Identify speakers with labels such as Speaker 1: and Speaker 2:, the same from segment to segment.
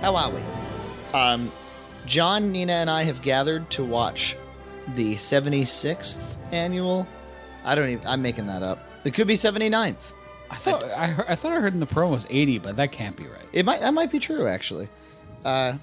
Speaker 1: how are we? Um, John, Nina, and I have gathered to watch the 76th annual. I don't even. I'm making that up. It could be 79th.
Speaker 2: I thought I, heard, I thought I heard in the promo was 80, but that can't be right.
Speaker 1: It might. That might be true, actually. Uh,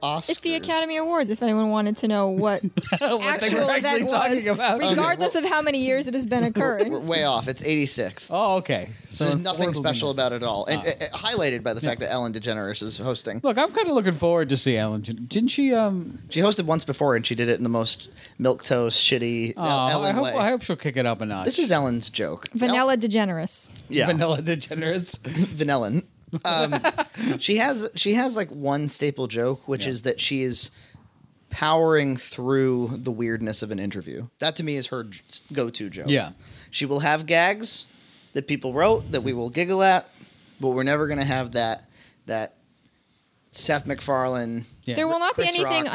Speaker 1: Oscars.
Speaker 3: It's the Academy Awards. If anyone wanted to know what actual
Speaker 2: were actually
Speaker 3: event was,
Speaker 2: talking about. Okay,
Speaker 3: regardless of how many years it has been
Speaker 1: We're
Speaker 3: occurring.
Speaker 1: way off. It's 86.
Speaker 2: Oh, okay.
Speaker 1: So there's nothing
Speaker 2: affordable
Speaker 1: special
Speaker 2: window.
Speaker 1: about it all,
Speaker 2: Ah.
Speaker 1: and uh, uh, highlighted by the fact that Ellen DeGeneres is hosting.
Speaker 2: Look, I'm kind of looking forward to see Ellen. Gen- Didn't she? Um,
Speaker 1: She hosted once before, and she did it in the most milk toast, shitty uh,
Speaker 2: aw,
Speaker 1: Ellen
Speaker 2: oh, I hope
Speaker 1: way.
Speaker 2: I hope she'll kick it up a notch.
Speaker 1: this is Ellen's joke.
Speaker 3: Vanilla DeGeneres.
Speaker 1: yeah.
Speaker 2: Vanilla DeGeneres.
Speaker 1: Vanellin. Um, she has she has like one staple joke, which
Speaker 2: Yeah.
Speaker 1: is that she is powering through the weirdness of an interview. That to me is her go to joke.
Speaker 2: Yeah.
Speaker 1: she will have gags that people wrote that we will giggle at, but we're never gonna have that that Seth MacFarlane.
Speaker 2: Yeah.
Speaker 3: There will not
Speaker 1: Chris
Speaker 3: be anything
Speaker 1: Rock.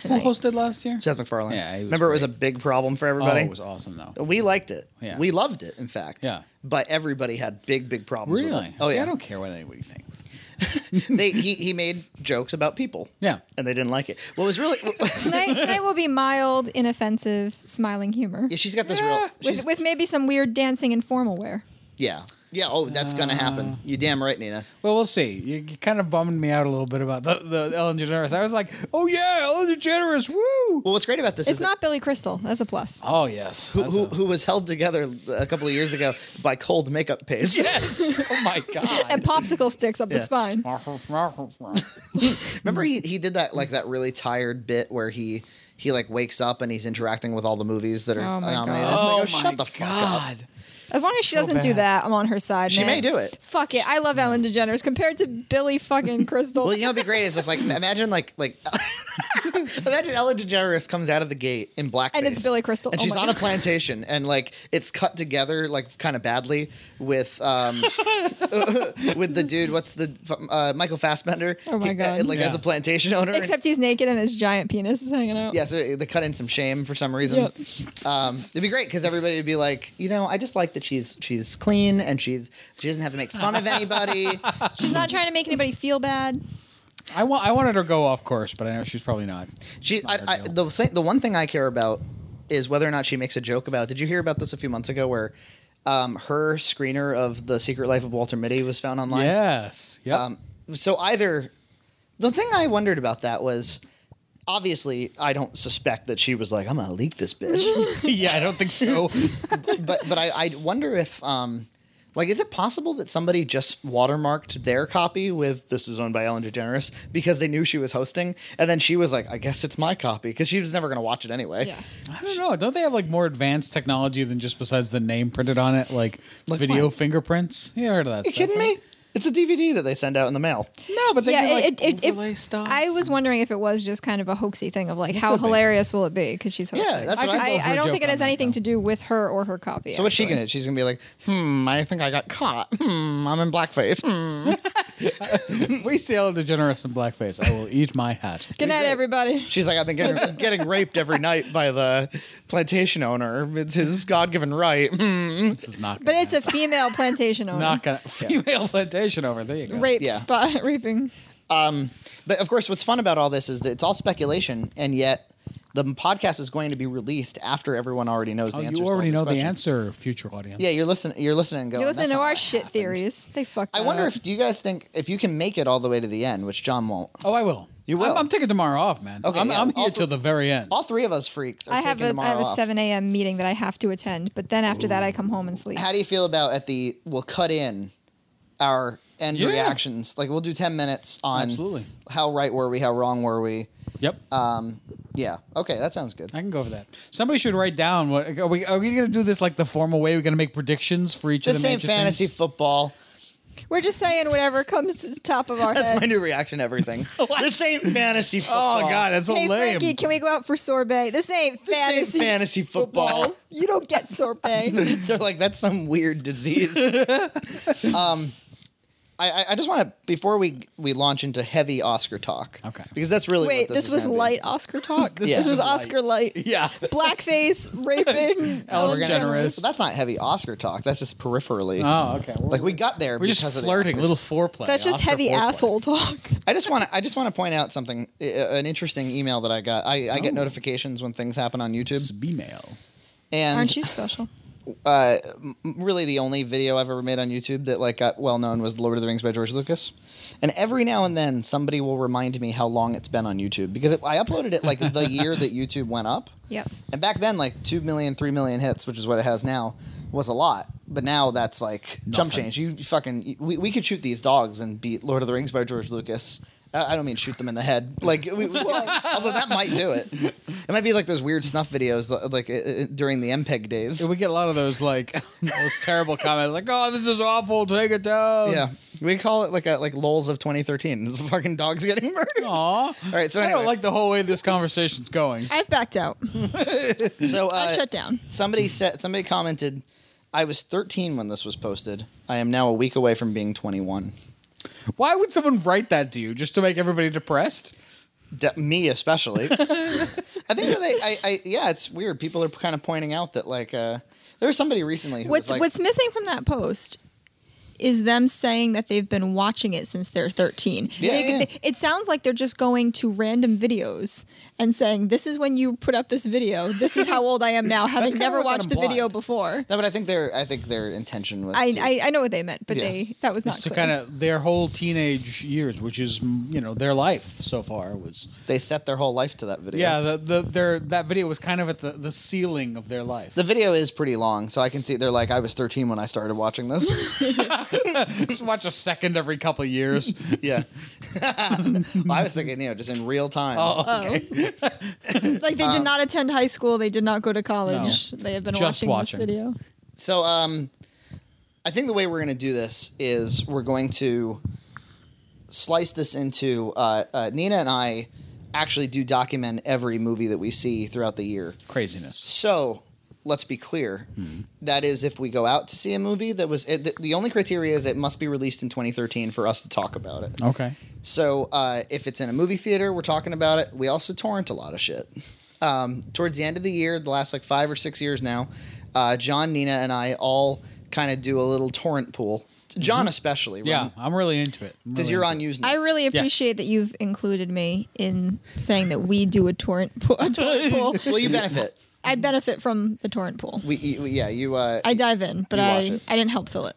Speaker 2: Who
Speaker 3: tonight.
Speaker 2: hosted last year?
Speaker 1: Seth MacFarlane.
Speaker 2: Yeah, he was
Speaker 1: remember it was a big problem for
Speaker 2: Oh,
Speaker 1: everybody.
Speaker 2: it was awesome though.
Speaker 1: We liked it.
Speaker 2: Yeah.
Speaker 1: We loved it, in fact.
Speaker 2: Yeah.
Speaker 1: But everybody had big, big problems. with it.
Speaker 2: Really?
Speaker 1: Oh
Speaker 2: See,
Speaker 1: yeah.
Speaker 2: I don't care what anybody thinks.
Speaker 1: they he, he made jokes about people.
Speaker 2: Yeah.
Speaker 1: And they didn't like it. What was really
Speaker 3: tonight, tonight will be mild, inoffensive, smiling humor.
Speaker 1: Yeah, she's got this real she's-
Speaker 3: with, with maybe some weird dancing and formal wear.
Speaker 1: Yeah. Yeah, oh that's gonna happen. You damn right, Nina.
Speaker 2: Well, we'll see. You, you kind of bummed me out a little bit about the, the Ellen DeGeneres. I was like, oh yeah, Ellen DeGeneres, woo!
Speaker 1: Well what's great about this is
Speaker 3: It's not Billy Crystal. That's a plus.
Speaker 2: Oh yes.
Speaker 1: that,
Speaker 2: That's
Speaker 1: who,
Speaker 2: a-
Speaker 1: who was held together a couple of years ago by cold makeup paste.
Speaker 2: yes. Oh my
Speaker 3: And
Speaker 2: god.
Speaker 3: popsicle sticks up
Speaker 1: Yeah.
Speaker 3: the spine.
Speaker 1: oh, Remember he, he did that like that really tired bit where he he like wakes up and he's interacting with all the movies that are
Speaker 3: Oh, my
Speaker 1: nominated.
Speaker 3: God.
Speaker 1: It's like,
Speaker 2: oh my
Speaker 1: shut the fuck up.
Speaker 2: god.
Speaker 3: As long as she
Speaker 2: So
Speaker 3: doesn't do
Speaker 2: bad.
Speaker 3: that, I'm on her side.
Speaker 1: She
Speaker 3: man.
Speaker 1: may do it.
Speaker 3: Fuck it. I love Ellen DeGeneres compared to Billy fucking Crystal.
Speaker 1: Well, you know, what'd be great is if like imagine like like imagine Ellen DeGeneres comes out of the gate in black,
Speaker 3: And it's Billy Crystal.
Speaker 1: and
Speaker 3: Oh
Speaker 1: she's
Speaker 3: my
Speaker 1: on a
Speaker 3: God.
Speaker 1: plantation, and like it's cut together like kind of badly with um with the dude. What's the uh, Michael Fassbender?
Speaker 3: Oh my
Speaker 1: He- uh,
Speaker 3: God.
Speaker 1: like as a
Speaker 2: Yeah.
Speaker 1: plantation owner. and-
Speaker 3: Except he's naked and his giant penis is hanging out.
Speaker 1: yeah, so they cut in some shame for some reason. Um, it'd be great because everybody would be like, you know, I just like that she's she's clean and she's she doesn't have to make fun of anybody.
Speaker 3: She's not trying to make anybody feel bad.
Speaker 2: I want. I wanted her to go off course, but I know she's probably not.
Speaker 1: She,
Speaker 2: not her
Speaker 1: I, I,
Speaker 2: deal.
Speaker 1: the thing, the one thing I care about is whether or not she makes a joke about. Did you hear about this a few months ago, where um, her screener of the Secret Life of Walter Mitty was found online?
Speaker 2: Yes. Yep.
Speaker 1: Um, so either the thing I wondered about that was obviously I don't suspect that she was like I'm gonna leak this bitch,
Speaker 2: yeah, I don't think so.
Speaker 1: but but I, I wonder if. Um, like, is it possible that somebody just watermarked their copy with "This is owned by Ellen DeGeneres" because they knew she was hosting, and then she was like, "I guess it's my copy" because she was never going to watch it anyway.
Speaker 3: Yeah.
Speaker 2: I don't know. Don't they have like more advanced technology than just besides the name printed on it, like,
Speaker 1: Like
Speaker 2: video
Speaker 1: what?
Speaker 2: fingerprints? You heard of that?
Speaker 1: You kidding me? It's a DVD that they send out in the mail.
Speaker 2: No, but they
Speaker 3: yeah,
Speaker 2: do, like,
Speaker 3: it, it,
Speaker 2: overlay
Speaker 3: it,
Speaker 2: stuff.
Speaker 3: I was wondering if it was just kind of a hoaxy thing of like how
Speaker 2: could be.
Speaker 3: hilarious will it be because she's
Speaker 1: Yeah,
Speaker 3: hosting.
Speaker 1: that's what I-
Speaker 3: I,
Speaker 2: I'd go for
Speaker 3: I,
Speaker 2: a
Speaker 3: don't
Speaker 2: joke
Speaker 3: think it
Speaker 2: on
Speaker 3: has
Speaker 2: that,
Speaker 3: anything
Speaker 2: though.
Speaker 3: to do with her or her copy.
Speaker 1: So what's she
Speaker 3: actually.
Speaker 1: gonna? She's gonna be like, hmm, I think I got caught. Hmm, I'm in blackface. Hmm.
Speaker 2: we see Ellen DeGeneres in blackface. I will eat my hat.
Speaker 3: Good night, everybody.
Speaker 1: She's like, I've been getting, getting raped every night by the plantation owner. It's his god-given right. Hmm.
Speaker 2: This is not.
Speaker 3: But
Speaker 2: gonna
Speaker 3: it's a female plantation owner.
Speaker 2: happen. not gonna female plantation over. There you go.
Speaker 3: raped
Speaker 1: Yeah.
Speaker 3: spot raping.
Speaker 1: But of course, what's fun about all this is that it's all speculation, and yet the podcast is going to be released after everyone already knows
Speaker 2: Oh,
Speaker 1: the answer.
Speaker 2: you already know the answer, future audience.
Speaker 1: Yeah, you're listening. You're listening. And going,
Speaker 3: You listen
Speaker 1: "That's
Speaker 3: to
Speaker 1: not
Speaker 3: our
Speaker 1: what
Speaker 3: shit Uh,
Speaker 1: happened."
Speaker 3: theories. They fucked.
Speaker 1: I
Speaker 3: that
Speaker 1: wonder
Speaker 3: up.
Speaker 1: if do you guys think if you can make it all the way to the end, which John won't.
Speaker 2: Oh, I will.
Speaker 1: You will.
Speaker 2: I'm, I'm taking tomorrow off, man.
Speaker 1: Okay,
Speaker 2: I'm,
Speaker 1: yeah.
Speaker 2: I'm here
Speaker 1: Also- Oh.
Speaker 2: till the very end.
Speaker 1: All three of us freaks. Are
Speaker 3: I have
Speaker 1: taking
Speaker 3: a I
Speaker 1: tomorrow
Speaker 3: have a
Speaker 1: off.
Speaker 3: seven a.m. meeting that I have to attend, but then after that I come home and sleep.
Speaker 1: how do you feel about at the we'll cut in our end
Speaker 2: Yeah.
Speaker 1: reactions like we'll do 10 minutes on
Speaker 2: Absolutely.
Speaker 1: how right were we how wrong were we
Speaker 2: Yep.
Speaker 1: um yeah okay that sounds good
Speaker 2: I can go for that. Somebody should write down what are we are we gonna do this like the formal way? We're gonna make predictions for each
Speaker 1: the,
Speaker 2: of the
Speaker 1: same
Speaker 2: major
Speaker 1: fantasy
Speaker 2: things?
Speaker 1: football
Speaker 3: We're just saying whatever comes to the top of our
Speaker 1: that's
Speaker 3: head.
Speaker 1: my new reaction to everything the same fantasy
Speaker 2: Oh
Speaker 1: football
Speaker 2: god, that's so
Speaker 3: hey
Speaker 2: lame.
Speaker 3: Frankie, can we go out for sorbet? This ain't
Speaker 1: the same
Speaker 3: fantasy.
Speaker 1: fantasy football,
Speaker 3: football. You don't get sorbet.
Speaker 1: they're like that's some weird disease um I, I- I just want to before we we launch into heavy Oscar talk.
Speaker 2: Okay.
Speaker 1: Because that's really
Speaker 3: Wait,
Speaker 1: what
Speaker 3: this,
Speaker 1: is
Speaker 3: was
Speaker 1: gonna be.
Speaker 3: light Oscar talk.
Speaker 2: This
Speaker 3: this,
Speaker 1: Yeah.
Speaker 3: was
Speaker 2: was light.
Speaker 3: Oscar light.
Speaker 2: Yeah.
Speaker 3: Blackface, raping,
Speaker 2: Ellen
Speaker 1: We're gonna-
Speaker 2: Generous.
Speaker 1: But that's not heavy Oscar talk. That's just peripherally.
Speaker 2: Oh, okay. We're,
Speaker 1: like we got there.
Speaker 2: we're just
Speaker 1: because of the
Speaker 2: flirting,
Speaker 1: Oscars.
Speaker 2: little foreplay.
Speaker 3: That's just
Speaker 2: Oscar
Speaker 3: heavy
Speaker 2: foreplay.
Speaker 3: asshole talk.
Speaker 1: I just want to. I just want to point out something. uh, An interesting email that I got. I, I get
Speaker 2: Oh.
Speaker 1: notifications when things happen on
Speaker 2: It's
Speaker 1: YouTube,
Speaker 2: B-mail.
Speaker 1: and
Speaker 3: Aren't you special?
Speaker 1: uh, m- really the only video I've ever made on YouTube that like got well known was Lord of the Rings by George Lucas. And every now and then somebody will remind me how long it's been on YouTube because it, I uploaded it like the year that YouTube went up.
Speaker 3: Yep.
Speaker 1: And back then like 2 million, 3 million hits, which is what it has now, was a lot. But now that's like
Speaker 2: Nothing.
Speaker 1: jump change. You fucking we, we could shoot these dogs and beat Lord of the Rings by George Lucas. I I don't mean shoot them in the head, like we, we- although that might do it. It might be like those weird snuff videos, like uh, uh, during the MPEG days.
Speaker 2: Yeah, we get a lot of those like those terrible comments like, "Oh, this is awful. Take it down."
Speaker 1: Yeah, we call it like a like lols of 2013. It's fucking dogs getting murdered.
Speaker 2: Aw. All
Speaker 1: right, so
Speaker 2: I don't
Speaker 1: anyway.
Speaker 2: like the whole way this conversation's going.
Speaker 3: I've backed out.
Speaker 1: So uh,
Speaker 3: I've shut down.
Speaker 1: somebody said somebody commented, "I was 13 when this was posted. I am now a week away from being 21."
Speaker 2: Why would someone write that to you just to make everybody depressed?
Speaker 1: De- me especially. I think that they, I, I, yeah, it's weird. People are kind of pointing out that like uh, there was somebody recently who
Speaker 3: What's
Speaker 1: was like,
Speaker 3: what's missing from that post is them saying that they've been watching it since they're 13.
Speaker 1: Yeah,
Speaker 3: They-
Speaker 1: yeah.
Speaker 3: they- it sounds like they're just going to random videos and saying, "This is when you put up this video. This is how old I am now, having
Speaker 2: kinda
Speaker 3: never
Speaker 2: what that
Speaker 3: watched the
Speaker 2: implied.
Speaker 3: video before."
Speaker 1: no, but I think their I think their intention was to-
Speaker 3: I, I I know what they meant, but
Speaker 1: Yes.
Speaker 3: they that was not
Speaker 2: Just to
Speaker 3: clear.
Speaker 2: kind of their whole teenage years, which is mm, you know their life so far was.
Speaker 1: they set their whole life to that video.
Speaker 2: Yeah, the, the their that video was kind of at the, the ceiling of their life.
Speaker 1: The video is pretty long, so I can see they're like, I was 13 when I started watching this.
Speaker 2: just watch a second every couple of years.
Speaker 1: Yeah. I was thinking, you know, just in real time.
Speaker 2: Oh,
Speaker 3: Oh. like
Speaker 1: uh,
Speaker 3: they did not attend high school. They did not go to college. They have been
Speaker 2: Just
Speaker 3: watching,
Speaker 2: watching.
Speaker 3: this video.
Speaker 1: So, um, I think the way we're going to do this is we're going to slice this into uh, uh, Nina and I actually do document every movie that we see throughout the year.
Speaker 2: craziness.
Speaker 1: So let's be clear. That is, if we go out to see a movie that was, it, the, the only criteria is it must be released in 2013 for us to talk about it.
Speaker 2: Okay.
Speaker 1: So uh, if it's in a movie theater, we're talking about it. We also torrent a lot of shit. Um, towards the end of the year, the last like five or six years now, uh, John, Nina, and I all kind of do a little torrent pool. John especially,
Speaker 2: Mm-hmm. Yeah, I'm really into it. I'm
Speaker 1: because
Speaker 2: really
Speaker 1: you're
Speaker 2: into
Speaker 1: on Usenet.
Speaker 3: I really appreciate that you've included me in saying that we do a torrent pool. A torrent pool.
Speaker 1: well, you benefit.
Speaker 3: I benefit from the torrent pool.
Speaker 1: We, you, yeah, you. Uh,
Speaker 3: I dive in, but
Speaker 1: You watch
Speaker 3: I,
Speaker 1: it.
Speaker 3: I didn't help fill it.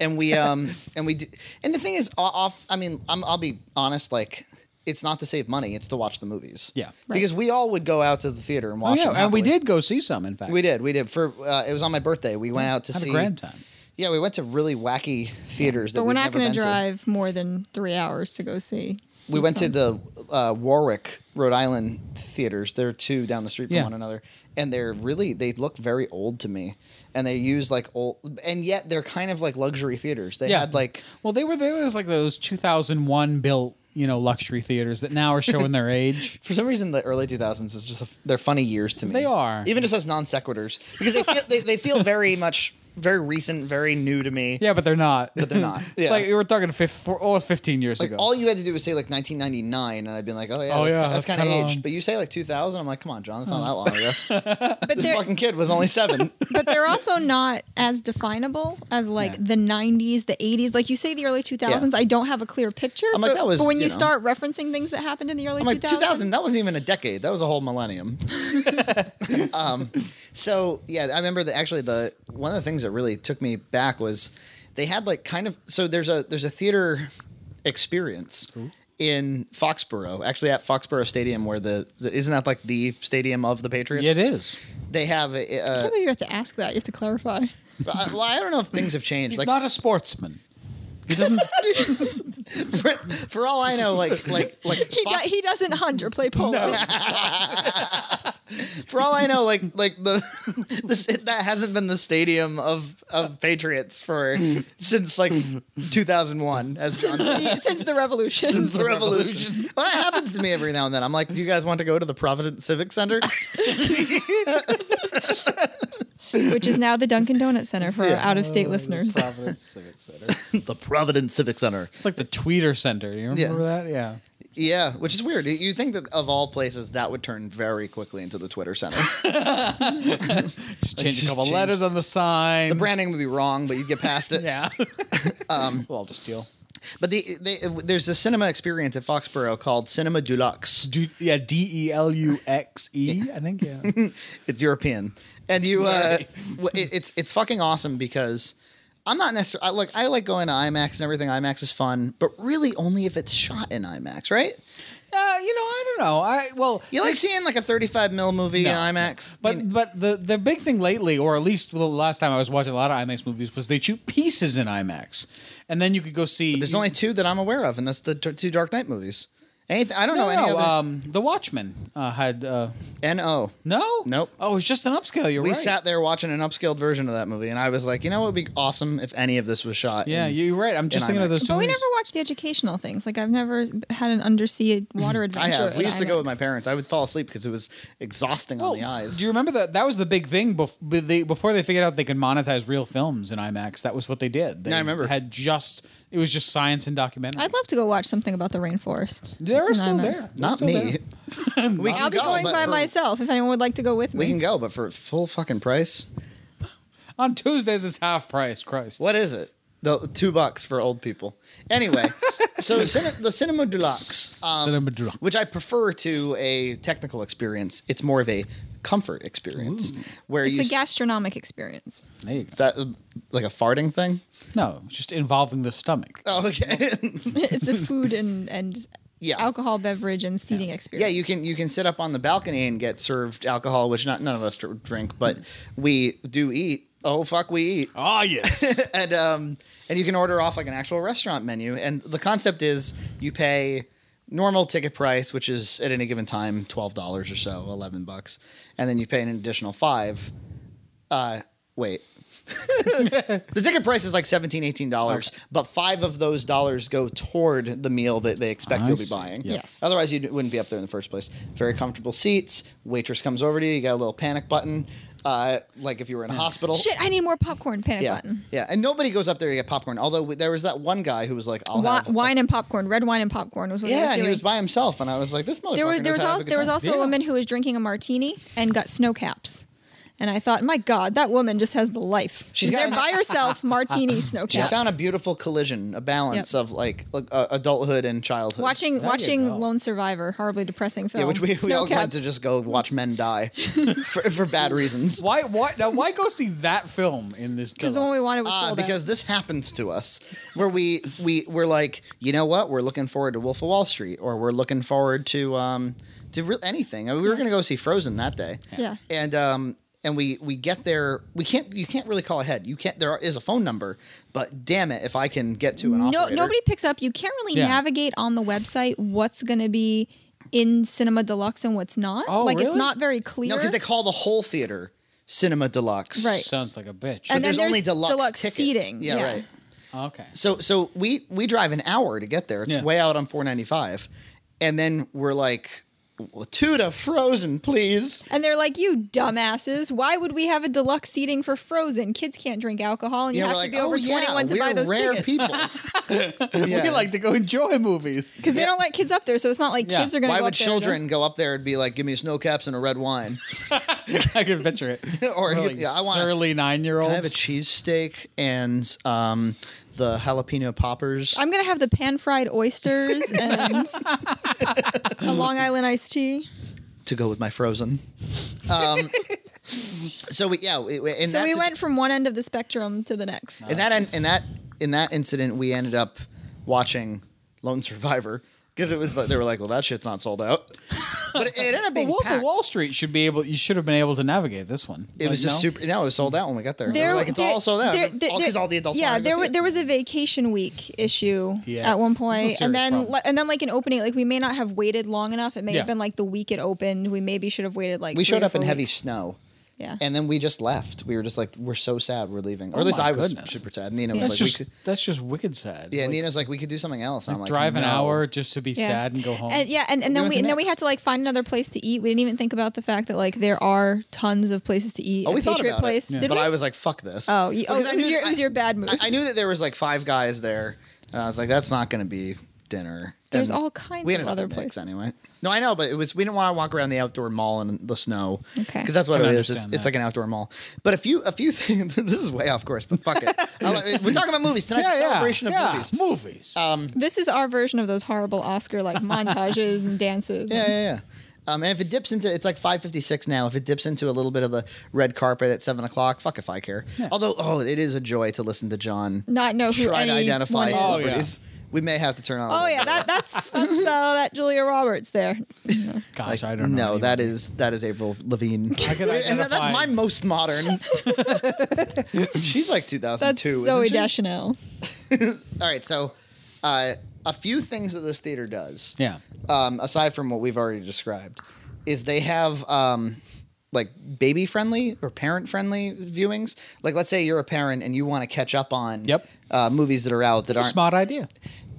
Speaker 1: and we um and we do and the thing is o- off i mean I'm, i'll be honest like it's not to save money it's to watch the movies
Speaker 2: Yeah.
Speaker 3: Right.
Speaker 1: because we all would go out to the theater and
Speaker 2: Oh,
Speaker 1: watch
Speaker 2: yeah,
Speaker 1: them
Speaker 2: and we
Speaker 1: happily.
Speaker 2: did go see some. In fact,
Speaker 1: we did we did for uh, it was on my birthday we went out to
Speaker 2: had
Speaker 1: see
Speaker 2: a grand time.
Speaker 1: yeah we went to really wacky theaters that
Speaker 3: But we're
Speaker 1: we've
Speaker 3: not
Speaker 1: never
Speaker 3: going
Speaker 1: been
Speaker 3: to drive more than three hours to go see.
Speaker 1: we
Speaker 3: these
Speaker 1: went to
Speaker 3: films.
Speaker 1: the uh, warwick rhode island theaters there are two down the street from
Speaker 2: Yeah.
Speaker 1: one another and they're really they look very old to me and they use like old and yet they're kind of like luxury theaters they had like
Speaker 2: well, they were there was like those 2001 built, you know, luxury theaters that now are showing their age.
Speaker 1: For some reason, the early 2000s is just a, they're funny years to me.
Speaker 2: They are.
Speaker 1: even just as non sequiturs because they feel they, they feel very much very recent, very new to me.
Speaker 2: Yeah, but they're not.
Speaker 1: But they're not.
Speaker 2: It's
Speaker 1: Yeah.
Speaker 2: like we were talking fif- four, almost 15 years
Speaker 1: Like
Speaker 2: ago.
Speaker 1: all you had to do was say like 1999, and I'd been like, oh yeah,
Speaker 2: Oh,
Speaker 1: that's,
Speaker 2: yeah,
Speaker 1: ki- that's,
Speaker 2: that's
Speaker 1: kind
Speaker 2: kinda
Speaker 1: of
Speaker 2: long. Oh.
Speaker 1: aged. But you say like 2000, I'm like, come on, John, that's not that long ago.
Speaker 3: But
Speaker 1: this
Speaker 3: they're,
Speaker 1: fucking kid was only seven.
Speaker 3: but they're also not as definable as like
Speaker 2: Yeah.
Speaker 3: the 90s, the 80s. Like you say, the early 2000s, I don't have a clear picture.
Speaker 1: I'm like,
Speaker 3: but,
Speaker 1: that was,
Speaker 3: but when you,
Speaker 1: you know.
Speaker 3: start referencing things that happened in the early
Speaker 1: I'm like
Speaker 3: 2000s,
Speaker 1: 2000. That wasn't even a decade. That was a whole millennium. um, so yeah, I remember that actually the one of the things that really took me back was they had like kind of so there's a there's a theater experience in Foxborough, actually at Foxborough Stadium where the, the isn't that like the stadium of the Patriots?
Speaker 2: Yeah, it is.
Speaker 1: They have a, a,
Speaker 3: I can't believe you have to ask that. You have to clarify.
Speaker 1: I- well, I don't know if things have changed.
Speaker 2: He's
Speaker 1: Like
Speaker 2: not a sportsman. He doesn't.
Speaker 1: for, for all I know, like like like
Speaker 3: He, do-
Speaker 1: Fox-
Speaker 3: he doesn't hunt or play polo.
Speaker 1: for all I know, like like the this that hasn't been the stadium of of Patriots for since like 2001 as since,
Speaker 3: The- Since the revolution.
Speaker 1: the revolution. Well, that happens to me every now and then. I'm like, do you guys want to go to the Providence Civic Center?
Speaker 3: which is now the Dunkin' Donut Center for
Speaker 1: Yeah.
Speaker 3: our out of state listeners.
Speaker 2: Providence Civic Center.
Speaker 1: the Providence Civic Center.
Speaker 2: It's like the tweeter center. You remember that? Yeah.
Speaker 1: Yeah, which is weird. You think that of all places, that would turn very quickly into the Twitter Center.
Speaker 2: Just change
Speaker 1: just
Speaker 2: a couple
Speaker 1: change-
Speaker 2: letters on the sign.
Speaker 1: the branding would be wrong, but you'd get past it.
Speaker 2: Yeah.
Speaker 1: Um,
Speaker 2: well, I'll just deal.
Speaker 1: But the they, there's a cinema experience at Foxborough called Cinema Deluxe.
Speaker 2: Do, yeah, D E L U X E. I think. Yeah.
Speaker 1: It's European, and you uh, w- it, it's it's fucking awesome because I'm not necessarily look. I like going to IMAX and everything. IMAX is fun, but really only if it's shot in IMAX, right?
Speaker 2: Uh, you know, I don't know. I well,
Speaker 1: You like seeing like a 35 mil movie in
Speaker 2: No.
Speaker 1: IMAX, I
Speaker 2: But
Speaker 1: mean,
Speaker 2: but the the big thing lately, or at least the last time I was watching a lot of IMAX movies, was they shoot pieces in IMAX, and then you could go see.
Speaker 1: there's only two that I'm aware of, and that's the t- two Dark Knight movies. Anything I don't
Speaker 2: no,
Speaker 1: know any
Speaker 2: no,
Speaker 1: other.
Speaker 2: um, the Watchmen uh, had uh,
Speaker 1: N.O.
Speaker 2: no,
Speaker 1: Nope.
Speaker 2: Oh, it was just an upscale. You're
Speaker 1: We
Speaker 2: right.
Speaker 1: sat there watching an upscaled version of that movie, and I was like, you know, it would be awesome if any of this was shot.
Speaker 2: Yeah,
Speaker 1: in-
Speaker 2: you're right. I'm just
Speaker 1: in
Speaker 2: thinking of
Speaker 1: IMAX.
Speaker 2: those. Two
Speaker 3: But we
Speaker 2: movies.
Speaker 3: never watched the educational things. Like I've never had an undersea water
Speaker 1: I
Speaker 3: adventure.
Speaker 1: have. We
Speaker 3: at
Speaker 1: used to go with
Speaker 3: IMAX.
Speaker 1: my parents. I would fall asleep because it was exhausting on the eyes.
Speaker 2: Do you remember that? That was the big thing bef- but they- before they figured out they could monetize real films in IMAX. That was what they did. They
Speaker 1: Yeah, I remember.
Speaker 2: Had just it was just science and documentary.
Speaker 3: I'd love to go watch something about the rainforest.
Speaker 2: They were
Speaker 3: in
Speaker 2: still
Speaker 3: IMAX.
Speaker 2: there. They're
Speaker 1: Not
Speaker 2: still
Speaker 1: me. we can
Speaker 3: I'll be
Speaker 1: go,
Speaker 3: going
Speaker 1: but
Speaker 3: by
Speaker 1: for-
Speaker 3: myself if anyone would like to go with
Speaker 1: We
Speaker 3: me.
Speaker 1: can go, but for full fucking price.
Speaker 2: there. On Tuesdays, it's half price. Christ.
Speaker 1: What is it? The two bucks for old people. Anyway, so cine, the Cinema Deluxe, um,
Speaker 2: Cinema Deluxe.
Speaker 1: which I prefer to a technical experience, it's more of a comfort experience where you
Speaker 3: It's a
Speaker 1: s-
Speaker 3: gastronomic experience.
Speaker 2: There you go.
Speaker 1: that, like a farting thing.
Speaker 2: No, just involving the stomach.
Speaker 1: Oh, okay.
Speaker 3: it's a food and and
Speaker 1: Yeah.
Speaker 3: alcohol beverage and seating
Speaker 1: Yeah,
Speaker 3: experience.
Speaker 1: you can you can sit up on the balcony and get served alcohol, which not none of us dr- drink, but we do eat. Oh fuck, we eat,
Speaker 2: Ah, yes.
Speaker 1: and um, and you can order off like an actual restaurant menu. And the concept is you pay normal ticket price, which is at any given time twelve dollars or so, eleven bucks, and then you pay an additional five. Uh, wait. the ticket price is like 17 dollars, but five of those dollars go toward the meal that they expect
Speaker 2: I
Speaker 1: you'll be
Speaker 2: see.
Speaker 1: buying.
Speaker 3: Yeah. Yes.
Speaker 1: Otherwise, you wouldn't be up there in the first place. Very comfortable seats. Waitress comes over to you. You got a little panic button, uh, like if you were in a hospital.
Speaker 3: Shit, I need more popcorn. Panic
Speaker 1: Yeah,
Speaker 3: button.
Speaker 1: yeah, and nobody goes up there to get popcorn. Although we- there was that one guy who was like, "I'll
Speaker 3: Wi-
Speaker 1: have
Speaker 3: wine and popcorn, red wine and popcorn was what
Speaker 1: Yeah,
Speaker 3: he was
Speaker 1: and
Speaker 3: doing.
Speaker 1: he was by himself, and I was like, "This motherfucker."
Speaker 3: there was there was, al-
Speaker 1: also
Speaker 3: there was also
Speaker 2: Yeah.
Speaker 3: a woman who was drinking a martini and got snow caps, and I thought, my God, that woman just has the life. She's there
Speaker 1: got-
Speaker 3: by herself, martini snow
Speaker 1: She's
Speaker 3: caps.
Speaker 1: found a beautiful collision, a balance
Speaker 3: Yep.
Speaker 1: of like like, uh, adulthood and childhood.
Speaker 3: watching
Speaker 2: There you go.
Speaker 3: watching Lone Survivor, horribly depressing film.
Speaker 1: yeah, which we, we
Speaker 3: Snow
Speaker 1: all went
Speaker 3: caps.
Speaker 1: to just go watch men die for, for bad reasons.
Speaker 2: why? Why? Now, why go see that film in this?
Speaker 3: because the one we
Speaker 2: deluxe?
Speaker 3: wanted was
Speaker 1: Ah,
Speaker 3: sold out.
Speaker 1: because this happens to us, where we we we're like, you know what? We're looking forward to Wolf of Wall Street, or we're looking forward to um to re- anything. I mean, we were gonna go see Frozen that day.
Speaker 3: Yeah.
Speaker 1: And um and we we get there. We can't. You can't really call ahead. You can't. There is a phone number, but damn it, if I can get to an
Speaker 3: no
Speaker 1: operator.
Speaker 3: nobody picks up. You can't really
Speaker 2: Yeah.
Speaker 3: navigate on the website what's going to be in Cinema Deluxe and what's not.
Speaker 2: Oh,
Speaker 3: like it's
Speaker 2: really?
Speaker 3: not very clear.
Speaker 1: No, because they call the whole theater Cinema Deluxe.
Speaker 3: Right.
Speaker 2: Sounds like a bitch.
Speaker 1: But
Speaker 3: And then
Speaker 1: there's only
Speaker 3: there's
Speaker 1: deluxe,
Speaker 3: deluxe
Speaker 1: tickets.
Speaker 3: seating,
Speaker 1: Yeah,
Speaker 3: yeah.
Speaker 1: Right.
Speaker 2: okay.
Speaker 1: So so we we drive an hour to get there. It's
Speaker 2: Yeah.
Speaker 1: way out on 495, and then we're like, "Well, two to Frozen, please.
Speaker 3: and they're like, "You dumbasses! Why would we have a deluxe seating for Frozen? Kids can't drink alcohol, and you
Speaker 1: Yeah,
Speaker 3: have
Speaker 1: we're
Speaker 3: to
Speaker 1: like,
Speaker 3: be over
Speaker 1: "Oh, yeah,
Speaker 3: 21 to
Speaker 1: we're
Speaker 3: buy those
Speaker 1: rare
Speaker 3: tickets."
Speaker 1: people. yeah.
Speaker 2: We like to go enjoy movies.
Speaker 3: Because they don't let kids up there, so it's not like
Speaker 2: Yeah.
Speaker 3: kids are going to.
Speaker 1: Why
Speaker 3: go
Speaker 1: would
Speaker 3: up there
Speaker 1: children go up there and be like, "Give me snow caps and a red wine,"
Speaker 2: I can picture it.
Speaker 1: or
Speaker 2: We're like
Speaker 1: yeah, "I want I
Speaker 2: surly
Speaker 1: have a
Speaker 2: nine-year-olds.
Speaker 1: cheesesteak and um, the jalapeno poppers."
Speaker 3: I'm going to have the pan fried oysters and a Long Island iced tea.
Speaker 1: to go with my frozen. Um, so we yeah, we, we- and
Speaker 3: So we
Speaker 1: that's-
Speaker 3: went from one end of the spectrum to the next.
Speaker 1: in that in that in that incident we ended up watching Lone Survivor because it was like- they were like, well, that shit's not sold out, but it, it ended up
Speaker 2: But
Speaker 1: being
Speaker 2: Wolf
Speaker 1: packed.
Speaker 2: of Wall Street should be able. You should have been able to navigate this one.
Speaker 1: It was
Speaker 2: Like,
Speaker 1: just
Speaker 2: no?
Speaker 1: super. No, it was sold out when we got there. They were like it's
Speaker 3: there-
Speaker 1: all sold out
Speaker 3: there- there-
Speaker 1: because all the adults.
Speaker 3: Yeah,
Speaker 1: wanted to
Speaker 3: there
Speaker 1: go
Speaker 3: wa-
Speaker 1: see it.
Speaker 3: there was a vacation week issue
Speaker 2: Yeah.
Speaker 3: at one
Speaker 2: It's a
Speaker 3: point,
Speaker 2: serious
Speaker 3: and then
Speaker 2: problem.
Speaker 3: le- and then like an opening, like we may not have waited long enough. It may
Speaker 2: Yeah.
Speaker 3: have been like the week it opened. We maybe should have waited like
Speaker 1: We
Speaker 3: three
Speaker 1: showed
Speaker 3: or
Speaker 1: up in
Speaker 3: four
Speaker 1: heavy
Speaker 3: weeks.
Speaker 1: snow,
Speaker 3: Yeah.
Speaker 1: And then we just left. We were just like, we're so sad we're leaving. Or
Speaker 2: Oh
Speaker 1: at least
Speaker 2: my
Speaker 1: I was
Speaker 2: goodness.
Speaker 1: super sad. Nina was
Speaker 2: That's
Speaker 1: like,
Speaker 2: just
Speaker 1: we could.
Speaker 2: that's just wicked sad.
Speaker 1: Yeah,
Speaker 2: Like,
Speaker 1: Nina's like, we could do something else. And I'm like,
Speaker 2: drive an
Speaker 1: no.
Speaker 2: hour just to be
Speaker 3: Yeah.
Speaker 2: sad and go home.
Speaker 3: And, yeah, and, and
Speaker 1: We
Speaker 3: then
Speaker 1: went
Speaker 3: we
Speaker 1: to
Speaker 3: and then we
Speaker 1: Next.
Speaker 3: had to like find another place to eat. We didn't even think about the fact that like there are tons of places to eat.
Speaker 1: Oh,
Speaker 3: at
Speaker 1: we thought
Speaker 3: Patriot
Speaker 1: about
Speaker 3: Place.
Speaker 1: it.
Speaker 3: Did
Speaker 1: but
Speaker 3: we?
Speaker 1: I was like, fuck this.
Speaker 3: oh, you, oh
Speaker 1: Because I
Speaker 3: it, was
Speaker 1: knew-
Speaker 3: your, it was your bad mood.
Speaker 1: I, I knew that there was like five guys there, and I was like, that's not going to be dinner.
Speaker 3: There's
Speaker 1: And
Speaker 3: all kinds
Speaker 1: we
Speaker 3: of
Speaker 1: ended up
Speaker 3: other
Speaker 1: at Nick's
Speaker 3: places.
Speaker 1: anyway. No, I know, but it was we didn't want to walk around the outdoor mall in the snow.
Speaker 3: Okay.
Speaker 1: because that's what
Speaker 2: I
Speaker 1: it is. It's,
Speaker 2: understand
Speaker 1: it's
Speaker 2: that.
Speaker 1: like an outdoor mall. But a few, a few things. this is way off course, but fuck it. I like- we're talking about movies tonight's a celebration of
Speaker 2: yeah,
Speaker 1: movies.
Speaker 2: movies.
Speaker 1: Uh,
Speaker 3: this is our version of those horrible Oscar like montages and dances.
Speaker 1: Yeah,
Speaker 3: and-
Speaker 1: yeah, yeah. Um, and if it dips into, it's like five fifty six now. If it dips into a little bit of the red carpet at seven o'clock, fuck if I care. Although, oh, it is a joy to listen to John
Speaker 3: Not know who
Speaker 1: try to
Speaker 3: anyone
Speaker 1: identify
Speaker 3: is.
Speaker 2: Oh, yeah.
Speaker 1: celebrities. We may have to turn on. a
Speaker 3: Oh
Speaker 1: little
Speaker 3: yeah,
Speaker 1: bit.
Speaker 3: that, that's that's uh, that Julia Roberts there.
Speaker 2: Gosh,
Speaker 1: Like,
Speaker 2: I don't know.
Speaker 1: No, that
Speaker 2: anymore.
Speaker 1: is that is April Levine.
Speaker 2: I could
Speaker 1: and that- that's
Speaker 2: identify-
Speaker 1: my most modern. She's like
Speaker 3: That's
Speaker 1: 2002.
Speaker 3: Zoe
Speaker 1: isn't she?
Speaker 3: Deschanel.
Speaker 1: All right, so uh, a few things that this theater does,
Speaker 2: yeah.
Speaker 1: um, aside from what we've already described, is they have um, like baby friendly or parent friendly viewings. Like, let's say you're a parent and you want to catch up on
Speaker 2: Yep.
Speaker 1: uh, movies that are out that
Speaker 2: It's a
Speaker 1: aren't
Speaker 2: smart idea.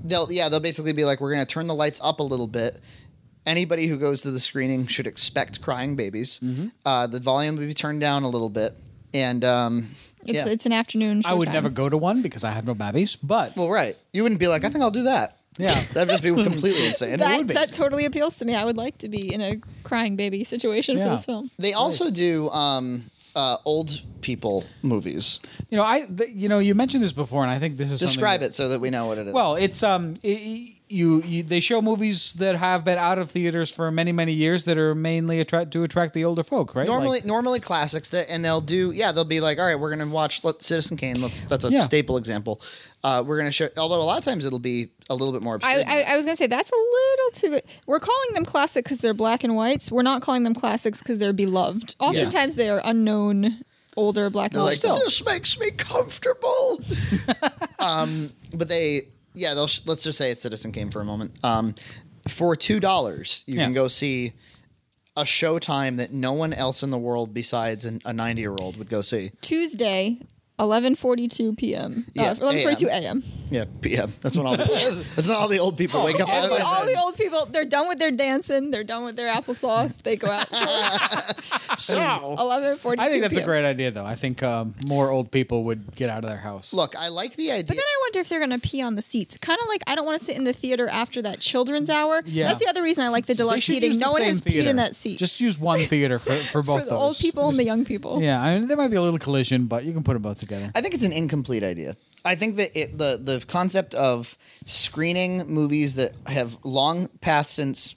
Speaker 1: they'll yeah they'll basically be like we're going to turn the lights up a little bit anybody who goes to the screening should expect crying babies uh, the volume will be turned down a little bit and um,
Speaker 3: It's
Speaker 1: yeah.
Speaker 3: it's an afternoon. Showtime.
Speaker 2: I would never go to one because I have no babies, but
Speaker 1: well right you wouldn't be like i think i'll do that
Speaker 2: Yeah.
Speaker 1: that'd just be completely insane
Speaker 3: that,
Speaker 1: it would be
Speaker 3: that totally appeals to me. I would like to be in a crying baby situation
Speaker 2: Yeah.
Speaker 3: for this film.
Speaker 1: they also do um, uh, old people movies
Speaker 2: you know, I th- you know, you mentioned this before and I think this is something
Speaker 1: describe
Speaker 2: that-
Speaker 1: it so that we know what it is
Speaker 2: Well, it's um, i i- you, you they show movies that have been out of theaters for many many years that are mainly attract to attract the older folk, right?
Speaker 1: Normally,
Speaker 2: Like-
Speaker 1: normally classics that, and they'll do. Yeah, they'll be like, all right, we're gonna watch let, Citizen Kane. Let's, that's a
Speaker 2: Yeah.
Speaker 1: staple example. Uh, we're gonna show. Although a lot of times it'll be a little bit more. Obscure
Speaker 3: I,
Speaker 1: than
Speaker 3: I,
Speaker 1: that.
Speaker 3: I was gonna say that's a little too. good. We're calling them classic because they're black and whites. We're not calling them classics because they're beloved. Oftentimes they are unknown, older black and
Speaker 1: They're
Speaker 3: white.
Speaker 1: like, this makes me comfortable. um, but they, yeah, they'll sh- let's just say it's Citizen Kane for a moment. Um, for two dollars, you
Speaker 2: Yeah.
Speaker 1: can go see a showtime that no one else in the world besides an, a ninety-year-old would go see.
Speaker 3: Tuesday, eleven forty-two p.m.
Speaker 1: Yeah,
Speaker 3: uh, eleven forty-two a.m.
Speaker 1: Yeah, p.m. That's when all the that's when all the old
Speaker 2: Oh,
Speaker 1: people wake up.
Speaker 3: All, the- all the old people, they're done with their dancing. They're done with their applesauce. They go out. Eleven forty-two.
Speaker 2: Oh. I think that's a great idea, though. I think um, more old people would get out of their house.
Speaker 1: Look, I like the idea.
Speaker 3: But then I wonder if they're going to pee on the seats. Kind of like I don't want to sit in the theater after that children's hour.
Speaker 2: Yeah.
Speaker 3: That's the other reason I like the
Speaker 2: They
Speaker 3: deluxe
Speaker 2: should
Speaker 3: seating.
Speaker 2: use
Speaker 3: No
Speaker 2: the
Speaker 3: one
Speaker 2: same
Speaker 3: has peed
Speaker 2: theater.
Speaker 3: in that seat.
Speaker 2: Just use one theater for, for both
Speaker 3: for the
Speaker 2: those.
Speaker 3: old people and the young people.
Speaker 2: Yeah, I mean, there might be a little collision, but you can put them both together.
Speaker 1: I think it's an incomplete idea. I think that it, the the concept of screening movies that have long passed since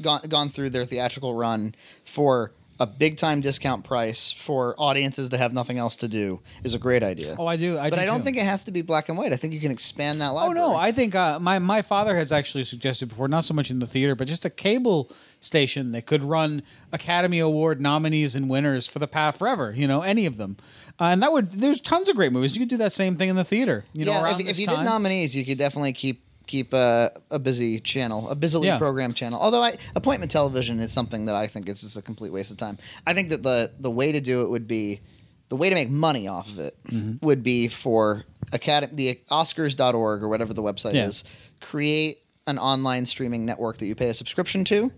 Speaker 1: gone gone through their theatrical run for a big time discount price for audiences that have nothing else to do is a great idea.
Speaker 2: Oh, I do. I
Speaker 1: but
Speaker 2: do
Speaker 1: I don't
Speaker 2: too.
Speaker 1: think it has to be black and white. I think you can expand that
Speaker 2: Oh
Speaker 1: library.
Speaker 2: no, I think uh, my my father has actually suggested before, not so much in the theater, but just a cable station that could run Academy Award nominees and winners for the past forever. You know, any of them, uh, and that would there's tons of great movies. You could do that same thing in the theater. You know,
Speaker 1: yeah,
Speaker 2: around
Speaker 1: if,
Speaker 2: this
Speaker 1: if you
Speaker 2: time.
Speaker 1: did nominees, you could definitely keep keep uh, a busy channel, a busily
Speaker 2: Yeah.
Speaker 1: programmed channel. Although I, appointment television is something that I think is just a complete waste of time. I think that the the way to do it would be the way to make money off of it
Speaker 2: Mm-hmm.
Speaker 1: would be for academy the oscars.org or whatever the website
Speaker 2: Yeah.
Speaker 1: is create an online streaming network that you pay a subscription to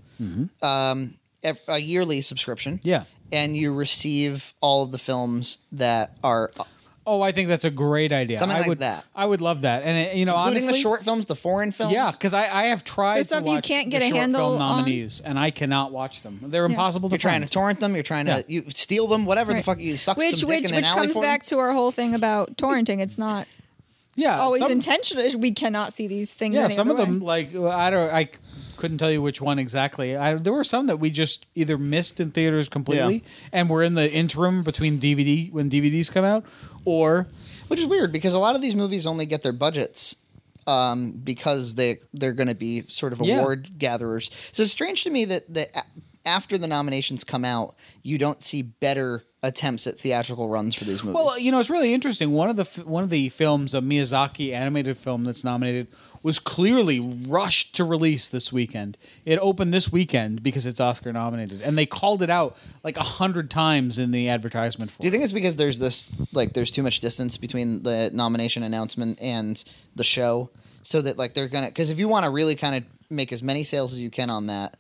Speaker 1: um, ev- a yearly subscription
Speaker 2: Mm-hmm. Yeah.
Speaker 1: and you receive all of the films that are
Speaker 2: oh, I think that's a great idea.
Speaker 1: Something
Speaker 2: I
Speaker 1: like
Speaker 2: would,
Speaker 1: that.
Speaker 2: I would love that, and uh, you know,
Speaker 1: including
Speaker 2: honestly,
Speaker 1: the short films the foreign films
Speaker 2: Yeah, because I, I have tried
Speaker 3: The
Speaker 2: to
Speaker 3: stuff you
Speaker 2: watch
Speaker 3: can't get
Speaker 2: the
Speaker 3: a
Speaker 2: short
Speaker 3: handle
Speaker 2: film
Speaker 3: on.
Speaker 2: nominees, and I cannot watch them. They're impossible
Speaker 1: You're
Speaker 2: to
Speaker 1: trying
Speaker 2: find.
Speaker 1: to torrent them. You're trying
Speaker 2: Yeah.
Speaker 1: to you steal them. Whatever the
Speaker 3: Right.
Speaker 1: fuck you suck
Speaker 3: Which
Speaker 1: some
Speaker 3: which
Speaker 1: dick in
Speaker 3: which
Speaker 1: an alley
Speaker 3: comes
Speaker 1: for
Speaker 3: back
Speaker 1: them.
Speaker 3: to our whole thing about torrenting. It's not
Speaker 2: yeah,
Speaker 3: always
Speaker 2: Uh, some-
Speaker 3: intentional. We cannot see these things.
Speaker 2: Yeah,
Speaker 3: any
Speaker 2: some of
Speaker 3: other
Speaker 2: them
Speaker 3: way.
Speaker 2: like I don't I couldn't tell you which one exactly. I, there were some that we just either missed in theaters completely, and were in the interim between DVD when DVDs come out, or
Speaker 1: which is weird because a lot of these movies only get their budgets um, because they they're going to be sort of
Speaker 2: Yeah.
Speaker 1: award gatherers. So it's strange to me that that a- after the nominations come out, you don't see better attempts at theatrical runs for these movies.
Speaker 2: Well, you know, it's really interesting. One of the f- one of the films, a Miyazaki animated film that's nominated, was clearly rushed to release this weekend. It opened this weekend because it's Oscar nominated, and they called it out like a hundred times in the advertisement. For
Speaker 1: Do you
Speaker 2: it.
Speaker 1: think it's because there's this like there's too much distance between the nomination announcement and the show, so that like they're gonna because if you want to really kind of make as many sales as you can on that,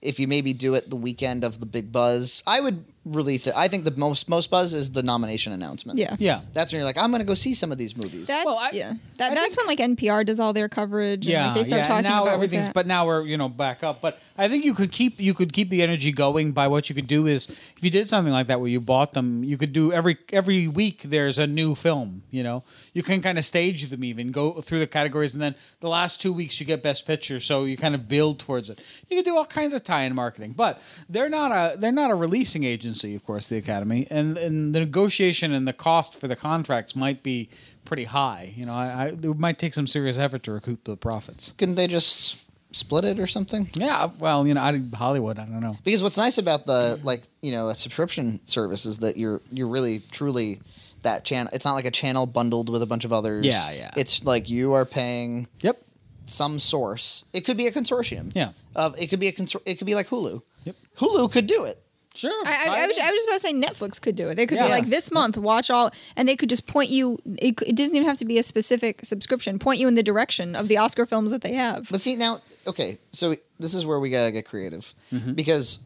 Speaker 1: if you maybe do it the weekend of the big buzz, I would release it. I think the most most buzz is the nomination announcement.
Speaker 3: Yeah.
Speaker 2: Yeah.
Speaker 1: that's when you're like I'm gonna go see some of these movies.
Speaker 3: That's
Speaker 2: Well, I-
Speaker 3: yeah. That,
Speaker 2: I
Speaker 3: that's
Speaker 2: think-
Speaker 3: when like NPR does all their coverage. Yeah, and, like, they start
Speaker 2: yeah.
Speaker 3: talking
Speaker 2: and now
Speaker 3: about what's
Speaker 2: everything's
Speaker 3: hap-
Speaker 2: but now we're you know back up but i think you could keep you could keep the energy going by what you could do is if you did something like that where you bought them you could do every every week there's a new film you know you can kind of stage them even go through the categories and then the last two weeks you get best picture so you kind of build towards it you could do all kinds of tie-in marketing but they're not a they're not a releasing agency of course the academy and and the negotiation and the cost for the contracts might be pretty high you know I, I it might take some serious effort to recoup the profits
Speaker 1: Couldn't they just split it or something?
Speaker 2: yeah, well, you know, I did Hollywood. I don't know.
Speaker 1: Because what's nice about the like you know a subscription service is that you're you're really truly that channel. It's not like a channel bundled with a bunch of others.
Speaker 2: Yeah, yeah.
Speaker 1: It's like you are paying
Speaker 2: Yep.
Speaker 1: some source. It could be a consortium.
Speaker 2: Yeah.
Speaker 1: Of it could be a consor- It could be like Hulu.
Speaker 2: Yep.
Speaker 1: Hulu could do it.
Speaker 2: Sure.
Speaker 3: I, I, I, was, I was just about to say Netflix could do it. They could
Speaker 2: Yeah.
Speaker 3: be like this month, watch all, and they could just point you. It, c- it doesn't even have to be a specific subscription. Point you in the direction of the Oscar films that they have.
Speaker 1: But see now, okay, so this is where we gotta get creative
Speaker 2: Mm-hmm.
Speaker 1: because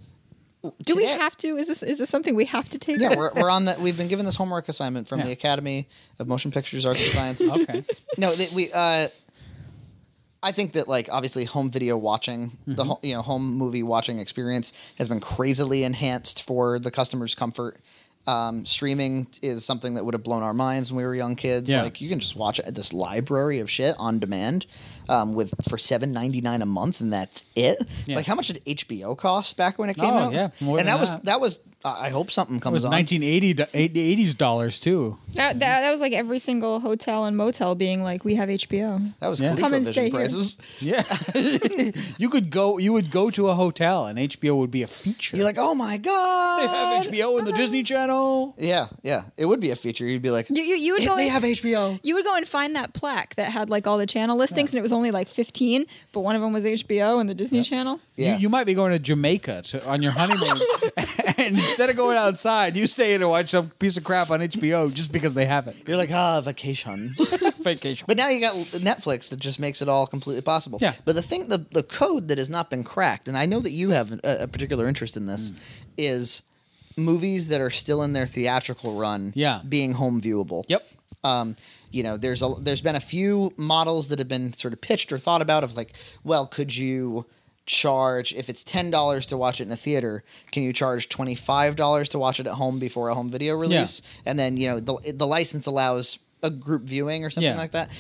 Speaker 3: do we
Speaker 1: today-
Speaker 3: have to? Is this is this something we have to take?
Speaker 1: Yeah, we're, we're on that. We've been given this homework assignment from
Speaker 2: Yeah.
Speaker 1: the Academy of Motion Pictures Arts and Sciences.
Speaker 2: okay.
Speaker 1: no, that we. Uh, I think that like obviously home video watching the
Speaker 2: Mm-hmm.
Speaker 1: ho- you know home movie watching experience has been crazily enhanced for the customer's comfort. Um, streaming is something that would have blown our minds when we were young kids.
Speaker 2: Yeah.
Speaker 1: Like you can just watch it- this library of shit on demand um, with for seven ninety nine a month, and that's it.
Speaker 2: Yeah.
Speaker 1: Like how much did HBO cost back when it came
Speaker 2: Oh,
Speaker 1: out?
Speaker 2: yeah, more
Speaker 1: and
Speaker 2: than
Speaker 1: that, was
Speaker 2: that.
Speaker 1: that was. I I hope something
Speaker 2: It
Speaker 1: comes
Speaker 2: was
Speaker 1: on.
Speaker 2: 1980 do- 80 80s dollars too.
Speaker 3: That, that, that was like every single hotel and motel being like, we have HBO.
Speaker 1: that was
Speaker 2: Yeah.
Speaker 3: Come and stay
Speaker 1: ColecoVision
Speaker 3: here.
Speaker 1: prices.
Speaker 2: Yeah. you could go. You would go to a hotel, and HBO would be a feature.
Speaker 1: You're like, oh my god,
Speaker 2: they have HBO in the Disney Channel.
Speaker 1: Yeah, yeah. It would be a feature. You'd be like,
Speaker 3: You, you, you would
Speaker 1: "Hey,
Speaker 3: go.
Speaker 1: they
Speaker 3: in-
Speaker 1: have HBO.
Speaker 3: You would go and find that plaque that had like all the channel listings, and it was only like 15, but one of them was HBO and the Disney Channel.
Speaker 1: Yeah.
Speaker 2: You, you might be going to Jamaica to, on your honeymoon, and instead of going outside, you stay in and watch some piece of crap on HBO just because they have it.
Speaker 1: You're like, ah, vacation.
Speaker 2: Vacation.
Speaker 1: but now you got Netflix that just makes it all completely possible.
Speaker 2: Yeah.
Speaker 1: But the thing, the, the code that has not been cracked, and I know that you have a, a particular interest in this,
Speaker 2: Mm.
Speaker 1: is movies that are still in their theatrical run
Speaker 2: Yeah.
Speaker 1: being home viewable.
Speaker 2: Yep.
Speaker 1: um, you know there's a there's been a few models that have been sort of pitched or thought about of like well could you charge if it's $10 to watch it in a theater can you charge $25 to watch it at home before a home video release and then you know the, the license allows a group viewing or something
Speaker 2: Yeah.
Speaker 1: like that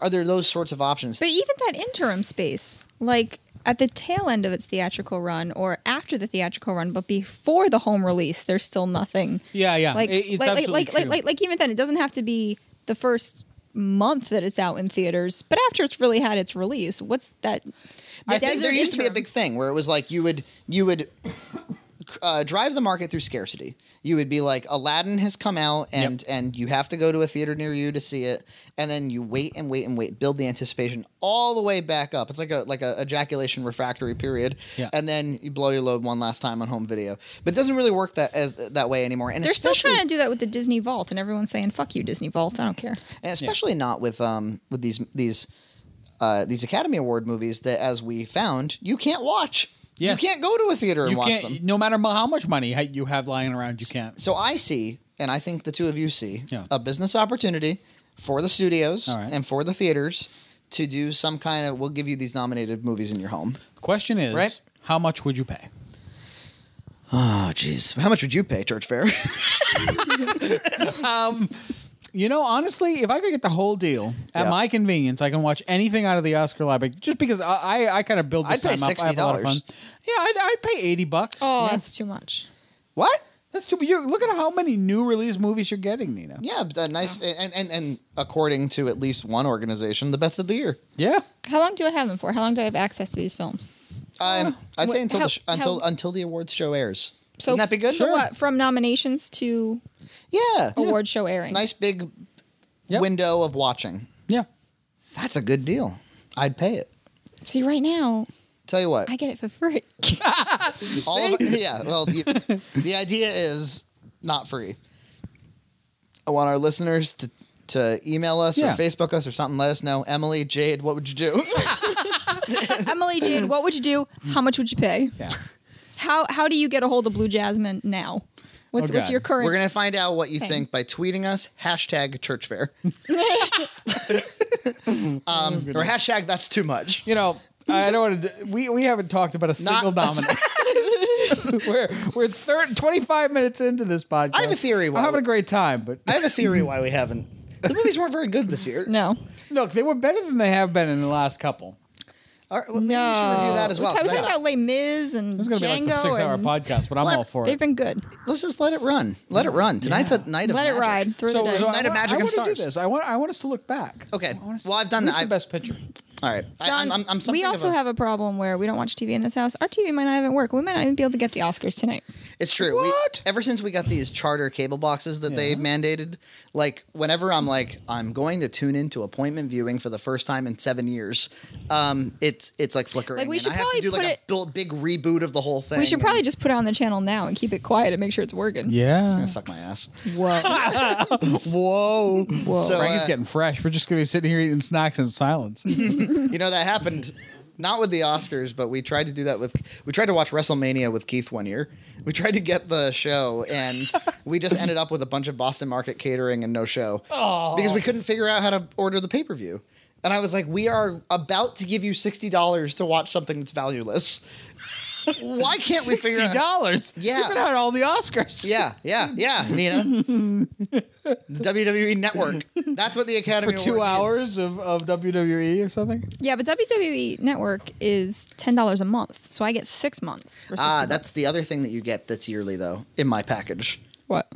Speaker 1: are there those sorts of options
Speaker 3: But even that interim space, like at the tail end of its theatrical run or after the theatrical run, but before the home release, there's still nothing.
Speaker 2: Yeah, yeah.
Speaker 3: Like,
Speaker 2: It- it's
Speaker 3: like, like,
Speaker 2: absolutely
Speaker 3: like, like,
Speaker 2: true.
Speaker 3: like, like, even then, it doesn't have to be the first month that it's out in theaters, but after it's really had its release, what's that?
Speaker 1: I think there
Speaker 3: desert
Speaker 1: used to be a
Speaker 3: interim?
Speaker 1: big thing where it was like you would you would uh, drive the market through scarcity. You would be like Aladdin has come out and and you have to go to a theater near you to see it, and then you wait and wait and wait, build the anticipation all the way back up. It's like a like a ejaculation refractory period,
Speaker 2: Yeah.
Speaker 1: and then you blow your load one last time on home video. But it doesn't really work that as that way anymore. And
Speaker 3: They're still
Speaker 1: especially-
Speaker 3: trying to do that with the Disney Vault, and everyone's saying, fuck you, Disney Vault. I don't care.
Speaker 1: and especially not with um with these these uh, these Academy Award movies that, as we found, you can't watch.
Speaker 2: Yes.
Speaker 1: You can't go to a theater and
Speaker 2: You
Speaker 1: watch
Speaker 2: can't.
Speaker 1: them.
Speaker 2: No matter mo- how much money ha- you have lying around, you can't.
Speaker 1: So I see, and I think the two of you see,
Speaker 2: Yeah.
Speaker 1: a business opportunity for the studios
Speaker 2: All right.
Speaker 1: and for the theaters to do some kind of. We'll give you these nominated movies in your home.
Speaker 2: Question is,
Speaker 1: Right?
Speaker 2: how much would you pay?
Speaker 1: Oh, jeez, how much would you pay, Church Fair?
Speaker 2: Um, You know, honestly, if I could get the whole deal at
Speaker 1: Yeah.
Speaker 2: my convenience, I can watch anything out of the Oscar library just because I I, I kind of build this
Speaker 1: I'd pay
Speaker 2: time up. I have a lot of fun.
Speaker 1: $60.
Speaker 2: Yeah, I'd, I'd pay eighty bucks.
Speaker 3: Oh,
Speaker 2: Yeah.
Speaker 3: that's too much.
Speaker 1: what?
Speaker 2: that's too. You're, look at how many new release movies you're getting, Nina.
Speaker 1: Yeah, but a nice and, and and according to at least one organization, the best of the year.
Speaker 2: Yeah.
Speaker 3: How long do I have them for? How long do I have access to these films?
Speaker 1: Um, I'd
Speaker 3: Wh-
Speaker 1: say until
Speaker 3: how-
Speaker 1: the sh- until
Speaker 3: how-
Speaker 1: until the awards show airs.
Speaker 3: So
Speaker 1: Wouldn't that be good?
Speaker 3: So
Speaker 1: Sure.
Speaker 3: what? From nominations to
Speaker 1: Yeah.
Speaker 3: award show airing.
Speaker 1: Nice big
Speaker 2: Yep.
Speaker 1: window of watching.
Speaker 2: Yeah.
Speaker 1: That's a good deal. I'd pay it.
Speaker 3: See, right now
Speaker 1: Tell you what.
Speaker 3: I get it for free.
Speaker 1: all of, yeah. Well, you, the idea is not free. I want our listeners to to email us
Speaker 2: Yeah.
Speaker 1: or Facebook us or something. Let us know. Emily, Jade, what would you do?
Speaker 3: Emily Jade, what would you do? How much would you pay?
Speaker 2: Yeah.
Speaker 3: How how do you get a hold of Blue Jasmine now? What's
Speaker 2: Oh,
Speaker 3: what's
Speaker 2: God.
Speaker 3: your current?
Speaker 1: We're gonna find out what you
Speaker 3: Same.
Speaker 1: think by tweeting us hashtag church fair um, or hashtag that's too much.
Speaker 2: You know, I don't want to. We we haven't talked about a single dominant. we're we're thir- 25 minutes into this podcast.
Speaker 1: I have a theory why
Speaker 2: I'm having
Speaker 1: we-
Speaker 2: a great time, but
Speaker 1: I have a theory why we haven't. The movies weren't very good this year.
Speaker 3: no,
Speaker 2: look, they were better than they have been in the last couple.
Speaker 1: All right, well, maybe we
Speaker 3: no.
Speaker 1: should review that as well.
Speaker 3: We're talking
Speaker 1: 'cause I-
Speaker 3: about Les Mis and
Speaker 2: This is going to be like
Speaker 3: Django.
Speaker 2: the six hour
Speaker 3: and
Speaker 2: podcast, but I'm
Speaker 1: Well,
Speaker 2: all for
Speaker 3: They've
Speaker 2: it.
Speaker 3: been good.
Speaker 1: Let's just let it run. Let it run. Tonight's a night of
Speaker 3: Let it
Speaker 1: magic.
Speaker 3: ride through the
Speaker 1: Night
Speaker 3: day.
Speaker 1: of
Speaker 2: I want-
Speaker 1: Magic
Speaker 2: I
Speaker 1: and
Speaker 2: wanna
Speaker 1: Stars.
Speaker 2: do this. I want I want us to look back.
Speaker 1: Okay.
Speaker 2: I wanna see-
Speaker 1: Well, I've done
Speaker 2: who's
Speaker 1: that.
Speaker 2: the
Speaker 1: I-
Speaker 2: best picture.
Speaker 1: All right. I-
Speaker 3: John,
Speaker 1: I'm, I'm, I'm
Speaker 3: we
Speaker 1: something
Speaker 3: also
Speaker 1: of a-
Speaker 3: have a problem where we don't watch TV in this house. Our TV might not even work. We might not even be able to get the Oscars tonight.
Speaker 1: It's true.
Speaker 2: What?
Speaker 1: We, ever since we got these charter cable boxes that they
Speaker 2: Yeah.
Speaker 1: mandated, like whenever I'm like I'm going to tune into appointment viewing for the first time in seven years, um, it's it's like flickering.
Speaker 3: Like, we
Speaker 1: and
Speaker 3: should
Speaker 1: I have
Speaker 3: probably
Speaker 1: to do
Speaker 3: put
Speaker 1: like
Speaker 3: it-
Speaker 1: a built, big reboot of the whole thing.
Speaker 3: We should probably just put it on the channel now and keep it quiet and make sure it's working.
Speaker 2: Yeah.
Speaker 1: and suck my ass.
Speaker 3: Whoa.
Speaker 2: Whoa.
Speaker 3: Whoa.
Speaker 1: So-
Speaker 2: Frankie's
Speaker 1: uh,
Speaker 2: getting fresh. We're just going to be sitting here eating snacks in silence.
Speaker 1: you know that happened. Not with the Oscars, but we tried to do that with. We tried to watch WrestleMania with Keith one year. We tried to get the show, and we just ended up with a bunch of Boston Market catering and no show because we couldn't figure out how to order the pay per view. And I was like, "We are about to give you sixty dollars to watch something that's valueless. Why can't we figure
Speaker 2: Sixty
Speaker 1: out?"
Speaker 2: dollars.
Speaker 1: Yeah.
Speaker 2: you've been out all the Oscars.
Speaker 1: Yeah, yeah, yeah, Nina. WWE Network. That's what the
Speaker 2: for
Speaker 1: Academy
Speaker 2: two
Speaker 1: Award is.
Speaker 2: hours of, of WWE or something.
Speaker 3: yeah, but WWE Network is ten dollars a month, so I get six months. For
Speaker 1: Ah,
Speaker 3: 60
Speaker 1: that's the other thing that you get that's yearly though in my package.
Speaker 3: what.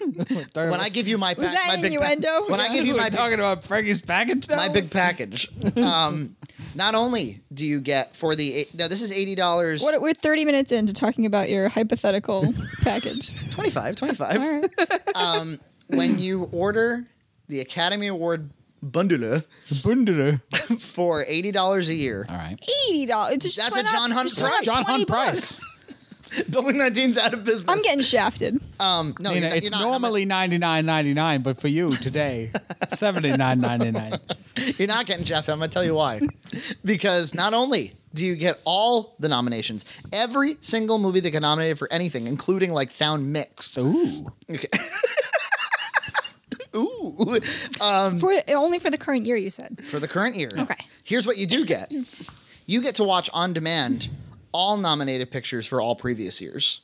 Speaker 1: when I give you my pack,
Speaker 3: that
Speaker 1: my big
Speaker 3: innuendo?
Speaker 1: Pack, when I give you
Speaker 2: We're
Speaker 1: my
Speaker 2: talking
Speaker 1: big,
Speaker 2: about Frankie's package now.
Speaker 1: my big package, um, not only do you get for the eight, no, this is eighty dollars,
Speaker 3: What, we're 30 minutes into talking about your hypothetical package.
Speaker 1: 25 25
Speaker 3: All right.
Speaker 1: Um, when you order the Academy Award bundle
Speaker 2: Bundler.
Speaker 1: for eighty dollars a year,
Speaker 2: All right.
Speaker 3: $80. It just
Speaker 1: That's
Speaker 3: went
Speaker 1: a
Speaker 3: up-
Speaker 1: John Hunt
Speaker 3: just
Speaker 1: price.
Speaker 3: went up
Speaker 2: John Hunt
Speaker 3: 20
Speaker 2: price.
Speaker 3: bucks.
Speaker 1: Building 19's out of business.
Speaker 3: I'm getting shafted.
Speaker 1: um, no,
Speaker 2: Nina,
Speaker 1: you're not-
Speaker 2: it's
Speaker 1: you're not,
Speaker 2: normally ninety nine ninety nine, but for you today, seventy nine ninety nine.
Speaker 1: You're not getting Jeff. I'm gonna tell you why. because not only do you get all the nominations, every single movie that got nominated for anything, including like sound mix.
Speaker 2: Ooh.
Speaker 1: Ooh. Um,
Speaker 3: for Only for the current year, you said.
Speaker 1: for the current year.
Speaker 3: Okay.
Speaker 1: Here's what you do get. You get to watch on demand all nominated pictures for all previous years.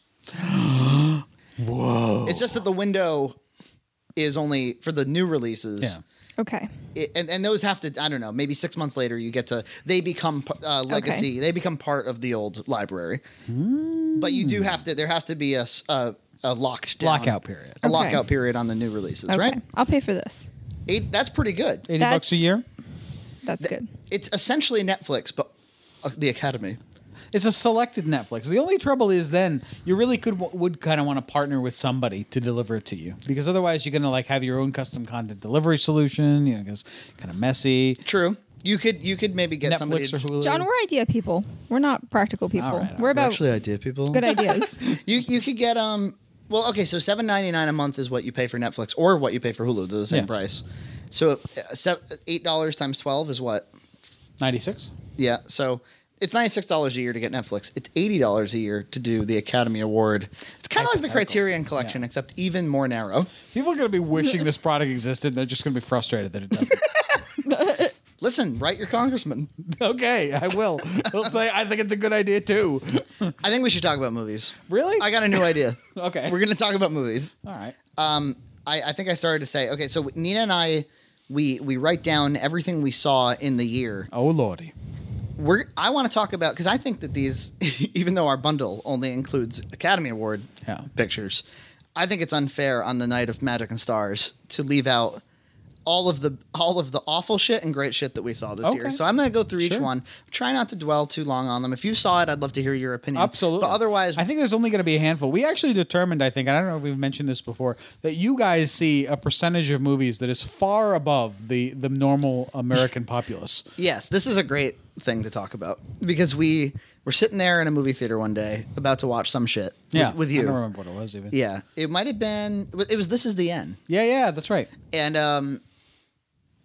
Speaker 1: Whoa. It's just that the window is only for the new releases.
Speaker 2: Yeah.
Speaker 3: Okay.
Speaker 1: It- and, and those have to, I don't know, maybe six months later, you get to, they become p- uh, legacy. They become part of the old library.
Speaker 2: Hmm.
Speaker 1: But you do have to, there has to be a, s- a- a locked down,
Speaker 2: Lockout period.
Speaker 1: A
Speaker 3: Okay.
Speaker 1: lockout period on the new releases,
Speaker 3: Okay.
Speaker 1: right?
Speaker 3: I'll pay for this.
Speaker 1: Eight, that's pretty good.
Speaker 2: Eighty
Speaker 3: That's-
Speaker 2: bucks a year.
Speaker 3: That's good.
Speaker 1: It's essentially Netflix, but uh, the Academy.
Speaker 2: It's a selected Netflix. The only trouble is then you really could would kind of want to partner with somebody to deliver it to you because otherwise you're gonna like have your own custom content delivery solution. You know, it's kind of messy.
Speaker 1: True. You could you could maybe get somebody.
Speaker 2: Netflix or Hulu.
Speaker 3: John, we're idea people. We're not practical people.
Speaker 2: All right, all
Speaker 3: we're about
Speaker 1: idea people.
Speaker 3: good ideas.
Speaker 1: You you could get um. Well, okay, so seven ninety nine a month is what you pay for Netflix or what you pay for Hulu. They're the same
Speaker 2: Yeah.
Speaker 1: price. So uh, se- eight dollars times twelve is what?
Speaker 2: ninety six.
Speaker 1: Yeah. So it's ninety six dollars a year to get Netflix. It's eighty dollars a year to do the Academy Award. It's kind of like the Criterion Collection, except even more narrow.
Speaker 2: People are going to be wishing this product existed. They're just going to be frustrated that it doesn't.
Speaker 1: Listen, write your congressman.
Speaker 2: okay, I will. He'll say, I think it's a good idea too.
Speaker 1: I think we should talk about movies.
Speaker 2: Really?
Speaker 1: I got a new idea.
Speaker 2: Okay.
Speaker 1: We're gonna talk about movies.
Speaker 2: All right.
Speaker 1: um, I, I think I started to say, okay, so Nina and I, we we write down everything we saw in the year.
Speaker 2: Oh, Lordy.
Speaker 1: We're I want to talk about because I think that these, even though our bundle only includes Academy Award
Speaker 2: Yeah.
Speaker 1: pictures, I think it's unfair on the night of Magic and Stars to leave out all of the all of the awful shit and great shit that we saw this year.
Speaker 2: Okay.
Speaker 1: So I'm gonna go through each
Speaker 2: Sure.
Speaker 1: one. Try not to dwell too long on them. If you saw it, I'd love to hear your opinion.
Speaker 2: Absolutely.
Speaker 1: But otherwise,
Speaker 2: I think there's only going to be a handful. We actually determined, I think, and I don't know if we've mentioned this before, that you guys see a percentage of movies that is far above the the normal American populace.
Speaker 1: Yes, this is a great thing to talk about because we were sitting there in a movie theater one day about to watch some shit. with-
Speaker 2: Yeah,
Speaker 1: with you.
Speaker 2: I don't remember what it was even.
Speaker 1: Yeah, it might have been. It was This Is the End,
Speaker 2: yeah, yeah, that's right.
Speaker 1: and um,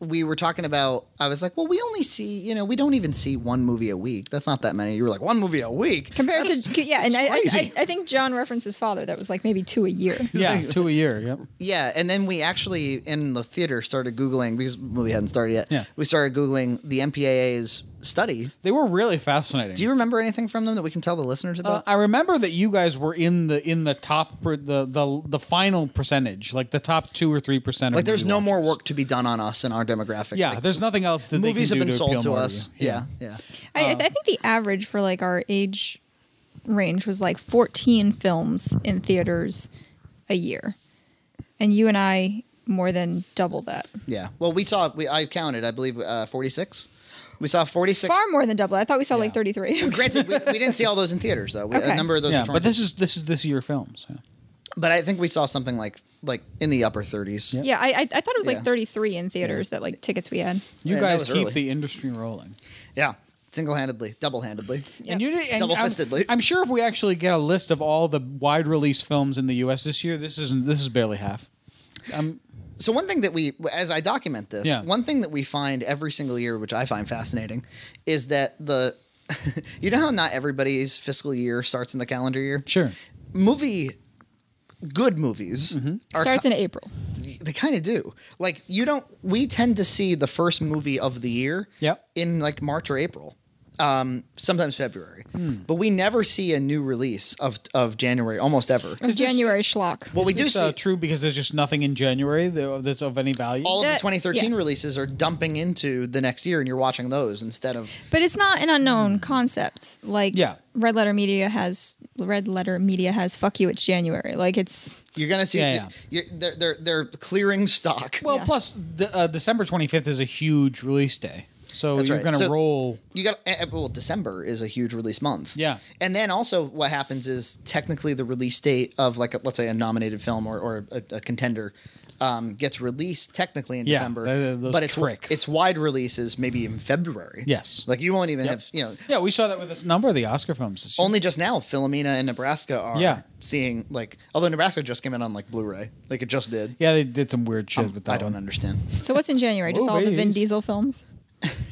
Speaker 1: we were talking about. I was like, well, we only see, you know, we don't even see one movie a week. That's not that many. You were like, one movie a week.
Speaker 3: Compared to yeah, and I, I,
Speaker 1: crazy.
Speaker 3: I, I think John referenced his father. That was like maybe two a year.
Speaker 2: Yeah, two a year. Yep.
Speaker 1: Yeah, and then we actually in the theater started googling because the movie hadn't started yet.
Speaker 2: Yeah.
Speaker 1: we started googling the MPAA's study.
Speaker 2: They were really fascinating.
Speaker 1: Do you remember anything from them that we can tell the listeners about?
Speaker 2: Uh, I remember that you guys were in the in the top per, the the the final percentage, like the top two or three percent.
Speaker 1: like, there's no more work to be done on us and our demographic.
Speaker 2: Yeah,
Speaker 1: Like,
Speaker 2: there's nothing else that
Speaker 1: movies
Speaker 2: they
Speaker 1: have
Speaker 2: can
Speaker 1: been
Speaker 2: do to
Speaker 1: sold
Speaker 2: appeal
Speaker 1: to
Speaker 2: more
Speaker 1: us.
Speaker 2: you.
Speaker 1: Yeah, yeah.
Speaker 3: I, I think the average for like our age range was like 14 films in theaters a year, and you and I more than double that.
Speaker 1: Yeah. Well, we saw. We I counted. I believe uh, forty six. We saw forty six.
Speaker 3: Far more than double. I thought we saw
Speaker 2: Yeah.
Speaker 3: like 33.
Speaker 1: Granted, we, we didn't see all those in theaters though. We, A
Speaker 3: Okay.
Speaker 1: number of those.
Speaker 2: yeah.
Speaker 1: were torrented.
Speaker 2: But this is this is this year films. Yeah.
Speaker 1: But I think we saw something like like in the upper thirties.
Speaker 2: Yeah.
Speaker 3: yeah, I, I, I thought it was
Speaker 1: Yeah.
Speaker 3: like 33 in theaters that like tickets we had.
Speaker 2: You
Speaker 1: And that
Speaker 2: guys
Speaker 1: was
Speaker 2: keep
Speaker 1: early.
Speaker 2: the industry rolling.
Speaker 1: Yeah. Single handedly, double handedly.
Speaker 3: Yeah.
Speaker 2: And you did and um,
Speaker 1: Double-fistedly.
Speaker 2: I'm, I'm sure if we actually get a list of all the wide release films in the U.S. this year, this isn't this is barely half. Um,
Speaker 1: So one thing that we, as I document this,
Speaker 2: Yeah.
Speaker 1: one thing that we find every single year, which I find fascinating, is that the, you know how not everybody's fiscal year starts in the calendar year.
Speaker 2: sure.
Speaker 1: Movie, good movies
Speaker 2: Mm-hmm.
Speaker 1: are
Speaker 3: Starts in April.
Speaker 1: they kind of do. Like you don't. We tend to see the first movie of the year.
Speaker 2: Yep.
Speaker 1: In like March or April, um, sometimes February,
Speaker 2: Hmm.
Speaker 1: but we never see a new release of of January almost ever.
Speaker 3: It was January schlock.
Speaker 1: What we do
Speaker 2: It's,
Speaker 1: see.
Speaker 2: uh, true because there's just nothing in January tha- that's of any value.
Speaker 1: all of the
Speaker 3: That-
Speaker 1: 2013
Speaker 3: yeah.
Speaker 1: releases are dumping into the next year, and you're watching those instead of.
Speaker 3: But it's not an unknown concept. Like
Speaker 2: Hmm. Yeah.
Speaker 3: Red Letter Media has Red Letter Media has fuck you it's January. Like it's
Speaker 1: You're gonna see.
Speaker 2: Yeah,
Speaker 1: You're, they're they're they're clearing stock.
Speaker 2: well,
Speaker 3: Yeah.
Speaker 2: plus the, uh, December 25th is a huge release day, so
Speaker 1: That's
Speaker 2: you're
Speaker 1: right.
Speaker 2: going to
Speaker 1: So-
Speaker 2: roll.
Speaker 1: you got eh, eh, well december is a huge release month
Speaker 2: Yeah.
Speaker 1: and then also what happens is technically the release date of like a, let's say a nominated film or, or a, a contender um, gets released technically in
Speaker 2: Yeah,
Speaker 1: december
Speaker 2: th- th- those
Speaker 1: but it's
Speaker 2: tricks.
Speaker 1: it's wide releases maybe in february
Speaker 2: Yes.
Speaker 1: like you won't even
Speaker 2: Yep.
Speaker 1: have you know
Speaker 2: Yeah, we saw that with a number of the Oscar films. This year.
Speaker 1: only just now philomena and nebraska are
Speaker 2: Yeah.
Speaker 1: seeing like although nebraska just came out on like blu-ray like it just did
Speaker 2: yeah, they did some weird shit with that.
Speaker 1: Um, i don't
Speaker 2: one.
Speaker 1: understand
Speaker 3: so what's in January? Just all the Vin
Speaker 2: Movies.
Speaker 3: Diesel films.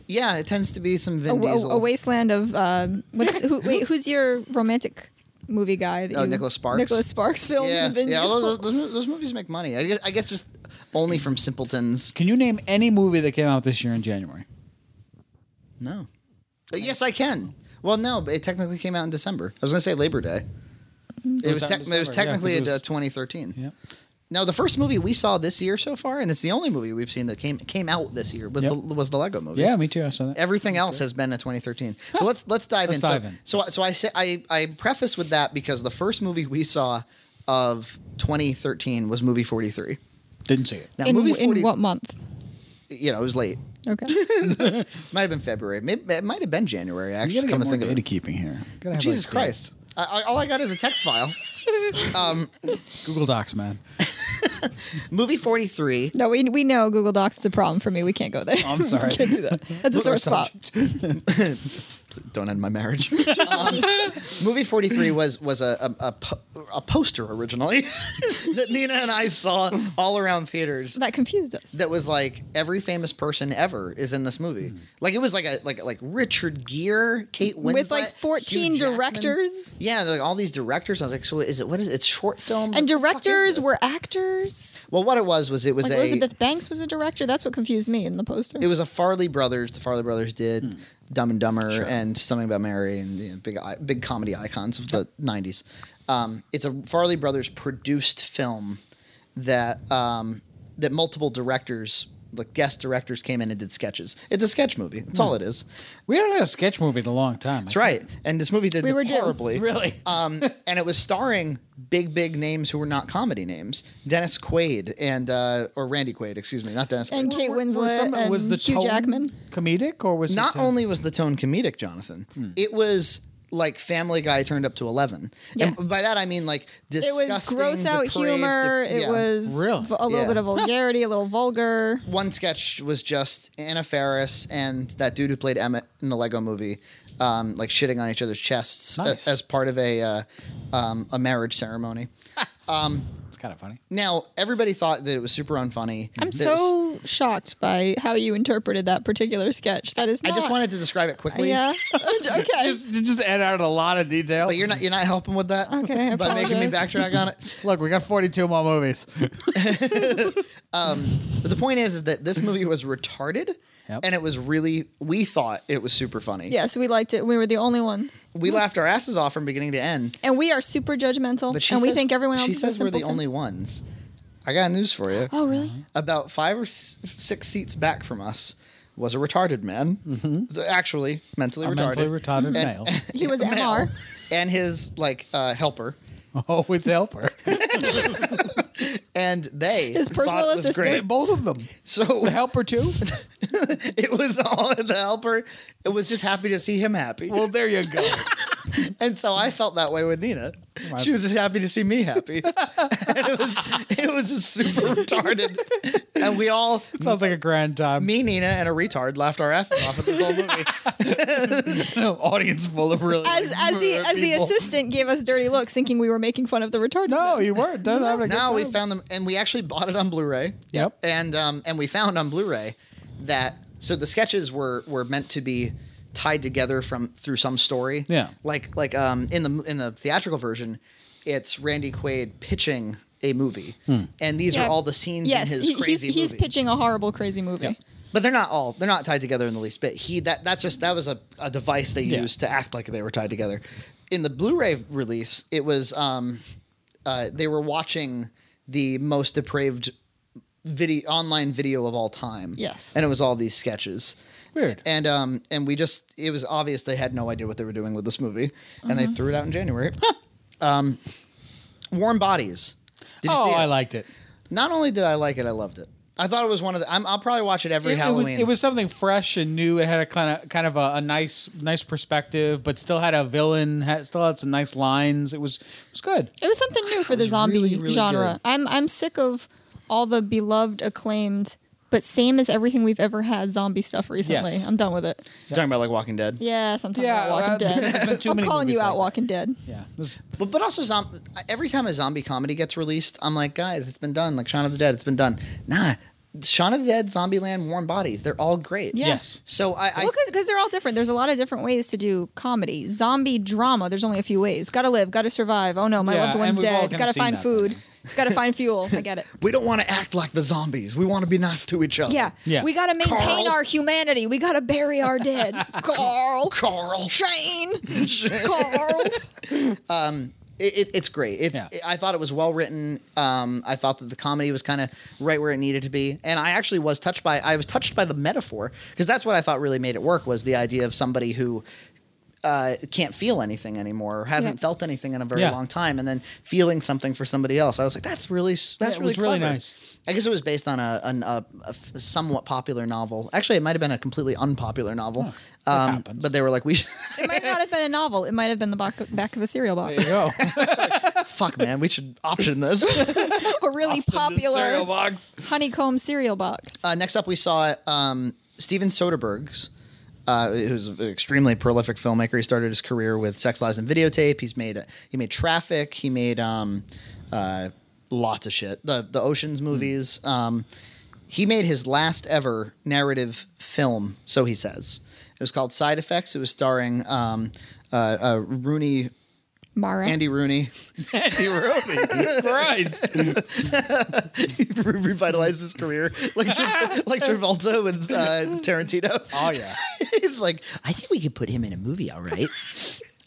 Speaker 1: yeah it tends to be some
Speaker 3: A,
Speaker 1: vin
Speaker 3: wa-
Speaker 1: diesel
Speaker 3: a wasteland of uh, what's who, wait, who's your romantic movie guy? That
Speaker 1: Oh,
Speaker 3: you-
Speaker 1: Nicholas Sparks?
Speaker 3: Nicholas Sparks films.
Speaker 1: yeah,
Speaker 3: and Vin
Speaker 1: yeah
Speaker 3: Diesel.
Speaker 1: those, those, those movies make money I guess, I guess just only from simpletons
Speaker 2: Can you name any movie that came out this year in January?
Speaker 1: Oh, No. Uh, Yes, I can. Well, no, but it technically came out in December. I was going to say Labor Day. It
Speaker 3: Mm-hmm.
Speaker 2: was
Speaker 1: was,
Speaker 2: out in
Speaker 1: tec- it was
Speaker 2: December, yeah,
Speaker 1: technically
Speaker 2: 'cause it
Speaker 1: a-
Speaker 2: was-
Speaker 1: 2013.
Speaker 2: Yeah.
Speaker 1: Now, the first movie we saw this year so far, and it's the only movie we've seen that came came out this year, was,
Speaker 2: Yep.
Speaker 1: the, was the Lego movie.
Speaker 2: Yeah, me too. I saw that.
Speaker 1: Everything else has been a 2013. So let's let's dive
Speaker 2: Let's
Speaker 1: in. So-
Speaker 2: dive in.
Speaker 1: So, so I say I I preface with that because the first movie we saw of 2013 was movie 43.
Speaker 2: Didn't see it.
Speaker 1: Now,
Speaker 3: in,
Speaker 1: movie
Speaker 3: in what month?
Speaker 1: You know, it was late.
Speaker 3: Okay.
Speaker 1: Might have been February. Maybe it might have been January.
Speaker 2: You
Speaker 1: Actually,
Speaker 2: gotta get
Speaker 1: come to
Speaker 2: more
Speaker 1: think of it.
Speaker 2: data keeping here. Gotta have,
Speaker 1: Jesus
Speaker 2: like, the
Speaker 1: Christ. I, I, all I got is a text file.
Speaker 2: Google Docs, man.
Speaker 1: Movie 43.
Speaker 3: no, we, we know Google Docs is a problem for me. We can't go there.
Speaker 1: Um,
Speaker 2: I'm sorry.
Speaker 3: can't do that. That's a sore spot.
Speaker 1: Don't end my marriage. um, movie 43 was was a, a, a, po- a poster originally that Nina and I saw all around theaters.
Speaker 3: That confused us.
Speaker 1: That was like every famous person ever is in this movie.
Speaker 2: Hmm.
Speaker 1: Like it was like a like like Richard Gere, Kate Winslet,
Speaker 3: With like
Speaker 1: Hugh
Speaker 3: 14
Speaker 1: Jackman.
Speaker 3: directors.
Speaker 1: Yeah, like all these directors. I was like, so is it? What is it? It's short films
Speaker 3: And
Speaker 1: What the fuck is
Speaker 3: directors
Speaker 1: this?
Speaker 3: were actors.
Speaker 1: well. What it was was it was
Speaker 3: Like
Speaker 1: a
Speaker 3: Elizabeth Banks was a director. That's what confused me in the poster.
Speaker 1: it was a Farley Brothers. The Farley Brothers did Dumb and Dumber and Something About Mary and you know, big i- big comedy icons of the '90s. Um, it's a Farley Brothers produced film that um, that multiple directors like guest directors came in and did sketches. It's a sketch movie. That's all it is.
Speaker 2: We haven't had a sketch movie in a long time.
Speaker 1: That's right. And this movie did
Speaker 3: We were due.
Speaker 1: horribly.
Speaker 2: Really?
Speaker 1: Um, and it was starring big, big names who were not comedy names: Dennis Quaid and uh, or Randy Quaid. Excuse me, not Dennis.
Speaker 3: And
Speaker 1: Quaid.
Speaker 3: Kate
Speaker 2: Were- were
Speaker 3: Winslet
Speaker 2: some-
Speaker 3: and Hugh
Speaker 2: tone
Speaker 3: Jackman.
Speaker 2: comedic or was
Speaker 1: not
Speaker 2: it, uh,
Speaker 1: only was the tone comedic, Jonathan, it was like Family Guy turned up to eleven.
Speaker 3: Yeah.
Speaker 1: And by that I mean like
Speaker 3: It
Speaker 1: disgusting,
Speaker 3: was gross out
Speaker 1: depraved,
Speaker 3: humor.
Speaker 1: de-
Speaker 3: It
Speaker 1: yeah.
Speaker 3: was
Speaker 2: Really?
Speaker 3: v- a little
Speaker 1: Yeah.
Speaker 3: bit of vulgarity, a little vulgar.
Speaker 1: one sketch was just Anna Faris and that dude who played Emmett in the Lego Movie, um, like shitting on each other's chests a-
Speaker 2: Nice.
Speaker 1: as part of a uh, um, a marriage ceremony.
Speaker 2: It's kind of funny.
Speaker 1: Now everybody thought that it was super unfunny.
Speaker 3: I'm
Speaker 1: that it was-
Speaker 3: so shocked by how you interpreted that particular sketch. That is
Speaker 1: I
Speaker 3: not.
Speaker 1: just wanted to describe it quickly.
Speaker 3: Yeah. okay.
Speaker 2: Just, just add out a lot of detail.
Speaker 1: But you're not you're not helping with that.
Speaker 3: Okay, I
Speaker 1: By making me
Speaker 3: apologize.
Speaker 1: backtrack on it.
Speaker 2: Look, we got 42 more movies.
Speaker 1: But the point is, is that this movie was retarded,
Speaker 2: Yep.
Speaker 1: and it was really we thought it was super funny.
Speaker 3: Yes, we liked it. We were the only ones,
Speaker 1: we laughed our asses off from beginning to end.
Speaker 3: and we are super judgmental,
Speaker 1: But she
Speaker 3: and we
Speaker 1: says-
Speaker 3: think everyone else
Speaker 1: She
Speaker 3: is
Speaker 1: says
Speaker 3: a
Speaker 1: we're the
Speaker 3: simpleton.
Speaker 1: only ones. I got news for you.
Speaker 3: Oh, really?
Speaker 1: About five or s- six seats back from us was a retarded man. Mm-hmm. Actually, mentally
Speaker 2: A
Speaker 1: retarded.
Speaker 2: mentally retarded male.
Speaker 3: He was
Speaker 1: Male.
Speaker 3: MR.
Speaker 1: And his like uh, helper.
Speaker 2: Always helper.
Speaker 1: And they
Speaker 3: His personal
Speaker 1: thought it was
Speaker 3: assistant.
Speaker 1: great.
Speaker 2: Both of them.
Speaker 1: So
Speaker 2: The helper too.
Speaker 1: it was all the helper. It was just happy to see him happy.
Speaker 2: Well, there you go.
Speaker 1: And so I felt that way with Nina.
Speaker 2: Wow.
Speaker 1: She was just happy to see me happy. And it was it was just super retarded. And we all
Speaker 2: Sounds like a grand time.
Speaker 1: me, Nina, and a retard laughed our asses off at this whole movie.
Speaker 2: audience full of really
Speaker 3: As as the as the assistant gave us dirty looks, thinking we were making fun of the retarded.
Speaker 2: No, you weren't. They're having a good
Speaker 1: now we
Speaker 2: time.
Speaker 1: found them and we actually bought it on Blu-ray.
Speaker 2: Yep.
Speaker 1: And um and we found on Blu-ray that so the sketches were were meant to be tied together from through some story.
Speaker 2: Yeah.
Speaker 1: Like like um in the in the theatrical version, it's Randy Quaid pitching a movie.
Speaker 2: Hmm.
Speaker 1: And these
Speaker 3: Yeah.
Speaker 1: are all the scenes
Speaker 3: Yes,
Speaker 1: in his
Speaker 3: he- he's
Speaker 1: crazy
Speaker 3: he's
Speaker 1: movie.
Speaker 3: pitching a horrible, crazy movie.
Speaker 1: But they're not all they're not tied together in the least bit. He that that's just that was a, a device they
Speaker 2: Yeah.
Speaker 1: used to act like they were tied together. In the Blu-ray release, it was um uh they were watching the most depraved video online video of all time.
Speaker 3: Yes.
Speaker 1: And it was all these sketches.
Speaker 2: Weird.
Speaker 1: And um and we just it was obvious they had no idea what they were doing with this movie. And
Speaker 2: Mm-hmm.
Speaker 1: they threw it out in January. um Warm Bodies. Did
Speaker 2: oh,
Speaker 1: see
Speaker 2: I
Speaker 1: it?
Speaker 2: liked it.
Speaker 1: Not only did I like it, I loved it. I thought it was one of the. I'm, I'll probably watch it every
Speaker 2: It- it, was,
Speaker 1: Halloween.
Speaker 2: it was something fresh and new. It had a kind of kind of a, a nice nice perspective, but still had a villain. Had, still had some nice lines. It was it was good.
Speaker 3: It was something new for the
Speaker 1: was
Speaker 3: zombie
Speaker 1: really, really
Speaker 3: genre.
Speaker 1: good.
Speaker 3: I'm I'm sick of all the beloved, acclaimed, but same as everything we've ever had zombie stuff recently.
Speaker 2: Yes.
Speaker 3: I'm done with it.
Speaker 1: Talking about like Walking Dead.
Speaker 3: Yes, I'm talking
Speaker 2: Yeah,
Speaker 3: about Walking
Speaker 2: well, there's been
Speaker 3: Dead.
Speaker 2: too
Speaker 3: I'm
Speaker 2: many
Speaker 3: calling you
Speaker 2: movies like that.
Speaker 3: out, Walking Dead.
Speaker 2: Yeah, this,
Speaker 1: But but also zom- every time a zombie comedy gets released, I'm like, guys, it's been done. Like Shaun of the Dead, it's been done. Nah, Shaun of the Dead, Zombieland, Warm Bodies, they're all great.
Speaker 3: Yeah.
Speaker 2: yes.
Speaker 1: So I, I
Speaker 3: Well, because they're all different. There's a lot of different ways to do comedy. Zombie drama, there's only a few ways. Gotta live, gotta survive. Oh no, my
Speaker 2: Yeah,
Speaker 3: loved
Speaker 2: and
Speaker 3: one's
Speaker 2: we've all
Speaker 3: dead.
Speaker 2: kinda
Speaker 3: Gotta
Speaker 2: seen
Speaker 3: find
Speaker 2: that
Speaker 3: food. gotta find fuel. I get it.
Speaker 1: we don't want to act like the zombies. We want to be nice to each other.
Speaker 3: Yeah.
Speaker 2: Yeah.
Speaker 3: We gotta maintain
Speaker 1: Carl.
Speaker 3: our humanity. We gotta bury our dead. Carl.
Speaker 1: Carl.
Speaker 3: Shane. Carl.
Speaker 1: It, it, it's great. It's,
Speaker 2: Yeah.
Speaker 1: I thought it was well written. Um, I thought that the comedy was kind of right where it needed to be, and I actually was touched by. I was touched by the metaphor because that's what I thought really made it work was the idea of somebody who uh, can't feel anything anymore or hasn't
Speaker 3: Yeah.
Speaker 1: felt anything in a very
Speaker 2: Yeah.
Speaker 1: long time, and then feeling something for somebody else. I was like, that's really s- that's
Speaker 2: Yeah, it
Speaker 1: really
Speaker 2: was really
Speaker 1: clever.
Speaker 2: nice.
Speaker 1: I guess it was based on a, an, a, a f- somewhat popular novel. Actually, it might have been a completely unpopular novel.
Speaker 2: that
Speaker 1: um,
Speaker 2: happens.
Speaker 1: but they were like, we. Should-
Speaker 3: It might not have been a novel. It might have been the back back of a cereal box.
Speaker 2: go.
Speaker 1: Fuck, man, we should option this.
Speaker 3: A really
Speaker 2: Cereal
Speaker 3: popular
Speaker 2: box.
Speaker 3: honeycomb cereal box.
Speaker 1: Uh, next up, we saw um, Steven Soderbergh's, uh, who's an extremely prolific filmmaker. He started his career with Sex Lies and Videotape. He's made he made Traffic. He made um, uh, lots of shit. The the Ocean's movies. Um, he made his last ever narrative film, so he says. It was called Side Effects. It was starring um, uh, uh, Rooney,
Speaker 3: Mara.
Speaker 1: Andy Rooney.
Speaker 2: Andy Rooney. Christ.
Speaker 1: he revitalized his career like Tra- like Travolta with uh, Tarantino.
Speaker 2: Oh yeah.
Speaker 1: it's like I think we could put him in a movie, all right.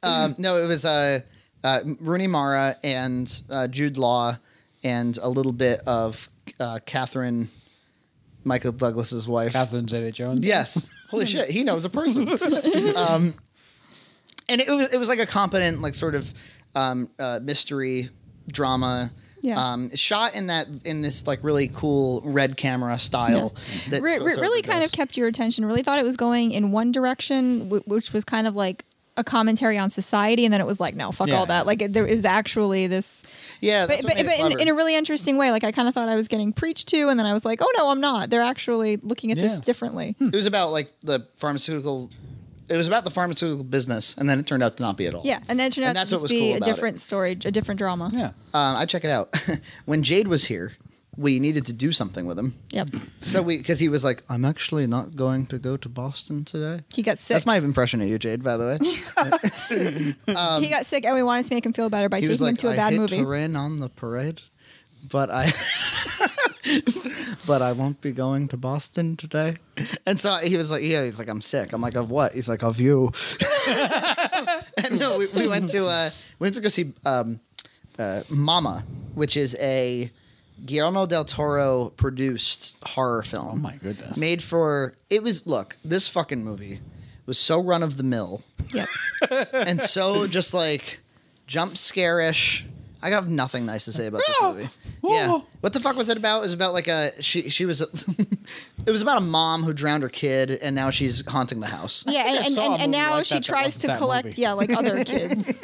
Speaker 1: um, no, it was uh, uh, Rooney Mara and uh, Jude Law and a little bit of uh, Catherine Michael Douglas's wife.
Speaker 2: Catherine Zeta-Jones.
Speaker 1: Yes. Holy shit, he knows a person. um, and it was it was like a competent, like sort of um, uh, mystery drama.
Speaker 3: Yeah.
Speaker 1: Um, shot in that in this like really cool red camera style. that
Speaker 3: Re-
Speaker 1: still
Speaker 3: re-
Speaker 1: sort
Speaker 3: really kind of
Speaker 1: exists.
Speaker 3: kept your attention. Really thought it was going in one direction, w- which was kind of like a commentary on society, and then it was like, no, fuck
Speaker 2: Yeah.
Speaker 3: all that. Like it, there, it was actually this,
Speaker 1: yeah,
Speaker 3: but,
Speaker 1: that's what
Speaker 3: but,
Speaker 1: made it
Speaker 3: but in, in a
Speaker 1: clever.
Speaker 3: really interesting way. Like I kind of thought I was getting preached to, and then I was like, oh no, I'm not. They're actually looking at
Speaker 2: Yeah.
Speaker 3: this differently.
Speaker 1: it was about like the pharmaceutical. It was about the pharmaceutical business, and then it turned out to not be at all.
Speaker 3: Yeah, and then it turned
Speaker 1: And
Speaker 3: out
Speaker 1: that's
Speaker 3: to
Speaker 1: what was
Speaker 3: just be
Speaker 1: cool
Speaker 3: a
Speaker 1: about it.
Speaker 3: different story, a different drama.
Speaker 2: Yeah.
Speaker 1: Um, I check it out. when Jade was here, we needed to do something with him.
Speaker 3: Yep.
Speaker 1: So we, because he was like, I'm actually not going to go to Boston today.
Speaker 3: He got sick.
Speaker 1: That's my impression of you, Jade. By the way,
Speaker 3: he got sick, and we wanted to make him feel better by
Speaker 1: um, he was
Speaker 3: taking him
Speaker 1: like,
Speaker 3: to a
Speaker 1: I
Speaker 3: bad
Speaker 1: hit
Speaker 3: movie.
Speaker 1: Turin on the parade, but I, but I won't be going to Boston today. And so he was like, yeah, he's like, I'm sick. I'm like, of what? He's like, of you. and no, we, we went to uh, we went to go see um, uh, Mama, which is a Guillermo del Toro produced horror film. Oh
Speaker 2: my goodness.
Speaker 1: Made for it was look this fucking movie was so run of the mill
Speaker 3: Yep.
Speaker 1: and so just like jump scarish. I have nothing nice to say about this movie. Yeah.
Speaker 2: Whoa.
Speaker 1: What the fuck was it about? It was about like a she she was it was about a mom who drowned her kid and now she's haunting the house.
Speaker 3: Yeah,
Speaker 2: think I
Speaker 3: and, and,
Speaker 2: saw a
Speaker 3: and,
Speaker 2: movie
Speaker 3: now
Speaker 2: like
Speaker 3: she
Speaker 2: that that
Speaker 3: tries
Speaker 2: wasn't
Speaker 3: to
Speaker 2: that
Speaker 3: collect,
Speaker 2: movie.
Speaker 3: yeah, like other kids.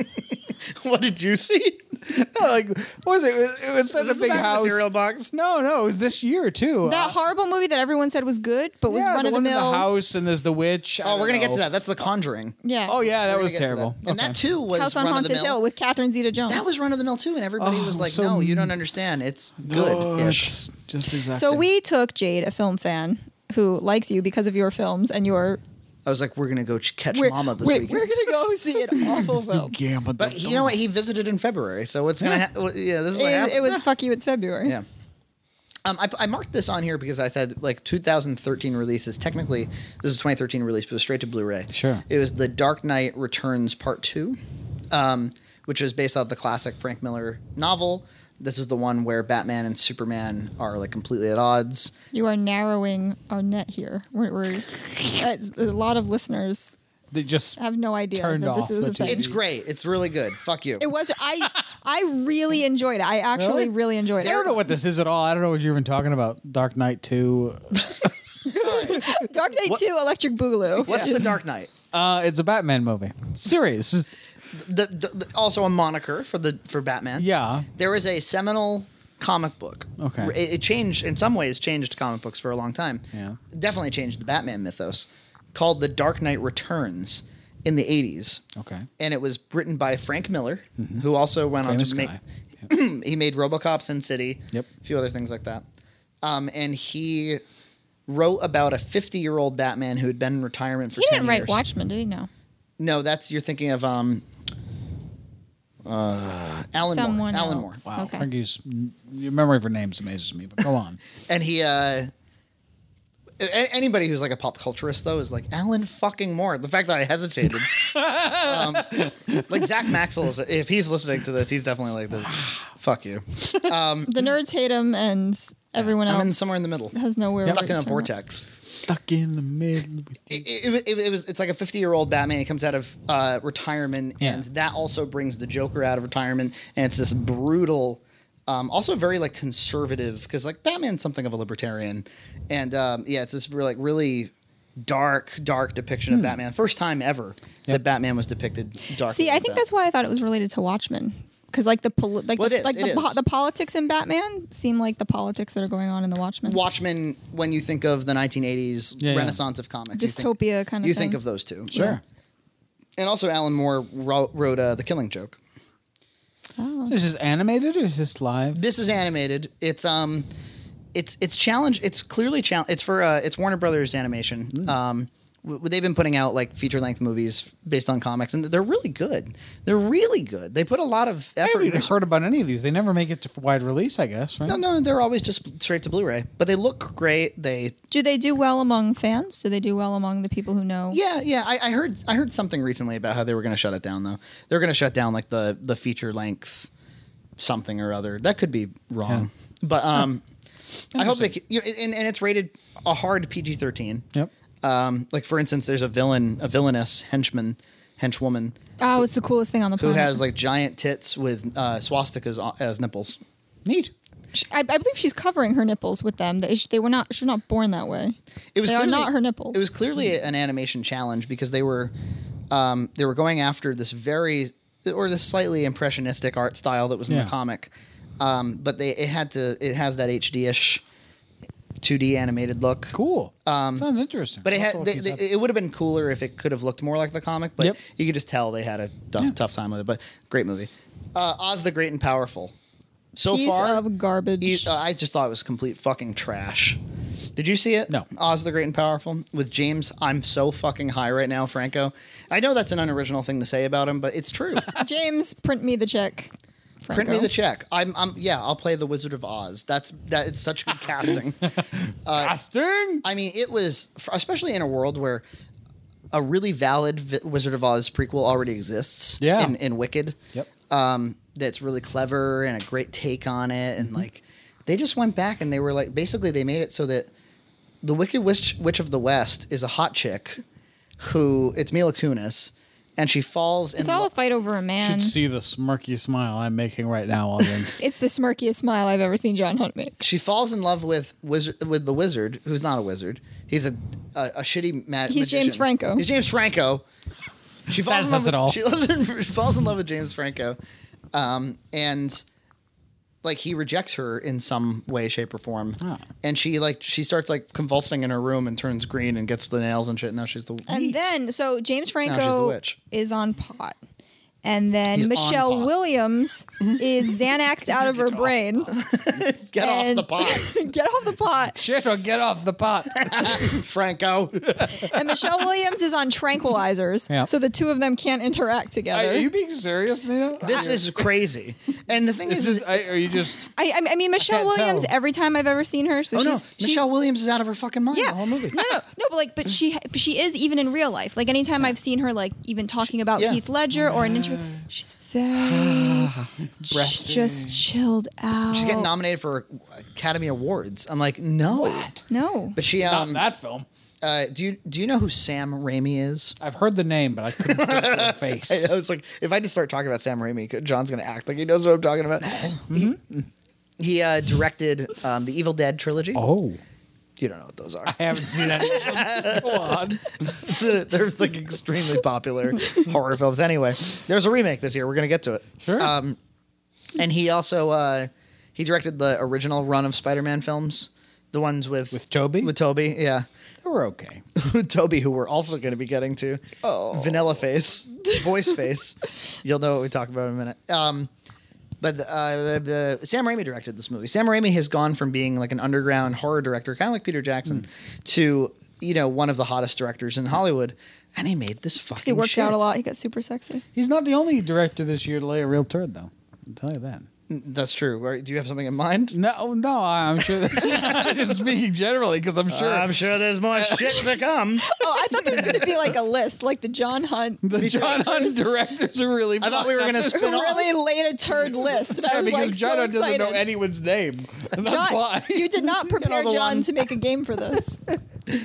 Speaker 1: what did you see?
Speaker 2: No, Oh, like what was it? It was, it was such a
Speaker 1: this
Speaker 2: big
Speaker 1: about the
Speaker 2: house.
Speaker 1: cereal box?
Speaker 2: No, no, it was this year too.
Speaker 3: that
Speaker 2: Uh,
Speaker 3: horrible movie that everyone said was good, but was
Speaker 2: yeah,
Speaker 3: run
Speaker 2: the
Speaker 3: of the
Speaker 2: one in
Speaker 3: mill.
Speaker 2: the house, and there's the witch. I
Speaker 1: Oh, we're
Speaker 2: don't
Speaker 1: gonna get to
Speaker 2: know.
Speaker 1: that. That's The Conjuring.
Speaker 3: yeah.
Speaker 2: Oh yeah, that
Speaker 1: We're
Speaker 2: was
Speaker 1: gonna get to
Speaker 2: terrible.
Speaker 1: that. And
Speaker 2: Okay.
Speaker 1: that too was
Speaker 3: House on
Speaker 1: run of the
Speaker 3: Haunted
Speaker 1: mill.
Speaker 3: Hill with Catherine Zeta Jones.
Speaker 1: That was run of the mill too, and everybody was
Speaker 2: Oh,
Speaker 1: like,
Speaker 2: so-
Speaker 1: "No, you don't understand. It's
Speaker 2: Oh,
Speaker 1: good." ish
Speaker 2: it's just exactly.
Speaker 3: so we took Jade, a film fan who likes you because of your films and your.
Speaker 1: I was like, "We're gonna go ch- catch
Speaker 3: We're,
Speaker 1: Mama this
Speaker 3: we're,
Speaker 1: weekend."
Speaker 3: we're gonna go see an awful film.
Speaker 2: gambled.
Speaker 1: but you know what? He visited in February, so what's gonna? Ha- yeah, this is
Speaker 3: It,
Speaker 1: what
Speaker 3: is-
Speaker 1: happened.
Speaker 3: it was fuck you. It's February.
Speaker 1: Yeah. Um, I, I marked this on here because I said like 2013 releases. Technically, this is a 2013 release, but it was straight to Blu-ray.
Speaker 2: Sure.
Speaker 1: It was The Dark Knight Returns Part Two, um, which is based on the classic Frank Miller novel. This is the one where Batman and Superman are like completely at odds.
Speaker 3: You are narrowing our net here. We're, we're it's- a lot of listeners
Speaker 2: they just
Speaker 3: have no idea
Speaker 2: Turned
Speaker 3: that
Speaker 2: off
Speaker 3: this was
Speaker 2: the
Speaker 3: a thing.
Speaker 2: TV.
Speaker 1: It's great. It's really good. Fuck you.
Speaker 3: It was. I I really enjoyed it. I
Speaker 2: Really?
Speaker 3: actually really, enjoyed it.
Speaker 2: I don't know what this is at all. I don't know what you're even talking about. Dark Knight Two.
Speaker 3: Dark Knight
Speaker 1: What-
Speaker 3: Two, Electric Boogaloo.
Speaker 1: What's The Dark Knight?
Speaker 2: Uh, it's a Batman movie series.
Speaker 1: the, the, the- also a moniker for the for Batman.
Speaker 2: Yeah.
Speaker 1: there was a seminal comic book.
Speaker 2: Okay.
Speaker 1: R- it, it changed in some ways changed comic books for a long time.
Speaker 2: Yeah.
Speaker 1: definitely changed the Batman mythos. Called the Dark Knight Returns in the eighties.
Speaker 2: Okay.
Speaker 1: and it was written by Frank Miller, who also went
Speaker 2: Mm-hmm. Famous
Speaker 1: on to
Speaker 2: guy.
Speaker 1: make he made RoboCop, Sin City,
Speaker 2: Yep.
Speaker 1: a few other things like that. Um, and he wrote about a fifty-year-old Batman who had been in retirement for
Speaker 3: He
Speaker 1: 10
Speaker 3: didn't write
Speaker 1: years.
Speaker 3: Watchmen, did he? No.
Speaker 1: No, that's you're thinking of um uh, Alan
Speaker 3: Someone
Speaker 1: Moore. Alan
Speaker 3: else.
Speaker 1: Moore.
Speaker 2: Wow,
Speaker 3: Okay.
Speaker 2: Frankie's your memory for names amazes me. But go on.
Speaker 1: And he uh a- anybody who's like a pop culturist though is like Alan fucking Moore. The fact that I hesitated. um, like Zach Maxwell is if he's listening to this, he's definitely like this. Fuck you.
Speaker 3: The nerds hate him, and everyone else
Speaker 1: I'm in somewhere in the middle.
Speaker 3: has nowhere.
Speaker 1: Stuck
Speaker 3: where to
Speaker 1: in a
Speaker 3: turn up.
Speaker 1: vortex.
Speaker 2: Stuck in the middle. With you.
Speaker 1: It, it- it- it was. It's like a fifty-year-old Batman. He comes out of uh, retirement, and
Speaker 2: Yeah.
Speaker 1: that also brings the Joker out of retirement. And it's this brutal, um, also very like conservative, because like Batman's something of a libertarian, and um, yeah, it's this really, like really dark, dark depiction
Speaker 2: Hmm.
Speaker 1: of Batman. First time ever that Batman was depicted dark.
Speaker 3: See, I think that's why I thought it was related to Watchmen, because like the poli- like
Speaker 1: Well, it
Speaker 3: the,
Speaker 1: is,
Speaker 3: like
Speaker 1: it
Speaker 3: the,
Speaker 1: is.
Speaker 3: po- the politics in Batman seem like the politics that are going on in the Watchmen.
Speaker 1: Watchmen. When you think of the 1980s
Speaker 2: Yeah, yeah.
Speaker 1: Renaissance of comics, you think-
Speaker 3: Dystopia kind of
Speaker 1: You
Speaker 3: thing.
Speaker 1: think of those two,
Speaker 2: Sure.
Speaker 1: And also, Alan Moore wrote, wrote uh, the Killing Joke.
Speaker 3: Oh.
Speaker 2: This is animated or is this live?
Speaker 1: This is animated. It's um, it's it's challenge. It's clearly challenge. It's for uh, it's Warner Brothers Animation. Um, w- they've been putting out like feature length movies based on comics, and they're really good. They're really good. They put a lot of
Speaker 2: I
Speaker 1: effort.
Speaker 2: haven't even
Speaker 1: into-
Speaker 2: heard about any of these. They never make it to wide release, I guess, right?
Speaker 1: No, no, they're always just straight to Blu-ray. But they look great. They
Speaker 3: Do they do well among fans? Do they do well among the people who know?
Speaker 1: yeah, yeah. I, I heard I heard something recently about how they were going to shut it down though. They're going to shut down like the the feature length something or other. That could be wrong, but um. I hope they. c- You know, and, and it's rated a hard PG thirteen.
Speaker 2: Yep.
Speaker 1: Um, like for instance, there's a villain, a villainous henchman, henchwoman,
Speaker 3: Oh, it's the coolest thing on the
Speaker 1: who
Speaker 3: planet.
Speaker 1: has like giant tits with uh, swastikas on, as nipples.
Speaker 2: Neat.
Speaker 3: She- I, I believe she's covering her nipples with them. They, sh- they were not. She was not born that way.
Speaker 1: It was
Speaker 3: They are
Speaker 1: clearly-
Speaker 3: not her nipples. Mm-hmm.
Speaker 1: It was clearly an animation challenge because they were um, they were going after this very or this slightly impressionistic art style that was in
Speaker 2: Yeah.
Speaker 1: the comic, um, but they it had to it has that HD ish, two D animated look.
Speaker 2: Cool.
Speaker 1: Um,
Speaker 2: Sounds interesting.
Speaker 1: But it
Speaker 2: I'll have to
Speaker 1: had
Speaker 2: look
Speaker 1: they,
Speaker 2: these
Speaker 1: they-
Speaker 2: up.
Speaker 1: it would have been cooler if it could have looked more like the comic. But
Speaker 2: Yep.
Speaker 1: you could just tell they had a tough, tough time with it. But great movie, uh, Oz the Great and Powerful. So
Speaker 3: Piece
Speaker 1: far,
Speaker 3: of garbage.
Speaker 1: you- uh, I just thought it was complete fucking trash. Did you see it?
Speaker 2: No.
Speaker 1: Oz the Great and Powerful with James. I'm so fucking high right now, Franco. I know that's an unoriginal thing to say about him, but it's true.
Speaker 3: James, print me the check.
Speaker 1: Print me
Speaker 3: Franco.
Speaker 1: the check. I'm, I'm. Yeah, I'll play the Wizard of Oz. That's that. It's such good casting.
Speaker 2: Casting?
Speaker 1: uh, I mean, it was f- especially in a world where a really valid v- Wizard of Oz prequel already exists.
Speaker 2: Yeah.
Speaker 1: In, in Wicked.
Speaker 2: Yep.
Speaker 1: Um, that's really clever and a great take on it,
Speaker 3: Mm-hmm.
Speaker 1: and like they just went back and they were like, basically, they made it so that the Wicked Witch, Witch of the West is a hot chick who it's Mila Kunis, and she falls in.
Speaker 3: It's all
Speaker 1: lo-
Speaker 3: a fight over a man.
Speaker 2: Should see the smirky smile I'm making right now, audience.
Speaker 3: It's the smirkiest smile I've ever seen John Hunt make.
Speaker 1: she falls in love with wizard with the wizard, who's not a wizard. He's a a, a shitty ma-
Speaker 3: He's
Speaker 1: magician.
Speaker 3: James Franco.
Speaker 1: He's James Franco. She
Speaker 2: That
Speaker 1: falls in
Speaker 2: says
Speaker 1: love with,
Speaker 2: it all.
Speaker 1: She, loves in, she falls in love with James Franco, um, and like he rejects her in some way, shape, or form.
Speaker 2: Ah.
Speaker 1: And she like she starts like convulsing in her room and turns green and gets the nails and shit. And now she's the
Speaker 3: And then, so James Franco
Speaker 1: witch.
Speaker 3: is on pot. And then
Speaker 1: He's on
Speaker 3: Michelle
Speaker 1: pot.
Speaker 3: Williams is Xanaxed out of her brain.
Speaker 1: get off
Speaker 3: and-
Speaker 1: the pot,
Speaker 3: Get off the pot.
Speaker 2: Shit or get off the pot.
Speaker 1: Franco.
Speaker 3: And Michelle Williams is on tranquilizers.
Speaker 2: Yeah.
Speaker 3: So the two of them can't interact together.
Speaker 2: Are you being serious, Nina?
Speaker 1: This is crazy. And the thing
Speaker 2: This
Speaker 1: is,
Speaker 2: is. I- Are you just?
Speaker 3: I, I- I mean, Michelle
Speaker 2: can't
Speaker 3: Williams,
Speaker 2: tell.
Speaker 3: every time I've ever seen her, so
Speaker 1: oh
Speaker 3: she's,
Speaker 1: no,
Speaker 3: she's-
Speaker 1: Michelle Williams is out of her fucking mind
Speaker 3: yeah.
Speaker 1: the whole movie.
Speaker 3: No, no, no, but like, but she she is even in real life. Like anytime I've seen her, like even talking about
Speaker 1: Yeah.
Speaker 3: Heath Ledger or an interview, she's very just chilled out.
Speaker 1: She's getting nominated for Academy Awards. I'm like, no.
Speaker 3: No,
Speaker 1: But she
Speaker 2: Not in
Speaker 1: um
Speaker 2: that film.
Speaker 1: uh, do you do you know who Sam Raimi is?
Speaker 2: I've heard the name, but I couldn't put it to the face.
Speaker 1: I was like, if I just start talking about Sam Raimi, John's gonna act like he knows what I'm talking about. He, Mm-hmm. he, uh, directed um, the Evil Dead trilogy.
Speaker 2: Oh,
Speaker 1: You don't know what those are.
Speaker 2: I haven't seen that. Go on.
Speaker 1: They're like extremely popular horror films. Anyway, there's a remake this year. We're gonna get to it.
Speaker 2: Sure.
Speaker 1: Um, and he also uh, he directed the original run of Spider-Man films, the ones with
Speaker 2: With Toby?
Speaker 1: With Toby, yeah.
Speaker 2: We're okay.
Speaker 1: Toby, who we're also going to be getting to.
Speaker 3: Oh.
Speaker 1: Vanilla Face, Voice Face. You'll know what we talk about in a minute. Um, but uh, the, the, Sam Raimi directed this movie. Sam Raimi has gone from being like an underground horror director, kind of like Peter Jackson,
Speaker 3: Hmm.
Speaker 1: to you know one of the hottest directors in Hollywood, and he made this fucking.
Speaker 3: he worked
Speaker 1: shit.
Speaker 3: out a lot. He got super sexy.
Speaker 2: He's not the only director this year to lay a real turd, though. I'll tell you that.
Speaker 1: That's true. Right? Do you have something in mind?
Speaker 2: No, no, I'm sure. just speaking generally, because I'm sure.
Speaker 1: sure there's more shit to come.
Speaker 3: Oh, I thought there was going to be like a list, like the John Hunt.
Speaker 2: the John Hunt directors are really.
Speaker 1: I thought we were
Speaker 2: fucked
Speaker 1: gonna
Speaker 2: up this
Speaker 1: spin
Speaker 2: week.
Speaker 1: off-
Speaker 3: really laid a turd list, and I
Speaker 2: Yeah,
Speaker 3: was
Speaker 2: because
Speaker 3: like,
Speaker 2: John
Speaker 3: so
Speaker 2: Hunt doesn't
Speaker 3: excited.
Speaker 2: know anyone's name. And that's
Speaker 3: John,
Speaker 2: why.
Speaker 3: you did not prepare
Speaker 1: the
Speaker 3: John
Speaker 1: one.
Speaker 3: to make a game for this.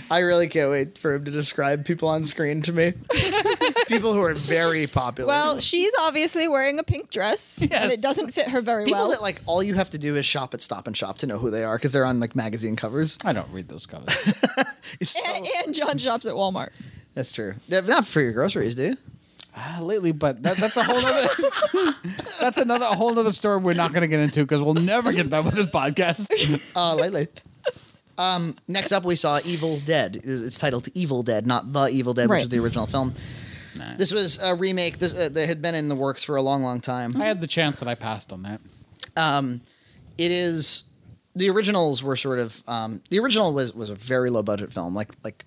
Speaker 1: I really can't wait for him to describe people on screen to me. people who are very popular.
Speaker 3: Well, she's obviously wearing a pink dress, and
Speaker 2: Yes.
Speaker 3: it doesn't fit her very
Speaker 1: People
Speaker 3: well.
Speaker 1: that like all you have to do is shop at Stop and Shop to know who they are because they're on like magazine covers.
Speaker 2: I don't read those covers.
Speaker 1: So-
Speaker 3: and, and John shops at Walmart.
Speaker 1: that's true. They're not for your groceries, do you?
Speaker 2: Ah, lately, but that, that's a whole other. that's another a whole other story we're not going to get into because we'll never get done with this podcast.
Speaker 1: Uh, lately. Um, next up, we saw Evil Dead. It's it's titled Evil Dead, not The Evil Dead,
Speaker 3: Right.
Speaker 1: which is the original film. This was a remake this, uh, that had been in the works for a long, long time.
Speaker 2: I had the chance that I passed on that.
Speaker 1: it is the originals were sort of um, the original was was a very low budget film like like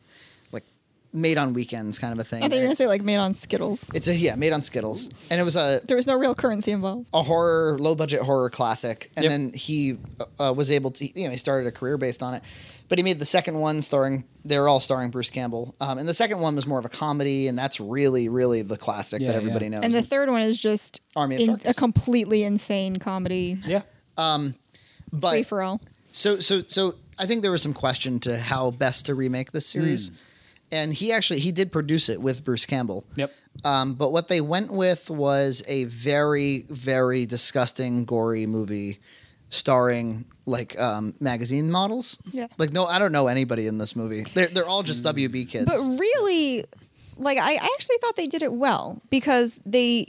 Speaker 1: like made on weekends kind of a thing.
Speaker 3: I thought you were gonna
Speaker 1: It's-
Speaker 3: say like made on Skittles.
Speaker 1: it's a yeah made on Skittles and it was a
Speaker 3: There was no real currency involved.
Speaker 1: a horror low budget horror classic and
Speaker 2: Yep.
Speaker 1: then he uh, uh, was able to you know he started a career based on it but he made the second one starring they were all starring bruce campbell um, and the second one was more of a comedy and that's really really the classic
Speaker 2: Yeah,
Speaker 1: that everybody
Speaker 2: yeah.
Speaker 1: knows
Speaker 3: And the third one is just
Speaker 1: Army of
Speaker 3: in, a
Speaker 1: Darkness.
Speaker 3: completely insane comedy
Speaker 2: Yeah,
Speaker 1: but
Speaker 3: free for all.
Speaker 1: So so so I think there was some question to how best to remake this series.
Speaker 2: Hmm.
Speaker 1: And he actually he did produce it with Bruce Campbell.
Speaker 2: Yep.
Speaker 1: Um, but what they went with was a very very disgusting gory movie starring like um, magazine models.
Speaker 3: Yeah.
Speaker 1: Like no I don't know anybody in this movie. They're they're all
Speaker 2: Mm.
Speaker 1: just WB kids.
Speaker 3: But really, like I I actually thought they did it well because they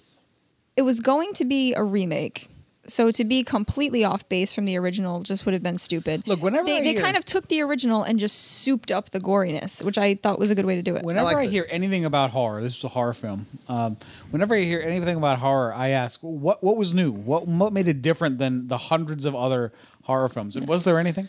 Speaker 3: it was going to be a remake. So to be completely off base from the original just would have been stupid.
Speaker 2: Look, whenever
Speaker 3: they,
Speaker 2: I
Speaker 3: they
Speaker 2: hear-
Speaker 3: kind of took the original and just souped up the goriness, which I thought was a good way to do it.
Speaker 2: Whenever I,
Speaker 1: liked it.
Speaker 2: hear anything about horror, this is a horror film. Um, whenever I hear anything about horror, I ask what what was new, what what made it different than the hundreds of other horror films, and was there anything?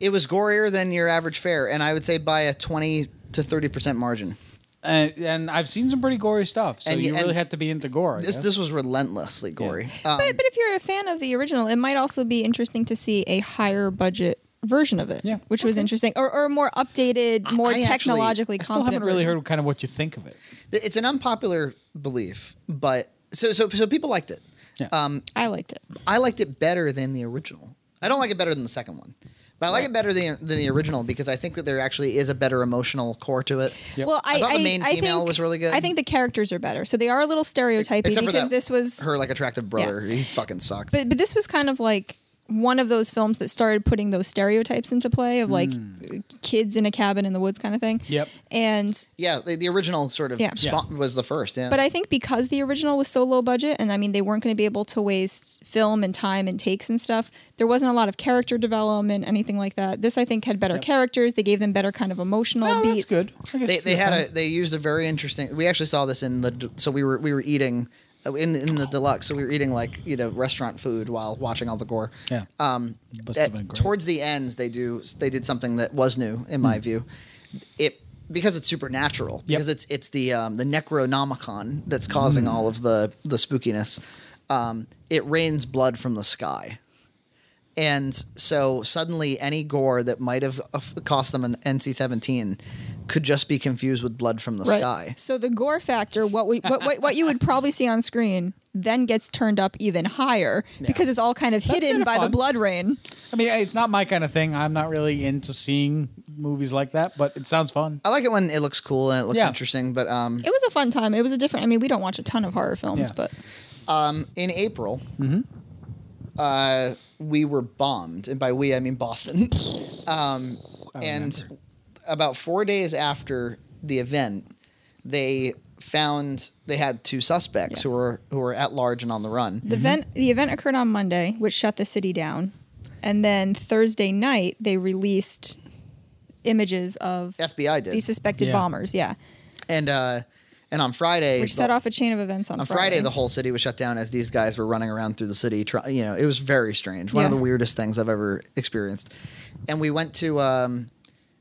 Speaker 1: it was gorier than your average fare and I would say by a 20 to 30% margin.
Speaker 2: And, and I've seen some pretty gory stuff, so
Speaker 1: And-
Speaker 2: you really
Speaker 1: and
Speaker 2: had to be into gore. I
Speaker 1: This
Speaker 2: guess.
Speaker 1: this was relentlessly gory. Um,
Speaker 3: but, but if you're a fan of the original, it might also be interesting to see a higher budget version of it,
Speaker 2: Yeah.
Speaker 3: which was interesting, or, or a more updated,
Speaker 1: I
Speaker 3: more
Speaker 1: actually-
Speaker 3: technologically
Speaker 2: I still
Speaker 3: competent.
Speaker 2: haven't really
Speaker 3: version.
Speaker 2: heard kind of what you think of it.
Speaker 1: Th- It's an unpopular belief, but so so so people liked it.
Speaker 2: Yeah.
Speaker 1: Um,
Speaker 3: I liked it.
Speaker 1: I liked it better than the original. I don't like it better than the second one, but I like it better than than the original because I think that there actually is a better emotional core to it.
Speaker 3: Well, I,
Speaker 1: I thought the main
Speaker 3: I
Speaker 1: female
Speaker 3: think,
Speaker 1: was really good.
Speaker 3: I think the characters are better, so they are a little stereotypy
Speaker 1: Except for
Speaker 3: because
Speaker 1: that-
Speaker 3: this was
Speaker 1: her like attractive brother. He fucking sucked.
Speaker 3: but, but this was kind of like one of those films that started putting those stereotypes into play of like
Speaker 1: Hmm.
Speaker 3: kids in a cabin in the woods kind of thing.
Speaker 2: Yep.
Speaker 3: And
Speaker 1: yeah, the, the original sort of
Speaker 3: Yeah.
Speaker 1: spot was the first. Yeah,
Speaker 3: but I think because the original was so low budget and I mean they weren't going to be able to waste film and time and takes and stuff, there wasn't a lot of character development anything like that. This I think had better characters, they gave them better kind of emotional
Speaker 2: Oh, that's
Speaker 3: beats.
Speaker 2: good. I guess
Speaker 1: they, they
Speaker 2: you're
Speaker 1: had
Speaker 2: fine.
Speaker 1: a they used a very interesting we actually saw this in the d- so we were we were eating uh, in the, in the deluxe so we were eating like you know restaurant food while watching all the gore
Speaker 2: Yeah.
Speaker 1: um
Speaker 2: Must have
Speaker 1: at-
Speaker 2: been great. Hmm.
Speaker 1: towards the ends they do they did something that was new in my view it because it's supernatural because it's it's the um the necronomicon that's causing
Speaker 2: Hmm.
Speaker 1: all of the the spookiness um it rains blood from the sky and so suddenly, any gore that might have uh, cost them an NC 17 could just be confused with blood from the sky.
Speaker 3: So the gore factor, what, we, what what what you would probably see on screen, then gets turned up even higher because it's all kind of hidden
Speaker 2: kinda
Speaker 3: by the
Speaker 2: fun.
Speaker 3: blood rain.
Speaker 2: I mean, it's not my kind of thing. I'm not really into seeing movies like that, but it sounds fun.
Speaker 1: I like it when it looks cool and it looks
Speaker 2: Yeah.
Speaker 1: interesting. But um,
Speaker 3: It was a fun time. It was a different. I mean, we don't watch a ton of horror films,
Speaker 2: Yeah.
Speaker 3: but
Speaker 1: in April,
Speaker 3: Mm-hmm.
Speaker 1: uh, we were bombed. And by we, I mean Boston. um, and about four days after the event, they found they had two suspects who were who were at large and on the run.
Speaker 2: Mm-hmm.
Speaker 3: the event the event occurred on Monday, which shut the city down, and then Thursday night they released images of
Speaker 1: FBI did,
Speaker 3: these suspected
Speaker 2: Yeah.
Speaker 3: bombers. Yeah,
Speaker 1: and uh, and on Friday,
Speaker 3: which
Speaker 1: the-
Speaker 3: set off a chain of events on,
Speaker 1: on Friday, the whole city was shut down as these guys were running around through the city. Try, you know, it was very strange. One of
Speaker 3: Yeah.
Speaker 1: the weirdest things I've ever experienced. And we went to, um,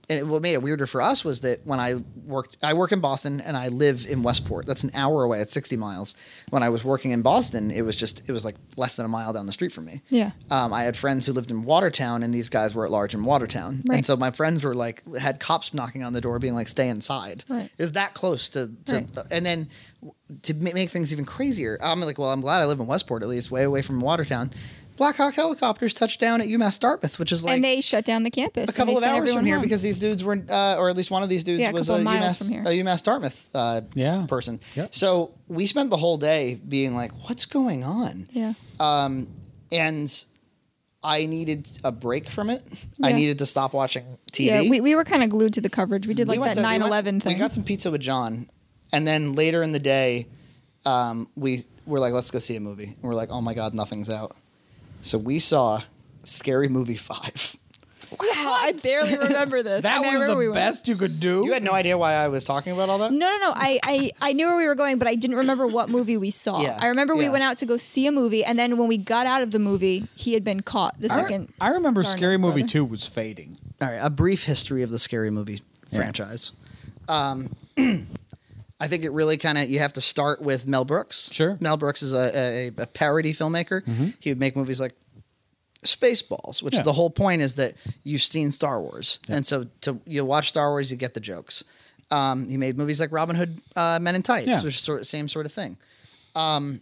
Speaker 1: and what made it weirder for us was that when I worked, I work in Boston and I live in Westport. That's an hour away. It's 60 miles. When I was working in Boston, it was just, it was like less than a mile down the street from me.
Speaker 3: Yeah.
Speaker 1: Um, I had friends who lived in Watertown and these guys were at large in Watertown.
Speaker 3: Right.
Speaker 1: And so my friends were like, had cops knocking on the door being like, stay inside.
Speaker 3: Right.
Speaker 1: It was that close to, to
Speaker 3: Right.
Speaker 1: and then w- to ma- make things even crazier, I'm like, well, I'm glad I live in Westport, at least way away from Watertown. Black Hawk helicopters touched down at UMass Dartmouth, which is like
Speaker 3: and they shut down the campus.
Speaker 1: a couple of hours from here because these dudes were, uh, or at least one of these dudes
Speaker 3: Yeah, a
Speaker 1: was a
Speaker 3: couple of miles
Speaker 1: UMass,
Speaker 3: from here.
Speaker 1: a UMass Dartmouth uh,
Speaker 2: Yeah.
Speaker 1: person.
Speaker 2: Yep.
Speaker 1: So we spent the whole day being like, what's going on?
Speaker 3: yeah.
Speaker 1: Um, and I needed a break from it. I
Speaker 3: Yeah.
Speaker 1: needed to stop watching TV.
Speaker 3: Yeah, we, we were kind of glued to the coverage. We did like
Speaker 1: went
Speaker 3: that
Speaker 1: to- went-
Speaker 3: 9 11 thing.
Speaker 1: We got some pizza with John, and then later in the day, um, we were like, "Let's go see a movie." And we're like, "Oh my god, nothing's out." So we saw Scary Movie Five.
Speaker 3: Wow, I barely remember this. I
Speaker 2: That
Speaker 3: mean, I
Speaker 2: was the
Speaker 3: remember we went-
Speaker 2: best you could do.
Speaker 1: You had no idea why I was talking about all that.
Speaker 3: No, no, no. I, I, I knew where we were going, but I didn't remember what movie we saw.
Speaker 1: Yeah,
Speaker 3: I remember we
Speaker 1: yeah.
Speaker 3: went out to go see a movie, and then when we got out of the movie, he had been caught the
Speaker 2: I,
Speaker 3: second.
Speaker 2: I remember
Speaker 3: Sorry,
Speaker 2: Scary
Speaker 3: no,
Speaker 2: Movie
Speaker 3: brother.
Speaker 2: Two was fading.
Speaker 1: All right, a brief history of the Scary Movie franchise. Um, I think it really kind of you have to start with Mel Brooks.
Speaker 2: Sure. Mm-hmm.
Speaker 1: Mel Brooks is a, a, a parody filmmaker. He would make movies like Spaceballs, which
Speaker 2: Yeah.
Speaker 1: the whole point is that you've seen Star Wars, and so to you watch Star Wars, you get the jokes. Um, he made movies like Robin Hood, uh, Men in Tights,
Speaker 2: Yeah.
Speaker 1: which is sort of, same sort of thing. Um,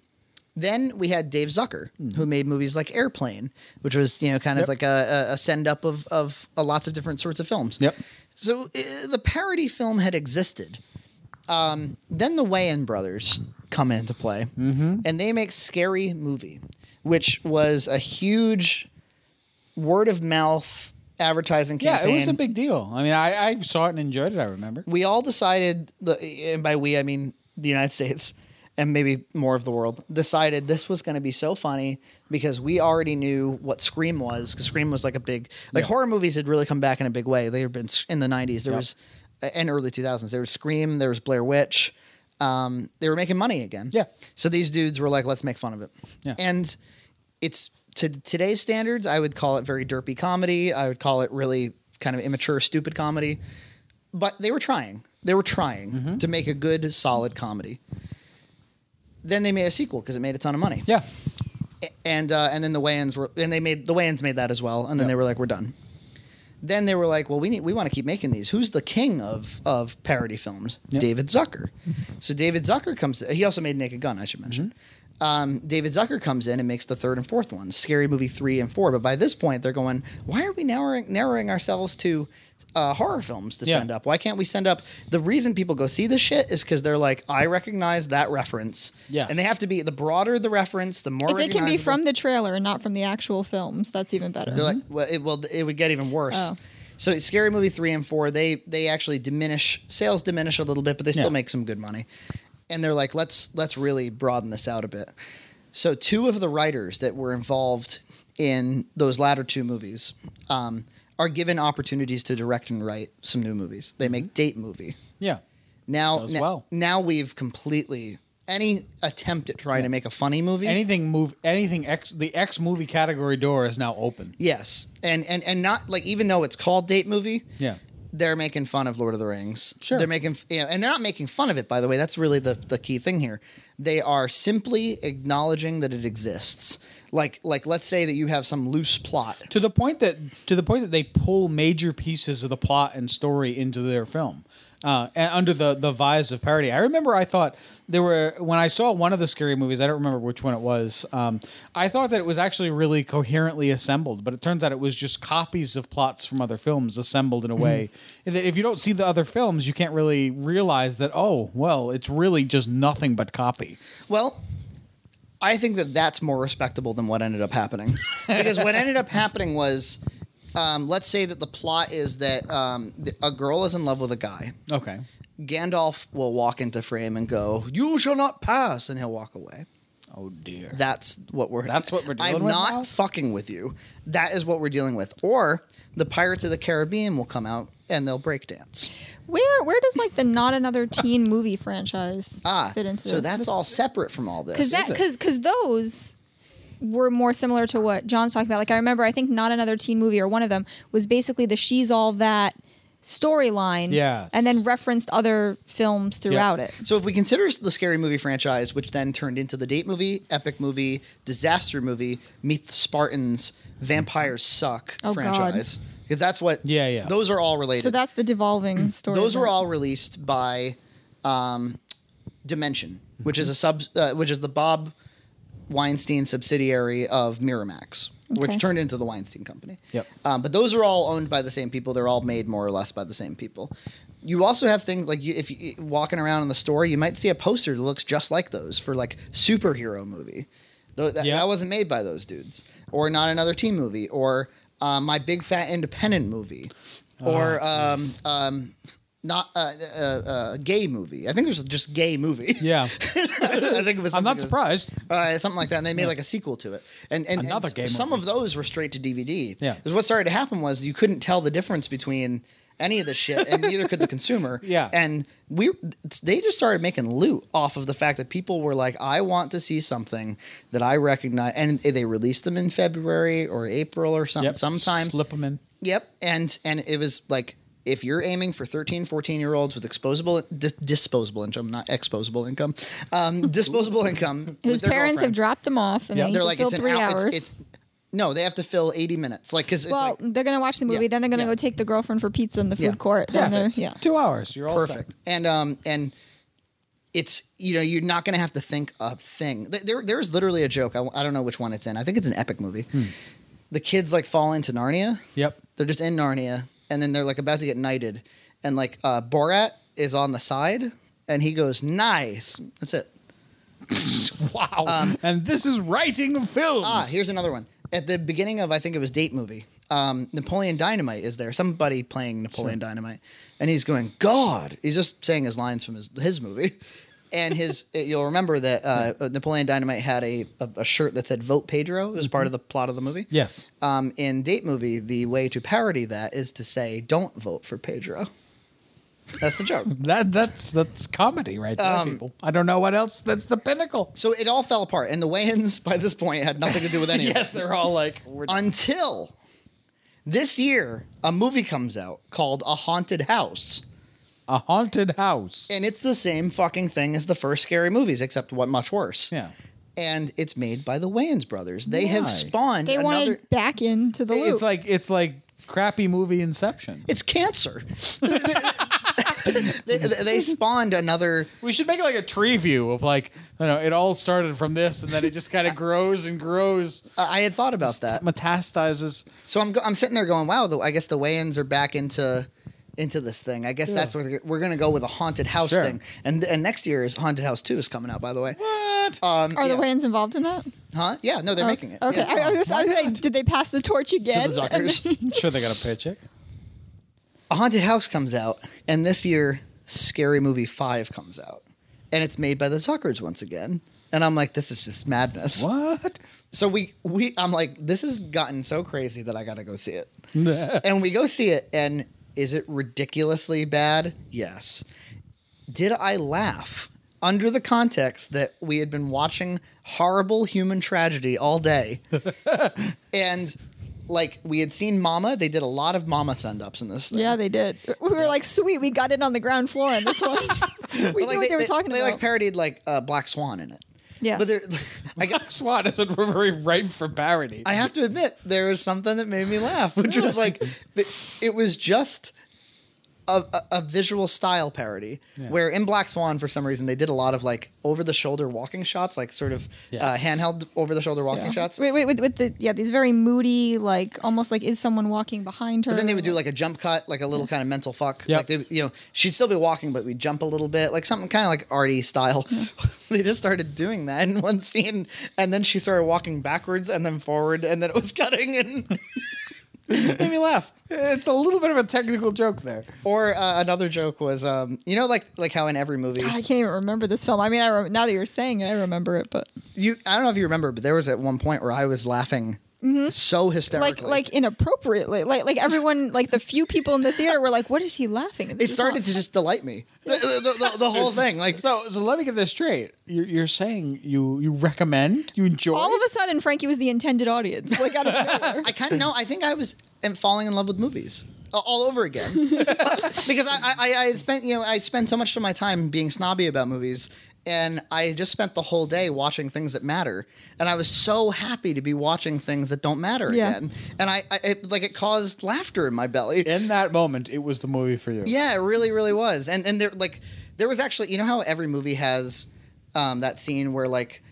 Speaker 1: Then we had Dave Zucker, who made movies like Airplane, which was you know kind
Speaker 2: Hmm. Yep.
Speaker 1: of like a, a- a send up of of uh, lots of different sorts of films.
Speaker 2: Yep.
Speaker 1: So uh, the parody film had existed. Um, then the Wayan brothers come into play,
Speaker 2: Mm-hmm.
Speaker 1: and they make Scary Movie, which was a huge word of mouth advertising
Speaker 2: Yeah,
Speaker 1: campaign.
Speaker 2: it was a big deal. I mean, I, I saw it and enjoyed it. I remember.
Speaker 1: we all decided the and by we I mean the United States and maybe more of the world decided this was going to be so funny because we already knew what Scream was because Scream was like a big like horror movies had really come back in a big way. They had been in the '90s. There was and early 2000s. There was Scream. There was Blair Witch. Um, they were making money again.
Speaker 2: Yeah.
Speaker 1: So these dudes were like, let's make fun of it.
Speaker 2: Yeah.
Speaker 1: And it's to today's standards, I would call it very derpy comedy. I would call it really kind of immature, stupid comedy. But they were trying. They were trying to make a good, solid comedy. Then they made a sequel because it made a ton of money.
Speaker 2: Yeah.
Speaker 1: A- And uh, and then the Wayans were and they made the Wayans made that as well. And then
Speaker 2: Yeah.
Speaker 1: they were like, we're done. Then they were like, well, we need we want to keep making these. Who's the king of of parody films?
Speaker 2: Yeah.
Speaker 1: David Zucker. So David Zucker comes. He also made Naked Gun, I should mention.
Speaker 2: Mm-hmm.
Speaker 1: Um, David Zucker comes in and makes the third and fourth ones, Scary Movie three and four. But by this point, they're going, why are we narrowing narrowing ourselves to uh, horror films to
Speaker 2: Yeah.
Speaker 1: send up? Why can't we send up? The reason people go see this shit is because they're like, I recognize that reference.
Speaker 2: Yes.
Speaker 1: and they have to be the broader the reference, the more
Speaker 3: If it can be
Speaker 1: recognizable-
Speaker 3: from the trailer and not from the actual films, that's even better.
Speaker 1: they're like, well, it will. It would get even worse.
Speaker 3: Oh.
Speaker 1: So, it's Scary Movie three and four, they they actually diminish sales, diminish a little bit, but they still
Speaker 2: Yeah.
Speaker 1: make some good money. And they're like, let's let's really broaden this out a bit. So, two of the writers that were involved in those latter two movies um, are given opportunities to direct and write some new movies. They make Date Movie.
Speaker 2: Yeah.
Speaker 1: Now,
Speaker 2: Mm-hmm. Does
Speaker 1: n-
Speaker 2: well.
Speaker 1: now we've completely any attempt at trying to make a funny movie.
Speaker 2: Anything move anything X the X movie category door is now open.
Speaker 1: Yes, and and and not like even though it's called date movie.
Speaker 2: Yeah.
Speaker 1: They're making fun of Lord of the Rings.
Speaker 2: Sure.
Speaker 1: They're making, f- you know, and they're not making fun of it, by the way. That's really the, the key thing here. They are simply acknowledging that it exists. Like, like let's say that you have some loose plot.
Speaker 2: To the point that to the point that they pull major pieces of the plot and story into their film. Uh, and under the the vise of parody. I remember I thought there were when I saw one of the scary movies, I don't remember which one it was. Um, I thought that it was actually really coherently assembled, but it turns out it was just copies of plots from other films assembled in a way that if you don't see the other films, you can't really realize that oh, well, it's really just nothing but copy.
Speaker 1: Well, I think that that's more respectable than what ended up happening. because what ended up happening was, um, let's say that the plot is that um, th- a girl is in love with a guy.
Speaker 2: Okay.
Speaker 1: Gandalf will walk into frame and go, "You shall not pass," and he'll walk away.
Speaker 2: Oh dear.
Speaker 1: That's what we're.
Speaker 2: That's what we're dealing
Speaker 1: I'm
Speaker 2: with
Speaker 1: not
Speaker 2: now?
Speaker 1: fucking with you. That is what we're dealing with. Or the Pirates of the Caribbean will come out and they'll break dance.
Speaker 3: Where where does like the not another teen movie franchise
Speaker 1: Ah,
Speaker 3: fit into
Speaker 1: so
Speaker 3: this?
Speaker 1: that's all separate from all this.
Speaker 3: because that
Speaker 1: is it?
Speaker 3: because because those were more similar to what John's talking about. Like I remember, I think not another teen movie or one of them was basically the she's all that storyline,
Speaker 2: Yes.
Speaker 3: and then referenced other films throughout it.
Speaker 1: So if we consider the scary movie franchise, which then turned into the date movie, epic movie, disaster movie, meet the Spartans, vampires suck
Speaker 3: Oh, God.
Speaker 1: franchise. Because that's what.
Speaker 2: Yeah, yeah.
Speaker 1: Those are all related.
Speaker 3: So that's the devolving story.
Speaker 1: Those
Speaker 3: of
Speaker 1: were
Speaker 3: it.
Speaker 1: all released by um, Dimension, which is a sub, uh, which is the Bob Weinstein subsidiary of Miramax,
Speaker 3: Okay.
Speaker 1: which turned into the Weinstein Company.
Speaker 2: Yep.
Speaker 1: Um, but those are all owned by the same people. They're all made more or less by the same people. You also have things like you, if you walking around in the store, you might see a poster that looks just like those for like superhero movie. Tho- that,
Speaker 2: Yeah.
Speaker 1: that wasn't made by those dudes, or not another team movie, or uh, my big fat independent movie,
Speaker 2: Ah,
Speaker 1: or um, um, not uh, uh, uh, gay movie. I think it was just gay movie.
Speaker 2: Yeah.
Speaker 1: I think it was.
Speaker 2: I'm not
Speaker 1: something-
Speaker 2: surprised.
Speaker 1: uh, something like that. And they made like a sequel to it. And and, and
Speaker 2: Another
Speaker 1: s-
Speaker 2: game
Speaker 1: some
Speaker 2: movie.
Speaker 1: of those were straight to DVD.
Speaker 2: Yeah.
Speaker 1: because what started to happen was you couldn't tell the difference between any of this shit, and neither could the consumer.
Speaker 2: Yeah.
Speaker 1: and we they just started making loot off of the fact that people were like, I want to see something that I recognize, and they released them in February or April or something, sometime.
Speaker 2: Slip them in.
Speaker 1: Yep. And and it was like if you're aiming for 13, 14 year olds with exposable dis- disposable income, not exposable income, um, disposable income. with
Speaker 3: whose
Speaker 1: their
Speaker 3: parents have
Speaker 1: girlfriend,
Speaker 3: dropped them off, and
Speaker 2: Yeah.
Speaker 3: they need
Speaker 1: They're
Speaker 3: to
Speaker 1: like
Speaker 3: fill
Speaker 1: it's an
Speaker 3: three
Speaker 1: hour.
Speaker 3: hours.
Speaker 1: It's, it's no, they have to fill 80 minutes. Like because
Speaker 3: well,
Speaker 1: it's like
Speaker 3: they're gonna watch the movie,
Speaker 1: Yeah.
Speaker 3: then they're gonna
Speaker 1: Yeah.
Speaker 3: go take the girlfriend for pizza in the food
Speaker 1: Yeah.
Speaker 3: court. Then they're, yeah.
Speaker 2: Two hours. You're all
Speaker 1: perfect. And um and it's you know you're not going to have to think of thing. Th- There there is literally a joke. I, w- I don't know which one it's in. I think it's an epic movie. The kids like fall into Narnia.
Speaker 2: Yep.
Speaker 1: They're just in Narnia, and then they're like about to get knighted, and like uh, Borat is on the side, and he goes nice. That's it.
Speaker 2: Wow. and this is writing of films.
Speaker 1: Um, Ah, here's another one. At the beginning of I think it was Date Movie, um, Napoleon Dynamite is there. Somebody playing Napoleon Dynamite, and he's going God. He's just saying his lines from his his movie. And his, you'll remember that uh, Napoleon Dynamite had a, a, a shirt that said "Vote Pedro." It was part of the plot of the movie.
Speaker 2: Yes.
Speaker 1: Um, in Date Movie, the way to parody that is to say, "Don't vote for Pedro." That's the joke. Um,
Speaker 2: That that's that's comedy right there, people. I don't know what else. That's the pinnacle.
Speaker 1: so it all fell apart, and the Wayans by this point had nothing to do with any of it.
Speaker 2: Yes, they're all like we're
Speaker 1: until this year a movie comes out called a haunted house
Speaker 2: a haunted house.
Speaker 1: and it's the same fucking thing as the first scary movies except what much worse
Speaker 2: Yeah.
Speaker 1: and it's made by the wayans brothers they have
Speaker 2: Why?
Speaker 1: spawned
Speaker 3: They
Speaker 1: another
Speaker 3: wanted back into the loop.
Speaker 2: It's like it's like crappy movie Inception.
Speaker 1: it's cancer they, they- they spawned another
Speaker 2: We should make like a tree view of like you know it all started from this and then it just kind of grows and grows,
Speaker 1: uh, i I had thought about that
Speaker 2: metastasizes.
Speaker 1: so i'm, go- I'm sitting there going wow the, i guess the wayans are back into into this thing i guess that's where they're- we're going to go with a haunted house
Speaker 2: Sure.
Speaker 1: thing and and next year is haunted house 2 is coming out by the way
Speaker 2: What?
Speaker 1: um, yeah.
Speaker 3: Are the Wayans involved in that? Oh,
Speaker 1: Huh? Yeah, no, they're making it.
Speaker 3: Okay,
Speaker 1: Yeah.
Speaker 3: I, I was, I was like, did they pass the torch again?
Speaker 1: the Zuckers.
Speaker 2: I'm sure they got a paycheck.
Speaker 1: a haunted house comes out, and this year, Scary Movie Five comes out, and it's made by the Zuckers once again. And I'm like, this is just madness.
Speaker 2: What?
Speaker 1: So we we I'm like, this has gotten so crazy that I gotta go see it.
Speaker 2: Nah.
Speaker 1: and we go see it, and is it ridiculously bad? Yes. Did I laugh? Under the context that we had been watching horrible human tragedy all day. and like we had seen Mama, they did a lot of Mama send ups in this thing.
Speaker 3: yeah, they did. We were like, sweet, we got in on the ground floor on this one. we knew
Speaker 1: But, like,
Speaker 3: what they, were talking
Speaker 1: they,
Speaker 3: about.
Speaker 1: like parodied like uh, Black Swan in it.
Speaker 3: yeah,
Speaker 1: But there, I, got-
Speaker 2: Swan is a very ripe for parody.
Speaker 1: I have to admit there was something that made me laugh, which was like th- it was just a, a, a visual style parody.
Speaker 2: Yeah.
Speaker 1: Where in Black Swan, for some reason, they did a lot of like over the shoulder walking shots, like sort of uh,
Speaker 2: Yes.
Speaker 1: handheld over the shoulder walking shots.
Speaker 3: Wait, wait, with, with the yeah, these very moody, like almost like is someone walking behind her?
Speaker 1: But then they would do like a jump cut, like a little kind of mental fuck.
Speaker 2: Yep.
Speaker 1: Like they, you know, she'd still be walking, but we'd jump a little bit, like something kind of like arty style. they just started doing that in one scene, and then she started walking backwards and then forward, and then it was cutting, and it made me laugh.
Speaker 2: It's a little bit of a technical joke there.
Speaker 1: Or uh, another joke was, um, you know, like like how in every movie
Speaker 3: God, I can't even remember this film. I mean, I re- now that you're saying it, I remember it, but
Speaker 1: you, I don't know if you remember, but there was at one point where I was laughing so hysterically,
Speaker 3: like Mm-hmm. like inappropriately, like like everyone, like the few people in the theater were like, "What is he laughing?" at? This
Speaker 1: it
Speaker 3: is
Speaker 1: started
Speaker 3: not-
Speaker 1: to just delight me. The, the- the- the whole thing, like
Speaker 2: So, so let me get this straight. You're, you're saying you you recommend, you enjoy.
Speaker 3: all of a sudden, Frankie was the intended audience, like out of nowhere.
Speaker 1: I kind of know. I think I was am falling in love with movies a- all over again because I, I I had spent you know I spent so much of my time being snobby about movies. And I just spent the whole day watching things that matter, and I was so happy to be watching things that don't matter
Speaker 3: Yeah.
Speaker 1: again. And I, I it, like, it caused laughter in my belly.
Speaker 2: in that moment, it was the movie for you.
Speaker 1: Yeah, it really, really was. And and there like there was actually you know how every movie has um, that scene where like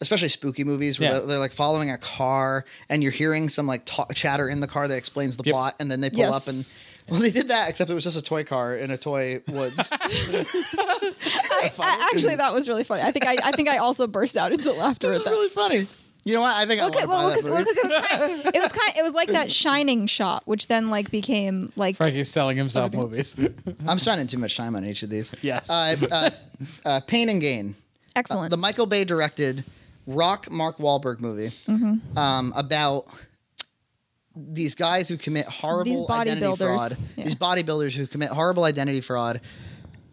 Speaker 1: especially spooky movies where
Speaker 2: Yeah.
Speaker 1: they're, they're, like following a car and you're hearing some like ta chatter in the car that explains the
Speaker 2: Yep.
Speaker 1: plot and then they pull
Speaker 3: Yes.
Speaker 1: up and well they did that except it was just a toy car in a toy woods.
Speaker 3: I, actually, that was really funny. I think I, I think I also burst out into laughter at that.
Speaker 1: funny. You know what? I think I
Speaker 3: Okay,
Speaker 1: wanna buy
Speaker 3: well,
Speaker 1: that
Speaker 3: because
Speaker 1: movie.
Speaker 3: it was kind, it was kind, it was like that shining shot, which then like became like
Speaker 2: Frankie's selling himself movies.
Speaker 3: Everything's-
Speaker 1: I'm spending too much time on each of these.
Speaker 2: Yes.
Speaker 1: Uh, uh, uh, Pain and Gain.
Speaker 3: excellent.
Speaker 1: The Michael Bay directed Rock Mark Wahlberg movie
Speaker 3: Mm-hmm.
Speaker 1: um, about these guys who commit horrible
Speaker 3: These
Speaker 1: identity
Speaker 3: bodybuilders,
Speaker 1: fraud.
Speaker 3: yeah.
Speaker 1: These bodybuilders who commit horrible identity fraud.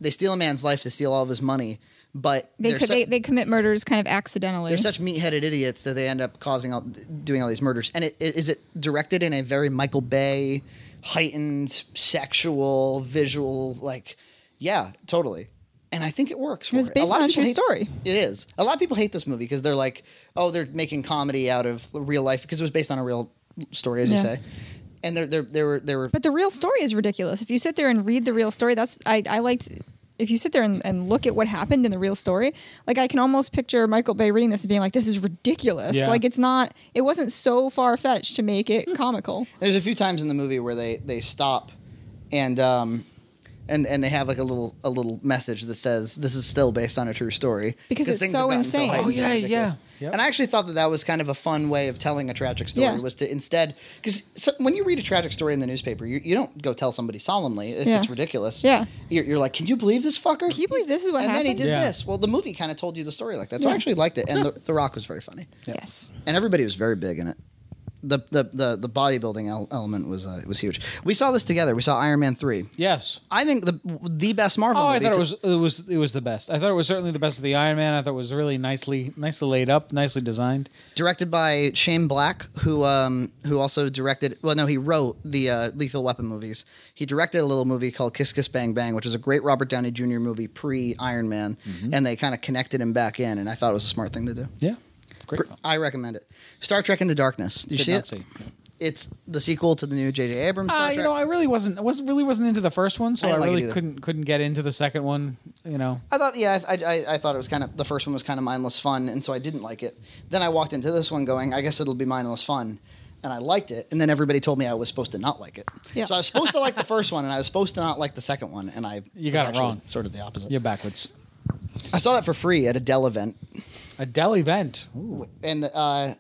Speaker 1: They steal a man's life to steal all of his money, but
Speaker 3: they,
Speaker 1: they're
Speaker 3: co-
Speaker 1: su-
Speaker 3: they they commit murders kind of accidentally.
Speaker 1: they're such meat-headed idiots that they end up causing all, doing all these murders. And it, it, is it directed in a very Michael Bay, heightened, sexual, visual, like, yeah, totally. And I think it works for
Speaker 3: It's
Speaker 1: it.
Speaker 3: based on
Speaker 1: of
Speaker 3: a
Speaker 1: people
Speaker 3: true
Speaker 1: hate-
Speaker 3: story.
Speaker 1: It is. A lot of people hate this movie because they're like, oh, they're making comedy out of real life because it was based on a real story, as you
Speaker 3: Yeah.
Speaker 1: say. And there, there, there were, there were.
Speaker 3: but the real story is ridiculous. If you sit there and read the real story, that's I, I liked if you sit there and, and look at what happened in the real story, like I can almost picture Michael Bay reading this and being like, "This is ridiculous."
Speaker 2: Yeah.
Speaker 3: Like it's not. It wasn't so far fetched to make it comical.
Speaker 1: There's a few times in the movie where they they stop, and um, and and they have like a little a little message that says this is still based on a true story
Speaker 3: Because it's
Speaker 1: things
Speaker 3: so
Speaker 1: have gotten
Speaker 3: insane.
Speaker 1: heightened
Speaker 2: Oh, yeah,
Speaker 1: and ridiculous.
Speaker 2: yeah. Yep.
Speaker 1: And I actually thought that that was kind of a fun way of telling a tragic story
Speaker 3: Yeah.
Speaker 1: was to instead because so, when you read a tragic story in the newspaper, you, you don't go tell somebody solemnly if
Speaker 3: Yeah.
Speaker 1: it's ridiculous.
Speaker 3: Yeah.
Speaker 1: you're, you're like, can you believe this fucker?
Speaker 3: Can you believe this is what
Speaker 1: and then
Speaker 3: happened?
Speaker 1: he did
Speaker 2: Yeah.
Speaker 1: this. Well, the movie kind of told you the story like that, so I
Speaker 3: Yeah.
Speaker 1: actually liked it. And the, the Rock was very funny
Speaker 3: Yes.
Speaker 1: and everybody was very big in it. The the the, the bodybuilding el- element was uh, was huge. We saw this together. We saw Iron Man three.
Speaker 2: Yes.
Speaker 1: I think the the best Marvel.
Speaker 2: Oh, I
Speaker 1: movie
Speaker 2: thought it
Speaker 1: to-
Speaker 2: was it was it was the best. I thought it was certainly the best of the Iron Man. I thought it was really nicely nicely laid up, nicely designed.
Speaker 1: directed by Shane Black, who um who also directed. Well, no, he wrote the uh, Lethal Weapon movies. He directed a little movie called Kiss Kiss Bang Bang, which is a great Robert Downey Jr. movie pre Iron Man,
Speaker 2: Mm-hmm.
Speaker 1: and they kind of connected him back in, and I thought it was a smart thing to do.
Speaker 2: Yeah. Great.
Speaker 1: Gr-
Speaker 2: film.
Speaker 1: I recommend it. Star Trek Into Darkness. Did you
Speaker 2: Did
Speaker 1: see
Speaker 2: not
Speaker 1: it? It's the sequel to the new J.J. Abrams. Star
Speaker 2: Uh, you
Speaker 1: Trek.
Speaker 2: know, I really wasn't. I wasn't really wasn't into the first one, so
Speaker 1: I
Speaker 2: I,
Speaker 1: didn't like it
Speaker 2: really
Speaker 1: either.
Speaker 2: couldn't couldn't get into the second one. You know,
Speaker 1: I thought, yeah, I, I, I thought it was kind of the first one was kind of mindless fun, and so I didn't like it. Then I walked into this one going, I guess it'll be mindless fun, and I liked it. And then everybody told me I was supposed to not like it.
Speaker 3: Yeah.
Speaker 1: So I was supposed to like the first one, and I was supposed to not like the second one, and I
Speaker 2: You got
Speaker 1: was
Speaker 2: it
Speaker 1: actually
Speaker 2: wrong.
Speaker 1: Sort of the opposite.
Speaker 2: you're backwards.
Speaker 1: I saw that for free at a Dell event,
Speaker 2: A Dell event.
Speaker 1: and uh,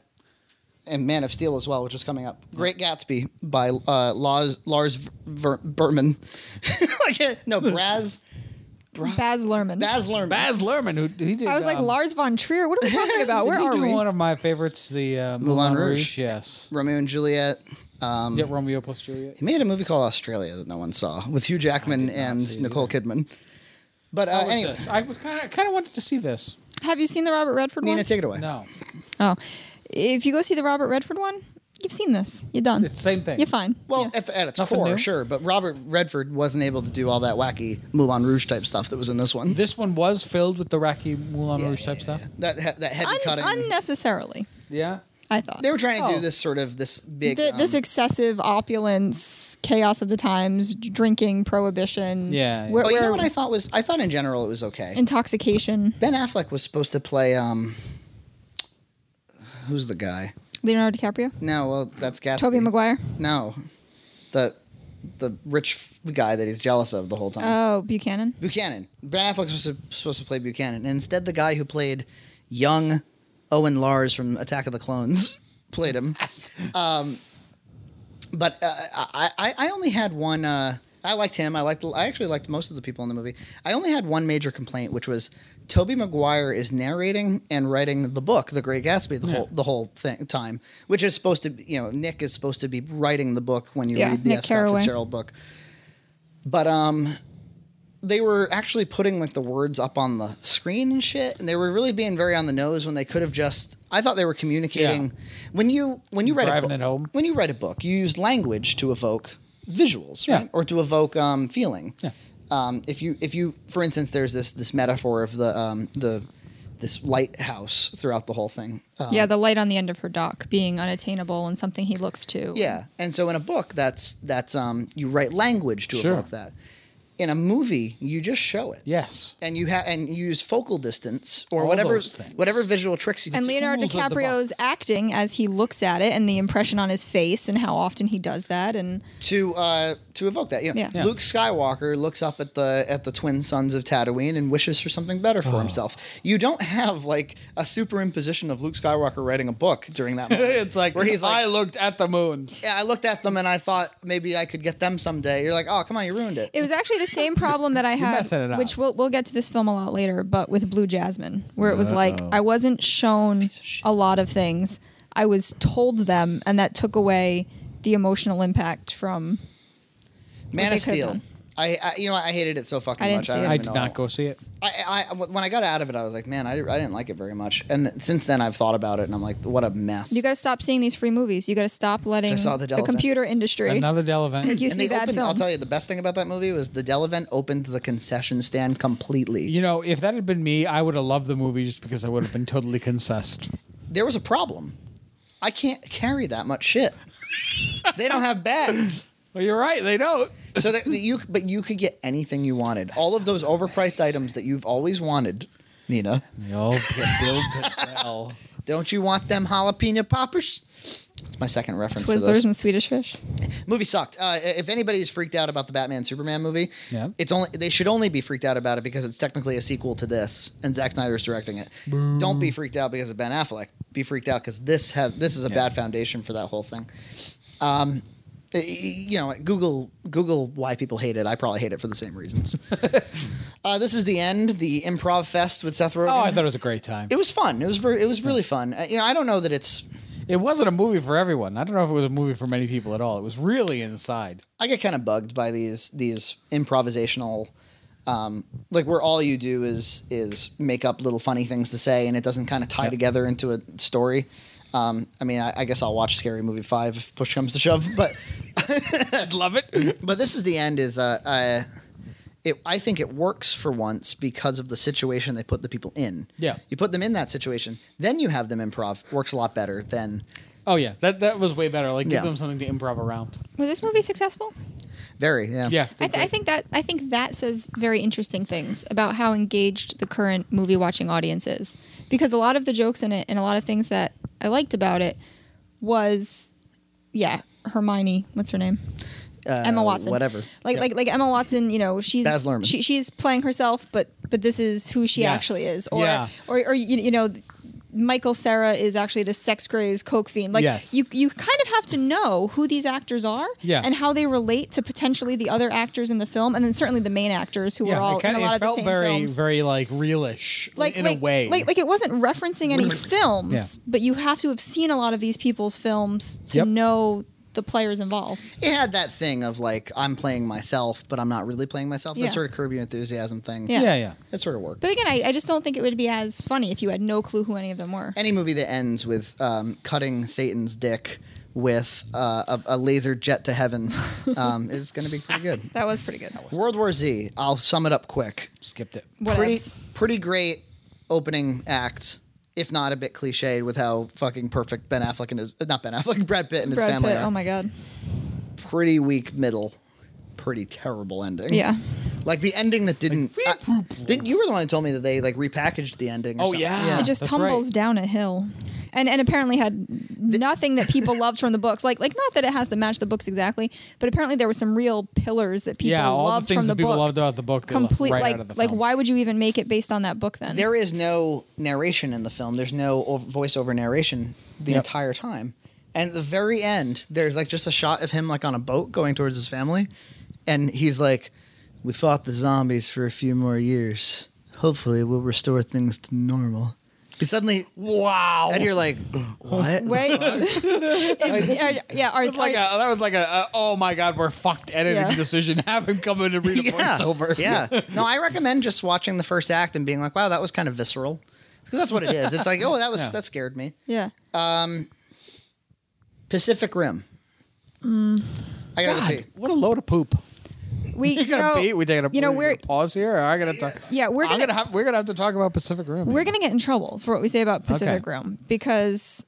Speaker 1: and Man of Steel as well, which is coming up. Great Gatsby by uh, Lars Lars Ver- Berman. I can't- no, Braz
Speaker 3: Baz Luhrmann.
Speaker 1: Baz Lerman.
Speaker 2: Baz Luhrmann, who he did.
Speaker 3: I was like
Speaker 2: um,
Speaker 3: Lars von Trier. What are we talking about?
Speaker 2: did
Speaker 3: Where
Speaker 2: he
Speaker 3: are
Speaker 2: do
Speaker 3: we?
Speaker 2: One of my favorites, the uh, Moulin,
Speaker 1: Rouge.
Speaker 2: Rouge. Yes.
Speaker 1: Romeo and Juliet. Um,
Speaker 2: Yeah, Romeo plus Juliet.
Speaker 1: He made a movie called Australia that no one saw with Hugh Jackman
Speaker 2: not see
Speaker 1: and
Speaker 2: it
Speaker 1: Nicole Kidman. But uh,
Speaker 2: What was
Speaker 1: anyway,
Speaker 2: this? I was kind of kind of wanted to see this.
Speaker 3: Have you seen the Robert Redford
Speaker 1: Nina,
Speaker 3: one?
Speaker 1: take it away.
Speaker 2: No,
Speaker 3: oh, if you go see the Robert Redford one, you've seen this. You're done.
Speaker 2: it's the same thing.
Speaker 3: You're fine.
Speaker 1: Well,
Speaker 3: Yeah.
Speaker 1: at, the, at its
Speaker 2: Nothing
Speaker 1: core,
Speaker 2: new?
Speaker 1: sure, but Robert Redford wasn't able to do all that wacky Moulin Rouge type stuff that was in this one.
Speaker 2: This one was filled with the Rocky Moulin Rouge type stuff.
Speaker 1: that he- that heavy
Speaker 3: Un-
Speaker 1: cutting.
Speaker 3: unnecessarily,
Speaker 2: Yeah.
Speaker 3: I thought.
Speaker 1: they were trying to do
Speaker 2: Oh.
Speaker 1: this sort of this big
Speaker 3: Th- this
Speaker 1: um,
Speaker 3: excessive opulence, chaos of the times, d- drinking, prohibition.
Speaker 2: Yeah, yeah.
Speaker 3: Where,
Speaker 1: but you know
Speaker 3: where-
Speaker 1: what I thought was I thought in general it was okay.
Speaker 3: intoxication.
Speaker 1: ben Affleck was supposed to play um who's the guy?
Speaker 3: Leonardo DiCaprio,
Speaker 1: No, well that's Gatsby.
Speaker 3: Toby Maguire.
Speaker 1: No. The the rich f- guy that he's jealous of the whole time.
Speaker 3: Oh, Buchanan.
Speaker 1: Buchanan. Ben Affleck was supposed to- supposed to play Buchanan, and instead the guy who played young Owen Lars from Attack of the Clones played him. Um, but uh, I, I I only had one. Uh, I liked him. I liked. I actually liked most of the people in the movie. I only had one major complaint, which was Toby Maguire is narrating and writing the book, The Great Gatsby, the whole the whole thing, time, which is supposed to. be- You know, Nick is supposed to be writing the book when you
Speaker 3: Yeah,
Speaker 1: read the
Speaker 3: Nick
Speaker 1: F. Scott
Speaker 3: Carraway.
Speaker 1: Fitzgerald book. But um, they were actually putting like the words up on the screen and shit, and they were really being very on the nose when they could have just. I thought they were communicating when you when you write a
Speaker 2: Driving
Speaker 1: book,
Speaker 2: it home.
Speaker 1: when you write a book, you use language to evoke visuals,
Speaker 2: Yeah.
Speaker 1: right? Or to evoke um, feeling.
Speaker 2: Yeah.
Speaker 1: Um, if you if you for instance, there's this this metaphor of the um, the this lighthouse throughout the whole thing.
Speaker 2: Uh,
Speaker 1: Um,
Speaker 3: yeah, the light on the end of her dock being unattainable and something he looks to.
Speaker 1: yeah, and so in a book, that's that's um, you write language to
Speaker 2: Sure.
Speaker 1: evoke that. In a movie, you just show it.
Speaker 2: Yes.
Speaker 1: and you have and you use focal distance or
Speaker 2: All
Speaker 1: whatever
Speaker 2: those things.
Speaker 1: whatever visual tricks you
Speaker 3: And
Speaker 1: do.
Speaker 3: Leonardo
Speaker 2: tools of the
Speaker 3: DiCaprio's
Speaker 2: box.
Speaker 3: acting as he looks at it and the impression on his face and how often he does that and
Speaker 1: to uh, to evoke that. You know,
Speaker 3: Yeah. Yeah.
Speaker 1: Luke Skywalker looks up at the at the twin sons of Tatooine and wishes for something better
Speaker 2: Oh.
Speaker 1: for himself. You don't have like a superimposition of Luke Skywalker writing a book during that. Moment,
Speaker 2: it's like
Speaker 1: where he's like,
Speaker 2: I looked at the moon.
Speaker 1: yeah, I looked at them and I thought maybe I could get them someday. You're like, oh, come on, you ruined it.
Speaker 3: It was actually the same problem that I had,
Speaker 2: messing it up.
Speaker 3: which we'll, we'll get to this film a lot later, but with Blue Jasmine, where it was like I wasn't shown a lot of things. I was told them, and that took away the emotional impact from.
Speaker 1: Man
Speaker 3: they
Speaker 1: of
Speaker 3: could've
Speaker 1: Steel.
Speaker 3: done.
Speaker 1: I, I you know I hated it so fucking
Speaker 3: I
Speaker 1: much.
Speaker 3: didn't see it.
Speaker 1: don't
Speaker 2: I
Speaker 1: even
Speaker 2: did
Speaker 1: know.
Speaker 2: not go see it.
Speaker 1: I, I when I got out of it, I was like, man, I, I didn't like it very much. And since then, I've thought about it, and I'm like, what a mess.
Speaker 3: You got to stop seeing these free movies. You got to stop letting
Speaker 1: saw the Dell
Speaker 3: computer industry
Speaker 2: Another Dell
Speaker 3: make
Speaker 2: event.
Speaker 3: you see
Speaker 1: they
Speaker 3: bad
Speaker 1: opened,
Speaker 3: films.
Speaker 1: I'll tell you, the best thing about that movie was the Dell event opened the concession stand completely.
Speaker 2: You know, if that had been me, I would have loved the movie just because I would have been totally concessed.
Speaker 1: There was a problem. I can't carry that much shit. they don't have bags.
Speaker 2: Well, you're right. They don't.
Speaker 1: So that that you, but you could get anything you wanted. All of those overpriced items that you've always wanted, Nina.
Speaker 2: They all get billed to hell.
Speaker 1: Don't you want them jalapeno poppers? It's my second reference to
Speaker 3: Twizzlers
Speaker 1: those.
Speaker 3: and Swedish fish.
Speaker 1: movie sucked. Uh, if anybody is freaked out about the Batman Superman movie,
Speaker 2: Yeah.
Speaker 1: it's only they should only be freaked out about it because it's technically a sequel to this, and Zack Snyder's directing it. Don't be freaked out because of Ben Affleck. Be freaked out because this has this is a
Speaker 2: Yeah.
Speaker 1: bad foundation for that whole thing. Um, y- y- you know, Google Google why people hate it. I probably hate it for the same reasons. uh, this is the end. The improv fest with Seth Rogen.
Speaker 2: Oh, I thought it was a great time.
Speaker 1: it was fun. It was ver- it was really fun. Uh, you know, I don't know that it's
Speaker 2: It wasn't a movie for everyone. I don't know if it was a movie for many people at all. It was really inside.
Speaker 1: I get kind of bugged by these these improvisational, um, like where all you do is is make up little funny things to say, and it doesn't kind of tie
Speaker 2: Yep.
Speaker 1: together into a story. Um, I mean, I, I guess I'll watch Scary Movie Five if push comes to shove, but
Speaker 2: I'd love it.
Speaker 1: but this is the end. Is uh, I, it, I think it works for once because of the situation they put the people in.
Speaker 2: Yeah.
Speaker 1: you put them in that situation, then you have them improv. Works a lot better than
Speaker 2: Oh yeah, that that was way better. Like give
Speaker 1: Yeah.
Speaker 2: them something to improv around.
Speaker 3: Was this movie successful?
Speaker 1: very yeah
Speaker 2: Yeah,
Speaker 3: I, th- I think that I think that says very interesting things about how engaged the current movie watching audience is, because a lot of the jokes in it and a lot of things that I liked about it was, yeah, Hermione, what's her name,
Speaker 1: uh,
Speaker 3: Emma Watson,
Speaker 1: whatever.
Speaker 3: like
Speaker 2: Yeah.
Speaker 3: like like Emma Watson, you know, she's
Speaker 1: Baz Luhrmann.
Speaker 3: she, she's playing herself, but but this is who she
Speaker 2: Yes.
Speaker 3: actually is, or
Speaker 2: Yeah.
Speaker 3: or or you, you know. Michael Sarah is actually the sex crazed coke fiend. Like
Speaker 2: Yes.
Speaker 3: you, you kind of have to know who these actors are
Speaker 2: Yeah.
Speaker 3: and how they relate to potentially the other actors in the film, and then certainly the main actors who
Speaker 2: yeah.
Speaker 3: were all
Speaker 2: it, kinda,
Speaker 3: in a lot
Speaker 2: it
Speaker 3: of
Speaker 2: felt
Speaker 3: the same
Speaker 2: very
Speaker 3: films.
Speaker 2: very like realish
Speaker 3: like
Speaker 2: in
Speaker 3: like,
Speaker 2: a way.
Speaker 3: like like it wasn't referencing any films,
Speaker 2: Yeah.
Speaker 3: but you have to have seen a lot of these people's films to
Speaker 2: Yep.
Speaker 3: know the players involved.
Speaker 1: it had that thing of like I'm playing myself, but I'm not really playing myself.
Speaker 3: Yeah.
Speaker 1: That sort of Curb Your Enthusiasm thing.
Speaker 3: Yeah.
Speaker 2: yeah yeah.
Speaker 1: that sort of worked.
Speaker 3: But again, I, I just don't think it would be as funny if you had no clue who any of them were.
Speaker 1: Any movie that ends with um, cutting Satan's dick with uh, a, a laser jet to heaven um, is going to be pretty good.
Speaker 3: That was pretty good.
Speaker 1: World War Z. I'll sum it up quick.
Speaker 2: Skipped it.
Speaker 1: Pretty,
Speaker 3: Whatevs.
Speaker 1: pretty great opening act. If not a bit cliched with how fucking perfect Ben Affleck and his not Ben Affleck Brad Pitt and his
Speaker 3: Brad
Speaker 1: family
Speaker 3: Pitt.
Speaker 1: are.
Speaker 3: Oh my god.
Speaker 1: pretty weak middle, pretty terrible ending.
Speaker 3: Yeah.
Speaker 1: Like the ending that didn't. I- didn't you were the one who told me that they like repackaged the ending? Or
Speaker 2: Oh,
Speaker 1: something.
Speaker 2: yeah.
Speaker 3: it just
Speaker 2: that's
Speaker 3: tumbles
Speaker 2: right.
Speaker 3: down a hill. And and apparently had nothing that people loved from the books. Like like not that it has to match the books exactly, but apparently there were some real pillars that people
Speaker 2: yeah, all the
Speaker 3: loved
Speaker 2: things
Speaker 3: from the
Speaker 2: that people
Speaker 3: book.
Speaker 2: loved about the book. they left
Speaker 3: Complete
Speaker 2: right
Speaker 3: like
Speaker 2: out of the
Speaker 3: like
Speaker 2: film.
Speaker 3: why would you even make it based on that book then?
Speaker 1: There is no narration in the film. There's no o- voiceover narration the
Speaker 2: Yep.
Speaker 1: entire time. And at the very end, there's like just a shot of him like on a boat going towards his family, and he's like, "We fought the zombies for a few more years. Hopefully, we'll restore things to normal." And suddenly,
Speaker 2: Wow.
Speaker 1: and you're like, "What?"
Speaker 3: Wait, is, are- yeah, are,
Speaker 2: It's like a,
Speaker 3: are-
Speaker 2: that was like a, a oh my god we're fucked editing
Speaker 3: Yeah.
Speaker 2: decision. Have him come in and read a voiceover.
Speaker 1: yeah. No, I recommend just watching the first act and being like, wow, that was kind of visceral. Because that's what it is. It's like, oh, that was
Speaker 2: Yeah.
Speaker 1: that scared me.
Speaker 3: yeah.
Speaker 2: uh,
Speaker 1: Pacific Rim.
Speaker 3: Mm.
Speaker 1: I gotta
Speaker 2: God,
Speaker 1: pee.
Speaker 2: what a load of poop.
Speaker 3: We
Speaker 2: You gotta
Speaker 3: know-
Speaker 2: beat. We take a
Speaker 3: you know
Speaker 2: we
Speaker 3: we're
Speaker 2: gotta pause here. Or I gotta talk.
Speaker 3: yeah we're
Speaker 2: I'm
Speaker 3: gonna,
Speaker 2: gonna have, we're gonna have to talk about Pacific Rim.
Speaker 3: we're gonna get in trouble for what we say about Pacific
Speaker 2: Okay.
Speaker 3: Rim because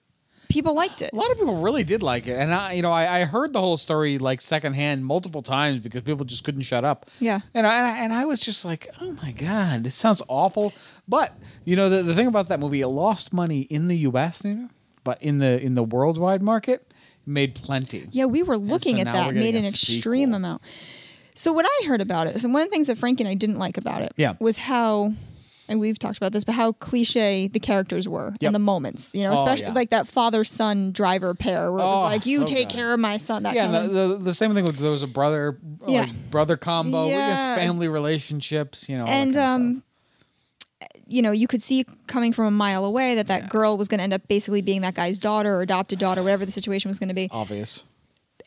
Speaker 3: people liked it.
Speaker 2: A lot of people really did like it, and I, you know, I, I heard the whole story like secondhand multiple times because people just couldn't shut up.
Speaker 3: Yeah.
Speaker 2: and I, and I- and I was just like, oh my god, this sounds awful. But you know, the, the thing about that movie, it lost money in the U.S. You know, but in the in the worldwide market, it made plenty.
Speaker 3: Yeah, we were looking
Speaker 2: so
Speaker 3: at
Speaker 2: now
Speaker 3: that
Speaker 2: we're
Speaker 3: made
Speaker 2: getting
Speaker 3: an
Speaker 2: a
Speaker 3: extreme
Speaker 2: sequel.
Speaker 3: amount. So what I heard about it, so one of the things that Frankie and I didn't like about it
Speaker 2: Yeah.
Speaker 3: was how and we've talked about this, but how cliche the characters were
Speaker 2: Yep.
Speaker 3: and the moments, you know,
Speaker 2: Oh,
Speaker 3: especially
Speaker 2: yeah.
Speaker 3: like that father son driver pair where it was
Speaker 2: Oh,
Speaker 3: like, you
Speaker 2: so
Speaker 3: take
Speaker 2: good.
Speaker 3: care of my son. That
Speaker 2: Yeah,
Speaker 3: kind of
Speaker 2: and the, the, the same thing with there was a brother
Speaker 3: Yeah.
Speaker 2: like brother combo. We
Speaker 3: Yeah.
Speaker 2: got family relationships, you know, all that
Speaker 3: and
Speaker 2: kind of
Speaker 3: um you know you could see coming from a mile away that that girl was going to end up basically being that guy's daughter or adopted daughter whatever the situation was going to be
Speaker 2: stuff. obvious.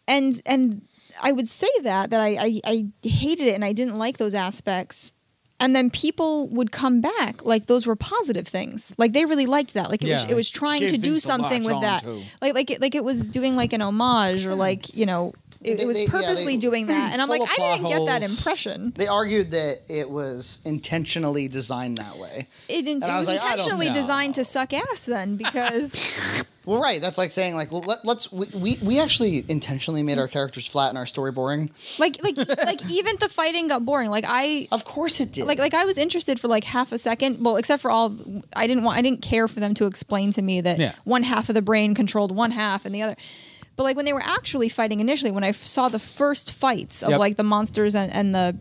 Speaker 3: and and i would say that that I, I i hated it and i didn't like those aspects and then people would come back like those were positive things like they really liked that like it was
Speaker 2: Yeah,
Speaker 3: it was trying
Speaker 2: gave
Speaker 3: to do
Speaker 2: things to
Speaker 3: something
Speaker 2: latch
Speaker 3: with that
Speaker 2: on to.
Speaker 3: like like it, like it was doing like an homage or like you know It,
Speaker 1: They-
Speaker 3: it was
Speaker 1: they- yeah, they-
Speaker 3: purposely doing that, and I'm
Speaker 2: Full
Speaker 3: like, I
Speaker 2: of
Speaker 3: didn't
Speaker 2: plot
Speaker 3: get that
Speaker 2: holes.
Speaker 3: impression.
Speaker 1: They argued that it was intentionally designed that way.
Speaker 3: It, didn't,
Speaker 1: And
Speaker 3: it
Speaker 1: I
Speaker 3: was
Speaker 1: was like, I don't
Speaker 3: intentionally
Speaker 1: know.
Speaker 3: designed to suck ass then because
Speaker 1: Well, right. That's like saying like, well, let, let's we, we we actually intentionally made our characters flat and our story boring.
Speaker 3: like like like even the fighting got boring. Like I
Speaker 1: Of course it did.
Speaker 3: like like I was interested for like half a second. Well, except for all I didn't want I didn't care for them to explain to me that
Speaker 2: Yeah.
Speaker 3: one half of the brain controlled one half and the other. But like when they were actually fighting initially, when I f- saw the first fights of
Speaker 2: Yep.
Speaker 3: like the monsters and, and the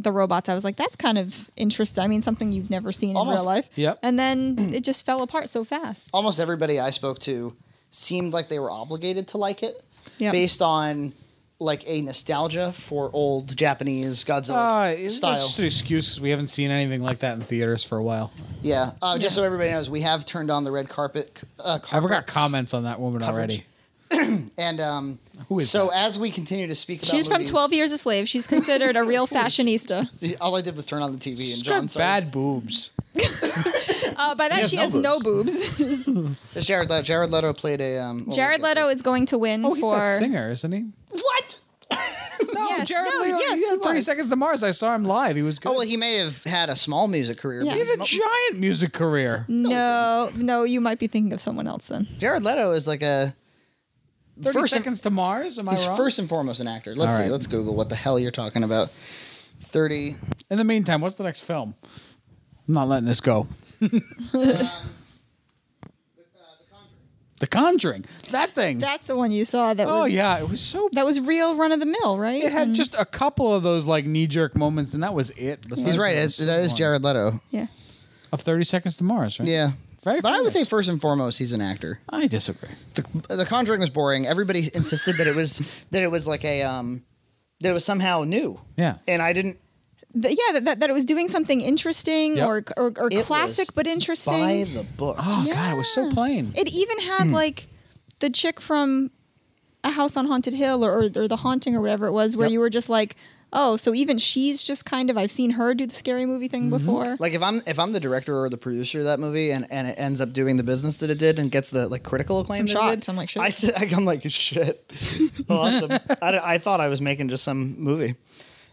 Speaker 3: the robots, I was like, that's kind of interesting. I mean, something you've never seen in real
Speaker 1: Almost-
Speaker 3: life.
Speaker 2: Yep.
Speaker 3: And then it just fell apart so fast.
Speaker 1: almost everybody I spoke to seemed like they were obligated to like it
Speaker 3: Yeah.
Speaker 1: based on like a nostalgia for old Japanese
Speaker 2: Uh,
Speaker 1: Godzilla
Speaker 2: it's
Speaker 1: style.
Speaker 2: just an excuse. We haven't seen anything like that in theaters for a while.
Speaker 1: Yeah. Uh, just so everybody knows, we have turned on the red carpet. Uh,
Speaker 2: I
Speaker 1: carpet.
Speaker 2: forgot comments on that woman already.
Speaker 1: And um,
Speaker 2: Who is
Speaker 1: so
Speaker 2: that?
Speaker 1: as we continue to speak about
Speaker 3: She's from
Speaker 1: movies,
Speaker 3: 12 Years a Slave. She's considered a real fashionista.
Speaker 1: All I did was turn on the TV
Speaker 2: She's
Speaker 1: and John.
Speaker 2: got
Speaker 1: Sorry.
Speaker 2: bad boobs.
Speaker 3: Uh, by that,
Speaker 2: has
Speaker 3: she
Speaker 2: no Oh
Speaker 3: has no boobs.
Speaker 1: It's Jared Leto. Jared Leto played a. Um, we'll
Speaker 3: Jared
Speaker 1: get to
Speaker 3: Leto
Speaker 1: it.
Speaker 3: is going to win
Speaker 2: Oh, he's
Speaker 3: for.
Speaker 2: that singer, isn't he?
Speaker 1: What?
Speaker 2: No,
Speaker 3: Yes,
Speaker 2: Jared
Speaker 3: no,
Speaker 2: Leto.
Speaker 3: yes,
Speaker 2: he had
Speaker 3: he
Speaker 2: 30
Speaker 3: was.
Speaker 2: Seconds to Mars. I saw him live. He was good.
Speaker 1: Oh well, he may have had a small music career.
Speaker 3: Yeah.
Speaker 1: but
Speaker 3: He
Speaker 2: had a giant music career.
Speaker 3: No, no, you might be thinking of someone else then.
Speaker 1: Jared Leto is like a
Speaker 2: 30
Speaker 1: first and-
Speaker 2: Seconds to Mars. Am I
Speaker 1: He's
Speaker 2: wrong?
Speaker 1: first and foremost an actor. Let's
Speaker 2: All
Speaker 1: see.
Speaker 2: right.
Speaker 1: Let's Google what the hell you're talking about. Thirty. uh,
Speaker 2: In the meantime, what's the next film? I'm not letting this go. The Conjuring. That thing.
Speaker 3: That's the one you saw that
Speaker 2: oh
Speaker 3: was
Speaker 2: yeah, it was so.
Speaker 3: that was real run of the mill, right? Mm-hmm.
Speaker 2: it had
Speaker 3: And-
Speaker 2: just a couple of those like knee jerk moments, and that was it.
Speaker 1: He's
Speaker 2: besides
Speaker 1: right. It's,
Speaker 2: those
Speaker 1: that is
Speaker 2: one.
Speaker 1: Jared Leto.
Speaker 3: yeah.
Speaker 2: of Thirty Seconds to Mars, right?
Speaker 1: Yeah.
Speaker 2: Very
Speaker 1: But I would
Speaker 2: funny.
Speaker 1: say first and foremost he's an actor.
Speaker 2: I disagree.
Speaker 1: The, the Conjuring was boring. Everybody insisted that it was that it was like a um that it was somehow new.
Speaker 2: Yeah.
Speaker 1: And I didn't
Speaker 3: Th- yeah, that, that, that it was doing something interesting
Speaker 2: Yep.
Speaker 3: or or, or
Speaker 1: It
Speaker 3: classic
Speaker 1: was
Speaker 3: but interesting.
Speaker 1: buy the books.
Speaker 2: Oh god, it was so plain.
Speaker 3: It even had
Speaker 1: Hmm.
Speaker 3: like the chick from A House on Haunted Hill or, or, or The Haunting or whatever it was, where
Speaker 2: Yep.
Speaker 3: you were just like, oh, so even she's just kind of I've seen her do the scary movie thing before.
Speaker 1: Mm-hmm. Like if I'm if I'm the director or the producer of that movie and, and it ends up doing the business that it did and gets the like critical acclaim,
Speaker 3: I'm
Speaker 1: that it
Speaker 3: shocked.
Speaker 1: did,
Speaker 3: I'm like, shit.
Speaker 1: I sit- I- I'm like shit. awesome. I, d- I thought I was making just some movie.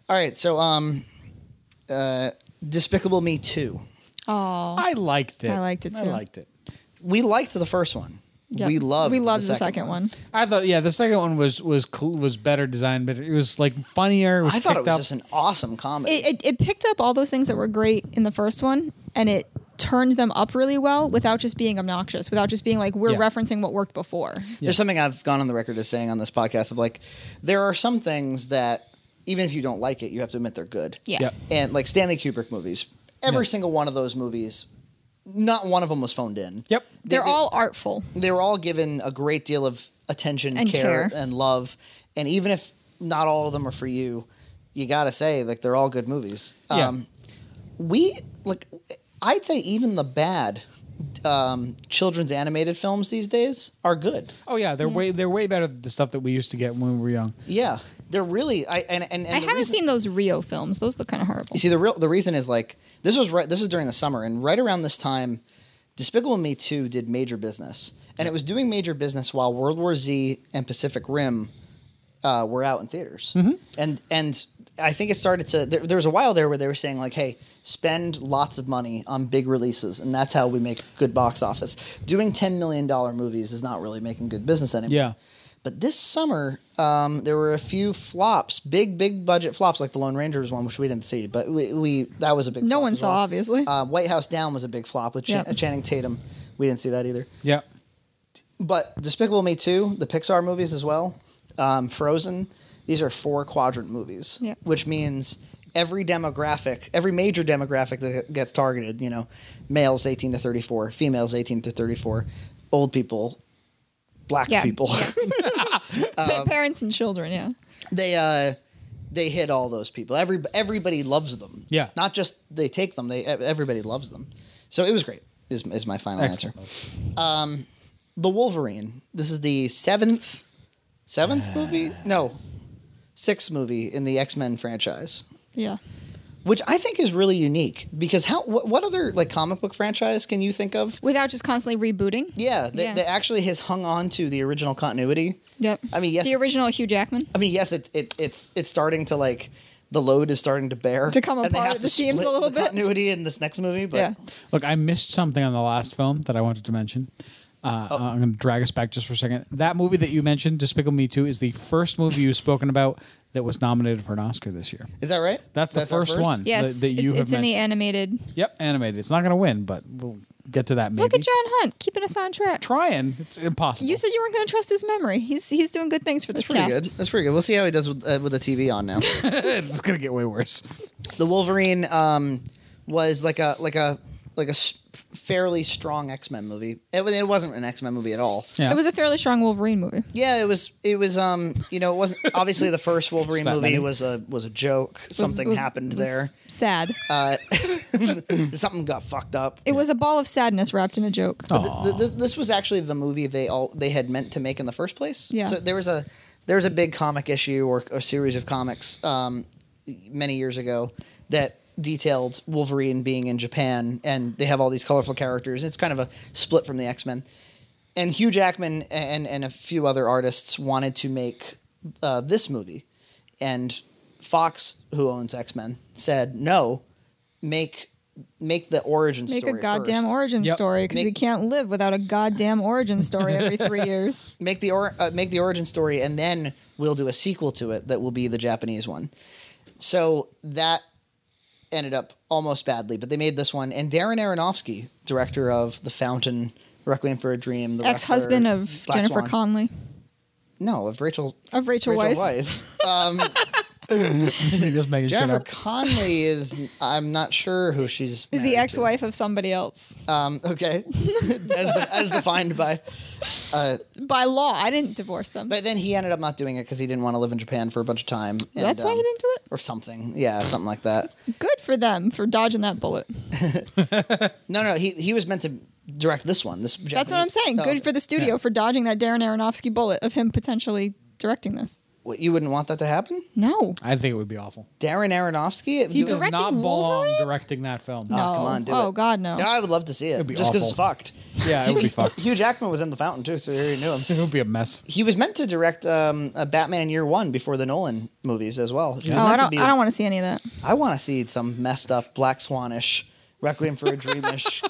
Speaker 1: All right, so um, uh, Despicable Me two.
Speaker 3: oh,
Speaker 2: I liked it.
Speaker 3: I liked it,
Speaker 2: I
Speaker 3: too.
Speaker 2: liked it.
Speaker 1: We liked the first one. We loved
Speaker 3: we loved
Speaker 1: the second,
Speaker 3: one.
Speaker 2: I thought, yeah, the second one was was cool, was better designed, but it was like funnier. It was
Speaker 1: I thought it
Speaker 2: picked
Speaker 1: was
Speaker 2: up.
Speaker 1: just an awesome comedy.
Speaker 3: it, it, it picked up all those things that were great in the first one and it turned them up really well without just being obnoxious without just being like we're
Speaker 2: Yeah.
Speaker 3: referencing what worked before
Speaker 1: There's something I've gone on the record as saying on this podcast of like, there are some things that even if you don't like it, you have to admit they're good.
Speaker 3: yeah
Speaker 2: Yep.
Speaker 1: and like Stanley Kubrick movies. Every
Speaker 2: Yeah.
Speaker 1: single one of those movies, not one of them was phoned in.
Speaker 2: Yep.
Speaker 1: They-
Speaker 3: they're
Speaker 1: they-
Speaker 3: all artful
Speaker 1: They were all given a great deal of attention,
Speaker 3: And
Speaker 1: care,
Speaker 3: care.
Speaker 1: and love. And even if not all of them are for you, you gotta say like they're all good movies. Um,
Speaker 2: Yeah.
Speaker 1: we like, I'd say even the bad um, children's animated films these days are good.
Speaker 2: Oh yeah, they're way they're way better than the stuff that we used to get when we were young.
Speaker 1: Yeah, they're really. I and and, and
Speaker 3: i
Speaker 1: the
Speaker 3: haven't
Speaker 1: reason-
Speaker 3: seen those rio films those look kind of horrible
Speaker 1: You see, the real the reason is like this was right. This is during the summer, and right around this time, Despicable Me Two did major business, and it was doing major business while World War Z and Pacific Rim uh, were out in theaters, and and I think it started to. There, there was a while there where they were saying like, hey. Spend lots of money on big releases, and that's how we make good box office. Doing ten million dollar movies is not really making good business anymore.
Speaker 2: Yeah.
Speaker 1: But this summer, um, there were a few flops, big, big budget flops, like the Lone Rangers one, which we didn't see, but we, we that was a big.
Speaker 3: No
Speaker 1: flop
Speaker 3: one
Speaker 1: as
Speaker 3: saw,
Speaker 1: well.
Speaker 3: obviously.
Speaker 1: Uh, White House Down was a big flop with Chan-
Speaker 3: Yep.
Speaker 1: Channing Tatum. We didn't see that either.
Speaker 2: Yeah.
Speaker 1: But Despicable Me Two, the Pixar movies as well, um, Frozen. These are four quadrant movies,
Speaker 3: Yep.
Speaker 1: which means every demographic, every major demographic that gets targeted, you know, males eighteen to thirty four, females eighteen to thirty four, old people, black
Speaker 3: Yeah.
Speaker 1: people. um,
Speaker 3: Pa- parents and children yeah
Speaker 1: they uh they hit all those people. Every everybody loves them.
Speaker 2: Yeah.
Speaker 1: Not just they take them. They ev- everybody loves them. So it was great. Is is my final
Speaker 2: Excellent.
Speaker 1: answer. Um, the Wolverine. This is the seventh seventh
Speaker 2: Uh.
Speaker 1: movie. No, sixth movie in the X Men franchise,
Speaker 3: yeah
Speaker 1: which I think is really unique because how what, what other like comic book franchise can you think of?
Speaker 3: without just constantly rebooting
Speaker 1: Yeah, they,
Speaker 3: Yeah.
Speaker 1: they actually has hung on to the original continuity
Speaker 3: Yep.
Speaker 1: I mean, yes,
Speaker 3: The
Speaker 1: it's-
Speaker 3: original Hugh Jackman.
Speaker 1: I mean, yes, it, it it's it's starting to like the load is starting to bear
Speaker 3: To come
Speaker 1: and they
Speaker 3: apart
Speaker 1: have
Speaker 3: at
Speaker 1: to
Speaker 3: the seams a
Speaker 1: split
Speaker 3: little
Speaker 1: the
Speaker 3: bit.
Speaker 1: Continuity in this next movie, but
Speaker 3: Yeah.
Speaker 2: Look, I missed something on the last film that I wanted to mention. Uh,
Speaker 1: Oh.
Speaker 2: I'm going to drag us back just for a second. That movie that you mentioned, Despicable Me 2, is the first movie you've spoken about that was nominated for an Oscar this year.
Speaker 1: is that right?
Speaker 2: That's the
Speaker 1: our
Speaker 2: first one.
Speaker 3: Yes.
Speaker 2: that- that you
Speaker 3: it's
Speaker 2: have
Speaker 3: it's in the animated.
Speaker 2: Yep, animated. It's not going to win, but we'll get to that maybe.
Speaker 3: Look at John Hunt keeping us on track.
Speaker 2: Trying. It's impossible.
Speaker 3: You said you weren't going to trust his memory. He's he's doing good things for this
Speaker 1: That's pretty
Speaker 3: cast.
Speaker 1: good. That's pretty good. We'll see how he does with, uh, with the TV on now.
Speaker 2: it's going to get way worse.
Speaker 1: the Wolverine um, was like a like a like a s- fairly strong X Men movie. It, wa- it wasn't an X Men movie at all.
Speaker 2: Yeah.
Speaker 3: It was a fairly strong Wolverine movie.
Speaker 1: Yeah, it was. It was. Um, you know, it wasn't obviously the first Wolverine
Speaker 2: that
Speaker 1: movie
Speaker 2: many.
Speaker 1: was a was a joke. something
Speaker 3: Was-
Speaker 1: happened
Speaker 3: was
Speaker 1: there.
Speaker 3: Sad.
Speaker 1: Uh, something got fucked up.
Speaker 3: It was a ball of sadness wrapped in a joke.
Speaker 1: Th-
Speaker 2: Oh.
Speaker 1: th- th- this was actually the movie they all they had meant to make in the first place.
Speaker 3: Yeah.
Speaker 1: So there was a there was a big comic issue or a series of comics um, many years ago that detailed Wolverine being in Japan, and they have all these colorful characters. It's kind of a split from the X Men, and Hugh Jackman and and a few other artists wanted to make uh, this movie, and Fox, who owns X Men, said no, make make the origin
Speaker 3: Make
Speaker 1: story
Speaker 3: a goddamn
Speaker 1: first.
Speaker 3: origin
Speaker 2: Yep.
Speaker 3: story because we
Speaker 1: Make-
Speaker 3: can't live without a goddamn origin story every three years.
Speaker 1: make the or, uh, make the origin story, and then we'll do a sequel to it that will be the Japanese one. So that ended up almost badly, but they made this one. And Darren Aronofsky, director of The Fountain, Requiem for a Dream, the
Speaker 3: Ex husband
Speaker 1: Wrestler,
Speaker 3: of
Speaker 1: Black
Speaker 3: Jennifer
Speaker 1: Swan.
Speaker 3: Conley,
Speaker 1: no, of Rachel
Speaker 3: of Rachel,
Speaker 1: Rachel
Speaker 3: Weisz.
Speaker 1: Weisz. um,
Speaker 2: Just making shit
Speaker 1: Jennifer
Speaker 2: up.
Speaker 1: Conley is I'm not sure who she's
Speaker 3: Is
Speaker 1: married
Speaker 3: the
Speaker 1: to.
Speaker 3: ex wife of somebody else.
Speaker 1: Um, okay, as, de- as defined by. Uh,
Speaker 3: By law, I didn't divorce them.
Speaker 1: but then he ended up not doing it because he didn't want to live in Japan for a bunch of time. and,
Speaker 3: That's why he
Speaker 1: um,
Speaker 3: didn't do it.
Speaker 1: or something. Yeah, something like that.
Speaker 3: Good for them for dodging that bullet.
Speaker 1: No, no, he he was meant to direct this one. This
Speaker 3: That's what I'm saying. Good for the studio for dodging that Darren Aronofsky bullet of him potentially directing this.
Speaker 1: What, you wouldn't want that to happen.
Speaker 3: no.
Speaker 2: I think it would be awful.
Speaker 1: Darren Aronofsky.
Speaker 2: He does
Speaker 1: doing-
Speaker 3: directing
Speaker 2: not belong
Speaker 3: Wolverine?
Speaker 2: directing that film.
Speaker 1: Oh,
Speaker 3: No.
Speaker 1: come on, do
Speaker 3: Oh,
Speaker 1: it.
Speaker 3: God, no.
Speaker 1: Yeah, I would love to see it.
Speaker 2: It'd be
Speaker 1: just because it's
Speaker 2: awful.
Speaker 1: fucked.
Speaker 2: Yeah, it would be fucked.
Speaker 1: Hugh Jackman was in the fountain too, so you already knew
Speaker 2: It
Speaker 1: him.
Speaker 2: would be a mess.
Speaker 1: He was meant to direct um, a Batman Year One before the Nolan movies as well. He was
Speaker 3: Oh, I
Speaker 1: meant to
Speaker 3: don't,
Speaker 1: be-
Speaker 3: I don't want to see any of that.
Speaker 1: I want to see some messed up Black Swanish, Requiem for a Dreamish.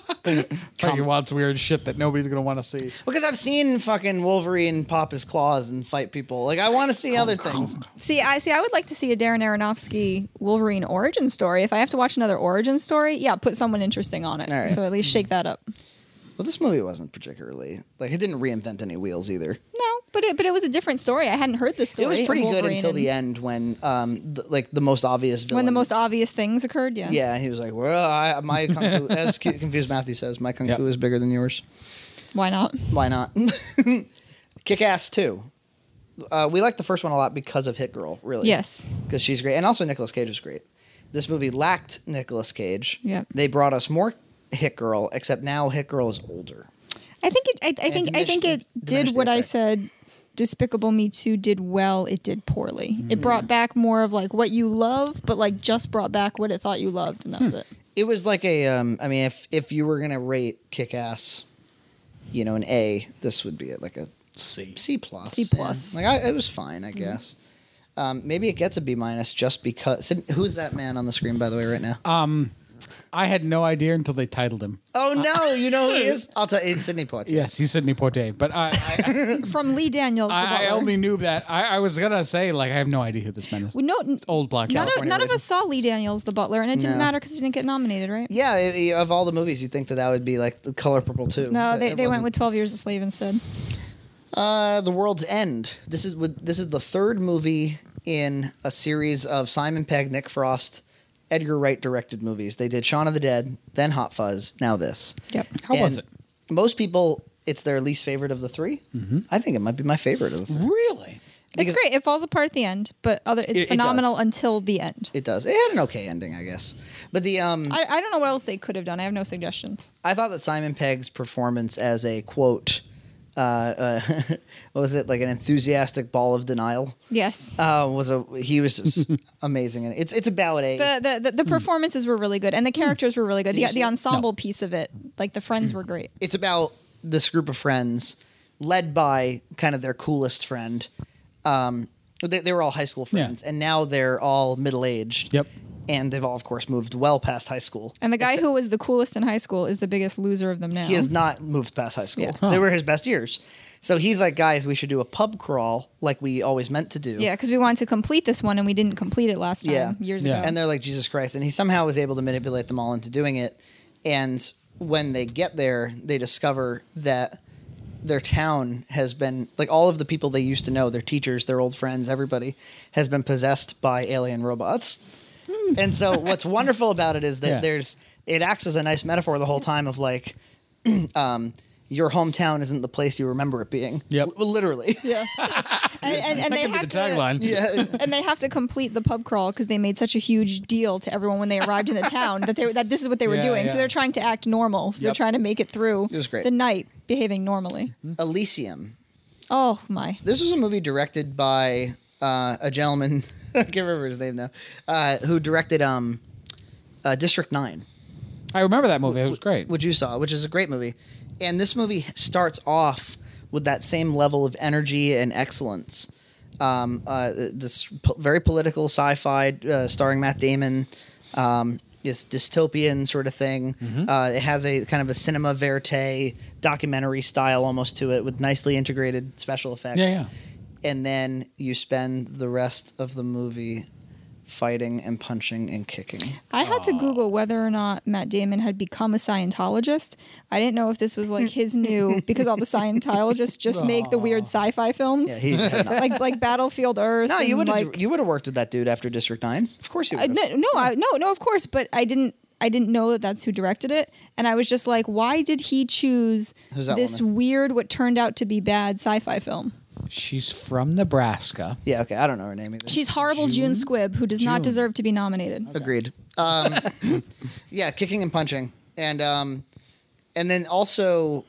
Speaker 2: Fucking wants weird shit that nobody's going to want to see.
Speaker 1: because I've seen fucking Wolverine pop his claws and fight people. Like I want to see other things.
Speaker 3: See, I see. I would like to see a Darren Aronofsky Wolverine origin story. If I have to watch another origin story, yeah, put someone interesting on it.
Speaker 1: All right.
Speaker 3: So at least shake that up.
Speaker 1: Well, this movie wasn't particularly like it didn't reinvent any wheels either.
Speaker 3: No, but it but it was a different story. I hadn't heard this story.
Speaker 1: It was
Speaker 3: of
Speaker 1: pretty good
Speaker 3: Wolverine
Speaker 1: until the
Speaker 3: and-
Speaker 1: end when, um, th- like the most obvious villain.
Speaker 3: When the most obvious things occurred, yeah.
Speaker 1: yeah, he was like, "Well, I, my kung fu," as Cu- confused Matthew says, "My kung
Speaker 2: Yep.
Speaker 1: fu is bigger than yours.
Speaker 3: Why not?
Speaker 1: Why not?" Kick ass too. Uh, we like the first one a lot because of Hit Girl, really.
Speaker 3: Yes.
Speaker 1: because she's great, and also Nicolas Cage was great. This movie lacked Nicolas Cage.
Speaker 3: Yep.
Speaker 1: they brought us more Hit Girl, except now Hit Girl is older.
Speaker 3: I think it. I, I
Speaker 1: And
Speaker 3: think. I think
Speaker 1: diminished-
Speaker 3: it did
Speaker 1: diminished the
Speaker 3: what I
Speaker 1: effect.
Speaker 3: said. Despicable Me Two did well. It did poorly. It
Speaker 1: Mm-hmm.
Speaker 3: brought back more of like what you love, but like just brought back what it thought you loved, and that
Speaker 1: Hmm.
Speaker 3: was it.
Speaker 1: It was like a, um, I mean, if if you were gonna rate Kick Ass, you know, an A, this would be it, like a
Speaker 2: See.
Speaker 1: C plus.
Speaker 3: C plus. Mm-hmm.
Speaker 1: Yeah. Like I, it was fine, I guess. Um, maybe it gets a B minus just because. Sid- Who is that man on the screen by the way right now?
Speaker 3: Uh,
Speaker 2: I had no idea until they titled him.
Speaker 1: oh
Speaker 3: uh,
Speaker 1: no, you know who he is. I'll tell you, it's Sidney Poitier.
Speaker 2: Yes, he's Sidney Poitier, but I, I,
Speaker 3: From Lee Daniels. the
Speaker 2: I, I
Speaker 3: butler.
Speaker 2: only knew that. I, I was gonna say like I have no idea who this man is.
Speaker 3: Well, no,
Speaker 2: Old black
Speaker 3: none, of,
Speaker 1: California
Speaker 3: none of
Speaker 1: raisin.
Speaker 3: us saw Lee Daniels, the butler, and it didn't
Speaker 1: No.
Speaker 3: matter because he didn't get nominated, right?
Speaker 1: Yeah, i i- of all the movies, you'd think that that would be like The Color Purple too.
Speaker 3: No,
Speaker 1: but
Speaker 3: they,
Speaker 1: it
Speaker 3: they
Speaker 1: wasn't.
Speaker 3: went with 12 Years a Slave instead.
Speaker 1: uh, The World's End. This is with, this is the third movie in a series of Simon Pegg, Nick Frost, Edgar Wright directed movies. They did Shaun of the Dead, then Hot Fuzz, now this.
Speaker 3: Yep.
Speaker 2: How was
Speaker 1: And
Speaker 2: it? Mm-hmm.
Speaker 1: Most people, it's their least favorite of the 3 I think it might be my favorite of the three.
Speaker 2: Really?
Speaker 3: It's
Speaker 1: Because-
Speaker 3: great. It falls apart at the end, but other it's
Speaker 1: It- it
Speaker 3: phenomenal
Speaker 1: does.
Speaker 3: until the end.
Speaker 1: It does. It had an okay ending, I guess. But the um, I,
Speaker 3: I, I don't know what else they could have done. I have no suggestions.
Speaker 1: thought that Simon Pegg's performance as a quote, uh, uh, what was it like an enthusiastic ball of denial?
Speaker 3: Yes.
Speaker 1: Uh, was a he was just amazing, and it's it's about a
Speaker 3: the, the, the, the performances were really good and the characters were really good.
Speaker 1: Did you
Speaker 3: The,
Speaker 1: see
Speaker 3: the
Speaker 1: it?
Speaker 3: ensemble piece of it, like the friends were great.
Speaker 1: it's about this group of friends led by kind of their coolest friend. Um, they, they were all high school
Speaker 2: Yeah.
Speaker 1: friends, and now they're all middle aged.
Speaker 2: Yep.
Speaker 1: And they've all, of course, moved well past high school.
Speaker 3: And the guy who was the coolest in high school is the biggest loser of them now.
Speaker 1: He has not moved past high school.
Speaker 3: Yeah.
Speaker 1: They were his best years. So he's like, guys, we should do a pub crawl like we always meant to do.
Speaker 3: Yeah, because we wanted to complete this one and we didn't complete it last time
Speaker 1: Yeah.
Speaker 3: years
Speaker 2: Yeah.
Speaker 3: ago.
Speaker 1: And they're like, Jesus Christ. And he somehow was able to manipulate them all into doing it. And when they get there, they discover that their town has been, like, all of the people they used to know, their teachers, their old friends, everybody, has been possessed by alien robots.
Speaker 3: Hmm.
Speaker 1: and so what's wonderful about it is that
Speaker 2: Yeah.
Speaker 1: there's, it acts as a nice metaphor the whole time of like, um, your hometown isn't the place you remember it being.
Speaker 2: Yep.
Speaker 1: L- literally.
Speaker 3: yeah. and, and, and
Speaker 2: That could
Speaker 3: they
Speaker 2: be
Speaker 3: have
Speaker 2: the
Speaker 3: to,
Speaker 2: tagline.
Speaker 1: yeah.
Speaker 3: and they have to complete the pub crawl because they made such a huge deal to everyone when they arrived in the town that they that this is what they were
Speaker 2: Yeah,
Speaker 3: doing. So
Speaker 2: yeah.
Speaker 3: they're trying to act normal. So they're
Speaker 2: Yep.
Speaker 3: trying to make it through
Speaker 1: It was great.
Speaker 3: the night behaving normally.
Speaker 1: Elysium.
Speaker 3: Oh my.
Speaker 1: This was a movie directed by uh, a gentleman. I can't remember his name now. Uh, who directed um, uh, District Nine,
Speaker 2: I remember that movie. It was great.
Speaker 1: which you saw, which is a great movie. And this movie starts off with that same level of energy and excellence. Um, uh, this po- very political sci-fi uh, starring Matt Damon. Um, this dystopian sort of thing.
Speaker 2: Mm-hmm.
Speaker 1: Uh, it has a kind of a cinema verite documentary style almost to it, with nicely integrated special effects
Speaker 2: Yeah, yeah.
Speaker 1: and then you spend the rest of the movie fighting and punching and kicking.
Speaker 3: I had to Google whether or not Matt Damon had become a Scientologist. I didn't know if this was like his new because all the Scientologists just make the weird sci-fi films,
Speaker 1: Yeah, he had not.
Speaker 3: like like Battlefield Earth.
Speaker 1: no, you
Speaker 3: and,
Speaker 1: would have
Speaker 3: like,
Speaker 1: you would have worked with that dude after District Nine. Of course you
Speaker 3: I-
Speaker 1: would.
Speaker 3: no, no, I, no, no, of course, but I didn't. I didn't know that that's who directed it, and I was just like, "Why did he choose
Speaker 1: Who's that
Speaker 3: this
Speaker 1: woman?
Speaker 3: weird, what turned out to be bad sci-fi film?"
Speaker 2: She's from Nebraska.
Speaker 1: yeah, okay. I don't know her name either.
Speaker 3: She's horrible, June, Squibb, who does not
Speaker 2: June.
Speaker 3: deserve to be nominated.
Speaker 1: Agreed. Um, yeah, kicking and punching, and um, and then also,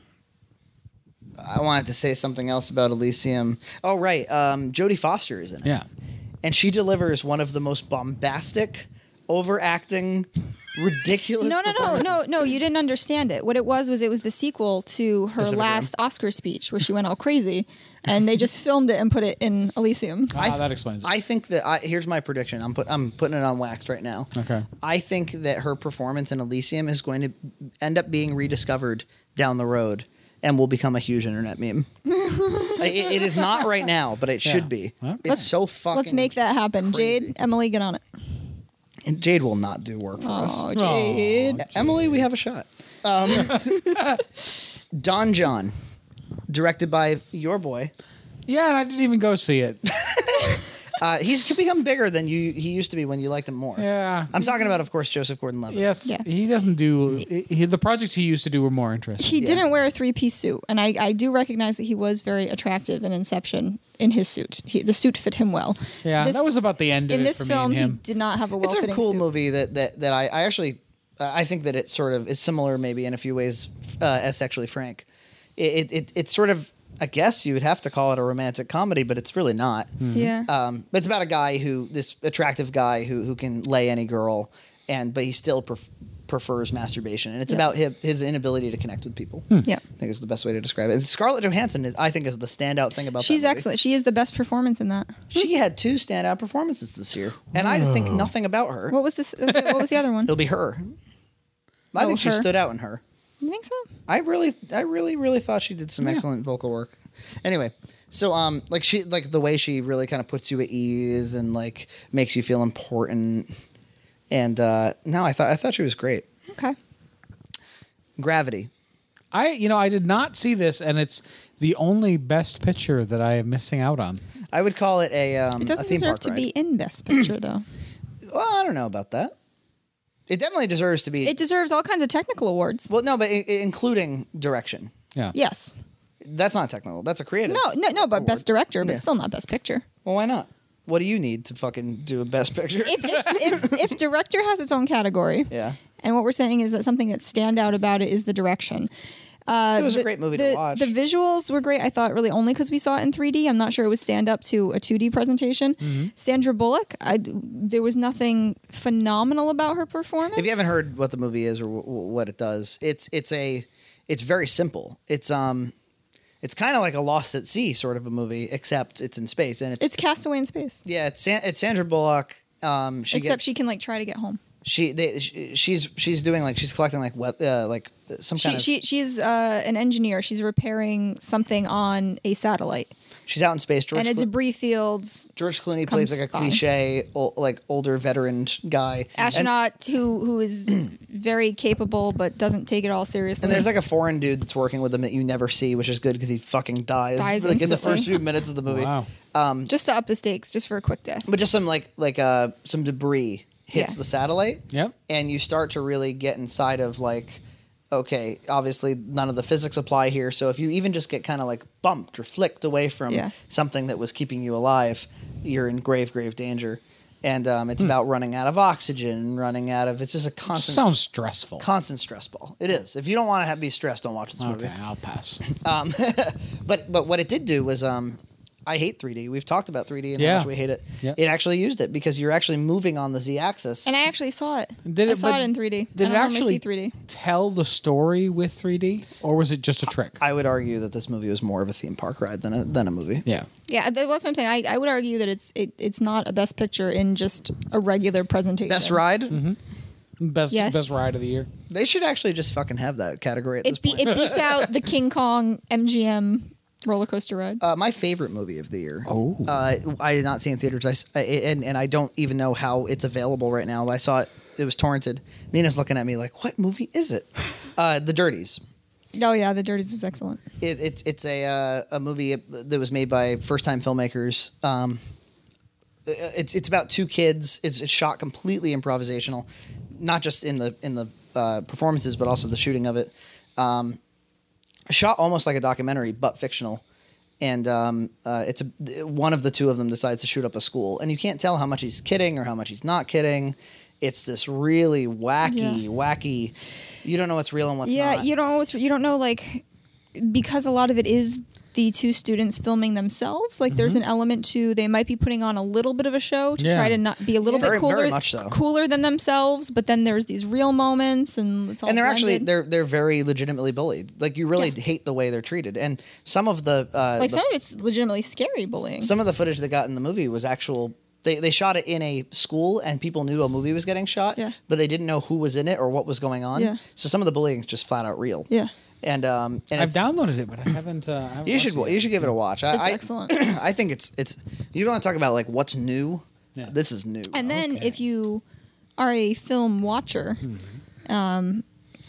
Speaker 1: I wanted to say something else about Elysium. Oh right, um, Jodie Foster is in it.
Speaker 2: Yeah.
Speaker 1: and she delivers one of the most bombastic, overacting, ridiculous.
Speaker 3: No, no, no,
Speaker 1: performances.
Speaker 3: no, no. You didn't understand it. What it was was it was the sequel to her
Speaker 1: Pacific Rim.
Speaker 3: last Oscar speech, where she went all crazy, and they just filmed it and put it in Elysium.
Speaker 2: Ah, that explains it.
Speaker 1: I think that I, here's my prediction. I'm put I'm putting it on wax right now.
Speaker 2: Okay.
Speaker 1: I think that her performance in Elysium is going to end up being rediscovered down the road and will become a huge internet meme. I- it- it is not right now, but it should be.
Speaker 2: Okay.
Speaker 1: It's so fucking.
Speaker 3: Let's make that happen,
Speaker 1: crazy.
Speaker 3: Jade, Emily, get on it.
Speaker 1: And Jade will not do work for us.
Speaker 3: Oh, Jade.
Speaker 2: Aw.
Speaker 1: Emily, we have a shot. Um, Don John, directed by your boy.
Speaker 2: yeah, and I didn't even go see it.
Speaker 1: Uh, he's become bigger than you he used to be when you liked him more.
Speaker 2: Yeah.
Speaker 1: I'm talking about, of course, Joseph Gordon-Levitt.
Speaker 2: Yes,
Speaker 3: Yeah.
Speaker 2: he doesn't do he, he- the projects he used to do were more interesting.
Speaker 3: He didn't wear a three-piece suit, and I, I do recognize that he was very attractive in Inception in his suit. He, the suit fit him well.
Speaker 2: Yeah,
Speaker 3: This-
Speaker 2: that was about the end of
Speaker 3: in
Speaker 2: it
Speaker 3: this
Speaker 2: for
Speaker 3: film.
Speaker 2: me
Speaker 3: He
Speaker 2: and him.
Speaker 3: did not have a
Speaker 1: it's
Speaker 3: well-fitting
Speaker 1: a cool
Speaker 3: suit.
Speaker 1: movie that that that I, I actually I think that it's sort of is similar maybe in a few ways uh, as sexually frank. It, it it it's sort of I guess you would have to call it a romantic comedy, but it's really not.
Speaker 3: Yeah.
Speaker 1: Um, but it's about a guy who this attractive guy who who can lay any girl, and but he still pref- prefers masturbation, and it's
Speaker 3: Yeah. Hmm.
Speaker 1: about his, his inability to connect with people.
Speaker 3: yeah.
Speaker 1: I think is the best way to describe it. And Scarlett Johansson is I think is the standout thing about.
Speaker 3: She's
Speaker 1: that movie.
Speaker 3: excellent. She is the best performance in that.
Speaker 1: She had two standout performances this year, and I think nothing about her.
Speaker 3: What was this? uh, What was the other one?
Speaker 1: It'll be her. I
Speaker 3: Oh,
Speaker 1: think she
Speaker 3: her.
Speaker 1: stood out in her.
Speaker 3: You think so?
Speaker 1: I really, I really, really thought she did some excellent vocal work. Anyway, so um, like she, like the way she really kind of puts you at ease and like makes you feel important. And uh, no, I thought I thought she was great.
Speaker 3: Okay.
Speaker 1: Gravity.
Speaker 2: I you know I did not see this, and it's the only best picture that I am missing out on.
Speaker 1: I would call it a. Um,
Speaker 3: It
Speaker 1: a
Speaker 3: doesn't
Speaker 1: theme
Speaker 3: deserve
Speaker 1: park
Speaker 3: to
Speaker 1: ride.
Speaker 3: be in Best Picture, though.
Speaker 1: Well, I don't know about that. It definitely deserves to be.
Speaker 3: It deserves all kinds of technical awards.
Speaker 1: well, no, but i i- including direction.
Speaker 2: Yeah,
Speaker 3: Yes.
Speaker 1: That's not technical. That's a creative.
Speaker 3: No, no, no, but Best Director, but
Speaker 1: Yeah.
Speaker 3: still not Best Picture.
Speaker 1: Well, why not? What do you need to fucking do a best picture?
Speaker 3: If, if, if, if Director has its own category,
Speaker 1: yeah.
Speaker 3: and what we're saying is that something that stand out about it is the direction. Uh,
Speaker 1: It was a
Speaker 3: the,
Speaker 1: great movie to
Speaker 3: the,
Speaker 1: watch.
Speaker 3: The visuals were great. I thought really only because we saw it in 3D. I'm not sure it would stand up to a 2D presentation.
Speaker 1: Mm-hmm.
Speaker 3: Sandra Bullock, I, there was nothing phenomenal about her performance.
Speaker 1: If you haven't heard what the movie is or w- what it does, it's it's a it's very simple. It's um It's kind of like a Lost at Sea sort of a movie, except it's in space and it's,
Speaker 3: It's Castaway in Space.
Speaker 1: yeah, it's San- it's Sandra Bullock. Um, she
Speaker 3: Except
Speaker 1: gets,
Speaker 3: she can like try to get home.
Speaker 1: she they she, she's she's doing like she's collecting like what uh, like some
Speaker 3: She,
Speaker 1: kind of
Speaker 3: she she's uh, an engineer. She's repairing something on a satellite,
Speaker 1: she's out in space. George
Speaker 3: and a
Speaker 1: Clo-
Speaker 3: debris field
Speaker 1: George Clooney
Speaker 3: comes
Speaker 1: plays like a
Speaker 3: by.
Speaker 1: cliche ol- like older veteran guy And-
Speaker 3: astronaut who who is very capable but doesn't take it all seriously.
Speaker 1: And there's like a foreign dude that's working with him that you never see, which is good because he fucking dies, like in
Speaker 3: Dies
Speaker 1: the
Speaker 3: instantly.
Speaker 1: first few minutes of the movie.
Speaker 2: Wow.
Speaker 3: just to up the stakes, just for a quick death.
Speaker 1: But just some like like uh some debris hits
Speaker 3: Yeah.
Speaker 1: the satellite.
Speaker 2: Yep.
Speaker 1: And you start to really get inside of like, okay, obviously none of the physics apply here. So if you even just get kind of like bumped or flicked away from
Speaker 3: Yeah.
Speaker 1: something that was keeping you alive, you're in grave grave danger. And um, it's about running out of oxygen, running out of. It's just a constant
Speaker 2: Sounds stressful.
Speaker 1: constant stress ball. It is. If you don't want to be stressed, don't watch this movie.
Speaker 2: okay, I'll pass.
Speaker 1: But but what it did do was um I hate 3D. We've talked about 3D and
Speaker 2: Yeah.
Speaker 1: how much we hate it.
Speaker 2: Yeah.
Speaker 1: It actually used it because you're actually moving on the z axis.
Speaker 3: And I actually saw it.
Speaker 2: Did
Speaker 3: I
Speaker 2: it-
Speaker 3: saw
Speaker 2: but
Speaker 3: it in 3D.
Speaker 2: Did
Speaker 3: I
Speaker 2: it
Speaker 3: don't E normally
Speaker 2: actually
Speaker 3: see 3D?
Speaker 2: tell the story with 3D, or was it just a trick?
Speaker 1: I would argue that this movie was more of a theme park ride than a than a movie.
Speaker 2: yeah.
Speaker 3: Yeah, that- that's what I'm saying. I, I would argue that it's it, it's not a best picture in just a regular presentation.
Speaker 1: Best ride?
Speaker 2: Mm-hmm. Best
Speaker 3: Yes.
Speaker 2: best ride of the year.
Speaker 1: They should actually just fucking have that category at this
Speaker 3: It be,
Speaker 1: point.
Speaker 3: it beats out the King Kong MGM roller coaster ride.
Speaker 1: uh, my favorite movie of the year.
Speaker 2: Oh.
Speaker 1: uh, I did not see it in theaters. I s I and and I don't even know how it's available right now. I saw it; it was torrented. Nina's looking at me like, "What movie is it?" Uh, the Dirties.
Speaker 3: oh yeah, the Dirties was excellent.
Speaker 1: it, it's it's a uh, a movie that was made by first time filmmakers. Um, it's it's about two kids. It's, it's shot completely improvisational, not just in the in the uh, performances, but also the shooting of it. Um, shot almost like a documentary, but fictional. And um, uh, it's a, one of the two of them decides to shoot up a school, and you can't tell how much he's kidding or how much he's not kidding. It's this really wacky,
Speaker 3: Yeah.
Speaker 1: wacky. You don't know what's real and what's
Speaker 3: yeah,
Speaker 1: not.
Speaker 3: you don't know what's, you don't know like because a lot of it is the two students filming themselves. Like there's an element to they might be putting on a little bit of a show to
Speaker 2: Yeah.
Speaker 3: try to not be a little
Speaker 1: Mm-hmm. Yeah. Very-
Speaker 3: bit cooler
Speaker 1: very much so.
Speaker 3: cooler than themselves, but then there's these real moments and it's all
Speaker 1: and they're actually
Speaker 3: blended.
Speaker 1: they're they're very legitimately bullied. Like you really
Speaker 3: Yeah.
Speaker 1: hate the way they're treated, and some of the uh,
Speaker 3: like
Speaker 1: the-
Speaker 3: some of it's legitimately scary bullying.
Speaker 1: some of the footage that got in the movie was actual. They, they shot it in a school and people knew a movie was getting shot,
Speaker 3: Yeah.
Speaker 1: but they didn't know who was in it or what was going on.
Speaker 3: Yeah.
Speaker 1: So some of the bullying is just flat out real.
Speaker 3: Yeah.
Speaker 1: And um and
Speaker 2: I've
Speaker 1: it's-
Speaker 2: downloaded it, but I haven't. Uh, I haven't
Speaker 1: you should
Speaker 2: watched it
Speaker 1: you should give it a watch. I,
Speaker 3: It's
Speaker 1: I-
Speaker 3: excellent.
Speaker 1: I think it's it's you want to talk about like what's new.
Speaker 2: Yeah.
Speaker 1: This is new.
Speaker 3: And then
Speaker 2: Okay.
Speaker 3: if you are a film watcher um,
Speaker 1: Hmm.
Speaker 3: and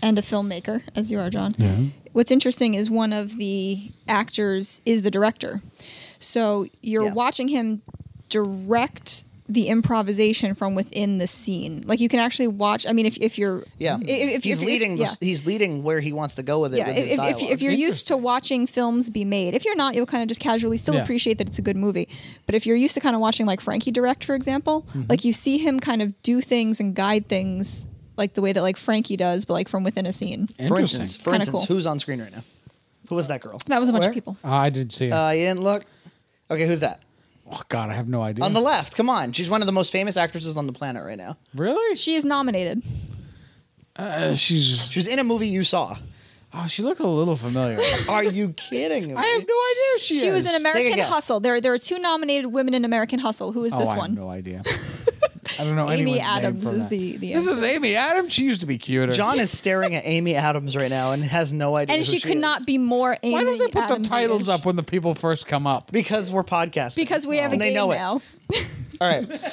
Speaker 3: a filmmaker, as you are, John, what's interesting is one of the actors is the director. So you're
Speaker 1: Yeah.
Speaker 3: watching him direct the improvisation from within the scene. Like you can actually watch. I mean, if, if you're
Speaker 1: yeah,
Speaker 3: i- if, if
Speaker 1: he's
Speaker 3: if-
Speaker 1: leading the-
Speaker 3: yeah.
Speaker 1: he's leading where he wants to go with it.
Speaker 3: Yeah,
Speaker 1: with his
Speaker 3: if, if, if,
Speaker 1: dialogue.
Speaker 3: if you're used to watching films be made, if you're not, you'll kind of just casually still
Speaker 2: Yeah.
Speaker 3: appreciate that it's a good movie. But if you're used to kind of watching like Frankie direct, for example, like you see him kind of do things and guide things like the way that like Frankie does, but like from within a scene.
Speaker 1: for
Speaker 2: Interesting.
Speaker 1: instance, for
Speaker 3: Kinda
Speaker 1: instance,
Speaker 3: cool.
Speaker 1: who's on screen right now? Who was that girl?
Speaker 3: That was a bunch
Speaker 2: Where?
Speaker 3: of people.
Speaker 2: Oh, I didn't see it.
Speaker 1: Uh, you didn't look. Okay, who's that?
Speaker 2: oh God, I have no idea.
Speaker 1: On the left. Come on, she's one of the most famous actresses on the planet right now.
Speaker 2: really?
Speaker 3: She is nominated.
Speaker 2: Uh, she's.
Speaker 1: She was in a movie you saw.
Speaker 2: Oh, she looked a little familiar.
Speaker 1: Are you kidding me?
Speaker 2: I have no idea. She,
Speaker 3: She, was
Speaker 2: is.
Speaker 3: in American
Speaker 1: guess.
Speaker 3: Hustle. There, there are two nominated women in American Hustle. Who is
Speaker 2: Oh,
Speaker 3: this
Speaker 2: I
Speaker 3: one?
Speaker 2: have no idea. I don't know
Speaker 3: Amy
Speaker 2: anyone's name
Speaker 3: Adams
Speaker 2: from
Speaker 3: is
Speaker 2: that.
Speaker 3: the- the
Speaker 2: This
Speaker 3: actress.
Speaker 2: is Amy Adams. She used to be cuter.
Speaker 1: John is staring at Amy Adams right now and has no idea.
Speaker 3: And
Speaker 1: who
Speaker 3: she could not
Speaker 1: is.
Speaker 3: be more. Amy
Speaker 2: Why don't they put
Speaker 3: Adams-ish.
Speaker 2: the titles up when the people first come up?
Speaker 1: because we're podcasting.
Speaker 3: Because we have a
Speaker 1: And they
Speaker 3: game
Speaker 1: know it.
Speaker 3: now.
Speaker 1: All right.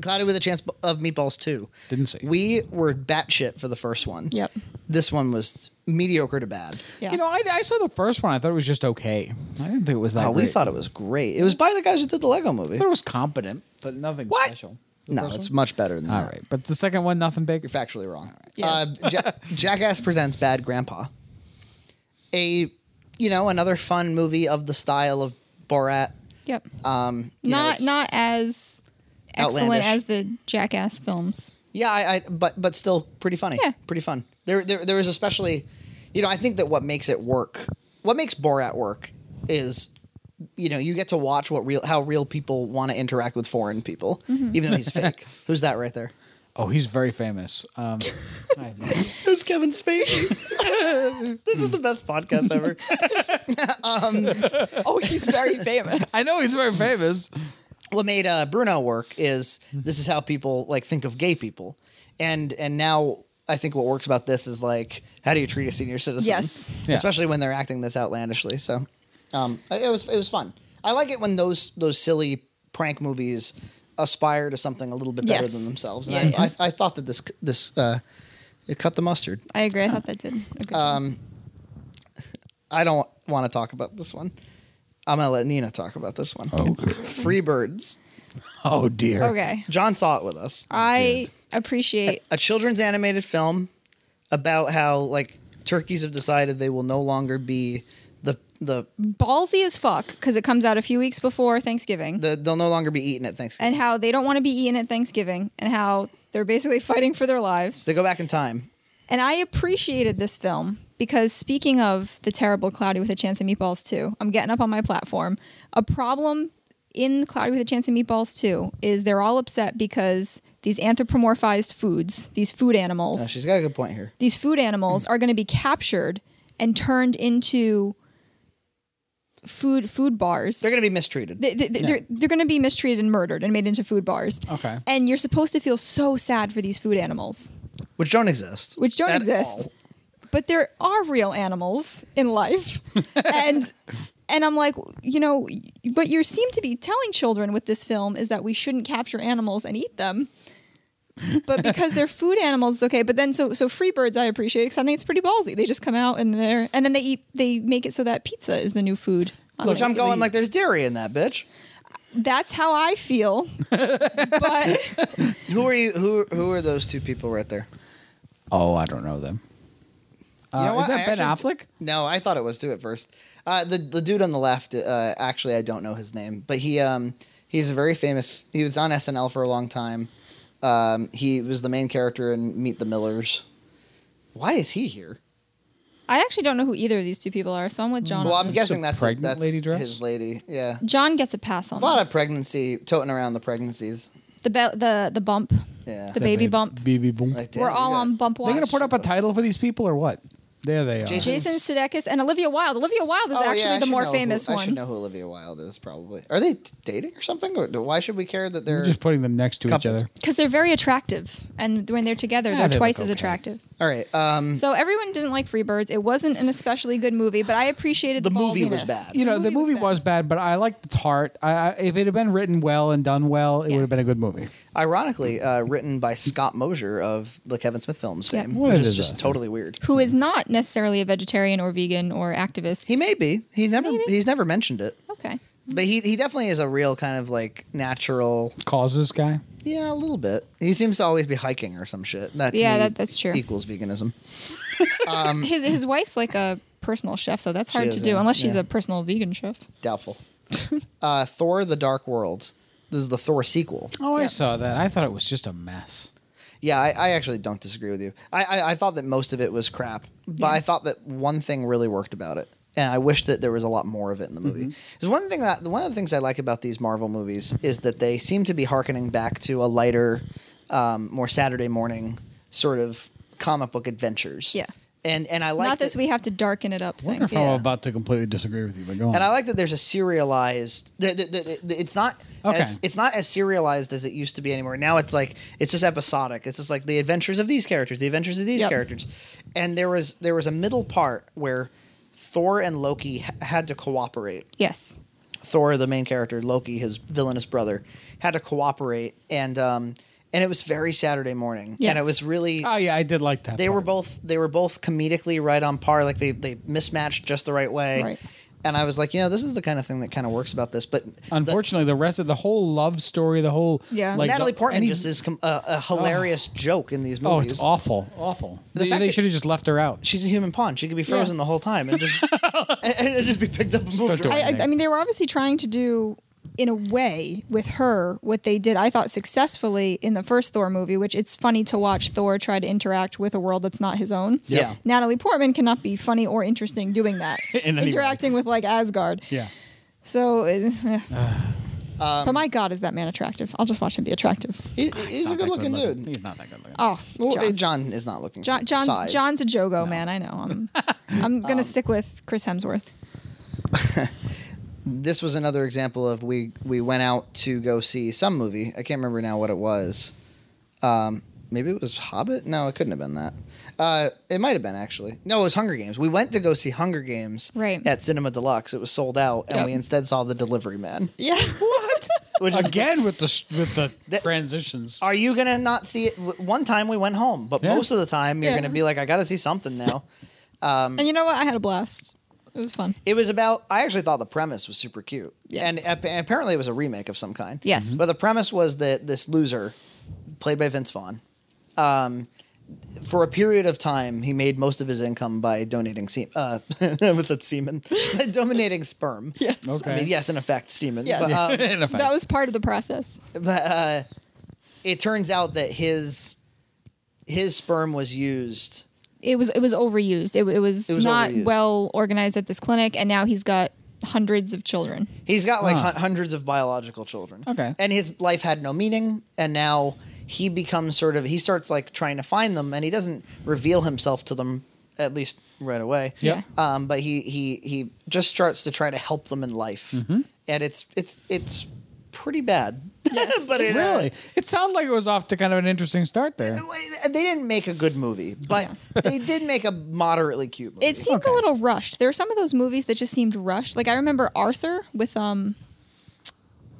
Speaker 1: Cloudy with a Chance of Meatballs 2.
Speaker 2: Didn't see.
Speaker 1: We were batshit for the first one.
Speaker 3: Yep.
Speaker 1: This one was mediocre to bad.
Speaker 3: Yeah.
Speaker 2: You know, I, I saw the first one. I thought it was just okay. I didn't think it was that.
Speaker 1: Oh, we
Speaker 2: great.
Speaker 1: thought it was great. It was by the guys who did the Lego movie.
Speaker 2: I thought it was competent, but nothing
Speaker 1: What?
Speaker 2: special. The
Speaker 1: No,
Speaker 2: first
Speaker 1: it's
Speaker 2: one?
Speaker 1: much better than that.
Speaker 2: all right. But the second one, nothing big.
Speaker 1: You're factually wrong.
Speaker 3: Yeah.
Speaker 1: Uh, ja- Jackass presents Bad Grandpa. A you know another fun movie of the style of Borat.
Speaker 3: Yep.
Speaker 1: Um, you know,
Speaker 3: not
Speaker 1: it's-
Speaker 3: not as excellent
Speaker 1: Outlandish.
Speaker 3: as the Jackass films.
Speaker 1: Yeah, I, I but but still pretty funny.
Speaker 3: Yeah.
Speaker 1: pretty fun. There there there is especially, you know, I think that what makes it work, what makes Borat work, is, you know, you get to
Speaker 2: Mm-hmm.
Speaker 1: watch what real how real people want to interact with foreign people, even though he's fake. Who's that right there?
Speaker 2: Oh, he's very famous. Um, I have no idea.
Speaker 1: It's Kevin Spacey. this is the best podcast ever.
Speaker 3: Oh, he's very famous.
Speaker 2: I know he's very famous.
Speaker 1: what made uh, Bruno work is this is how people like think of gay people, and and now I think what works about this is like how do you treat a senior citizen?
Speaker 3: Yes.
Speaker 2: Yeah.
Speaker 1: especially when they're acting this outlandishly. So, um, it was it was fun. I like it when those those silly prank movies aspire to something a little bit better
Speaker 3: Yes.
Speaker 1: than themselves. And
Speaker 3: Yeah,
Speaker 1: I,
Speaker 3: yeah.
Speaker 1: I, I thought that this this uh, it cut the mustard.
Speaker 3: I agree. I thought that did. a good job.
Speaker 1: I don't want to talk about this one. I'm gonna let Nina talk about this one. Free birds.
Speaker 2: Oh dear.
Speaker 3: okay.
Speaker 1: John saw it with us.
Speaker 3: I appreciate.
Speaker 1: a children's animated film about how like turkeys have decided they will no longer be the the,
Speaker 3: Ballsy as fuck because it comes out a few weeks before Thanksgiving.
Speaker 1: the they'll no longer be eaten at Thanksgiving.
Speaker 3: and how they don't want to be eaten at Thanksgiving and how they're basically fighting for their lives.
Speaker 1: they go back in time.
Speaker 3: And I appreciated this film because speaking of the terrible Cloudy with a Chance of Meatballs 2, I'm getting up on my platform. A problem in Cloudy with a Chance of Meatballs 2 is they're all upset because these anthropomorphized foods, these food animals,
Speaker 1: Oh, she's got a good point here.
Speaker 3: these food animals are going to be captured and turned into food food bars
Speaker 1: They're gonna be mistreated.
Speaker 3: they, they, they're, they're going to be mistreated and murdered and made into food bars.
Speaker 2: Okay.
Speaker 3: And you're supposed to feel so sad for these food animals,
Speaker 1: which don't exist.
Speaker 3: which don't
Speaker 1: At
Speaker 3: exist.
Speaker 1: all.
Speaker 3: But there are real animals in life. and and I'm like, you know, what you seem to be telling children with this film is that we shouldn't capture animals and eat them. but because they're food animals, it's okay. But then, so so free birds, I appreciate because I think it's pretty ballsy. They just come out and they're and then they eat. They make it so that pizza is the new food. on
Speaker 1: Which I'm
Speaker 3: Thanksgiving.
Speaker 1: going like there's dairy in that bitch.
Speaker 3: That's how I feel. but
Speaker 1: Who are you who who are those two people right there?
Speaker 2: Oh, I don't know them. Uh,
Speaker 1: know
Speaker 2: Is
Speaker 1: what?
Speaker 2: that
Speaker 1: I
Speaker 2: Ben
Speaker 1: actually-
Speaker 2: Affleck?
Speaker 1: No, I thought it was too at first. Uh, the the dude on the left, uh, actually, I don't know his name, but he um he's a very famous. He was on SNL for a long time. Um, he was the main character in Meet the Millers. Why is he here?
Speaker 3: I actually don't know who either of these two people are, so I'm with John.
Speaker 1: Well, I'm
Speaker 2: It's a
Speaker 1: guessing that's
Speaker 2: pregnant
Speaker 1: that's
Speaker 2: lady dress?
Speaker 1: his lady. Yeah,
Speaker 3: John gets a pass on
Speaker 1: a lot
Speaker 3: this.
Speaker 1: of pregnancy, toting around the pregnancies.
Speaker 3: the be- the the bump.
Speaker 1: Yeah,
Speaker 3: The baby bump.
Speaker 2: Baby bump.
Speaker 1: Like,
Speaker 3: We're
Speaker 1: damn,
Speaker 3: all
Speaker 1: we got- Oh,
Speaker 3: on bump
Speaker 2: They're
Speaker 3: watch.
Speaker 2: gonna put up a title for these people or what? There they are.
Speaker 1: Jason-
Speaker 3: Jason Sudeikis and Olivia Wilde. Olivia Wilde is
Speaker 1: Oh, yeah,
Speaker 3: actually
Speaker 1: I
Speaker 3: the
Speaker 1: should
Speaker 3: more
Speaker 1: know who-
Speaker 3: famous
Speaker 1: I
Speaker 3: one.
Speaker 1: should know who Olivia Wilde is. Probably are they t- dating or something? Or do- why should we care that they're
Speaker 2: We're just putting them next to
Speaker 1: Coupled.
Speaker 2: each other.
Speaker 3: Because they're very attractive, and when they're together,
Speaker 2: Yeah,
Speaker 3: they're
Speaker 2: they look
Speaker 3: twice as
Speaker 2: okay.
Speaker 3: attractive.
Speaker 1: all right? Um,
Speaker 3: So everyone didn't like Free Birds. It wasn't an especially good movie, but I appreciated the,
Speaker 1: The movie was
Speaker 3: ballsiness.
Speaker 1: bad.
Speaker 2: You know, the movie was bad, but I liked its heart. I, I, if it had been written well and done well, it
Speaker 3: Yeah.
Speaker 2: would have been a good movie.
Speaker 1: ironically uh, written by Scott Mosier of the Kevin Smith films
Speaker 3: Yeah.
Speaker 1: fame,
Speaker 2: What
Speaker 1: which
Speaker 2: a
Speaker 1: is just
Speaker 2: disaster.
Speaker 1: totally weird.
Speaker 3: Who is not necessarily a vegetarian or vegan or activist?
Speaker 1: He may be. He's never
Speaker 3: Maybe.
Speaker 1: he's never mentioned it,
Speaker 3: okay.
Speaker 1: but he he definitely is a real kind of like natural.
Speaker 2: Causes guy.
Speaker 1: Yeah, a little bit. He seems to always be hiking or some shit. That to
Speaker 3: Yeah,
Speaker 1: me
Speaker 3: that- that's true.
Speaker 1: Equals veganism. Um,
Speaker 3: his his wife's like a personal chef though. That's
Speaker 1: She
Speaker 3: hard
Speaker 1: is,
Speaker 3: to do
Speaker 1: yeah.
Speaker 3: unless she's
Speaker 1: Yeah.
Speaker 3: a personal vegan chef.
Speaker 1: Doubtful. uh, Thor: The Dark World. This is the Thor sequel.
Speaker 2: Oh, I
Speaker 3: Yeah.
Speaker 2: saw that. I thought it was just a mess.
Speaker 1: Yeah, I, I actually don't disagree with you. I, I, I thought that most of it was crap, but I thought that one thing really worked about it, and I wish that there was a lot more of it in the movie.
Speaker 3: Mm-hmm.
Speaker 1: Because one thing that one of the things I like about these Marvel movies is that they seem to be harkening back to a lighter, um, more Saturday morning sort of comic book adventures.
Speaker 3: Yeah.
Speaker 1: and and I like
Speaker 3: Not
Speaker 1: that-
Speaker 3: this we have to darken it up
Speaker 2: I
Speaker 3: thing.
Speaker 2: wonder if
Speaker 1: Yeah.
Speaker 2: I'm about to completely disagree with you, but go on.
Speaker 1: And I like that there's a serialized. The, the, the, the- it's not.
Speaker 2: Okay.
Speaker 1: As, it's not as serialized as it used to be anymore. Now it's like it's just episodic. It's just like the adventures of these characters, the adventures of these
Speaker 3: Yep.
Speaker 1: characters, and there was there was a middle part where Thor and Loki h- had to cooperate.
Speaker 3: Yes.
Speaker 1: Thor, the main character, Loki, his villainous brother, had to cooperate, and um and it was very Saturday morning,
Speaker 3: Yes.
Speaker 1: and it was really
Speaker 2: oh yeah, I did like that.
Speaker 1: they were
Speaker 2: part.
Speaker 1: both they were both comedically right on par like they they mismatched just the right way
Speaker 3: Right.
Speaker 1: and i was like you know this is the kind of thing that kind of works about this but
Speaker 2: Unfortunately, the, rest of the whole love story, the whole
Speaker 3: Yeah.
Speaker 1: the,
Speaker 2: like,
Speaker 1: natalie
Speaker 2: the-
Speaker 1: portman
Speaker 2: any-
Speaker 1: just is com- uh, a, a hilarious joke in these
Speaker 2: oh,
Speaker 1: movies
Speaker 2: it's awful, awful.
Speaker 1: The fact
Speaker 2: they they
Speaker 1: that-
Speaker 2: should have just left her out.
Speaker 1: she's a human pawn she could be frozen the whole time and just and, and just be picked up and moved
Speaker 2: doing
Speaker 1: around.
Speaker 3: I, I, I mean, they were obviously trying to do, in a way, with her, what they did, I thought, successfully in the first Thor movie, which it's funny to watch Thor try to interact with a world that's not his own.
Speaker 1: Yeah.
Speaker 3: Natalie Portman cannot be funny or interesting doing that.
Speaker 2: In any way.
Speaker 3: interacting with, like, Asgard.
Speaker 2: Yeah.
Speaker 3: So, eh, but my God, is that man attractive? I'll just watch him be attractive.
Speaker 1: He, he's a
Speaker 2: not that
Speaker 1: good looking dude.
Speaker 2: He's not that good looking.
Speaker 3: Oh,
Speaker 1: Well,
Speaker 3: John.
Speaker 1: eh, John is not looking.
Speaker 3: John,
Speaker 1: for
Speaker 3: John's
Speaker 1: size.
Speaker 3: John's a Jogo man. I know. I'm I'm gonna stick with Chris Hemsworth.
Speaker 1: This was another example of we we went out to go see some movie. I can't remember now what it was. Um, maybe it was Hobbit. No, it couldn't have been that. Uh, it might have been actually. No, it was Hunger Games. We went to go see Hunger Games
Speaker 3: Right.
Speaker 1: at Cinema Deluxe. It was sold out, and
Speaker 3: Yep.
Speaker 1: we instead saw The Delivery Man.
Speaker 3: Yeah. What?
Speaker 1: Which is
Speaker 2: Again with the with the
Speaker 1: That-
Speaker 2: transitions.
Speaker 1: Are you gonna not see it? W- One time we went home, but
Speaker 2: Yeah.
Speaker 1: most of the time you're
Speaker 3: Yeah.
Speaker 1: gonna be like, I gotta see something now.
Speaker 3: and you know what? I had a blast. It was fun.
Speaker 1: It was about. I actually thought the premise was super cute,
Speaker 3: Yes.
Speaker 1: and ap- apparently it was a remake of some kind.
Speaker 3: Yes. Mhm.
Speaker 1: but the premise was that this loser, played by Vince Vaughn, um, for a period of time he made most of his income by donating semen. Uh, what's that semen? by donating sperm.
Speaker 3: Yes.
Speaker 2: Okay.
Speaker 1: I mean, yes, in effect, semen.
Speaker 3: Yes.
Speaker 1: But, uh,
Speaker 2: In effect.
Speaker 3: That was part of the process.
Speaker 1: but uh, it turns out that his his sperm was used.
Speaker 3: It was it was overused. It, it was
Speaker 1: It was
Speaker 3: not
Speaker 1: overused.
Speaker 3: well organized at this clinic, and now he's got hundreds of children.
Speaker 1: He's got like
Speaker 2: Huh.
Speaker 1: hun- hundreds of biological children.
Speaker 2: Okay.
Speaker 1: And his life had no meaning. And now he becomes sort of, he starts like trying to find them and he doesn't reveal himself to them, at least right away.
Speaker 2: Yep.
Speaker 1: Um, but he, he, he just starts to try to help them in life.
Speaker 3: Mm-hmm.
Speaker 1: And it's, it's, it's pretty bad. but it, uh, uh,
Speaker 2: really, it sounded like it was off to kind of an interesting start there.
Speaker 1: they didn't make a good movie, but they did make a moderately cute movie.
Speaker 3: It seemed
Speaker 2: Okay.
Speaker 3: a little rushed. There were some of those movies that just seemed rushed. Like I remember Arthur with um,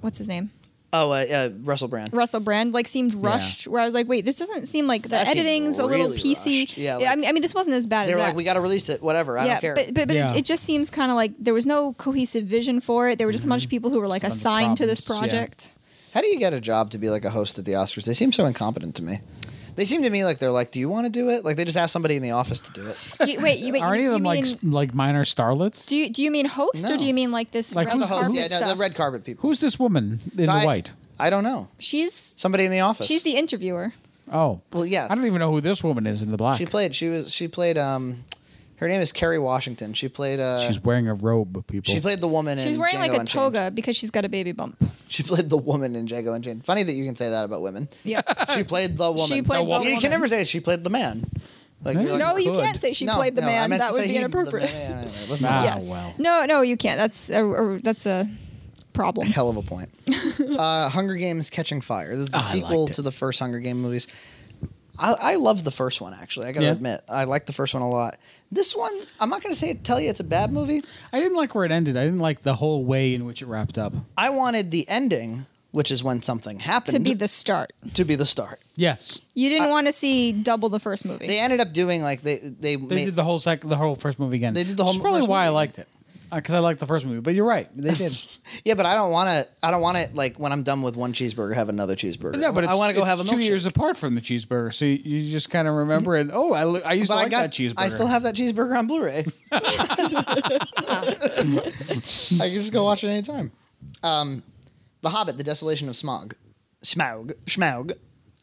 Speaker 3: what's his name?
Speaker 1: oh, uh, uh, Russell Brand.
Speaker 3: Russell Brand like seemed rushed. Where I was like, wait, this doesn't seem like the
Speaker 1: That seemed
Speaker 3: editing's a little
Speaker 1: really
Speaker 3: PC.
Speaker 1: rushed. Yeah, like-
Speaker 3: I mean, I mean, this wasn't as bad
Speaker 1: They
Speaker 3: as
Speaker 1: were
Speaker 3: that.
Speaker 1: like, we got to release it, whatever. I
Speaker 3: yeah,
Speaker 1: don't care.
Speaker 3: but but, but
Speaker 2: Yeah.
Speaker 3: It, it just seems kind of like there was no cohesive vision for it. There were just a
Speaker 1: Mm-hmm.
Speaker 3: bunch of people who were like
Speaker 2: Just a bunch of
Speaker 3: assigned to this
Speaker 2: problems, yeah.
Speaker 3: project.
Speaker 1: How do you get a job to be like a host at the Oscars? They seem so incompetent to me. They seem to me like they're like, do you want to do it? Like they just ask somebody in the office to do it.
Speaker 3: You, wait, you, wait,
Speaker 2: Are
Speaker 3: you,
Speaker 2: any of
Speaker 3: you
Speaker 2: them like
Speaker 3: mean-
Speaker 2: s- like minor starlets?
Speaker 3: Do you do you mean host
Speaker 1: No.
Speaker 3: or do you mean like this?
Speaker 2: Like
Speaker 3: red
Speaker 2: who's
Speaker 1: the host,
Speaker 3: carpet
Speaker 1: yeah, no, the
Speaker 3: stuff?
Speaker 1: red carpet people.
Speaker 2: Who's this woman in
Speaker 1: I-
Speaker 2: the white?
Speaker 1: I don't know.
Speaker 3: She's
Speaker 1: Somebody in the office.
Speaker 3: she's the interviewer.
Speaker 2: Oh,
Speaker 1: Well, yes.
Speaker 2: I don't even know who this woman is in the black.
Speaker 1: She played. She was. She played. Um, her name is Kerry Washington. She played. Uh,
Speaker 2: She's wearing a robe, people.
Speaker 1: she played the woman.
Speaker 3: She's
Speaker 1: in
Speaker 3: wearing
Speaker 1: Django
Speaker 3: like a
Speaker 1: Unchained.
Speaker 3: toga because she's got a baby bump.
Speaker 1: She played the woman in Django Unchained. Funny that you can say that about women.
Speaker 3: Yeah.
Speaker 1: She played the woman.
Speaker 3: She played The the woman.
Speaker 1: You can never say she played the man. Like,
Speaker 2: No,
Speaker 1: you're like,
Speaker 3: no, you
Speaker 2: could.
Speaker 3: can't say she
Speaker 1: no,
Speaker 3: played the
Speaker 1: no, I
Speaker 3: man.
Speaker 1: meant
Speaker 3: That
Speaker 1: to
Speaker 3: would
Speaker 1: say
Speaker 3: be
Speaker 1: he- the
Speaker 3: inappropriate.
Speaker 1: man. Anyway, let's
Speaker 2: Ah,
Speaker 1: not-
Speaker 3: yeah.
Speaker 2: well.
Speaker 3: No, no, you can't. That's a, a- that's a problem.
Speaker 1: Hell of a point. uh, Hunger Games: Catching Fire. This is the
Speaker 2: Ah, I
Speaker 1: sequel
Speaker 2: liked it.
Speaker 1: to the first Hunger Game movies. I, I love the first one actually. I gotta
Speaker 2: Yeah.
Speaker 1: admit, I like the first one a lot. This one, I'm not gonna say tell you it's a bad movie.
Speaker 2: I didn't like where it ended. I didn't like the whole way in which it wrapped up.
Speaker 1: I wanted the ending, which is when something happened,
Speaker 3: To be the start.
Speaker 1: to be the start. Uh,
Speaker 2: Yes,
Speaker 3: You didn't want to see double the first movie.
Speaker 1: They ended up doing like they they,
Speaker 2: they
Speaker 1: made,
Speaker 2: did the whole sec- the whole first movie again.
Speaker 1: They did the whole
Speaker 2: Which is probably
Speaker 1: first
Speaker 2: why I
Speaker 1: movie
Speaker 2: liked it because I liked the first movie. But you're right, they did.
Speaker 1: yeah, but I don't want to. I don't want to like when I'm done with one cheeseburger, have another cheeseburger.
Speaker 2: No, but it's,
Speaker 1: I want to go
Speaker 2: it's
Speaker 1: have a
Speaker 2: two
Speaker 1: milkshake.
Speaker 2: years apart from the cheeseburger, so you, you just kind of remember it. Oh, I, li- I used
Speaker 1: but
Speaker 2: to
Speaker 1: I
Speaker 2: like
Speaker 1: got
Speaker 2: that cheeseburger.
Speaker 1: I still have that cheeseburger on Blu-ray. I can just go watch it anytime. Um, the Hobbit: The Desolation of Smog, Smaug, Schmaug,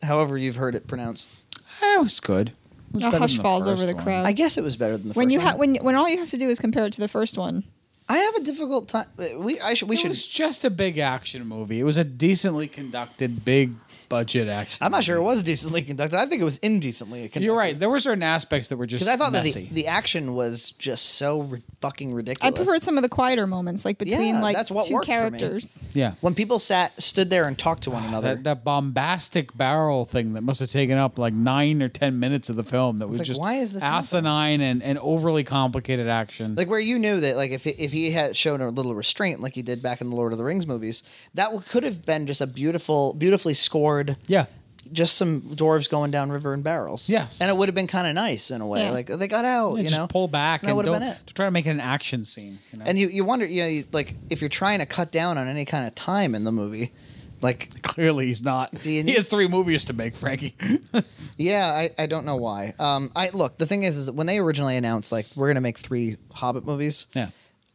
Speaker 1: however you've heard it pronounced.
Speaker 2: Eh, it was good. It was
Speaker 3: A
Speaker 2: better
Speaker 3: hush
Speaker 2: than the
Speaker 3: falls
Speaker 2: first
Speaker 3: over the
Speaker 2: one.
Speaker 3: crowd.
Speaker 1: I guess it was better than the
Speaker 3: when
Speaker 1: first
Speaker 3: you
Speaker 1: one.
Speaker 3: ha- when when all you have to do is compare it to the first one.
Speaker 1: I have a difficult time. We I should we
Speaker 2: it
Speaker 1: should.
Speaker 2: was just a big action movie. It was a decently conducted, big budget action.
Speaker 1: I'm not sure it
Speaker 2: movie.
Speaker 1: was decently conducted. I think it was indecently conducted.
Speaker 2: You're right. There were certain aspects that were just
Speaker 1: Because I thought that
Speaker 2: messy.
Speaker 1: the, the action was just so ri- fucking
Speaker 3: I
Speaker 1: ridiculous.
Speaker 3: preferred some of the quieter moments, like between
Speaker 1: Yeah,
Speaker 3: like
Speaker 1: that's what
Speaker 3: two
Speaker 1: worked for me.
Speaker 3: characters.
Speaker 2: yeah. Ah,
Speaker 1: when people sat stood there and talked to one another.
Speaker 2: That, that bombastic barrel thing that must have taken up like nine or ten minutes of the film that was
Speaker 1: like,
Speaker 2: just
Speaker 1: why is this
Speaker 2: asinine and, and overly complicated action.
Speaker 1: like where you knew that like if if he had shown a little restraint like he did back in the Lord of the Rings movies, that w- could have been just a beautiful, beautifully scored,
Speaker 2: yeah.
Speaker 1: just some dwarves going down river in barrels.
Speaker 2: Yes.
Speaker 1: and it would have been kind of nice in a way.
Speaker 3: Yeah.
Speaker 1: Like they got out,
Speaker 2: Yeah,
Speaker 1: you
Speaker 2: just
Speaker 1: know,
Speaker 2: pull back
Speaker 1: That
Speaker 2: and
Speaker 1: would have
Speaker 2: don't
Speaker 1: been it.
Speaker 2: to try to make it an action scene. You know?
Speaker 1: And you you wonder, you know, you, like if you're trying to cut down on any kind of time in the movie, like
Speaker 2: clearly he's not.
Speaker 1: you
Speaker 2: He
Speaker 1: need-
Speaker 2: has three movies to make, Frankie.
Speaker 1: Yeah, I, I don't know why. Um, I look the thing is is that when they originally announced like we're gonna make three Hobbit movies,
Speaker 2: Yeah.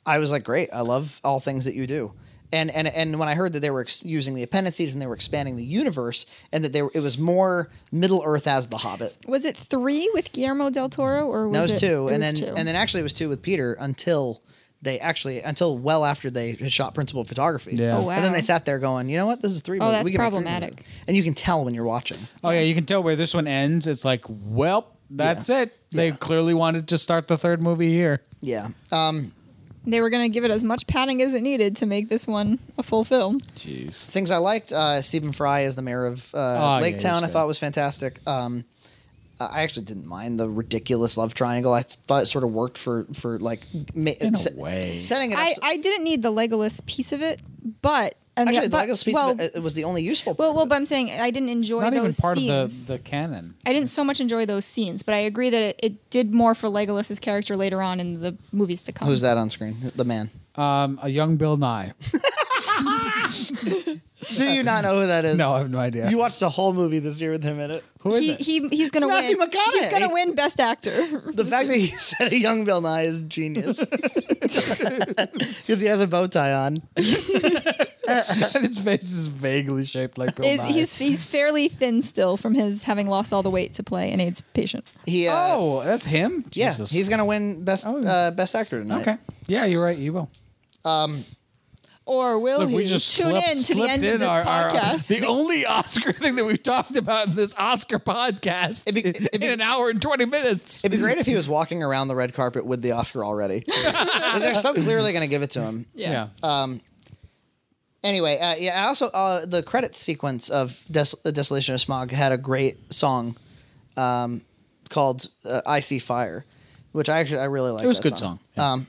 Speaker 1: I was like, great, I love all things that you do. And and and when I heard that they were ex- using the appendices and they were expanding the universe and that they were, it was more Middle Earth as the Hobbit.
Speaker 3: Was it three with Guillermo del Toro, or was
Speaker 1: That was
Speaker 3: it
Speaker 1: two,
Speaker 3: it
Speaker 1: and
Speaker 3: was
Speaker 1: then
Speaker 3: two.
Speaker 1: and then actually it was two with Peter until they actually until well after they had shot principal photography.
Speaker 2: Yeah. Oh,
Speaker 1: And then
Speaker 3: wow.
Speaker 1: they sat there going, you know what? This is three.
Speaker 3: Oh,
Speaker 1: movies.
Speaker 3: that's
Speaker 1: we can make three
Speaker 3: problematic.
Speaker 1: movies." And you can tell when you're watching.
Speaker 2: Oh yeah, you can tell where this one ends. It's like, well, that's it. They clearly wanted to start the third movie here.
Speaker 1: Yeah. Um,
Speaker 3: They were going to give it as much padding as it needed to make this one a full film.
Speaker 4: Jeez.
Speaker 1: things I liked. Uh, Stephen Fry as the mayor of uh,
Speaker 2: Oh, yeah,
Speaker 1: Lake Town.
Speaker 2: he's
Speaker 1: I
Speaker 2: good.
Speaker 1: thought was fantastic. Um, I actually didn't mind the ridiculous love triangle. I thought it sort of worked for for like ma-
Speaker 4: In a
Speaker 1: se-
Speaker 4: way.
Speaker 1: setting it up.
Speaker 3: I,
Speaker 1: so-
Speaker 3: I didn't need the Legolas piece of it, but and
Speaker 1: actually,
Speaker 3: the, but,
Speaker 1: the Legolas piece
Speaker 3: well,
Speaker 1: of it, it was the only useful.
Speaker 3: well,
Speaker 1: part
Speaker 3: well,
Speaker 1: of
Speaker 3: but I'm saying I didn't enjoy
Speaker 2: It's not
Speaker 3: those
Speaker 2: even part
Speaker 3: scenes.
Speaker 2: of the the canon.
Speaker 3: I didn't so much enjoy those scenes, but I agree that it, it did more for Legolas's character later on in the movies to
Speaker 1: it.
Speaker 3: come.
Speaker 1: who's that on screen? The man.
Speaker 2: Um, a young Bill Nye.
Speaker 1: Do you not know who that is?
Speaker 2: no, I have no idea.
Speaker 1: You watched a whole movie this year with him in it.
Speaker 2: Who is
Speaker 3: he,
Speaker 2: it?
Speaker 3: he he's gonna
Speaker 1: Matthew
Speaker 3: win. He's gonna
Speaker 1: McConaughey.
Speaker 3: win Best Actor.
Speaker 1: The fact that he said a young Bill Nye is genius. Because he has a bow tie on.
Speaker 2: His face is vaguely shaped like Bill
Speaker 3: Is,
Speaker 2: Nye.
Speaker 3: he's he's fairly thin still from his having lost all the weight to play an AIDS patient.
Speaker 1: He, uh,
Speaker 2: oh, that's him.
Speaker 1: yeah,
Speaker 2: Jesus.
Speaker 1: he's gonna win best
Speaker 2: Oh.
Speaker 1: uh, best actor tonight.
Speaker 2: okay. Yeah, you're right. You will.
Speaker 3: Or will
Speaker 2: Look,
Speaker 3: he
Speaker 2: we just
Speaker 3: Oh, tune
Speaker 2: slipped,
Speaker 3: in to the
Speaker 2: slipped
Speaker 3: end
Speaker 2: in
Speaker 3: of this
Speaker 2: our, our-
Speaker 3: podcast?
Speaker 2: the only Oscar thing that we've talked about in this Oscar podcast
Speaker 1: It'd be- it'd be-
Speaker 2: in an hour and twenty minutes.
Speaker 1: It'd be great if he was walking around the red carpet with the Oscar already. 'Cause they're so clearly gonna give it to him.
Speaker 2: yeah.
Speaker 1: Anyway, uh, yeah. I also uh, the credits sequence of Des- uh, Desolation of Smog had a great song um, called uh, "I See Fire," which I actually I really like.
Speaker 2: It was a good song, yeah.
Speaker 1: Um,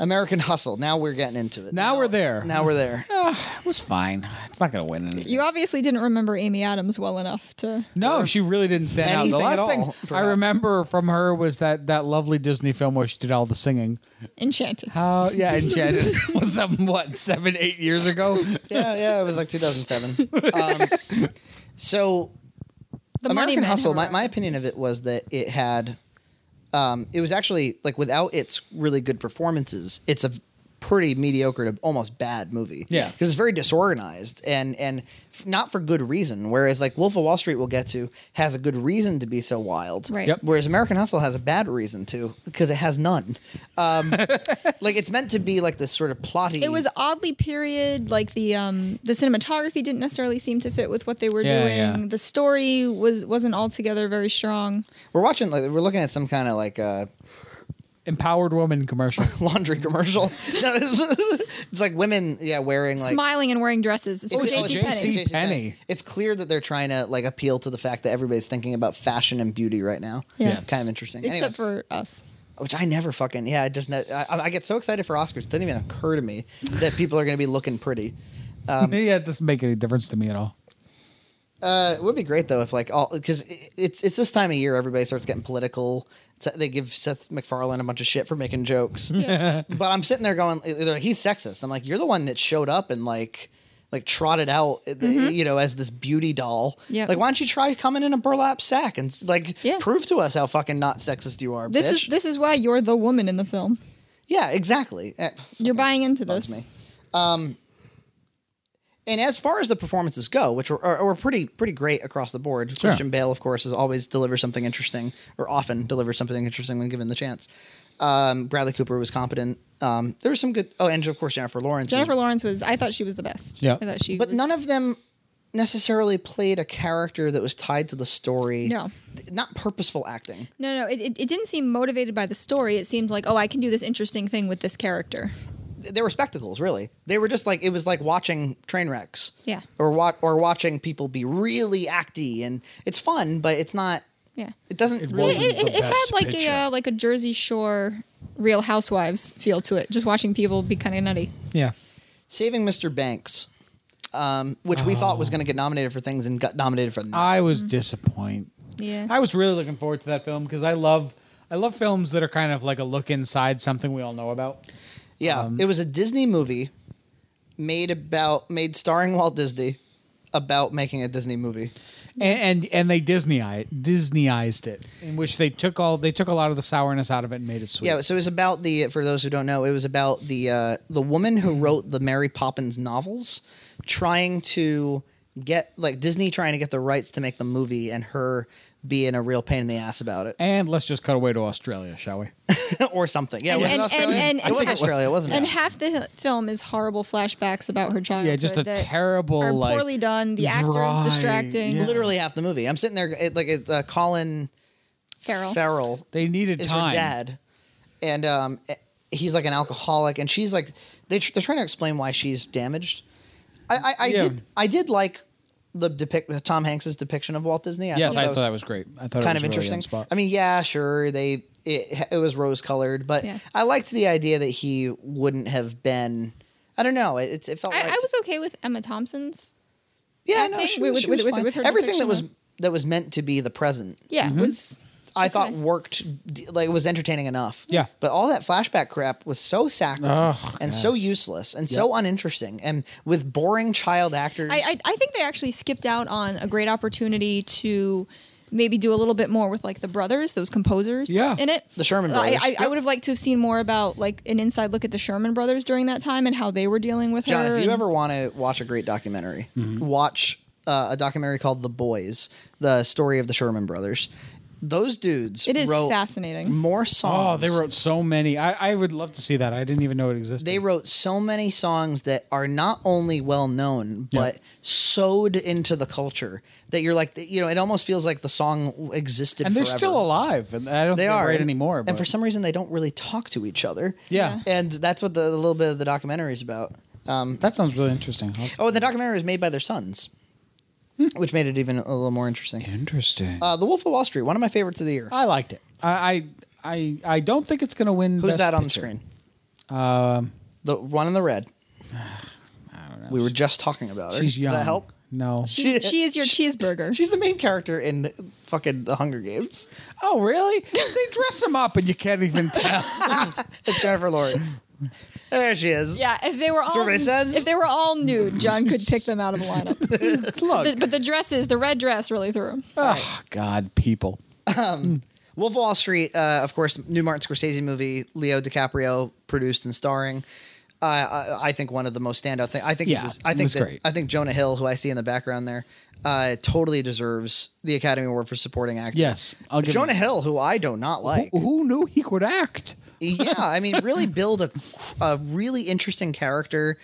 Speaker 1: American Hustle. Now we're getting into it.
Speaker 2: Now we're there.
Speaker 1: Now we're there.
Speaker 2: it was fine. It's not gonna win anything.
Speaker 3: You obviously didn't remember Amy Adams well enough to.
Speaker 2: No, she really didn't stand out. The
Speaker 1: anything at
Speaker 2: last thing
Speaker 1: all,
Speaker 2: I
Speaker 1: perhaps.
Speaker 2: remember from her was that that lovely Disney film where she did all the singing.
Speaker 3: Enchanted.
Speaker 2: How? Yeah, Enchanted was some what seven, eight years ago.
Speaker 1: yeah, yeah. It was like 2007. Um, so
Speaker 3: The
Speaker 1: American
Speaker 3: Men
Speaker 1: Hustle.
Speaker 3: have
Speaker 1: My, my
Speaker 3: arrived.
Speaker 1: opinion of it was that it had, um, it was actually like without its really good performances, it's a pretty mediocre to almost bad movie.
Speaker 2: Yeah.
Speaker 1: because it's very disorganized and and f- not for good reason. Whereas like Wolf of Wall Street, we'll get to, has a good reason to be so wild.
Speaker 3: Right.
Speaker 2: Yep.
Speaker 1: Whereas American Hustle has a bad reason to because it has none. Um, like it's meant to be like this sort of plotty.
Speaker 3: It was oddly period. Like the um the cinematography didn't necessarily seem to fit with what they were
Speaker 2: Yeah,
Speaker 3: doing.
Speaker 2: yeah.
Speaker 3: The story was wasn't altogether very strong.
Speaker 1: We're watching like we're looking at some kind of like uh,
Speaker 2: Empowered woman commercial.
Speaker 1: laundry commercial. no, it's, it's like women, yeah, wearing like.
Speaker 3: Smiling and wearing dresses. It's,
Speaker 1: It's- it's
Speaker 3: it's
Speaker 2: JC.
Speaker 3: JC Oh, Penney.
Speaker 1: JCPenney.
Speaker 2: Penny.
Speaker 1: It's clear that they're trying to like appeal to the fact that everybody's thinking about fashion and beauty right now.
Speaker 3: Yeah.
Speaker 1: It's kind of interesting. Anyway,
Speaker 3: Except for us.
Speaker 1: which I never fucking yeah. I just ne- I, I get so excited for Oscars. It didn't even occur to me that people are going to be looking pretty.
Speaker 2: yeah, it doesn't make any difference to me at all.
Speaker 1: Uh, it would be great though if like all because it's it's this time of year everybody starts getting political. So They give Seth MacFarlane a bunch of shit for making jokes, but I'm sitting there going, they're like, "He's sexist." I'm like, "You're the one that showed up and like, like trotted out, uh, the- you know, as this beauty doll.
Speaker 3: Mm-hmm. Yeah.
Speaker 1: Like, why don't you try coming in a burlap sack and like
Speaker 3: Yeah.
Speaker 1: prove to us how fucking not sexist you are,
Speaker 3: This
Speaker 1: bitch?
Speaker 3: is this is why you're the woman in the film.
Speaker 1: yeah, exactly. Eh,
Speaker 3: You're buying into
Speaker 1: bugs
Speaker 3: this.
Speaker 1: me. Um, and as far as the performances go, which were, are, were pretty pretty great across the board, Christian Bale, of course, is always delivers something interesting, or often delivers something interesting when given the chance. Um, Bradley Cooper was competent. Um, there was some good. Oh, and of course Jennifer Lawrence. was-
Speaker 3: Jennifer Lawrence was. I thought she was the best.
Speaker 2: Yeah.
Speaker 3: I thought she.
Speaker 1: but
Speaker 3: was-
Speaker 1: none of them necessarily played a character that was tied to the story.
Speaker 3: No.
Speaker 1: Th- not purposeful acting.
Speaker 3: No, no. It, it, it didn't seem motivated by the story. It seemed like, oh, I can do this interesting thing with this character.
Speaker 1: they were spectacles, really. They were just like it was like watching train wrecks.
Speaker 3: Yeah.
Speaker 1: Or what or watching people be really acty and it's fun, but it's not
Speaker 3: Yeah.
Speaker 1: it doesn't
Speaker 3: It,
Speaker 1: really
Speaker 2: wasn't-
Speaker 3: it, it,
Speaker 2: the
Speaker 3: it had
Speaker 2: best
Speaker 3: like
Speaker 2: picture.
Speaker 3: a uh, like a Jersey Shore Real Housewives feel to it. Just watching people be kind of nutty.
Speaker 2: Yeah.
Speaker 1: saving Mr. Banks. Um, which we thought was going to get nominated for things and got nominated for nothing.
Speaker 2: I was disappointed.
Speaker 3: Yeah.
Speaker 2: I was really looking forward to that film because I love I love films that are kind of like a look inside something we all know about.
Speaker 1: yeah,
Speaker 3: Um,
Speaker 1: it was a Disney movie made about made starring Walt Disney about making a Disney movie.
Speaker 2: And and, and they Disney Disneyized it, in which they took all they took a lot of the sourness out of it and made it sweet.
Speaker 1: Yeah, so it was about the for those who don't know, it was about the uh, the woman
Speaker 3: Hmm.
Speaker 1: who wrote the Mary Poppins novels, trying to get like Disney trying to get the rights to make the movie, and her being a real pain in the ass about it
Speaker 2: And let's just cut away to Australia, shall we?
Speaker 1: or something. Yeah,
Speaker 3: And-
Speaker 1: it was
Speaker 3: and-
Speaker 1: Australia.
Speaker 3: and- and-
Speaker 1: it was
Speaker 3: and-
Speaker 1: Australia, wasn't
Speaker 3: And
Speaker 1: it?
Speaker 3: half the hi- film is horrible flashbacks about her childhood.
Speaker 2: Yeah, just a
Speaker 3: that
Speaker 2: terrible,
Speaker 3: are
Speaker 2: like,
Speaker 3: poorly done. The actors
Speaker 2: dry-
Speaker 3: distracting.
Speaker 2: yeah.
Speaker 1: Literally half the movie. I'm sitting there it, like it's uh, Colin
Speaker 3: Farrell.
Speaker 1: Farrell
Speaker 2: They needed
Speaker 1: is
Speaker 2: time.
Speaker 1: her dad, and um, eh, he's like an alcoholic, and she's like they tr- they're trying to explain why she's damaged. I I, I
Speaker 2: Yeah.
Speaker 1: did I did like the depict Tom Hanks's depiction of Walt Disney. I
Speaker 2: Yes,
Speaker 1: thought
Speaker 2: I
Speaker 1: that
Speaker 2: thought
Speaker 1: was
Speaker 2: that was great. I thought
Speaker 1: kind of
Speaker 2: it was really
Speaker 1: interesting.
Speaker 2: on spot.
Speaker 1: I mean, yeah, sure they it it was rose colored, but
Speaker 3: Yeah.
Speaker 1: I liked the idea that he wouldn't have been. I don't know. It, it's- it felt
Speaker 3: I,
Speaker 1: like
Speaker 3: I was okay with Emma Thompson's.
Speaker 1: yeah, no,
Speaker 3: acting
Speaker 1: she,
Speaker 3: with-
Speaker 1: was- she
Speaker 3: with-
Speaker 1: was
Speaker 3: with-
Speaker 1: fine.
Speaker 3: with her
Speaker 1: everything that was
Speaker 3: depiction
Speaker 1: that was meant to be the present.
Speaker 3: Yeah,
Speaker 2: Mm-hmm.
Speaker 3: was
Speaker 1: I thought
Speaker 3: Okay.
Speaker 1: worked d- like it was entertaining enough.
Speaker 2: Yeah. Oh,
Speaker 1: But all that flashback crap was so saccharine
Speaker 2: Ugh,
Speaker 1: and
Speaker 2: yes.
Speaker 1: so useless and so uninteresting and with boring child actors.
Speaker 3: I, I I think they actually skipped out on a great opportunity to maybe do a little bit more with like the brothers, those composers
Speaker 2: Yeah.
Speaker 3: in it.
Speaker 1: The Sherman
Speaker 3: I-
Speaker 1: brothers.
Speaker 3: I, I, would have liked to have seen more about like an inside look at the Sherman brothers during that time and how they were dealing with
Speaker 1: John,
Speaker 3: her.
Speaker 1: if you
Speaker 3: and-
Speaker 1: ever want to watch a great documentary,
Speaker 2: Mm-hmm.
Speaker 1: watch uh, a documentary called The Boys, the story of the Sherman brothers. Those dudes
Speaker 3: it is
Speaker 1: wrote
Speaker 3: fascinating.
Speaker 1: more songs.
Speaker 2: oh, they wrote so many. I, I would love to see that. I didn't even know it existed.
Speaker 1: they wrote so many songs that are not only well known but sewed into the culture that you're like you know it almost feels like the song existed
Speaker 2: and they're
Speaker 1: forever.
Speaker 2: still alive. And I don't
Speaker 1: they
Speaker 2: think they're
Speaker 1: are
Speaker 2: great
Speaker 1: and-
Speaker 2: anymore.
Speaker 1: And
Speaker 2: but-
Speaker 1: for some reason, they don't really talk to each other.
Speaker 2: yeah.
Speaker 1: and that's what the, the little bit of the documentary is about. Um,
Speaker 2: that sounds really interesting. I'll-
Speaker 1: oh, and the documentary was made by their sons,
Speaker 2: Hmm.
Speaker 1: which made it even a little more interesting.
Speaker 2: interesting.
Speaker 1: Uh, the Wolf of Wall Street, one of my favorites of the year.
Speaker 2: I liked it. I I I, I don't think it's going to win.
Speaker 1: Who's
Speaker 2: Best
Speaker 1: that on
Speaker 2: Picture. Um,
Speaker 1: the screen? Um, the one in the red.
Speaker 2: I don't know.
Speaker 1: We were just talking about her.
Speaker 2: She's young.
Speaker 1: Does that help?
Speaker 2: No.
Speaker 3: She, she is your cheeseburger.
Speaker 1: She's the main character in the, fucking The Hunger Games.
Speaker 2: oh, really? they dress him up, and you can't even tell.
Speaker 1: It's Jennifer Lawrence. There she is.
Speaker 3: yeah, if they were all
Speaker 1: what it says?
Speaker 3: if they were all nude, John could pick them out of a lineup.
Speaker 2: Look.
Speaker 3: but, but the dresses, the red dress, really threw him.
Speaker 2: oh God, people.
Speaker 1: Wolf of Wall Street, uh, of course, new Martin Scorsese movie, Leo DiCaprio produced and starring. Uh, I, I think one of the most standout things. I think
Speaker 2: Yeah,
Speaker 1: it des- I
Speaker 2: it
Speaker 1: think
Speaker 2: was
Speaker 1: that-
Speaker 2: great.
Speaker 1: I think Jonah Hill, who I see in the background there, uh, totally deserves the Academy Award for supporting actor.
Speaker 2: Yes, I'll give
Speaker 1: Jonah
Speaker 2: him-
Speaker 1: Hill, who I do not like.
Speaker 2: Who, who knew he could act?
Speaker 1: yeah, I mean, really build a a really interesting character.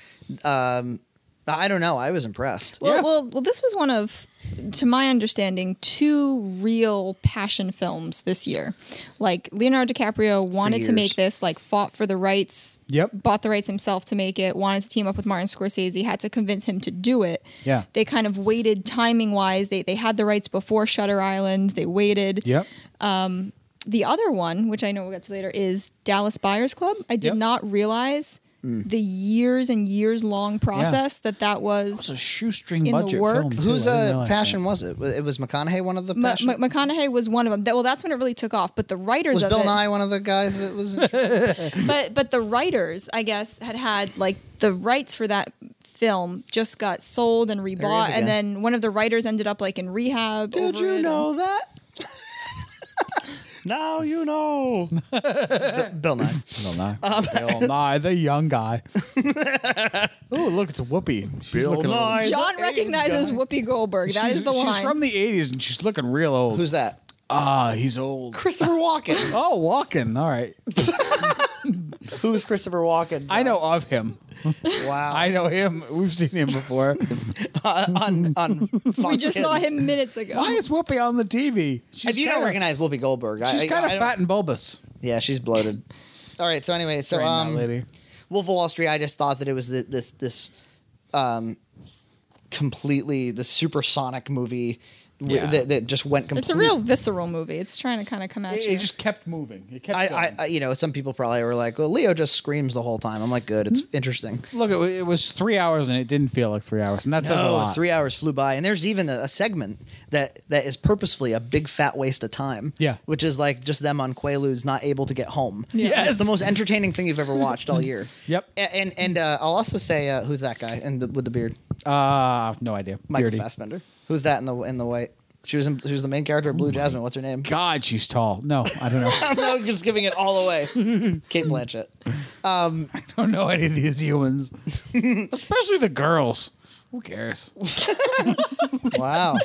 Speaker 1: Um, I don't know. I was impressed.
Speaker 3: Well,
Speaker 2: Yeah.
Speaker 3: well, well, this was one of, to my understanding, two real passion films this year. Like Leonardo DiCaprio wanted to
Speaker 1: years.
Speaker 3: make this, like fought for the rights,
Speaker 2: Yep.
Speaker 3: bought the rights himself to make it, wanted to team up with Martin Scorsese, had to convince him to do it.
Speaker 2: Yeah.
Speaker 3: They kind of waited timing wise. They they had the rights before Shutter Island. They waited.
Speaker 2: Yep.
Speaker 3: The other one, which I know we'll get to later, is Dallas Buyers Club. I did
Speaker 2: Yep. Mm.
Speaker 3: not realize the years and years long process that that was.
Speaker 2: It's a shoestring
Speaker 3: In the
Speaker 2: budget film.
Speaker 3: works.
Speaker 2: too.
Speaker 1: Whose
Speaker 2: I didn't
Speaker 1: uh,
Speaker 2: realize
Speaker 1: passion was it? It was McConaughey, one of the
Speaker 3: Ma-
Speaker 1: passion.
Speaker 3: Ma- McConaughey was one of them. That- well, that's when it really took off. But the writers
Speaker 1: was
Speaker 3: of
Speaker 1: Bill
Speaker 3: it,
Speaker 1: Nye one of the guys that was?
Speaker 3: but but the writers, I guess, had had like the rights for that film just got sold and rebought,
Speaker 1: again.
Speaker 3: and then one of the writers ended up like in rehab.
Speaker 1: Did
Speaker 3: over it,
Speaker 1: you
Speaker 3: and-
Speaker 1: know that? now you know. Bill Nye.
Speaker 2: that. Bill Nye. Bill Nye, the young guy. oh, look, it's Whoopi. She's
Speaker 1: Bill
Speaker 2: looking a little-
Speaker 1: Nye.
Speaker 3: John
Speaker 1: The
Speaker 3: recognizes
Speaker 1: AIDS guy.
Speaker 3: Whoopi Goldberg. That
Speaker 2: she's,
Speaker 3: is the
Speaker 2: she's
Speaker 3: line.
Speaker 2: from the '80s, and she's looking real old.
Speaker 1: Who's that?
Speaker 2: ah? He's old.
Speaker 1: Christopher Walken.
Speaker 2: Oh, walking. All right.
Speaker 1: Who's Christopher Walken?
Speaker 2: I know of him.
Speaker 1: John? Wow. Uh,
Speaker 2: I know him. We've seen him before.
Speaker 1: on on Fox
Speaker 3: we just
Speaker 1: Kids.
Speaker 3: saw him minutes ago.
Speaker 2: Why is Whoopi on the TV? She's
Speaker 1: If you don't
Speaker 2: kinda-
Speaker 1: recognize Whoopi Goldberg, I-
Speaker 2: she's
Speaker 1: I-
Speaker 2: kind
Speaker 1: I
Speaker 2: of
Speaker 1: don't-
Speaker 2: fat and bulbous.
Speaker 1: Yeah, she's bloated. All right. So anyway, so
Speaker 2: Train that
Speaker 1: um,
Speaker 2: lady.
Speaker 1: Wolf of Wall Street. I just thought that it was th- this this um completely the supersonic movie w-
Speaker 2: Yeah.
Speaker 1: that, that just went
Speaker 3: it's
Speaker 1: completely.
Speaker 3: a real visceral movie. It's trying to kind of come at
Speaker 2: It,
Speaker 3: you.
Speaker 2: it just kept moving. It kept
Speaker 1: I, I,
Speaker 2: going.
Speaker 1: I, you know, some people probably were like, "Well, Leo just screams the whole time." I'm like, "Good, it's
Speaker 3: Mm-hmm.
Speaker 1: interesting."
Speaker 2: Look, it, wa- it was three hours, and it didn't feel like three hours, and that says a
Speaker 1: Oh,
Speaker 2: lot.
Speaker 1: three hours flew by, and there's even a, a segment that that is purposefully a big fat waste of time.
Speaker 2: Yeah.
Speaker 1: which is like just them on Quaaludes not able to get home.
Speaker 2: Yes.
Speaker 1: it's the most entertaining thing you've ever watched all year.
Speaker 2: Yep.
Speaker 1: A- and and uh, I'll also say, uh, who's that guy and the, with the beard?
Speaker 2: Uh, no idea.
Speaker 1: Michael
Speaker 2: Beardy.
Speaker 1: Fassbender. Who's that in the in the white? She was in, she was the main character of Blue Jasmine. What's her name?
Speaker 2: Oh God, she's tall. No, I don't know. I
Speaker 1: I'm not just giving it all away. Kate Blanchett.
Speaker 2: don't know any of these humans, especially the girls. Who cares?
Speaker 1: Wow.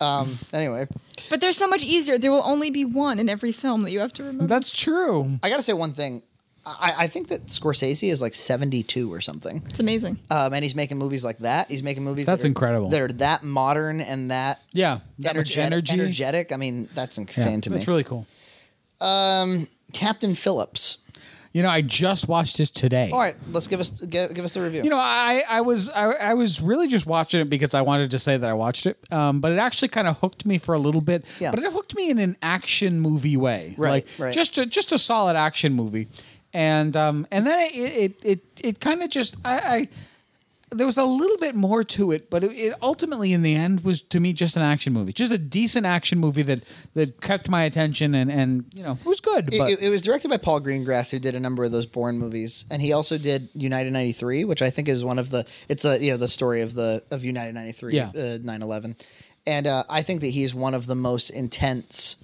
Speaker 1: um, anyway,
Speaker 3: But they're so much easier. There will only be one in every film that you have to remember.
Speaker 2: That's true.
Speaker 1: I gotta say one thing. I, I think that Scorsese is like 72 or something.
Speaker 3: it's amazing.
Speaker 1: Um, and he's making movies like that. He's making movies
Speaker 2: That's
Speaker 1: that are,
Speaker 2: incredible.
Speaker 1: That are that modern and that
Speaker 2: Yeah, that
Speaker 1: energetic,
Speaker 2: much energy.
Speaker 1: energetic. I mean, that's
Speaker 2: Yeah,
Speaker 1: insane to me.
Speaker 2: That's really cool.
Speaker 1: Captain Phillips.
Speaker 2: You know, I just watched it today.
Speaker 1: All right, let's give us give, give us the review.
Speaker 2: You know, I I was I, I was really just watching it because I wanted to say that I watched it. Um, but it actually kind of hooked me for a little bit.
Speaker 1: Yeah.
Speaker 2: But it hooked me in an action movie way,
Speaker 1: Right,
Speaker 2: Like
Speaker 1: right.
Speaker 2: just a, just a solid action movie, and um and then it it it, it kind of just I. I there was a little bit more to it, but it, it ultimately, in the end, was to me just an action movie, just a decent action movie that that kept my attention and and you know it was good.
Speaker 1: It-
Speaker 2: but
Speaker 1: it, it was directed by Paul Greengrass, who did a number of those Bourne movies, and he also did United '93, which I think is one of the. It's a you know the story of the of United '93,
Speaker 2: Yeah.
Speaker 1: uh, 9/11, and uh, I think that he's one of the most intense,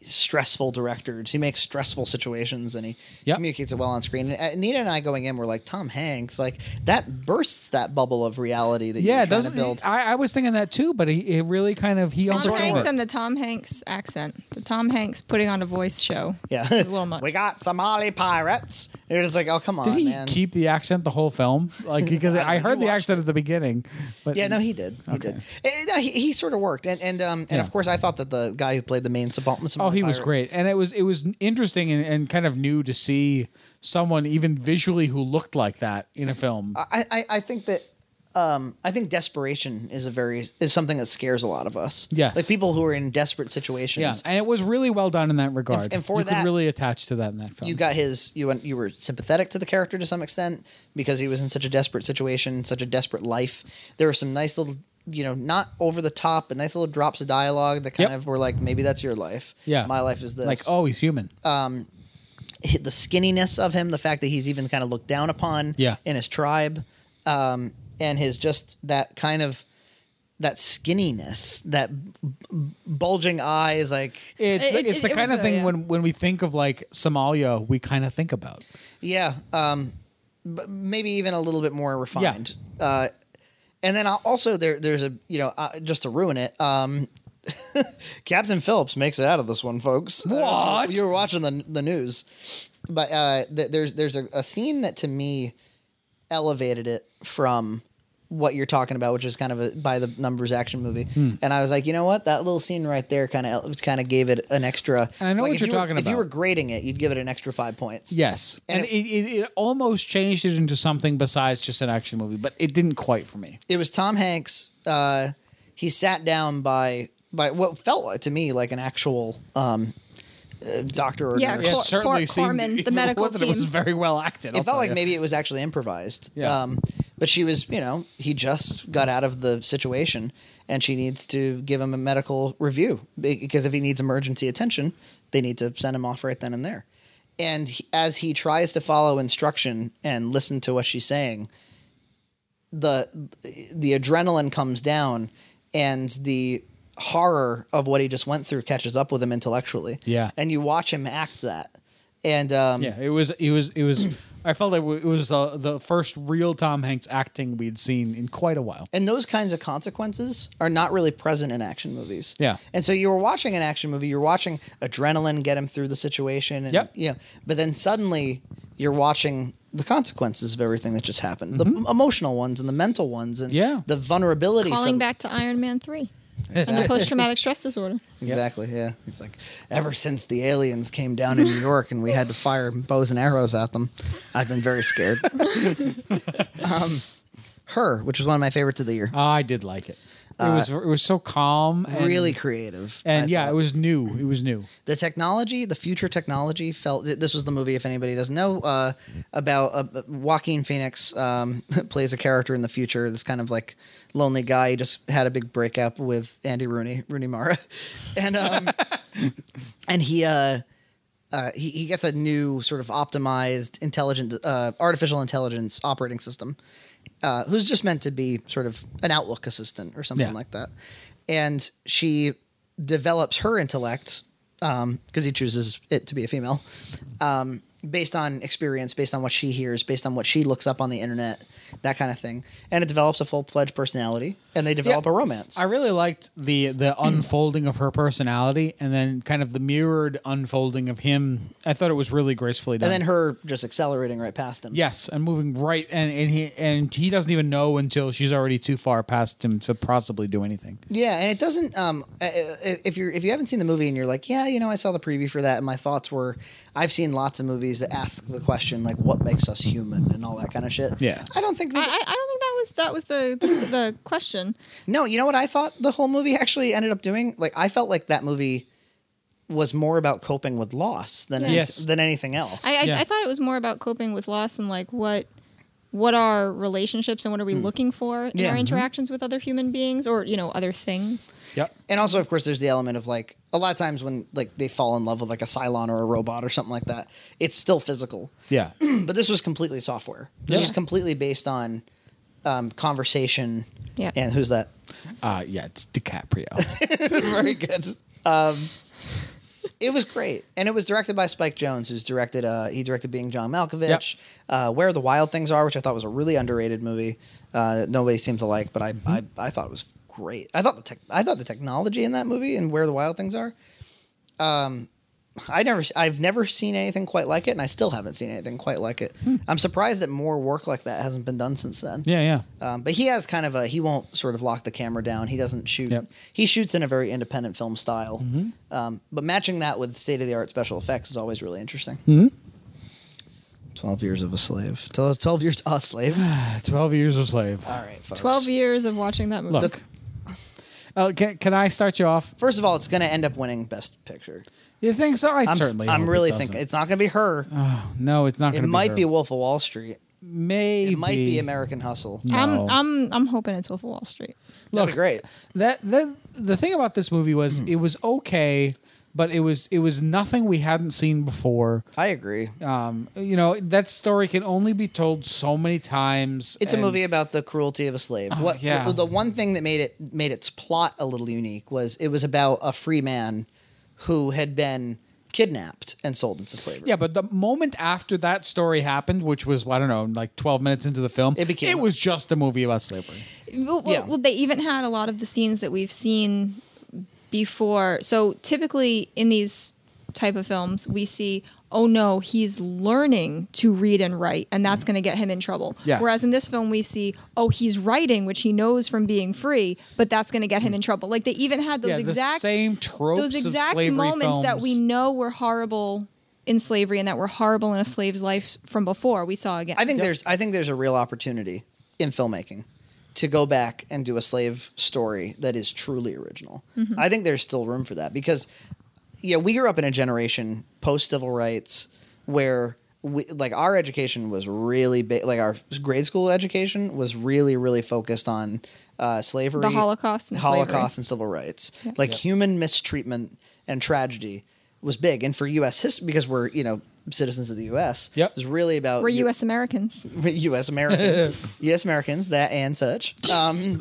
Speaker 1: stressful directors. He makes stressful situations, and he
Speaker 2: Yep.
Speaker 1: communicates it well on screen. And, uh, Nina and I going in were like Tom Hanks, like that bursts that bubble of reality that
Speaker 2: yeah,
Speaker 1: you're
Speaker 2: it
Speaker 1: trying to
Speaker 2: doesn't.
Speaker 1: build.
Speaker 2: I, I was thinking that too, but he it really kind of he also
Speaker 3: Tom
Speaker 2: kind of
Speaker 3: Hanks
Speaker 2: worked.
Speaker 3: and the Tom Hanks accent. The Tom Hanks putting on a voice show.
Speaker 1: yeah,
Speaker 3: Is a little much.
Speaker 1: we got Somali pirates. It was like, oh come on,
Speaker 2: Did he
Speaker 1: man.
Speaker 2: keep the accent the whole film? Like because
Speaker 1: I don't
Speaker 2: I,
Speaker 1: know,
Speaker 2: heard
Speaker 1: you
Speaker 2: the
Speaker 1: watched
Speaker 2: accent at the beginning, but
Speaker 1: Yeah, no, he did. He did. And, uh, he, he sort of worked, and and um, and
Speaker 2: Yeah.
Speaker 1: of course, I thought that the guy who played the main Somali
Speaker 2: oh, he was great, and it was it was interesting and, and kind of new to see someone even visually who looked like that in a film.
Speaker 1: I, I I think that. Um, I think desperation is a very is something that scares a lot of us.
Speaker 2: Yes.
Speaker 1: like people who are in desperate
Speaker 2: yeah,
Speaker 1: situations.
Speaker 2: and it was really well done in that regard.
Speaker 1: And- and for
Speaker 2: you could
Speaker 1: that-
Speaker 2: really attach to that in that film.
Speaker 1: you got his you went, you were sympathetic to the character to some extent because he was in such a desperate situation, such a desperate life. There were some nice little you know not over the top, but nice little drops of dialogue that kind
Speaker 2: Yep.
Speaker 1: of were like maybe that's your life.
Speaker 2: yeah,
Speaker 1: my life is this. Uh,
Speaker 2: Like oh, he's human.
Speaker 1: hi- the skinniness of him, the fact that he's even kind of looked down upon
Speaker 2: Yeah.
Speaker 1: in his tribe, um, and his just that kind of that skinniness, that b- b- bulging eyes, like
Speaker 2: it's
Speaker 3: It-
Speaker 2: the,
Speaker 3: it-
Speaker 2: it's the
Speaker 3: it
Speaker 2: kind of
Speaker 3: was a-
Speaker 2: thing
Speaker 3: yeah.
Speaker 2: when when we think of like Somalia, we kind of think about.
Speaker 1: yeah, um, but maybe even a little bit more refined. Uh, and then I'll- also there, there's a you know uh, just to ruin it. Um, Captain Phillips makes it out of this one, folks. I don't know if you-
Speaker 2: What?
Speaker 1: you were watching the the news, but uh, th- there's there's a, a scene that to me elevated it from what you're talking about, which is kind of a by the numbers action movie.
Speaker 2: Hmm.
Speaker 1: And I was like, you know what, that little scene right there kind of kind of gave it an extra.
Speaker 2: And I know
Speaker 1: like,
Speaker 2: what
Speaker 1: if
Speaker 2: you're
Speaker 1: you were-
Speaker 2: talking
Speaker 1: If you
Speaker 2: about.
Speaker 1: were grading it, you'd give it an extra five points.
Speaker 2: Yes, and,
Speaker 1: And
Speaker 2: it, it, it almost changed it into something besides just an action movie, but it didn't quite for me.
Speaker 1: it was Tom Hanks. Uh, he sat down by by what felt like to me like an actual um, uh, doctor or
Speaker 3: Yeah,
Speaker 1: nurse.
Speaker 3: Cor- Cor- Corman, the
Speaker 2: if it
Speaker 3: medical
Speaker 2: wasn't, It was
Speaker 3: team.
Speaker 2: very well acted. I'll
Speaker 1: it felt
Speaker 2: tell
Speaker 1: like
Speaker 2: you.
Speaker 1: maybe it was actually improvised.
Speaker 2: Yeah.
Speaker 1: Um, but she was, you know, he just got out of the situation, and she needs to give him a medical review be- because if he needs emergency attention, they need to send him off right then and there. And he, as he tries to follow instruction and listen to what she's saying, the the adrenaline comes down and the horror of what he just went through catches up with him intellectually.
Speaker 2: Yeah.
Speaker 1: And you watch him act that. And um
Speaker 2: Yeah, it was. It was. It was. I felt like it was the, the first real Tom Hanks acting we'd seen in quite a while.
Speaker 1: and those kinds of consequences are not really present in action movies.
Speaker 2: Yeah.
Speaker 1: And so you were watching an action movie, you're watching adrenaline get him through the situation and
Speaker 2: Yep.
Speaker 1: yeah, but then suddenly you're watching the consequences of everything that just happened. The emotional ones and the mental ones and
Speaker 2: Mm-hmm. Yeah.
Speaker 1: the vulnerability
Speaker 3: Calling
Speaker 1: some-
Speaker 3: back to Iron Man 3 and the post traumatic stress disorder.
Speaker 1: Exactly, yeah. It's like ever since the aliens came down in New York and we had to fire bows and arrows at them, I've been very scared. um her, which was one of my favorites of the year.
Speaker 2: I did like it. It was. It was so calm. And,
Speaker 1: Uh, really creative. I
Speaker 2: And yeah,
Speaker 1: thought.
Speaker 2: it was new. It was new.
Speaker 1: the technology, the future technology felt. th- This was the movie, if anybody doesn't know, uh, about uh, Joaquin Phoenix um, plays a character in the future. This kind of like lonely guy. He just had a big breakup with Andy Rooney, Rooney Mara, and um, and he. Uh, uh, he, he gets a new sort of optimized intelligent uh, artificial intelligence operating system uh, who's just meant to be sort of an outlook assistant or something
Speaker 2: Yeah.
Speaker 1: like that and she develops her intellect because he chooses it to be a female um, based on experience, based on what she hears, based on what she looks up on the internet, that kind of thing. And it develops a full fledged personality, and they develop
Speaker 2: Yeah.
Speaker 1: a romance.
Speaker 2: I really liked the the unfolding of her personality, and then kind of the mirrored unfolding of him. I thought it was really gracefully done.
Speaker 1: and then her just accelerating right past him.
Speaker 2: yes, and moving right, and and he and he doesn't even know until she's already too far past him to possibly do anything.
Speaker 1: Yeah, and it doesn't. Um, uh, uh, if you're if you haven't seen the movie and you're like, yeah, you know, I saw the preview for that, and my thoughts were, I've seen lots of movies that ask the question like, what makes us human and all that kind of shit.
Speaker 2: Yeah.
Speaker 1: I don't think.
Speaker 3: I,
Speaker 1: That,
Speaker 3: I, I don't think that was that was the the, the question.
Speaker 1: no, you know what I thought the whole movie actually ended up doing. Like, I felt like that movie was more about coping with loss than any-
Speaker 2: Yes.
Speaker 1: than anything else.
Speaker 3: I I,
Speaker 2: Yeah.
Speaker 3: I thought it was more about coping with loss and like what what are relationships and what are we looking for in
Speaker 1: Yeah.
Speaker 3: our
Speaker 1: Mhm.
Speaker 3: interactions with other human beings or you know other things.
Speaker 2: Yep.
Speaker 1: and also, of course, there's the element of like a lot of times when like they fall in love with like a Cylon or a robot or something like that, it's still physical.
Speaker 2: Yeah.
Speaker 1: but this was completely software. This
Speaker 2: Yeah.
Speaker 1: was completely based on um, conversation.
Speaker 3: Yeah.
Speaker 1: And who's that?
Speaker 2: Uh, yeah. It's DiCaprio.
Speaker 1: Very good. Um, it was great, and it was directed by Spike Jones, who's directed. Uh, he directed Being John Malkovich, uh, Where the Wild Things Are, which I thought was a really underrated movie. Uh, that nobody seemed to like, but I, I I thought it was great. I thought the tech, I thought the technology in that movie and Where the Wild Things Are. Um, I never I've never seen anything quite like it, and I still haven't seen anything quite like it. I'm surprised that more work like that hasn't been done since then.
Speaker 2: yeah. Yeah.
Speaker 1: Um, but he has kind of a he won't sort of lock the camera down. He doesn't shoot.
Speaker 2: Yep. Mm-hmm.
Speaker 1: He shoots in a very independent film style. Um, but matching that with state of the art special effects is always really interesting.
Speaker 2: Mm-hmm.
Speaker 1: Twelve years of a slave. Twelve, 12 years a slave. All
Speaker 2: Twelve years a slave.
Speaker 1: right, folks.
Speaker 3: Twelve years of watching that movie.
Speaker 2: Uh, Look. Uh, can, can I start you off?
Speaker 1: First of all, it's going to end up winning Best Picture.
Speaker 2: You think so? I
Speaker 1: I'm,
Speaker 2: certainly.
Speaker 1: I'm
Speaker 2: hope it
Speaker 1: really
Speaker 2: doesn't.
Speaker 1: thinking it's not going to be her.
Speaker 2: Oh, no, it's not
Speaker 1: it
Speaker 2: going to be.
Speaker 1: might
Speaker 2: her.
Speaker 1: be Wolf of Wall Street.
Speaker 2: Maybe.
Speaker 1: It might be American Hustle.
Speaker 2: No.
Speaker 3: I'm I'm I'm hoping it's Wolf of Wall Street.
Speaker 1: That'd
Speaker 2: Look,
Speaker 1: be great.
Speaker 2: That that the thing about this movie was
Speaker 1: Hmm.
Speaker 2: it was okay, but it was it was nothing we hadn't seen before.
Speaker 1: I agree.
Speaker 2: Um, you know that story can only be told so many times.
Speaker 1: It's a
Speaker 2: and- Oh,
Speaker 1: movie about the cruelty of a slave. what
Speaker 2: yeah.
Speaker 1: the, the one thing that made it made its plot a little unique was it was about a free man who had been kidnapped and sold into slavery.
Speaker 2: Yeah, but the moment after that story happened, which was I don't know, like twelve minutes into the film,
Speaker 1: It became-
Speaker 2: it was just a movie about slavery.
Speaker 3: Well, well,
Speaker 1: Yeah.
Speaker 3: well, they even had a lot of the scenes that we've seen before. So typically in these type of films, we see, oh no, he's learning to read and write, and that's going to get him in trouble.
Speaker 2: Mm-hmm. Yes.
Speaker 3: Whereas in this film, we see, oh, he's writing, which he knows from being free, but that's going to get him in trouble. Like they even had those
Speaker 2: Mm-hmm. yeah, the
Speaker 3: exact
Speaker 2: same tropes
Speaker 3: those
Speaker 2: of
Speaker 3: exact
Speaker 2: slavery
Speaker 3: moments that we
Speaker 2: films.
Speaker 3: know were horrible in slavery and that were horrible in a slave's life from before. We saw again.
Speaker 1: I think there's I think there's a real opportunity in filmmaking to go back and do a slave story that is truly original.
Speaker 3: Mm-hmm.
Speaker 1: I think there's still room for that because yeah, we grew up in a generation post civil rights where we, like our education was really big like our grade school education was really really focused on uh, slavery
Speaker 3: The Holocaust and slavery.
Speaker 1: holocaust and civil rights like
Speaker 2: Yeah.
Speaker 1: human mistreatment and tragedy was big and for us history because we're you know citizens of the us
Speaker 2: Yep.
Speaker 1: it was really about
Speaker 3: we're
Speaker 1: U-
Speaker 3: U.S. Americans.
Speaker 1: U.S. Americans, U.S. Americans, that and such. Um,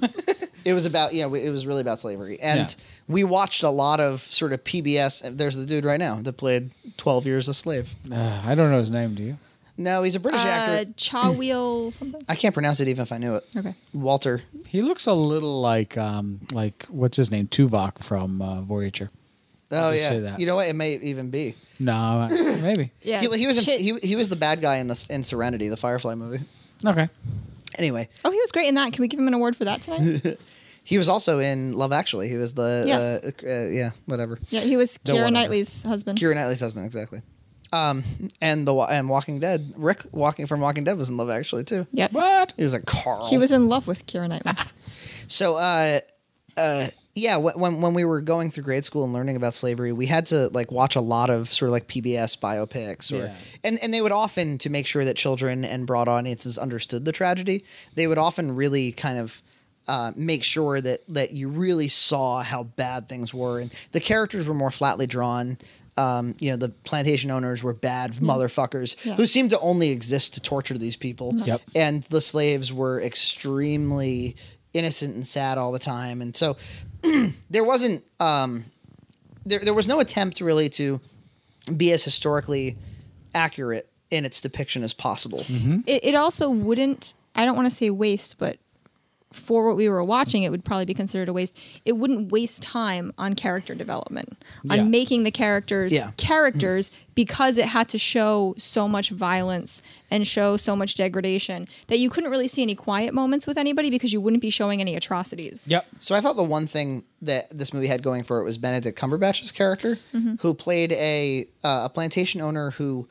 Speaker 1: it was about you know it was really about slavery, and
Speaker 2: Yeah.
Speaker 1: we watched a lot of sort of PBS. and There's the dude right now that played Twelve Years a Slave.
Speaker 2: Uh, I don't know his name. Do you?
Speaker 1: No, he's a British
Speaker 3: Uh,
Speaker 1: actor.
Speaker 3: Chawil something.
Speaker 1: I can't pronounce it even if I knew it.
Speaker 3: Okay.
Speaker 1: Walter.
Speaker 2: He looks a little like um like what's his name Tuvok from uh, Voyager.
Speaker 1: Oh
Speaker 2: just say
Speaker 1: yeah,
Speaker 2: that.
Speaker 1: you know what? It may even be.
Speaker 2: No, maybe.
Speaker 3: Yeah.
Speaker 1: He, he was in,
Speaker 3: Shit.
Speaker 1: he, he was the bad guy in the in Serenity, the Firefly movie.
Speaker 2: Okay.
Speaker 1: Anyway,
Speaker 3: oh, he was great in that. Can we give him an award for that tonight?
Speaker 1: he was also in Love Actually. He was the
Speaker 3: Yes.
Speaker 1: uh, uh, yeah whatever.
Speaker 3: yeah, he was
Speaker 2: Don't
Speaker 3: Keira
Speaker 2: wanna-
Speaker 3: Knightley's husband.
Speaker 1: Kira Knightley's husband, exactly. Um, and the Wa- and Walking Dead, Rick walking from Walking Dead was in Love Actually too.
Speaker 3: Yep.
Speaker 2: What?
Speaker 1: he was a Carl.
Speaker 3: He was in love with Keira Knightley.
Speaker 1: so. Uh, uh, yeah. wh- When when we were going through grade school and learning about slavery, we had to like watch a lot of sort of like PBS biopics, or
Speaker 2: Yeah.
Speaker 1: and and they would often to make sure that children and broad audiences understood the tragedy. They would often really kind of. Uh, make sure that that you really saw how bad things were, and the characters were more flatly drawn. Um, you know, the plantation owners were bad motherfuckers
Speaker 3: Yeah.
Speaker 1: who seemed to only exist to torture these people.
Speaker 2: Yep.
Speaker 1: And the slaves were extremely innocent and sad all the time, and so there wasn't um, there there was no attempt really to be as historically accurate in its depiction as possible.
Speaker 3: It, it also wouldn't, I don't want to say waste, but for what we were watching, it would probably be considered a waste. It wouldn't waste time on character development, on
Speaker 2: Yeah.
Speaker 3: making the characters
Speaker 1: Yeah.
Speaker 3: characters because it had to show so much violence and show so much degradation that you couldn't really see any quiet moments with anybody because you wouldn't be showing any atrocities.
Speaker 2: Yep.
Speaker 1: So I thought the one thing that this movie had going for it was Benedict Cumberbatch's character, who played a uh, a plantation owner who,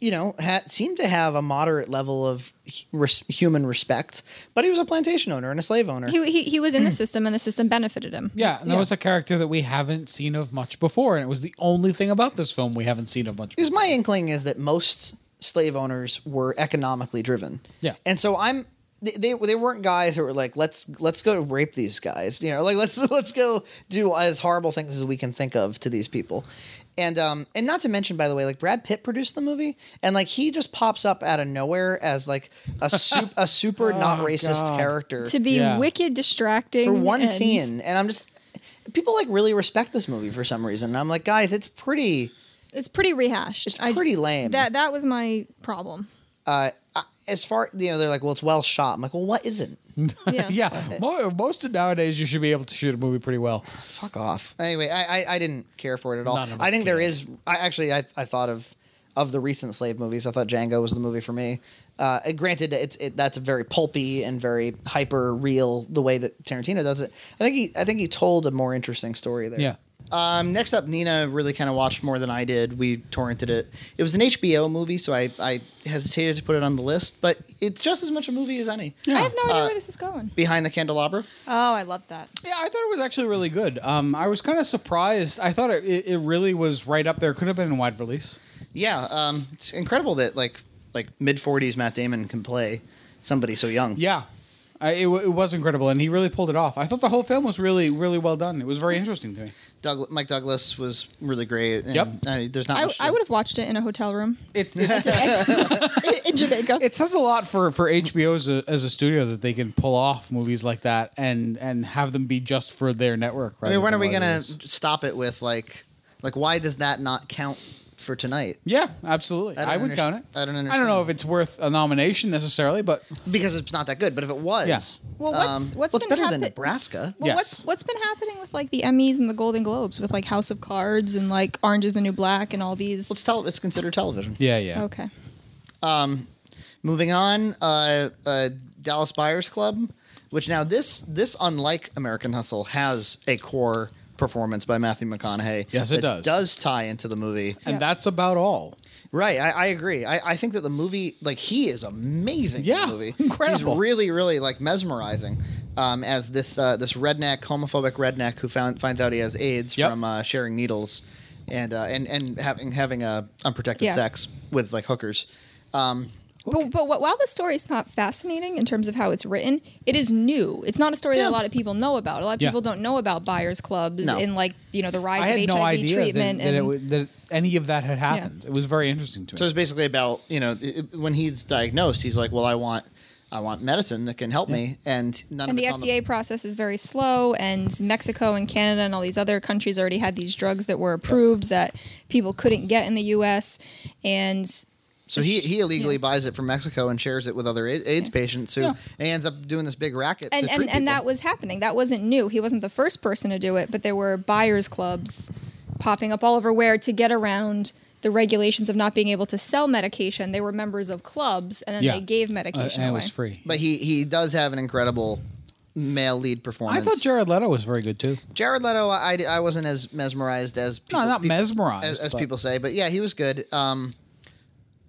Speaker 1: you know, had, seemed to have a moderate level of hu- res- human respect, but he was a plantation owner and a slave owner.
Speaker 3: He, he, he was in the system and the system benefited him.
Speaker 2: Yeah, and that
Speaker 1: Yeah.
Speaker 2: was a character that we haven't seen of much before, and it was the only thing about this film we haven't seen of much.
Speaker 1: Because my inkling is that most slave owners were economically driven.
Speaker 2: Yeah.
Speaker 1: And so I'm they, they they weren't guys that were like let's let's go rape these guys, you know, like let's let's go do as horrible things as we can think of to these people. And um and not to mention by the way, like Brad Pitt produced the movie and like he just pops up out of nowhere as like a sup- a super not racist
Speaker 2: Oh, God.
Speaker 1: character
Speaker 3: To be
Speaker 2: Yeah.
Speaker 3: wicked distracting.
Speaker 1: for one
Speaker 3: and-
Speaker 1: scene and I'm just people like really respect this movie for some reason. And I'm like, guys, it's pretty
Speaker 3: It's pretty rehashed.
Speaker 1: it's pretty lame.
Speaker 3: That, that was my problem.
Speaker 1: uh, I- as far you know, they're like, well, it's well shot. I'm like, well, what isn't?
Speaker 3: Yeah.
Speaker 2: yeah, mo- most of nowadays you should be able to shoot a movie pretty well.
Speaker 1: Fuck off. Anyway, I, I, I didn't care for it at all.
Speaker 2: None of
Speaker 1: I
Speaker 2: us
Speaker 1: think there
Speaker 2: did.
Speaker 1: is. I actually I, I thought of of the recent slave movies. I thought Django was the movie for me. Uh, and granted, it's it, that's very pulpy and very hyper real the way that Tarantino does it. I think he I think he told a more interesting story there.
Speaker 2: Yeah.
Speaker 1: Um, next up, Nina really kind of watched more than I did. We torrented it. It was an HBO movie, so I, I hesitated to put it on the list, but it's just as much a movie as any.
Speaker 3: I have no idea
Speaker 1: Uh,
Speaker 3: where this is going.
Speaker 1: Behind the Candelabra.
Speaker 3: Oh, I love that.
Speaker 2: Yeah, I thought it was actually really good. Um, I was kind of surprised. I thought it, it, it really was right up there. Could have been in wide release.
Speaker 1: Yeah, um, it's incredible that like like mid forties Matt Damon can play somebody so young.
Speaker 2: Yeah, I, it, w- it was incredible, and he really pulled it off. I thought the whole film was really, really well done. It was very interesting to me.
Speaker 1: Doug, Mike Douglas was really great. And,
Speaker 2: Yep.
Speaker 1: uh, there's not.
Speaker 3: I,
Speaker 1: much to-
Speaker 3: I would have watched it in a hotel room
Speaker 2: It, it,
Speaker 3: in, in Jamaica.
Speaker 2: it says a lot for for HBO as a, as a studio that they can pull off movies like that and and have them be just for their network.
Speaker 1: I
Speaker 2: Right?
Speaker 1: mean, when are we gonna stop it with like like why does that not count for tonight?
Speaker 2: Yeah, absolutely.
Speaker 1: I
Speaker 2: I,
Speaker 1: don't
Speaker 2: would
Speaker 1: underst-
Speaker 2: count it.
Speaker 1: I don't
Speaker 2: I don't
Speaker 1: understand.
Speaker 2: know if it's worth a nomination necessarily, but
Speaker 1: Because it's not that good. But if it was, um,
Speaker 2: Yeah.
Speaker 3: Well, what's- what's
Speaker 1: what's
Speaker 3: been
Speaker 1: better
Speaker 3: happen-
Speaker 1: than Nebraska?
Speaker 3: well,
Speaker 2: yes.
Speaker 3: what's what's been happening with like the Emmys and the Golden Globes with like House of Cards and like Orange is the New Black and all these.
Speaker 1: It's tele- It's considered television.
Speaker 2: yeah, yeah.
Speaker 3: Okay.
Speaker 1: Um, Moving on, uh, uh, Dallas Buyers Club, which now this this unlike American Hustle has a core performance by Matthew McConaughey.
Speaker 2: Yes, it
Speaker 1: that
Speaker 2: does.
Speaker 1: Does tie into the movie,
Speaker 2: And
Speaker 3: Yeah.
Speaker 2: that's about all.
Speaker 1: right? I, I agree. I, I think that the movie, like he is amazing. in
Speaker 2: Yeah,
Speaker 1: the movie.
Speaker 2: incredible.
Speaker 1: He's really, really like mesmerizing. Um, as this uh, this redneck, homophobic redneck who found finds out he has AIDS
Speaker 2: Yep.
Speaker 1: from uh, sharing needles, and uh, and and having having uh, unprotected
Speaker 3: Yeah.
Speaker 1: sex with like hookers. Um,
Speaker 3: But, but wh- while the story is not fascinating in terms of how it's written, it is new. It's not a story
Speaker 1: Yeah.
Speaker 3: that a lot of people know about. A lot of
Speaker 2: Yeah.
Speaker 3: people don't know about buyers clubs
Speaker 1: No.
Speaker 3: and like you know the rise
Speaker 2: I
Speaker 3: of
Speaker 2: had
Speaker 3: HIV
Speaker 2: no idea that,
Speaker 3: treatment
Speaker 2: that,
Speaker 3: and
Speaker 2: it, w- that any of that had happened. It was very interesting to me.
Speaker 1: So it's basically about you know i- i- when he's diagnosed, he's like, well, I want, I want medicine that can help me, and none
Speaker 3: and
Speaker 1: of
Speaker 3: the
Speaker 1: it's on
Speaker 3: FDA process is very slow, and Mexico and Canada and all these other countries already had these drugs that were approved that people couldn't get in the U.S. And
Speaker 1: so he he illegally
Speaker 3: Yeah.
Speaker 1: buys it from Mexico and shares it with other A- AIDS patients who
Speaker 2: Yeah.
Speaker 1: and ends up doing this big racket.
Speaker 3: and
Speaker 1: to
Speaker 3: and,
Speaker 1: treat people.
Speaker 3: and that was happening. That wasn't new. He wasn't the first person to do it, but there were buyers clubs popping up all over where to get around the regulations of not being able to sell medication. They were members of clubs, and then
Speaker 2: Yeah.
Speaker 3: they gave
Speaker 2: Uh,
Speaker 3: medication
Speaker 2: and it
Speaker 3: away.
Speaker 2: was free.
Speaker 1: But he he does have an incredible male lead performance.
Speaker 2: I thought Jared Leto was very good too.
Speaker 1: Jared Leto, I, I wasn't as mesmerized as people,
Speaker 2: not
Speaker 1: peop-
Speaker 2: mesmerized,
Speaker 1: as, as
Speaker 2: but-
Speaker 1: people say, but yeah, he was good. Um,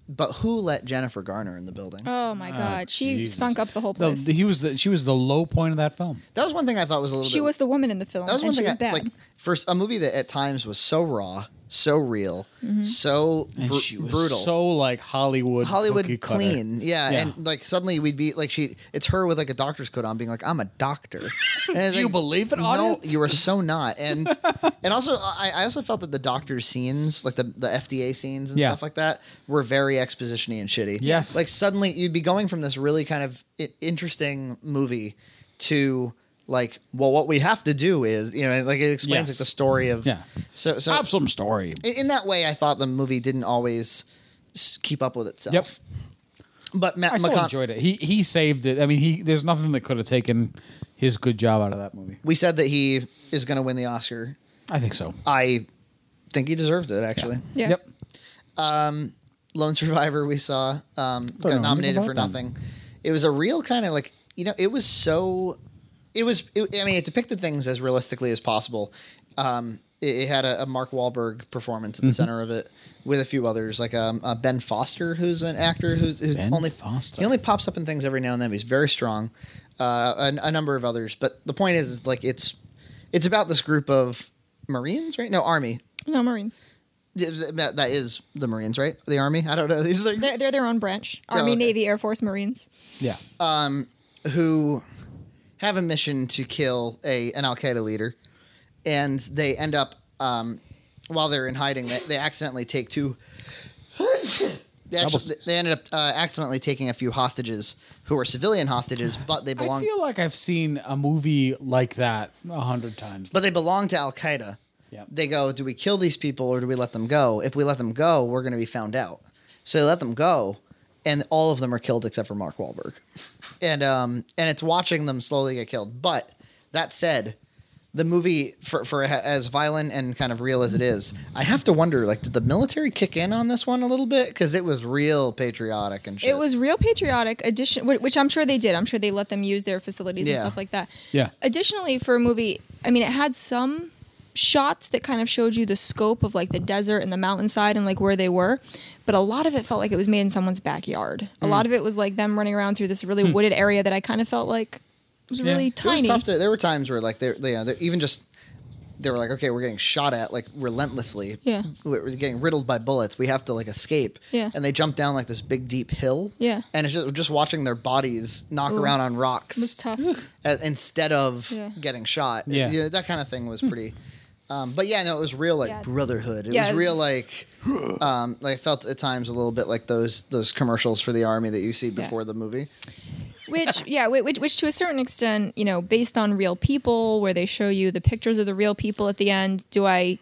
Speaker 1: but who let Jennifer Garner in the building?
Speaker 3: Oh my God, she
Speaker 2: Jesus.
Speaker 3: sunk up the whole
Speaker 2: The,
Speaker 3: place.
Speaker 2: he was the, she was the low point of that film.
Speaker 1: that was one thing I thought was a little.
Speaker 3: she
Speaker 1: bit
Speaker 3: was the woman in the film,
Speaker 1: That was
Speaker 3: and
Speaker 1: one
Speaker 3: she
Speaker 1: thing.
Speaker 3: was
Speaker 1: I,
Speaker 3: bad.
Speaker 1: like first, a movie that at times was so raw, so real,
Speaker 3: Mm-hmm.
Speaker 1: so br- brutal,
Speaker 2: so like Hollywood,
Speaker 1: Hollywood
Speaker 2: cookie cutter.
Speaker 1: clean. Yeah,
Speaker 2: Yeah.
Speaker 1: and like suddenly we'd be like she. It's her with like a doctor's coat on, being like, "I'm a doctor." And it's
Speaker 2: You
Speaker 1: like,
Speaker 2: believe it,
Speaker 1: No,
Speaker 2: audience?
Speaker 1: you are so not. And and also, I, I also felt that the doctor scenes, like the the FDA scenes and
Speaker 2: Yeah.
Speaker 1: stuff like that, were very expositiony and shitty.
Speaker 2: Yes.
Speaker 1: like suddenly you'd be going from this really kind of i- interesting movie to like, well, what we have to do is, you know, like it explains
Speaker 2: Yes.
Speaker 1: like the story of.
Speaker 2: Yeah.
Speaker 1: So so
Speaker 2: Have some story.
Speaker 1: in, in that way, I thought the movie didn't always s- keep up with itself.
Speaker 2: Yep.
Speaker 1: But Matt
Speaker 2: I still
Speaker 1: McCon-
Speaker 2: enjoyed it. He he saved it. I mean, he there's nothing that could have taken his good job out of that movie.
Speaker 1: we said that he is going to win the Oscar.
Speaker 2: I think so.
Speaker 1: I think he deserved it actually.
Speaker 3: Yeah.
Speaker 2: Yep.
Speaker 1: Lone Survivor we saw um,
Speaker 2: know
Speaker 1: got
Speaker 2: anything
Speaker 1: nominated
Speaker 2: about
Speaker 1: for
Speaker 2: them.
Speaker 1: nothing. It was a real kind of like you know it was so it was it, I mean it depicted things as realistically as possible. Um, it, it had a, a Mark Wahlberg performance at the
Speaker 2: Mm-hmm.
Speaker 1: center of it with a few others like um, uh, Ben Foster who's an actor who's, who's
Speaker 2: Ben
Speaker 1: only
Speaker 2: Foster.
Speaker 1: he only pops up in things every now and then. But he's very strong. Uh, a, a number of others, but the point is, is like it's it's about this group of Marines, right? No, Army.
Speaker 3: No Marines.
Speaker 1: That, that is the Marines, right? The Army. I don't know these things.
Speaker 3: They're, they're their own branch.
Speaker 1: Oh,
Speaker 3: Army,
Speaker 1: okay.
Speaker 3: Navy, Air Force, Marines.
Speaker 2: Yeah.
Speaker 1: who have a mission to kill a an Al Qaeda leader, and they end up um, while they're in hiding, they, they accidentally take two. They, actually, they ended up uh, accidentally taking a few hostages who were civilian hostages, but they
Speaker 2: I
Speaker 1: belong,
Speaker 2: feel like I've seen a movie like that a hundred times.
Speaker 1: but they belong to Al Qaeda.
Speaker 2: Yeah.
Speaker 1: They go, do we kill these people or do we let them go? If we let them go, we're going to be found out. So they let them go, and all of them are killed except for Mark Wahlberg, and um and it's watching them slowly get killed. But that said, the movie for for as violent and kind of real as it is, I have to wonder like did the military kick in on this one a little bit because it was real patriotic and shit.
Speaker 3: It was real patriotic addition, wh- which I'm sure they did. I'm sure they let them use their facilities
Speaker 1: Yeah.
Speaker 3: and stuff like that.
Speaker 2: Yeah.
Speaker 3: Additionally, for a movie, I mean, it had some shots that kind of showed you the scope of like the desert and the mountainside and like where they were, but a lot of it felt like it was made in someone's backyard.
Speaker 1: Mm.
Speaker 3: A lot of it was like them running around through this really wooded area that I kind of felt like was
Speaker 2: Yeah.
Speaker 3: really
Speaker 2: It was
Speaker 1: Hmm. It was
Speaker 3: tiny.
Speaker 1: tough to. There were times where like they're, they, you know, they're even just they were like, okay, we're getting shot at like relentlessly.
Speaker 3: Yeah.
Speaker 1: we're we're getting riddled by bullets. We have to like escape.
Speaker 3: Yeah.
Speaker 1: and they jump down like this big deep hill.
Speaker 3: Yeah.
Speaker 1: and it's just just watching their bodies knock
Speaker 3: Ooh.
Speaker 1: around on rocks
Speaker 3: It was tough.
Speaker 1: a- instead of
Speaker 3: Yeah. Hmm.
Speaker 1: getting shot.
Speaker 2: Yeah.
Speaker 1: that kind of thing was pretty. Um, but yeah, no, it was real like
Speaker 3: Yeah.
Speaker 1: brotherhood. It
Speaker 3: Yeah.
Speaker 1: was real like, um, like I felt at times a little bit like those those commercials for the army that you see before the movie.
Speaker 3: which yeah whi- which, which to a certain extent you know based on real people where they show you the pictures of the real people at the end do i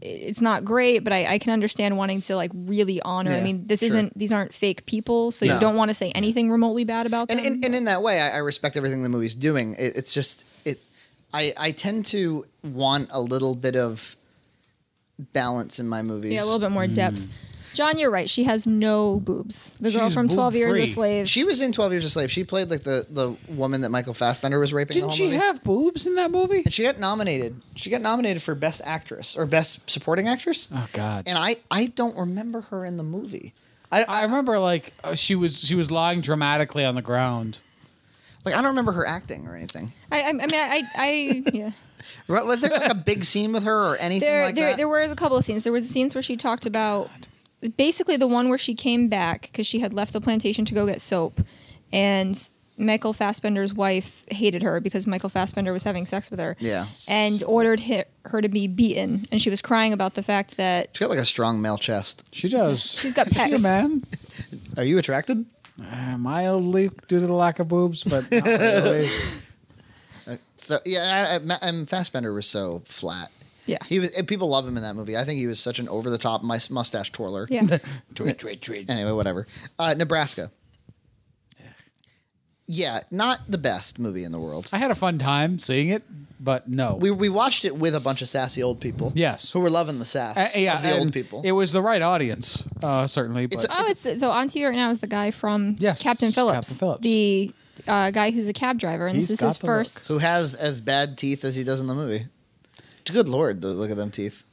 Speaker 3: it's not great but i, I can understand wanting to like really honor
Speaker 1: Yeah,
Speaker 3: i mean this
Speaker 1: sure.
Speaker 3: isn't these aren't fake people so
Speaker 1: No.
Speaker 3: you don't want to say anything remotely bad about them
Speaker 1: and, and, and in that way, I, I respect everything the movie's doing. It, it's just it. I I tend to want a little bit of balance in my movies.
Speaker 3: yeah a little bit more depth john you're right she has no boobs the girl
Speaker 2: She's
Speaker 3: from 12 years a
Speaker 2: boob-free.
Speaker 3: slave
Speaker 1: She was in Twelve Years a Slave. She played like the the woman that Michael Fassbender was raping. the
Speaker 2: Didn't
Speaker 1: whole
Speaker 2: she
Speaker 1: movie.
Speaker 2: have boobs in that movie?
Speaker 1: And she got nominated. She got nominated for best actress or best supporting actress.
Speaker 3: Uh-huh.
Speaker 2: Oh God.
Speaker 1: And I I don't remember her in the movie. I, I
Speaker 2: I remember like uh, she was she was lying dramatically on the ground.
Speaker 1: like I don't remember her acting or anything.
Speaker 3: I, I, I mean i i yeah
Speaker 1: Right, Was there like a big scene with her or anything
Speaker 3: there,
Speaker 1: like
Speaker 3: there,
Speaker 1: that? Oh,
Speaker 3: there was a couple of scenes. There was scenes where she talked about basically the one where she came back because she had left the plantation to go get soap, and Michael Fassbender's wife hated her because Michael Fassbender was having sex with her.
Speaker 1: Yeah.
Speaker 3: and ordered hi- her to be beaten, and she was crying about the fact that
Speaker 1: She got like a strong male chest.
Speaker 2: She does.
Speaker 3: She's got
Speaker 2: Is she a
Speaker 3: pecs.
Speaker 2: man.
Speaker 1: Are you attracted?
Speaker 2: Uh, mildly due to the lack of boobs, but not really.
Speaker 1: Uh, So yeah, I- I- Ma- and Fassbender was so flat.
Speaker 3: Yeah.
Speaker 1: he was. and People love him in that movie. I think he was such an over the top mustache twirler.
Speaker 3: yeah,
Speaker 2: Tweet, tweet, tweet.
Speaker 1: Anyway, whatever. Uh, Nebraska. Yeah, not the best movie in the world.
Speaker 2: I had a fun time seeing it, but no.
Speaker 1: We we watched it with a bunch of sassy old people.
Speaker 2: Yes.
Speaker 1: who were loving the sass.
Speaker 2: Uh, yeah,
Speaker 1: of the old
Speaker 2: and
Speaker 1: people.
Speaker 2: It was the right audience, uh, certainly. But
Speaker 1: It's a-
Speaker 3: Oh, it's so on TV right now is the guy from
Speaker 2: Yes,
Speaker 3: Captain
Speaker 2: it's
Speaker 3: Phillips,
Speaker 2: Captain Phillips.
Speaker 3: the uh, guy who's a cab driver, and
Speaker 2: He's
Speaker 3: this is
Speaker 2: got
Speaker 3: his
Speaker 2: the look.
Speaker 3: first.
Speaker 1: who has as bad teeth as he does in the movie. Good lord, though, look at them teeth.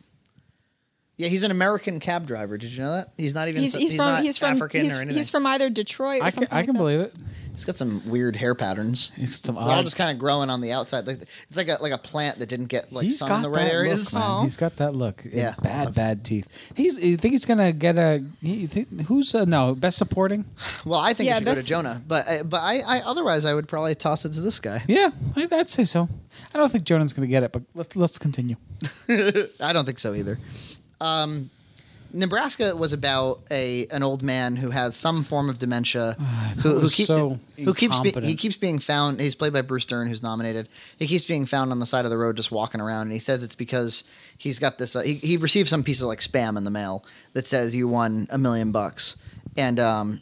Speaker 1: Yeah, he's an American cab driver. Did you know that? He's not even.
Speaker 3: He's, he's, from
Speaker 1: not
Speaker 3: he's from
Speaker 1: African
Speaker 3: he's,
Speaker 1: or anything.
Speaker 3: he's from either Detroit or
Speaker 2: I can,
Speaker 3: something.
Speaker 2: I
Speaker 3: like
Speaker 2: can
Speaker 3: that.
Speaker 2: believe it.
Speaker 1: He's got some weird hair patterns.
Speaker 2: He's got some
Speaker 1: They're all
Speaker 2: odd-
Speaker 1: just kind of growing on the outside. Like it's like a like a plant that didn't get like
Speaker 2: He's
Speaker 1: sun in the right
Speaker 2: that
Speaker 1: areas.
Speaker 2: Look, man.
Speaker 3: Aw.
Speaker 2: He's got that look.
Speaker 1: Yeah.
Speaker 2: bad, bad teeth. He's. You think he's gonna get a? You think, who's uh, no best supporting?
Speaker 1: Well, I think
Speaker 3: Yeah,
Speaker 1: it should go to
Speaker 3: that's-
Speaker 1: Jonah, but I, but I, I otherwise I would probably toss it to this guy.
Speaker 2: Yeah, I, I'd say so. I don't think Jonan's gonna get it, but let's let's continue.
Speaker 1: I don't think so either. Um, Nebraska was about a an old man who has some form of dementia,
Speaker 2: it
Speaker 1: who, who,
Speaker 2: was so
Speaker 1: who keeps be, he
Speaker 2: incompetent.
Speaker 1: keeps being found. He's played by Bruce Dern, who's nominated. He keeps being found on the side of the road, just walking around, and he says it's because he's got this. Uh, he he received some piece of like spam in the mail that says you won a million bucks, and um,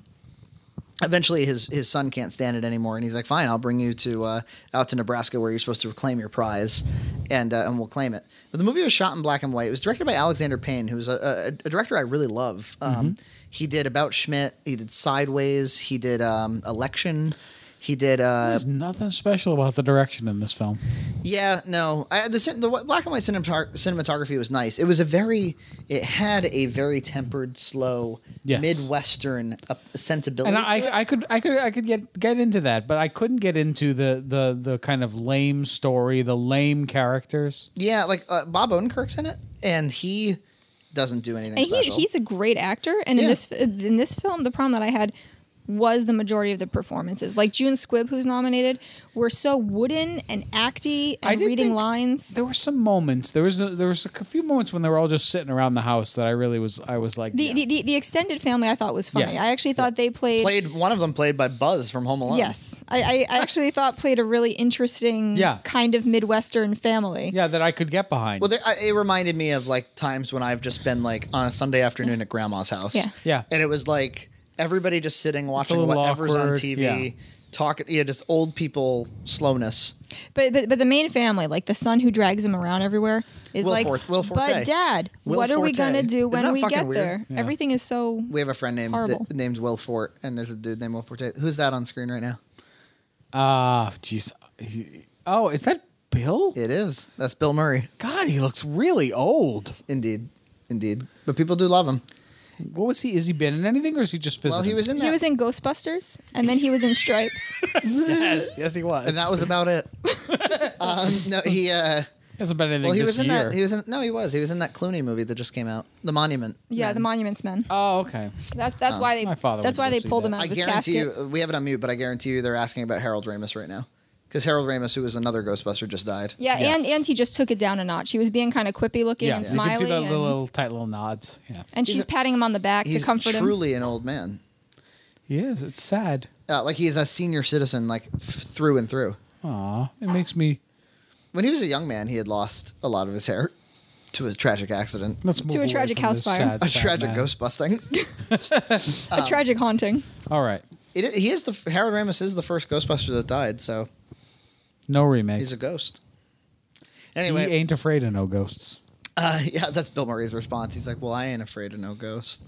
Speaker 1: eventually his his son can't stand it anymore, and he's like, "Fine, I'll bring you to uh, out to Nebraska where you're supposed to claim your prize, and uh, and we'll claim it." But the movie was shot in black and white. It was directed by Alexander Payne, who's a, a, a director I really love. Um,
Speaker 2: Mm-hmm.
Speaker 1: He did About Schmidt. He did Sideways. He did um, Election. He did uh,
Speaker 2: There's nothing special about the direction in this film.
Speaker 1: yeah, no. I, the, cin- the wh- black and white cinematog- cinematography was nice. It was a very, it had a very tempered, slow,
Speaker 2: Yes.
Speaker 1: midwestern uh, sensibility.
Speaker 2: And
Speaker 1: to it.
Speaker 2: I, I could, I could, I could get get into that, but I couldn't get into the the the kind of lame story, the lame characters.
Speaker 1: Yeah, like uh, Bob Odenkirk's in it, and he doesn't do anything.
Speaker 3: and he,
Speaker 1: special.
Speaker 3: he's a great actor. And in
Speaker 1: Yeah.
Speaker 3: this in this film, the problem that I had was the majority of the performances. Like June Squibb, who's nominated, were so wooden and acty
Speaker 2: I
Speaker 3: and
Speaker 2: did
Speaker 3: reading
Speaker 2: think-
Speaker 3: lines.
Speaker 2: There were some moments. There was a, there was a few moments when they were all just sitting around the house that I really was. I was like,
Speaker 3: The,
Speaker 2: yeah.
Speaker 3: the, the, the extended family I thought was funny.
Speaker 2: Yes.
Speaker 3: I actually thought they
Speaker 1: played one of them played by Buzz from Home Alone.
Speaker 3: Yes, I, I actually thought played a really interesting
Speaker 2: Yeah.
Speaker 3: kind of midwestern family.
Speaker 2: yeah, that I could get behind.
Speaker 1: Well, there, I, it reminded me of like times when I've just been like on a Sunday afternoon at grandma's house.
Speaker 3: Yeah.
Speaker 2: Yeah.
Speaker 1: And it was like everybody just sitting watching
Speaker 2: little
Speaker 1: whatever's on
Speaker 2: awkward,
Speaker 1: TV,
Speaker 2: yeah.
Speaker 1: talking. Yeah, just old people slowness.
Speaker 3: But, but but the main family, like the son who drags him around everywhere, is
Speaker 1: Will
Speaker 3: like,
Speaker 1: Fort- Will Forte.
Speaker 3: but dad,
Speaker 1: Will
Speaker 3: what are we
Speaker 1: Forte.
Speaker 3: gonna do
Speaker 1: Isn't
Speaker 3: when
Speaker 1: that
Speaker 3: we
Speaker 1: fucking
Speaker 3: get
Speaker 1: weird?
Speaker 3: there?
Speaker 2: Yeah.
Speaker 3: Everything is so.
Speaker 1: We have a friend named
Speaker 3: Horrible.
Speaker 1: that, named Will Fort, and there's a dude named Will Forte. Who's that on screen right now?
Speaker 2: Ah, jeez. He- Oh, is that Bill?
Speaker 1: It is. That's Bill Murray.
Speaker 2: God, he looks really old.
Speaker 1: Indeed, indeed. But people do love him.
Speaker 2: What was he? Is he been in anything, or is he just visiting?
Speaker 1: Well, he was in that.
Speaker 3: He was in Ghostbusters, and then he was in Stripes.
Speaker 2: yes, yes, he was.
Speaker 1: and that was about it. um, no, he. Uh,
Speaker 2: hasn't been anything
Speaker 1: Well, he
Speaker 2: this
Speaker 1: was in
Speaker 2: year.
Speaker 1: that. He was in. No, he was. He was in that Clooney movie that just came out, The Monument.
Speaker 3: yeah, the
Speaker 1: Monument.
Speaker 3: Monuments Men.
Speaker 2: oh, okay.
Speaker 3: That's that's why they.
Speaker 2: My father
Speaker 3: that's
Speaker 2: would
Speaker 3: why
Speaker 2: go
Speaker 3: they
Speaker 2: see
Speaker 3: pulled
Speaker 2: that.
Speaker 3: him out
Speaker 1: I
Speaker 3: of his
Speaker 1: guarantee
Speaker 3: casket.
Speaker 1: you, we have it on mute, but I guarantee you, they're asking about Harold Ramis right now, because Harold Ramis, who was another Ghostbuster, just died.
Speaker 3: Yeah,
Speaker 2: Yes.
Speaker 3: and and he just took it down a notch. He was being kind of quippy looking
Speaker 2: Yeah,
Speaker 3: and
Speaker 2: you can
Speaker 3: smiley,
Speaker 2: see the
Speaker 3: and,
Speaker 2: little tight little nods. Yeah,
Speaker 3: and she's patting him on the back to
Speaker 1: He's
Speaker 3: comfort him.
Speaker 1: truly an old man.
Speaker 2: he is. It's sad.
Speaker 1: Uh, like he's a senior citizen, like f- through and through.
Speaker 2: Aw, it makes me.
Speaker 1: When he was a young man, he had lost a lot of his hair to a tragic accident,
Speaker 2: Let's
Speaker 3: a
Speaker 2: move away
Speaker 3: tragic
Speaker 2: from
Speaker 3: house
Speaker 2: this
Speaker 3: fire.
Speaker 2: sad,
Speaker 1: a
Speaker 2: sad
Speaker 1: tragic
Speaker 2: man.
Speaker 1: Ghostbusting. um,
Speaker 3: A tragic haunting.
Speaker 2: All right,
Speaker 1: it, i- he is the f- Harold Ramis is the first Ghostbuster that died, so
Speaker 2: no remake.
Speaker 1: he's a ghost.
Speaker 2: he
Speaker 1: Anyway,
Speaker 2: ain't afraid of no ghosts.
Speaker 1: Uh, yeah, that's Bill Murray's response. He's like, "Well, I ain't afraid of no ghost."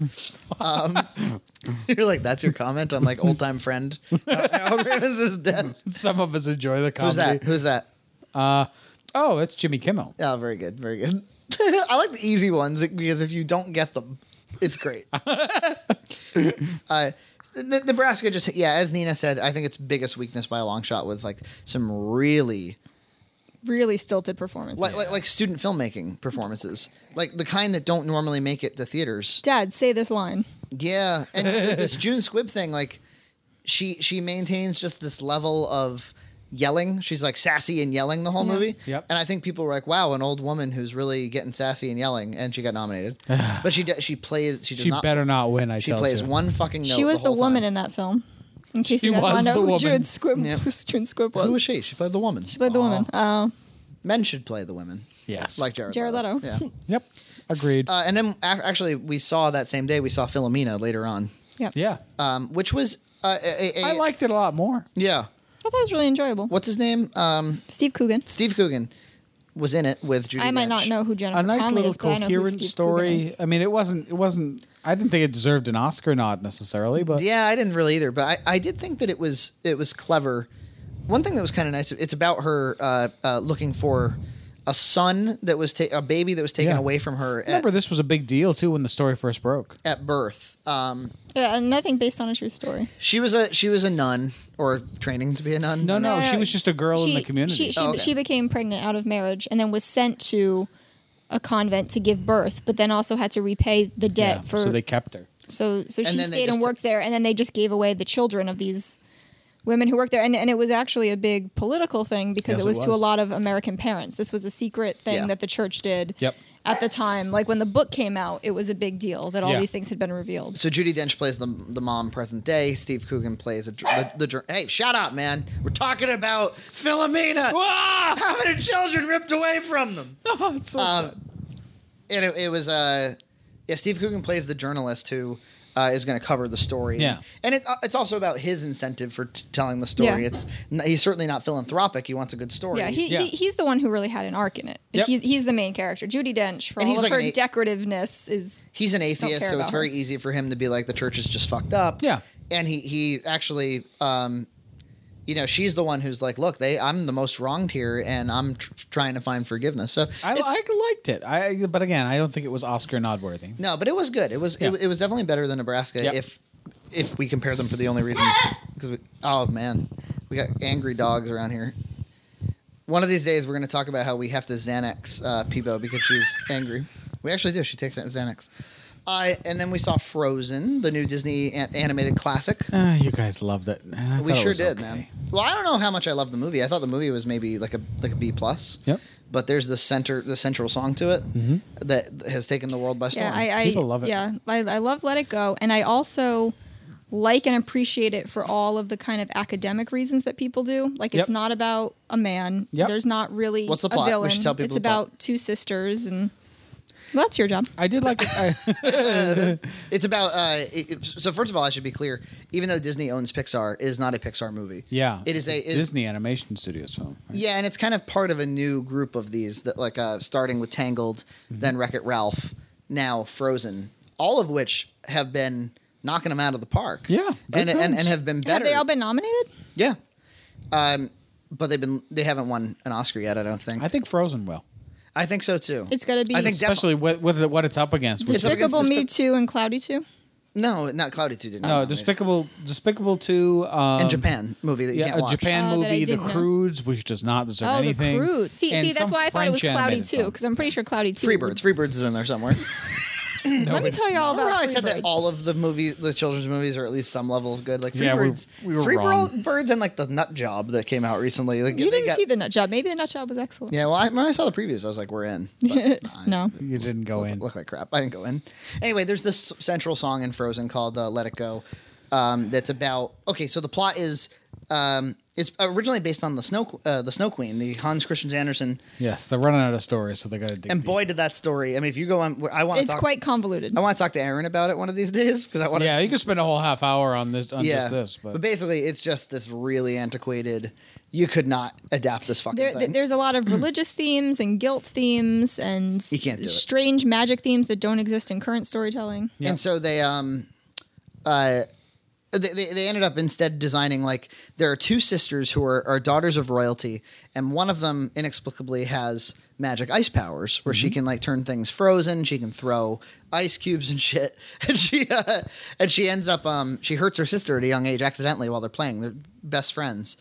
Speaker 1: Um, you're like, "That's your comment on like old time friend." Uh, Harold Ramis is dead.
Speaker 2: Some of us enjoy the comedy.
Speaker 1: Who's that? Who's that?
Speaker 2: Uh, oh, that's Jimmy Kimmel.
Speaker 1: Oh, very good, very good. I like the easy ones because if you don't get them, it's great. uh, Ne- Nebraska just yeah, as Nina said, I think its biggest weakness by a long shot was like some really
Speaker 3: Really stilted performance.
Speaker 1: like like, like student filmmaking performances, like the kind that don't normally make it to theaters.
Speaker 3: Dad, say this line.
Speaker 1: Yeah, and th- this June Squibb thing, like she she maintains just this level of yelling. She's like sassy and yelling the whole
Speaker 3: Yeah.
Speaker 1: movie.
Speaker 2: Yep.
Speaker 1: And I think people were like, "Wow, an old woman who's really getting sassy and yelling," and she got nominated. but she d- she plays she does
Speaker 2: She
Speaker 1: not
Speaker 2: better not win. I
Speaker 1: she
Speaker 2: tell
Speaker 1: plays
Speaker 2: you.
Speaker 1: one fucking note.
Speaker 3: she was the,
Speaker 1: whole
Speaker 3: woman
Speaker 1: time.
Speaker 3: in that film. In case
Speaker 2: She
Speaker 3: you guys
Speaker 2: was
Speaker 3: want to
Speaker 2: the
Speaker 3: know who
Speaker 2: woman.
Speaker 3: June Squibb,
Speaker 1: Yeah.
Speaker 3: who June Squibb was.
Speaker 1: Who was she? She played the woman.
Speaker 3: She played the woman. Oh,
Speaker 1: Men should play the women.
Speaker 2: Yes.
Speaker 1: Like Jared.
Speaker 3: Jared Leto.
Speaker 1: Yeah.
Speaker 2: Yep. Agreed.
Speaker 1: Uh, and then a- actually, we saw that same day. We saw Philomena later on,
Speaker 3: yeah.
Speaker 2: yeah.
Speaker 1: um, which was uh, a, a, a,
Speaker 2: I liked it a lot more.
Speaker 1: Yeah.
Speaker 3: I thought it was really enjoyable.
Speaker 1: What's his name? Um,
Speaker 3: Steve Coogan.
Speaker 1: Steve Coogan was in it with Judy.
Speaker 3: I might not
Speaker 1: Dench.
Speaker 3: know who Jennifer
Speaker 2: a nice
Speaker 3: Connelly
Speaker 2: little
Speaker 3: is, but I know who
Speaker 2: coherent
Speaker 3: Steve Coogan
Speaker 2: story.
Speaker 3: is.
Speaker 2: I mean, it wasn't. It wasn't. I didn't think it deserved an Oscar nod necessarily, but
Speaker 1: Yeah, I didn't really either, but I, I did think that it was it was clever. One thing that was kind of nice. It's about her uh, uh, looking for a son that was ta- a baby that was taken
Speaker 2: Yeah.
Speaker 1: away from her at,
Speaker 2: remember this was a big deal too when the story first broke.
Speaker 1: at birth. Um,
Speaker 3: Yeah, and I think based on a true story.
Speaker 1: she was a she was a nun or training to be a nun.
Speaker 2: No, no,
Speaker 3: No, no,
Speaker 2: she was just a girl in the
Speaker 3: She-
Speaker 2: community.
Speaker 3: She, she,
Speaker 1: Oh, okay.
Speaker 3: she became pregnant out of marriage and then was sent to a convent to give birth, but then also had to repay the debt
Speaker 2: yeah,
Speaker 3: for
Speaker 2: so they kept her.
Speaker 3: So so
Speaker 1: And then
Speaker 3: she
Speaker 1: they
Speaker 3: stayed and
Speaker 1: just-
Speaker 3: worked there, and then they just gave away the children of these women who worked there, and, and it was actually a big political thing because
Speaker 2: Yes,
Speaker 3: it,
Speaker 2: it
Speaker 3: was to a
Speaker 2: was.
Speaker 3: lot of American parents. This was a secret thing
Speaker 1: Yeah.
Speaker 3: that the church did
Speaker 2: Yep.
Speaker 3: at the time. Like when the book came out, it was a big deal that all
Speaker 2: Yeah.
Speaker 3: these things had been revealed.
Speaker 1: So Judy Dench plays the the mom present day. Steve Coogan plays a, dr- the, the dr- hey, shut up, man. We're talking about Philomena.
Speaker 2: Ah!
Speaker 1: How many children ripped away from them?
Speaker 2: It's so sad.
Speaker 1: Um, and it, it was uh, yeah. Steve Coogan plays the journalist who uh, is going to cover the story.
Speaker 2: Yeah.
Speaker 1: and it, uh, it's also about his incentive for t- telling the story.
Speaker 3: Yeah.
Speaker 1: It's n- he's certainly not philanthropic. He wants a good story.
Speaker 3: Yeah, he,
Speaker 2: Yeah.
Speaker 3: He, he's the one who really had an arc in it.
Speaker 2: Yep.
Speaker 3: He's, he's the main character. Judy Dench, for
Speaker 1: And
Speaker 3: all
Speaker 1: he's
Speaker 3: of
Speaker 1: like
Speaker 3: her
Speaker 1: an eight-
Speaker 3: decorativeness, is
Speaker 1: he's an
Speaker 3: don't
Speaker 1: atheist,
Speaker 3: care
Speaker 1: so it's
Speaker 3: about
Speaker 1: very
Speaker 3: her.
Speaker 1: easy for him to be like the church is just fucked up.
Speaker 2: Yeah.
Speaker 1: and he he actually. Um, you know, she's the one who's like, "Look, they, I'm the most wronged here, and I'm tr- trying to find forgiveness." So
Speaker 2: I,
Speaker 1: it-
Speaker 2: I liked it. I but again, I don't think it was Oscar nod worthy.
Speaker 1: No, but it was good. It was
Speaker 2: Yeah.
Speaker 1: it, it was definitely better than Nebraska
Speaker 2: Yep.
Speaker 1: if if we compare them for the only reason
Speaker 3: Ah!
Speaker 1: because oh man, we got angry dogs around here. One of these days we're going to talk about how we have to Xanax uh, Peebo because she's angry. We actually do. She takes that Xanax. Uh, and then we saw Frozen, the new Disney an- animated classic.
Speaker 2: Uh, you guys loved it. and I
Speaker 1: we
Speaker 2: thought it
Speaker 1: sure
Speaker 2: was
Speaker 1: did,
Speaker 2: okay.
Speaker 1: man. Well, I don't know how much I love the movie. I thought the movie was maybe like a like a B plus.
Speaker 2: Yep. Mm-hmm.
Speaker 1: But there's the center, the central song to it that has taken the world by storm.
Speaker 3: Yeah, I, I
Speaker 2: People love it.
Speaker 3: Yeah, I, I love Let It Go, and I also like and appreciate it for all of the kind of academic reasons that people do. Like,
Speaker 2: Yep.
Speaker 3: it's not about a man.
Speaker 2: Yep.
Speaker 3: There's not really
Speaker 1: What's the
Speaker 3: a
Speaker 1: plot? We
Speaker 3: villain.
Speaker 1: should tell people
Speaker 3: it's
Speaker 1: the plot.
Speaker 3: about two sisters, and well, that's your job.
Speaker 2: I did like it. I,
Speaker 1: It's about uh, it, it- so first of all, I should be clear. Even though Disney owns Pixar, it is not a Pixar movie.
Speaker 2: yeah.
Speaker 1: it is a it is-
Speaker 2: Disney Animation Studios film. right?
Speaker 1: Yeah, and it's kind of part of a new group of these that like uh, starting with Tangled,
Speaker 2: Mm-hmm.
Speaker 1: then Wreck It Ralph, now Frozen, all of which have been knocking them out of the park.
Speaker 2: Yeah, good
Speaker 1: and and,
Speaker 2: films.
Speaker 1: and have been better.
Speaker 3: Have they all been nominated?
Speaker 1: Yeah, um, but they've been they haven't won an Oscar yet. I don't think.
Speaker 2: I
Speaker 1: I,
Speaker 2: think Frozen will,
Speaker 1: think so too.
Speaker 3: It's got to be
Speaker 1: I think defi-
Speaker 2: especially with, with what it's up against. which
Speaker 1: It's up against
Speaker 3: Despicable Me
Speaker 1: Despic-
Speaker 3: Too and Cloudy Too.
Speaker 1: no, not Cloudy Two didn't.
Speaker 2: No,
Speaker 1: nominate it.
Speaker 2: Despicable, Despicable Two, um,
Speaker 1: and Japan movie that you
Speaker 2: yeah,
Speaker 1: can't
Speaker 2: a
Speaker 1: watch.
Speaker 2: Japan
Speaker 3: Oh, that I
Speaker 2: movie, The
Speaker 3: didn't know.
Speaker 2: Croods, which does not deserve
Speaker 3: Oh,
Speaker 2: anything.
Speaker 3: the Croods. See,
Speaker 2: and
Speaker 3: see,
Speaker 2: some
Speaker 3: that's why I thought it was
Speaker 2: French
Speaker 3: Cloudy
Speaker 2: animated
Speaker 3: Too,
Speaker 2: film.
Speaker 3: because I'm pretty sure Cloudy Too.
Speaker 1: Freebirds, Freebirds is in there somewhere.
Speaker 2: No,
Speaker 3: Let me
Speaker 2: it's
Speaker 3: tell you all
Speaker 1: Remember how
Speaker 3: about
Speaker 1: I said that
Speaker 3: Freebirds.
Speaker 1: all of the movie, the children's movies, are at least some levels good. Like Free
Speaker 2: Yeah, we-
Speaker 1: Birds,
Speaker 2: we were
Speaker 1: Free
Speaker 2: wrong.
Speaker 1: Bird- Birds, and like the Nut Job that came out recently. Like,
Speaker 3: You
Speaker 1: they
Speaker 3: didn't
Speaker 1: got-
Speaker 3: see the nut job. Maybe the nut job was excellent.
Speaker 1: Yeah, well, I, when I saw the previews, I was like, "We're in." But, nah,
Speaker 3: No.
Speaker 1: it
Speaker 2: You didn't go in.
Speaker 1: Look like crap. I didn't go in. Anyway, there's this central song in Frozen called uh, "Let It Go," um, that's about. Okay, so the plot is. Um, it's originally based on the snow, Qu- uh, the Snow Queen, the Hans Christian Andersen,
Speaker 2: Yes, they're running out of stories, so they got to dig.
Speaker 1: and
Speaker 2: deep.
Speaker 1: boy did that story. I mean, if you go on, I want to
Speaker 3: It's
Speaker 1: talk.
Speaker 3: quite convoluted.
Speaker 1: I want to talk to Aaron about it one of these days because I want to
Speaker 2: yeah, you could spend a whole half hour on this, on just this, but,
Speaker 1: basically, it's just this really antiquated. You could not adapt this fucking
Speaker 3: There,
Speaker 1: thing.
Speaker 3: there's a lot of religious themes and guilt themes and
Speaker 1: You can't do it.
Speaker 3: strange magic themes that don't exist in current storytelling.
Speaker 2: Yeah.
Speaker 1: And so they um, uh, they, they they ended up instead designing like there are two sisters who are, are daughters of royalty, and one of them inexplicably has magic ice powers where she can like turn things frozen. She can throw ice cubes and shit, and she uh, and she ends up um she hurts her sister at a young age accidentally while they're playing. They're best friends.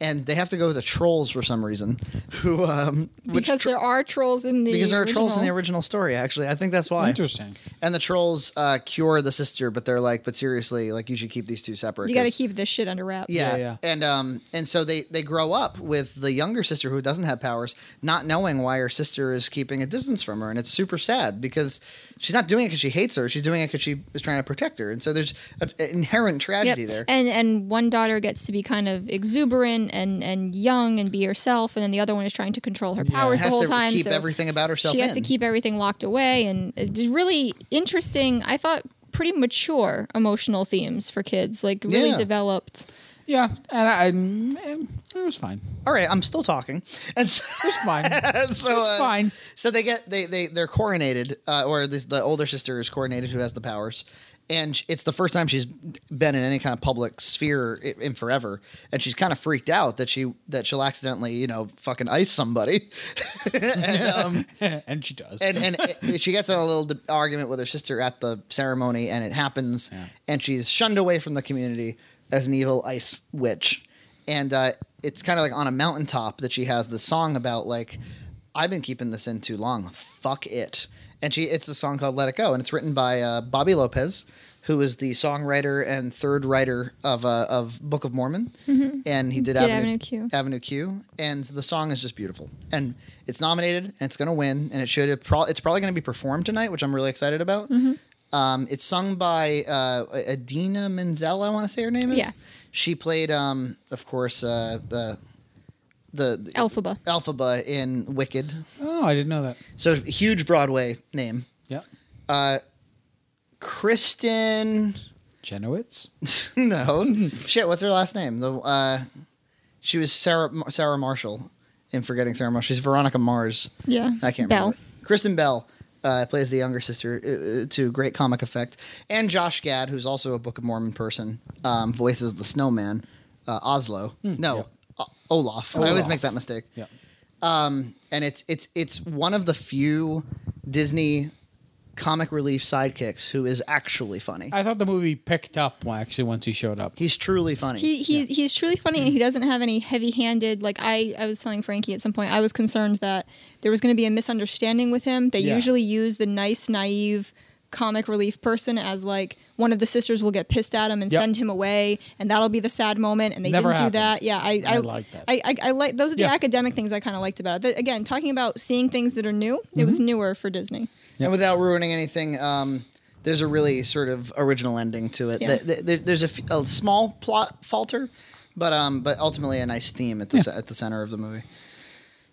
Speaker 1: And they have to go to trolls for some reason, who um, which
Speaker 3: Because
Speaker 1: tro-
Speaker 3: there are trolls in the
Speaker 1: because there are trolls in the
Speaker 3: original.
Speaker 1: original story. Actually, I think that's why.
Speaker 2: interesting.
Speaker 1: And the trolls uh, cure the sister, but they're like, but seriously, like you should keep these two separate.
Speaker 3: You got to
Speaker 1: 'cause-
Speaker 3: keep this shit under wraps.
Speaker 1: Yeah.
Speaker 2: Yeah,
Speaker 1: and um, and so they they grow up with the younger sister who doesn't have powers, not knowing why her sister is keeping a distance from her, and it's super sad because she's not doing it because she hates her. She's doing it because she is trying to protect her, and so there's an inherent
Speaker 3: Yep.
Speaker 1: tragedy there.
Speaker 3: And and one daughter gets to be kind of exuberant and and young and be herself, and then the other one is trying to control her powers
Speaker 1: has
Speaker 3: the whole
Speaker 1: to
Speaker 3: time.
Speaker 1: keep
Speaker 3: so
Speaker 1: everything about herself
Speaker 3: She has
Speaker 1: in.
Speaker 3: to keep everything locked away, and it's really interesting. I thought pretty mature emotional themes for kids, like really
Speaker 1: Yeah.
Speaker 3: developed.
Speaker 2: Yeah, and I, mm, eh, it was fine.
Speaker 1: All right, I'm still talking, and so.
Speaker 2: It was fine.
Speaker 1: And so uh,
Speaker 2: fine.
Speaker 1: So they get they they they're coronated, uh, or this, the older sister is coronated who has the powers, and sh- it's the first time she's been in any kind of public sphere i- in forever, and she's kind of freaked out that she that she'll accidentally you know fucking ice somebody, and, um,
Speaker 2: and she does.
Speaker 1: and and it- she gets in a little d- argument with her sister at the ceremony, and it happens, and she's shunned away from the community as an evil ice witch, and uh, it's kind of like on a mountaintop that she has this song about like, I've been keeping this in too long, fuck it, and she it's a song called Let It Go, and it's written by uh, Bobby Lopez, who is the songwriter and third writer of uh, of Book of Mormon, and he did,
Speaker 3: Did
Speaker 1: Avenue,
Speaker 3: Avenue Q.
Speaker 1: Avenue Q, and the song is just beautiful, and it's nominated, and it's going to win, and it should. It pro- it's probably going to be performed tonight, which I'm really excited about.
Speaker 3: Mm-hmm.
Speaker 1: Um, it's sung by uh, Adina Menzel, I want to say her name is.
Speaker 3: Yeah.
Speaker 1: She played, um, of course, uh, the the, the
Speaker 3: Elphaba.
Speaker 1: Elphaba in Wicked.
Speaker 2: Oh, I didn't know that.
Speaker 1: So huge Broadway name. Uh,
Speaker 2: Yeah.
Speaker 1: Kristen.
Speaker 2: Genowitz?
Speaker 1: no shit. What's her last name? The uh, she was Sarah Sarah Marshall in Forgetting Sarah Marshall. She's Veronica Mars.
Speaker 3: Yeah.
Speaker 1: I can't
Speaker 3: Bell.
Speaker 1: remember. Kristen Bell uh, plays the younger sister uh, uh, to great comic effect, and Josh Gad, who's also a Book of Mormon person, um, voices the Snowman, uh, Oslo. no, O- Olaf. I always
Speaker 2: Olaf.
Speaker 1: make that mistake.
Speaker 2: Yeah.
Speaker 1: And it's it's it's one of the few Disney comic relief sidekicks who is actually funny.
Speaker 2: I thought the movie picked up well, actually once he showed up.
Speaker 1: He's truly funny.
Speaker 3: He he's he's truly funny
Speaker 2: Mm-hmm.
Speaker 3: and he doesn't have any heavy-handed like I I was telling Frankie at some point I was concerned that there was going to be a misunderstanding with him. They
Speaker 2: Yeah.
Speaker 3: usually use the nice naive comic relief person as like one of the sisters will get pissed at him and
Speaker 2: Yep.
Speaker 3: send him away and that'll be the sad moment and they
Speaker 2: Never
Speaker 3: didn't do that.
Speaker 2: happened.
Speaker 3: Yeah, I
Speaker 2: I
Speaker 3: I,
Speaker 2: like that.
Speaker 3: I, I, I like those are the
Speaker 2: Yeah.
Speaker 3: academic things I kind of liked about it. But again, talking about seeing things that are new, it
Speaker 2: Mm-hmm.
Speaker 3: was newer for Disney.
Speaker 1: And without ruining anything, um, there's a really sort of original ending to it.
Speaker 3: Yeah.
Speaker 1: Th- th- there's a, f- a small plot falter, but um, but ultimately a nice theme at the ce- at the center of the movie.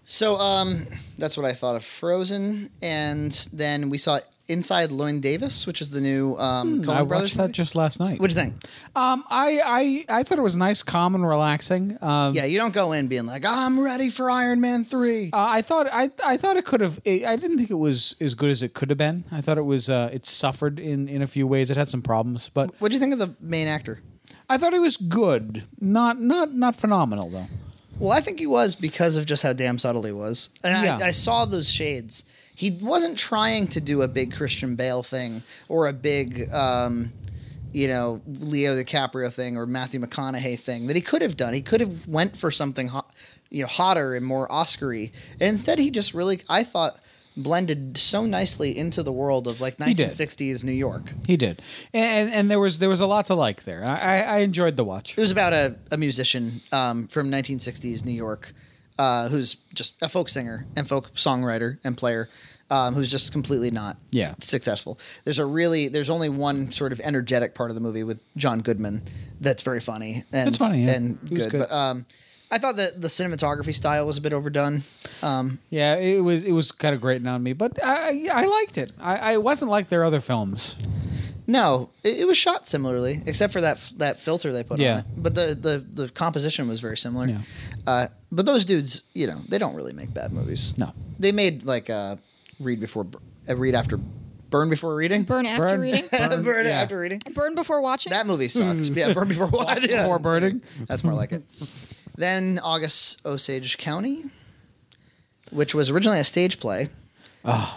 Speaker 1: So um, that's what I thought of Frozen, and then we saw Inside Llewyn Davis, which is the new um, Coen
Speaker 2: Hmm, I
Speaker 1: Brothers.
Speaker 2: watched that
Speaker 1: movie.
Speaker 2: just last night.
Speaker 1: What'd you think?
Speaker 2: Um, I, I I thought it was nice, calm, and relaxing. Um,
Speaker 1: Yeah, you don't go in being like, I'm ready for Iron Man three.
Speaker 2: uh, I thought I I thought it could have. I I didn't think it was as good as it could have been. I thought it was. Uh, it suffered in in a few ways. It had some problems, but
Speaker 1: What'd you think of the main actor?
Speaker 2: I thought it was good. Not not not phenomenal though.
Speaker 1: Well, I think he was because of just how damn subtle he was. And
Speaker 2: Yeah.
Speaker 1: I, I saw those shades. He wasn't trying to do a big Christian Bale thing or a big, um, you know, Leo DiCaprio thing or Matthew McConaughey thing that he could have done. He could have went for something, hot, you know, hotter and more Oscary. And instead, he just really, I thought, blended so nicely into the world of like
Speaker 2: He did.
Speaker 1: 1960s New York.
Speaker 2: He did, and and there was there was a lot to like there. I I, I enjoyed the watch.
Speaker 1: It was about a, a musician um, from 1960s New York uh, who's just a folk singer and folk songwriter and player um, who's just completely not
Speaker 2: Yeah.
Speaker 1: successful. There's a really there's only one sort of energetic part of the movie with John Goodman that's very funny and
Speaker 2: It's funny, yeah.
Speaker 1: and
Speaker 2: It was
Speaker 1: good.
Speaker 2: good.
Speaker 1: But um, I thought that the cinematography style was a bit overdone. Um,
Speaker 2: Yeah, it was it was kind of grating on me, but I I I liked it. I, I it wasn't like their other films.
Speaker 1: no, it, it was shot similarly except for that f- that filter they put
Speaker 2: Yeah.
Speaker 1: on it. But the, the the composition was very similar.
Speaker 2: Yeah.
Speaker 1: Uh, but those dudes, you know, they don't really make bad movies.
Speaker 2: No.
Speaker 1: they made like a read before a read after burn before reading
Speaker 3: Burn after
Speaker 2: Burn-
Speaker 3: reading,
Speaker 1: burn,
Speaker 2: yeah.
Speaker 1: after reading
Speaker 3: burn before watching.
Speaker 1: that movie sucked yeah burn before watching yeah.
Speaker 2: before burning.
Speaker 1: that's more like it then august osage county which was originally a stage play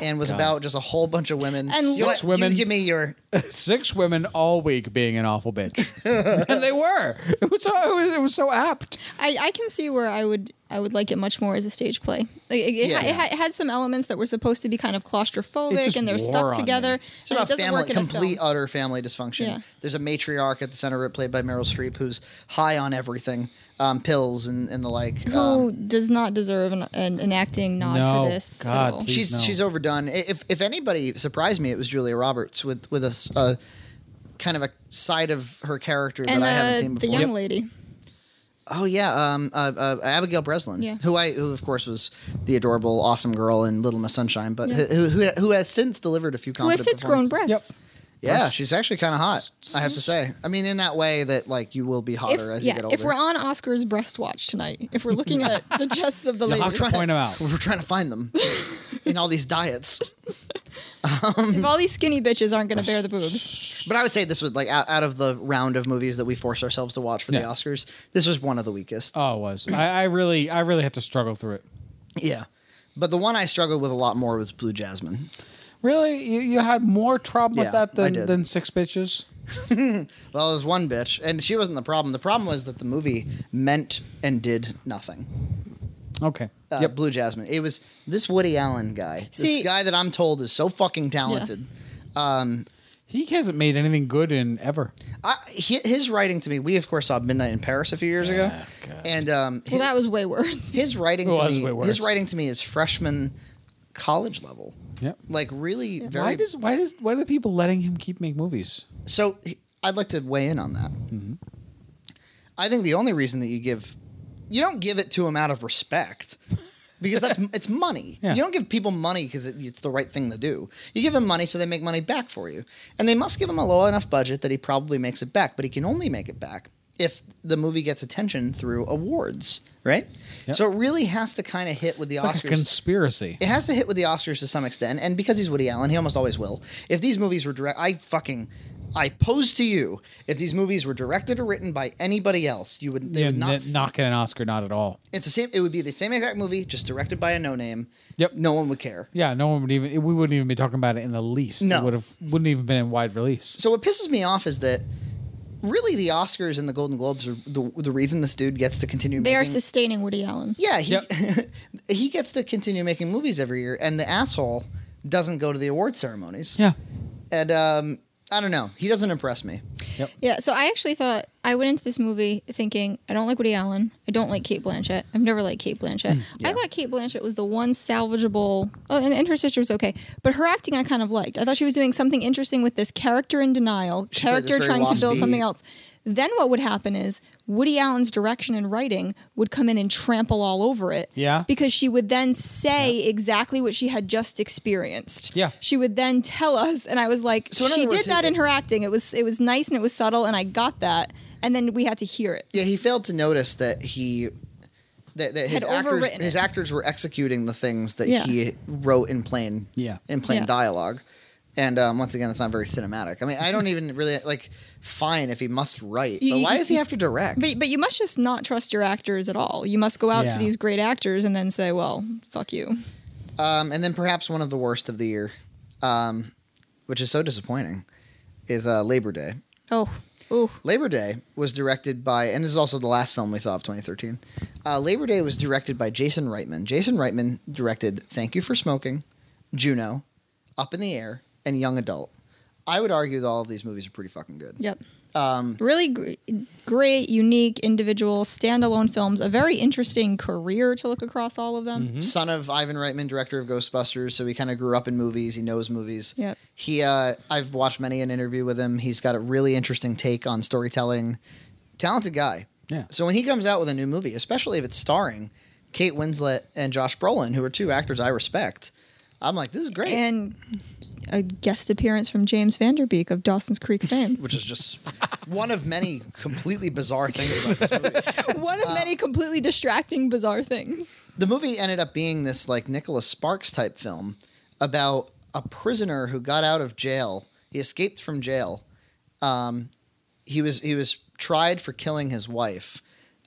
Speaker 1: and was about just a whole bunch of women
Speaker 3: And
Speaker 1: You know
Speaker 3: Six
Speaker 1: what?
Speaker 2: Oh, women.
Speaker 1: you give me your
Speaker 2: Six women all week being an awful bitch, and they were. It was so, it was, it was so apt.
Speaker 3: I, I can see where I would I would like it much more as a stage play. Like, it, it,
Speaker 1: Yeah.
Speaker 3: ha- it, ha- it had some elements that were supposed to be kind of
Speaker 2: It just
Speaker 3: claustrophobic and they're
Speaker 2: wore
Speaker 3: stuck
Speaker 2: on
Speaker 3: together.
Speaker 2: me.
Speaker 1: It's
Speaker 3: and it
Speaker 1: about
Speaker 3: doesn't
Speaker 1: family,
Speaker 3: work in a
Speaker 1: complete
Speaker 3: film.
Speaker 1: utter family dysfunction.
Speaker 3: Yeah.
Speaker 1: There's a matriarch at the center of it, played by Meryl Streep, who's high on everything, um, pills and, and the like.
Speaker 3: Who
Speaker 1: Um,
Speaker 3: does not deserve an, an, an acting nod
Speaker 2: No,
Speaker 3: for this? at
Speaker 2: God,
Speaker 3: all.
Speaker 2: please.
Speaker 1: she's
Speaker 2: no.
Speaker 1: she's overdone. I- If if anybody surprised me, it was Julia Roberts with with a, s- a kind of a side of her character
Speaker 3: And
Speaker 1: that I haven't seen
Speaker 3: uh, the
Speaker 1: before.
Speaker 3: young lady.
Speaker 1: Oh yeah, um, uh, uh, Abigail Breslin,
Speaker 3: Yeah.
Speaker 1: who I who of course was the adorable, awesome girl in Little Miss Sunshine, but
Speaker 3: Yeah.
Speaker 1: who, who who has since delivered a few
Speaker 3: Who has
Speaker 1: competent
Speaker 3: since grown
Speaker 1: performances.
Speaker 3: breasts.
Speaker 1: Yeah, she's actually kind of hot. I have to say. I mean, in that way that like you will be hotter
Speaker 3: If,
Speaker 1: as you
Speaker 3: yeah,
Speaker 1: get older.
Speaker 3: if we're on Oscar's breast watch tonight, if we're looking at the chests of the
Speaker 2: You'll
Speaker 3: ladies,
Speaker 2: have to point them out.
Speaker 1: we're trying to find them in all these diets.
Speaker 3: if all these skinny bitches aren't going to bear the boobs,
Speaker 1: But I would say this was like out, out of the round of movies that we force ourselves to watch for the
Speaker 2: Yeah.
Speaker 1: Oscars. This was one of the weakest.
Speaker 2: Oh, it was. I, I really I really had to struggle through it.
Speaker 1: yeah. But the one I struggled with a lot more was Blue Jasmine.
Speaker 2: Really, you, you had more trouble
Speaker 1: Yeah,
Speaker 2: with that
Speaker 1: I
Speaker 2: than
Speaker 1: did.
Speaker 2: than six bitches.
Speaker 1: Well, it was one bitch, and she wasn't the problem. The problem was that the movie meant and did nothing.
Speaker 2: Okay.
Speaker 1: uh,
Speaker 2: yep.
Speaker 1: Blue Jasmine. It was this Woody Allen guy.
Speaker 3: See-
Speaker 1: this guy that I'm told is so fucking talented. Um,
Speaker 2: He hasn't made anything good in ever.
Speaker 1: I, hi- his writing to me, we of course saw Midnight in Paris a few years ago,
Speaker 4: God.
Speaker 1: and um, hi-
Speaker 3: Well, that was way worse.
Speaker 1: his writing
Speaker 2: Well,
Speaker 1: to
Speaker 2: that's way
Speaker 1: me,
Speaker 2: worse.
Speaker 1: his writing to me is freshman college level.
Speaker 2: Yep.
Speaker 1: Like really very.
Speaker 2: why does why does why do people letting him keep make movies?
Speaker 1: so h- I'd like to weigh in on that.
Speaker 2: Mm-hmm.
Speaker 1: I think the only reason that you give, you don't give it to him out of respect. Because that's it's money.
Speaker 2: Yeah.
Speaker 1: You don't give people money because it, it's the right thing to do. You give them money so they make money back for you, and they must give him a low enough budget that he probably makes it back. But he can only make it back if the movie gets attention through awards, right?
Speaker 2: Yep.
Speaker 1: So it really has to kind of hit with the
Speaker 2: It's like
Speaker 1: Oscars
Speaker 2: a conspiracy.
Speaker 1: it has to hit with the Oscars to some extent, and because he's Woody Allen, he almost always will. If these movies were direct, I fucking, I pose to you, if these movies were directed or written by anybody else, you would they
Speaker 2: Yeah,
Speaker 1: would not
Speaker 2: not, not get an Oscar, not at all.
Speaker 1: It's the same. It would be the same exact movie, just directed by a no name.
Speaker 2: Yep.
Speaker 1: No one would care.
Speaker 2: Yeah, no one would even. We wouldn't even be talking about it in the least.
Speaker 1: No.
Speaker 2: it would have wouldn't even been in wide release.
Speaker 1: So what pisses me off is that really the Oscars and the Golden Globes are the, the reason this dude gets to continue.
Speaker 3: They are
Speaker 1: making-
Speaker 3: sustaining Woody Allen.
Speaker 1: Yeah, he
Speaker 2: Yep.
Speaker 1: he gets to continue making movies every year, and the asshole doesn't go to the award ceremonies.
Speaker 2: Yeah,
Speaker 1: and um, I don't know. He doesn't impress me.
Speaker 3: Yeah, so I actually thought I went into this movie thinking I don't like Woody Allen. I don't like Kate Blanchett. I've never liked Kate
Speaker 1: Mm,
Speaker 3: Blanchett. I thought Kate Blanchett was the one salvageable. Oh, and, and her sister was okay, but her acting I kind of liked. I thought she was doing something interesting with this character in denial,
Speaker 1: She played this
Speaker 3: character
Speaker 1: very
Speaker 3: trying to build
Speaker 1: waspy-
Speaker 3: something else. Then what would happen is Woody Allen's direction and writing would come in and trample all over it.
Speaker 2: Yeah.
Speaker 3: Because she would then say exactly what she had just experienced.
Speaker 2: Yeah.
Speaker 3: She would then tell us, and I was like,
Speaker 1: So in
Speaker 3: she
Speaker 1: other words,
Speaker 3: did that
Speaker 1: it-
Speaker 3: in her acting. It was it was nice and it was subtle, and I got that. And then we had to hear it.
Speaker 1: Yeah, he failed to notice that he that, that his
Speaker 3: Had
Speaker 1: actors
Speaker 3: overwritten
Speaker 1: his
Speaker 3: it.
Speaker 1: actors were executing the things that
Speaker 3: Yeah.
Speaker 1: he wrote in plain
Speaker 2: Yeah.
Speaker 1: in plain
Speaker 3: Yeah.
Speaker 1: dialogue. And um, once again, it's not very cinematic. I mean, I don't even really like. Fine, if he must write, but
Speaker 3: You-
Speaker 1: why
Speaker 3: you-
Speaker 1: does he have to direct?
Speaker 3: But but you must just not trust your actors at all. You must go out
Speaker 2: Yeah.
Speaker 3: to these great actors and then say, well, fuck you.
Speaker 1: Um, and then perhaps one of the worst of the year, um, which is so disappointing, is uh, Labor Day.
Speaker 3: Oh, ooh,
Speaker 1: Labor Day was directed by, and this is also the last film we saw of 2013. Uh, Labor Day was directed by Jason Reitman. Jason Reitman directed Thank You for Smoking, Juno, Up in the Air, and Young Adult. I would argue that all of these movies are pretty fucking good.
Speaker 3: yep.
Speaker 1: Um,
Speaker 3: Really gr- great, unique, individual, standalone films. A very interesting career to look across all of them.
Speaker 1: Son of Ivan Reitman, director of Ghostbusters, so he kind of grew up in movies. He knows movies.
Speaker 3: Yep.
Speaker 1: He, uh, I've watched many an interview with him. He's got a really interesting take on storytelling. Talented guy.
Speaker 2: yeah.
Speaker 1: So when he comes out with a new movie, especially if it's starring Kate Winslet and Josh Brolin, who are two actors I respect, I'm like, this is great.
Speaker 3: And a guest appearance from James Vanderbeek of Dawson's Creek fame.
Speaker 1: which is just one of many completely bizarre things about this movie.
Speaker 3: One of many completely distracting, bizarre things.
Speaker 1: The movie ended up being this like Nicholas Sparks type film about a prisoner who got out of jail. He escaped from jail. Um, he was he was tried for killing his wife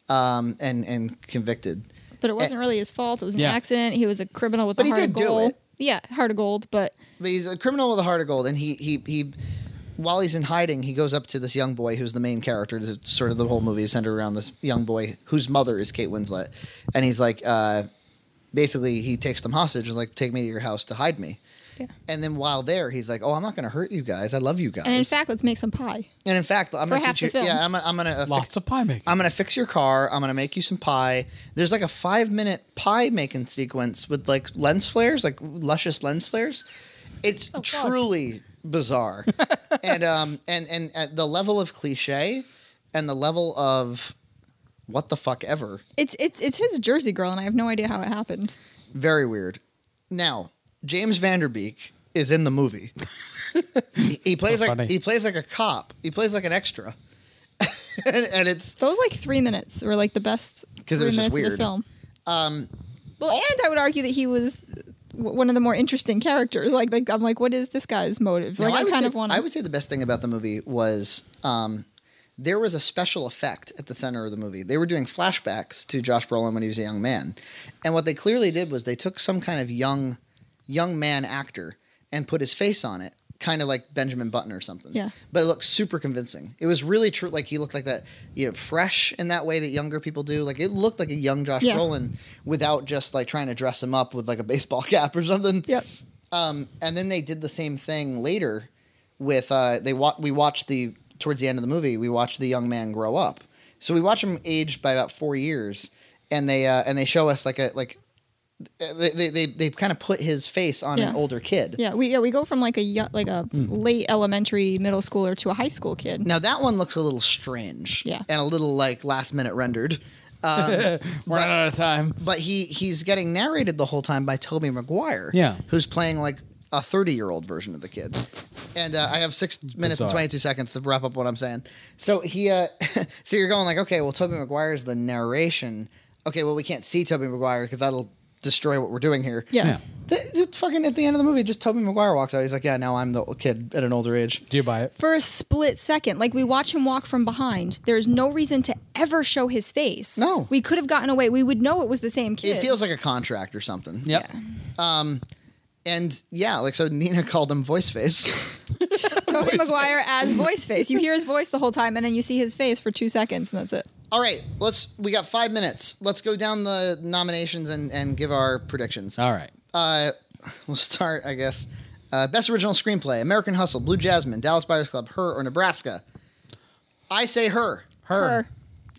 Speaker 1: um, and and convicted.
Speaker 3: But it wasn't really his fault. It was an
Speaker 2: Yeah.
Speaker 3: accident. He was a criminal with
Speaker 1: But
Speaker 3: a
Speaker 1: he
Speaker 3: heart
Speaker 1: did
Speaker 3: of
Speaker 1: do
Speaker 3: gold.
Speaker 1: it.
Speaker 3: Yeah, heart of gold. But
Speaker 1: But he's a criminal with a heart of gold, and he he he. While he's in hiding, he goes up to this young boy who's the main character. This is Sort of the whole movie is centered around this young boy whose mother is Kate Winslet, and he's like, uh, basically, he takes them hostage and like, take me to your house to hide me.
Speaker 3: Yeah.
Speaker 1: And then while there, he's like, "Oh, I'm not going to hurt you guys. I love you guys."
Speaker 3: and in fact, let's make some pie.
Speaker 1: and in fact, I'm
Speaker 3: for
Speaker 1: going to
Speaker 3: half
Speaker 1: teach you.
Speaker 3: the film.
Speaker 1: Yeah, I'm, gonna- I'm going to
Speaker 2: Lots of pie making.
Speaker 1: I'm gonna fix your car. I'm gonna make you some pie. There's like a five minute pie making sequence with like lens flares, like luscious lens flares. It's truly bizarre, and um and and at the level of cliche, and the level of what the fuck ever,
Speaker 3: It's it's it's his Jersey girl, and I have no idea how it happened.
Speaker 1: very weird. Now James Vanderbeek is in the movie. he, he plays like
Speaker 2: funny.
Speaker 1: he plays like a cop. He plays like an extra, and, and it's
Speaker 3: Those like three minutes were like the best
Speaker 1: 'Cause it
Speaker 3: three
Speaker 1: was just
Speaker 3: minutes of
Speaker 1: weird. Um,
Speaker 3: the film. well, and I would argue that he was w- one of the more interesting characters. Like, like I'm like, what is this guy's motive? Like,
Speaker 1: No,
Speaker 3: I,
Speaker 1: would
Speaker 3: kind
Speaker 1: say-
Speaker 3: of want.
Speaker 1: I would say the best thing about the movie was um, there was a special effect at the center of the movie. They were doing flashbacks to Josh Brolin when he was a young man, and what they clearly did was they took some kind of young, young man actor and put his face on it, kind of like Benjamin Button or something.
Speaker 3: Yeah.
Speaker 1: But it looked super convincing. It was really true. Like he looked like that, you know, fresh in that way that younger people do. Like it looked like a young Josh
Speaker 3: Yeah.
Speaker 1: Brolin without just like trying to dress him up with like a baseball cap or something.
Speaker 3: Yep.
Speaker 1: Um, and then they did the same thing later with uh, they wa- we watched the towards the end of the movie we watched the young man grow up. So we watch him aged by about four years, and they uh, and they show us like a like they they they, they kind of put his face on
Speaker 3: Yeah.
Speaker 1: an older kid.
Speaker 3: Yeah, we yeah we go from like a yo- like a
Speaker 1: Hmm.
Speaker 3: late elementary middle schooler to a high school kid.
Speaker 1: Now that one looks a little strange,
Speaker 3: Yeah.
Speaker 1: and a little like last minute rendered.
Speaker 2: We're running out of time.
Speaker 1: But he he's getting narrated the whole time by Toby Maguire.
Speaker 2: Yeah.
Speaker 1: Who's playing like a 30 year old version of the kid. And uh, I have six minutes and
Speaker 2: Bizarre.
Speaker 1: 22 seconds to wrap up what I'm saying. So he, uh, so you're going like, okay, well, Toby Maguire is the narration. Okay, well, we can't see Toby Maguire because that'll destroy what we're doing here.
Speaker 3: Yeah.
Speaker 2: Yeah.
Speaker 1: Th- th- fucking at the end of the movie, just Toby Maguire walks out. He's like, yeah, now I'm the kid at an older age.
Speaker 2: Do you buy it?
Speaker 3: For a split second, like we watch him walk from behind. There is no reason to ever show his face.
Speaker 1: No.
Speaker 3: we could have gotten away. We would know it was the same kid.
Speaker 1: It feels like a contract or something.
Speaker 2: Yep.
Speaker 1: And yeah, like, so Nina called him Voice Face.
Speaker 3: Toby Maguire as voice face. You hear his voice the whole time, and then you see his face for two seconds, and that's it.
Speaker 1: All right, let's. We got five minutes. Let's go down the nominations and and give our predictions.
Speaker 2: All right.
Speaker 1: Uh, we'll start, I guess. Uh, best original screenplay: American Hustle, Blue Jasmine, Dallas Buyers Club, Her, or Nebraska. I say Her
Speaker 2: Her.
Speaker 3: Her.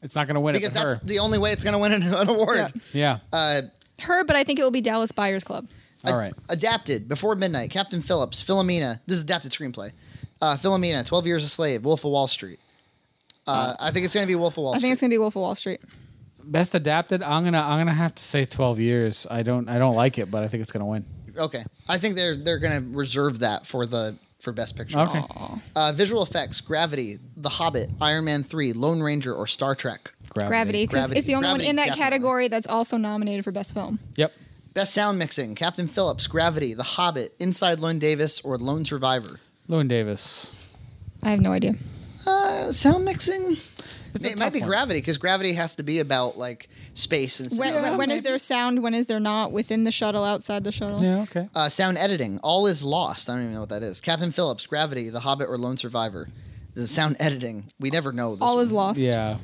Speaker 2: It's not going to win
Speaker 1: because
Speaker 2: it. but
Speaker 1: that's
Speaker 2: her.
Speaker 1: the only way it's going to win an, an award.
Speaker 3: Yeah.
Speaker 2: yeah.
Speaker 1: Uh,
Speaker 3: Her, but I think it will be Dallas Buyers Club.
Speaker 2: All right.
Speaker 1: Adapted: Before Midnight, Captain Phillips, Philomena. This is adapted screenplay. Uh, Philomena, Twelve Years a Slave, Wolf of Wall Street. Uh, I think it's going to be Wolf of Wall
Speaker 3: I
Speaker 1: Street.
Speaker 3: think it's gonna be Wolf of Wall Street.
Speaker 2: Best adapted. I'm gonna. I'm gonna have to say 12 years. I don't. I don't like it, but I think it's gonna win.
Speaker 1: Okay, I think they're they're gonna reserve that for the for best picture.
Speaker 2: Okay.
Speaker 1: Uh, visual effects: Gravity, The Hobbit, Iron Man three, Lone Ranger, or Star Trek.
Speaker 3: Gravity, because
Speaker 1: Gravity.
Speaker 3: it's the only
Speaker 1: Gravity,
Speaker 3: one in that
Speaker 1: definitely.
Speaker 3: category that's also nominated for best film.
Speaker 2: Yep.
Speaker 1: Best sound mixing: Captain Phillips, Gravity, The Hobbit, Inside Lone Davis, or Lone Survivor.
Speaker 2: Lewin Davis.
Speaker 3: I have no idea.
Speaker 1: Uh, sound mixing.
Speaker 2: It's a
Speaker 1: it might
Speaker 2: tough
Speaker 1: be
Speaker 2: one.
Speaker 1: Gravity because Gravity has to be about like space and
Speaker 3: When,
Speaker 1: sound.
Speaker 3: when- when is
Speaker 2: maybe.
Speaker 3: there sound? When is there not? Within the shuttle, outside the shuttle.
Speaker 2: Yeah. Okay.
Speaker 1: Uh, sound editing: All is lost. I don't even know what that is. Captain Phillips, Gravity, The Hobbit, or Lone Survivor. The sound editing. We never know. This
Speaker 3: All is
Speaker 1: one.
Speaker 3: lost.
Speaker 2: Yeah.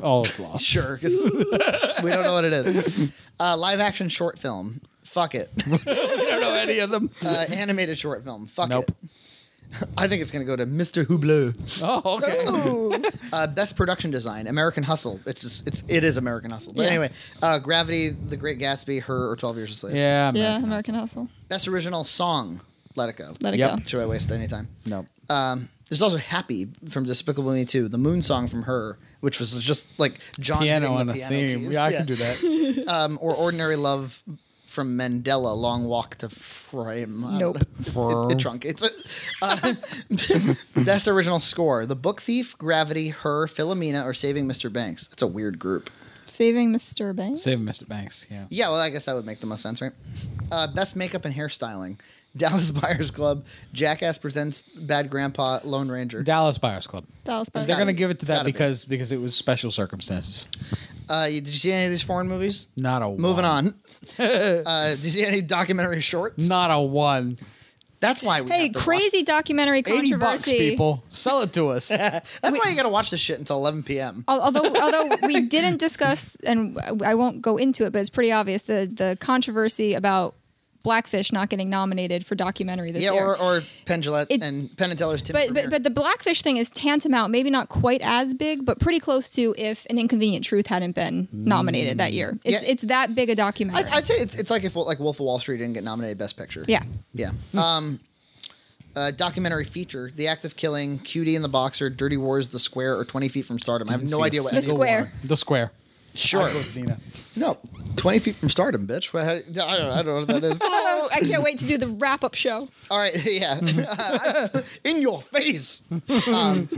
Speaker 2: All is lost.
Speaker 1: Sure, 'cause we don't know what it is. Uh, live action short film. Fuck it.
Speaker 2: don't know any of them.
Speaker 1: Uh, animated short film. Fuck
Speaker 2: Nope.
Speaker 1: it. I think it's going to go to Mr. Hublot.
Speaker 2: Oh, okay.
Speaker 3: Ooh.
Speaker 1: Uh, best production design, American Hustle. It's just it's it is American Hustle. But
Speaker 3: Yeah.
Speaker 1: anyway, uh, Gravity, The Great Gatsby, Her, or Twelve Years a Slave.
Speaker 2: Yeah.
Speaker 3: yeah,
Speaker 2: man.
Speaker 3: American Hustle.
Speaker 1: Best original song, Let It Go.
Speaker 3: Let it
Speaker 2: Yep.
Speaker 3: go.
Speaker 1: Should I waste any time?
Speaker 2: Nope.
Speaker 1: Um, there's also Happy from Despicable Me 2, the moon song from Her, which was just like John
Speaker 2: Piano
Speaker 1: hitting
Speaker 2: on
Speaker 1: the
Speaker 2: a
Speaker 1: piano
Speaker 2: theme.
Speaker 1: keys.
Speaker 2: Yeah, I can do that.
Speaker 1: um, or Ordinary Love from Mandela, Long Walk to Frame. I don't
Speaker 3: Nope.
Speaker 1: know.
Speaker 2: Frame.
Speaker 1: It, it trunk. It's a, uh, best original score. The Book Thief, Gravity, Her, Philomena, or Saving Mr. Banks. That's a weird group.
Speaker 3: Saving Mr. Banks.
Speaker 2: Save Mr. Banks. Yeah.
Speaker 1: Yeah, well, I guess that would make the most sense, right? Uh, best makeup and hairstyling. Dallas Buyers Club, Jackass Presents Bad Grandpa, Lone Ranger.
Speaker 2: Dallas Buyers Club.
Speaker 3: Dallas Buyers.
Speaker 2: They're
Speaker 1: gotta
Speaker 2: gonna
Speaker 1: be.
Speaker 2: give it to
Speaker 1: It's
Speaker 2: that
Speaker 1: gotta be.
Speaker 2: because because it was special circumstances.
Speaker 1: Uh, you, did you see any of these foreign movies?
Speaker 2: Not a
Speaker 1: Moving
Speaker 2: one.
Speaker 1: on. uh, did you see any documentary shorts?
Speaker 2: Not a one.
Speaker 1: That's why we
Speaker 3: Hey,
Speaker 1: have to watch
Speaker 3: crazy documentary
Speaker 2: Eighty bucks,
Speaker 3: controversy.
Speaker 2: people. Sell it to us.
Speaker 1: That's why you gotta watch this shit until 11 p.m.
Speaker 3: Al- although although we didn't discuss and I won't go into it, but it's pretty obvious the the controversy about Blackfish not getting nominated for documentary this
Speaker 1: Yeah,
Speaker 3: year.
Speaker 1: or, or Pendulette
Speaker 3: It-
Speaker 1: and Penn and Teller's Tim.
Speaker 3: but, but but the Blackfish thing is tantamount, maybe not quite as big, but pretty close to if An Inconvenient Truth hadn't been nominated that year. It's
Speaker 1: Mm. Yeah.
Speaker 3: it's that big a documentary.
Speaker 1: I, I'd say it's, it's like if like Wolf of Wall Street didn't get nominated Best Picture.
Speaker 3: yeah. Hmm.
Speaker 1: yeah. Um, uh, documentary feature: The Act of Killing, Cutie and the Boxer, Dirty Wars, The Square, or Twenty Feet from Stardom. I have no idea what.
Speaker 3: single-
Speaker 1: any-
Speaker 3: square.
Speaker 2: The square.
Speaker 1: Sure.
Speaker 2: I'll go with Nina.
Speaker 1: No, Twenty Feet from Stardom, bitch. What- I don't, I don't know what that is.
Speaker 3: Oh, I can't wait to do the wrap up show.
Speaker 1: All right, yeah, Uh, in your face. Um,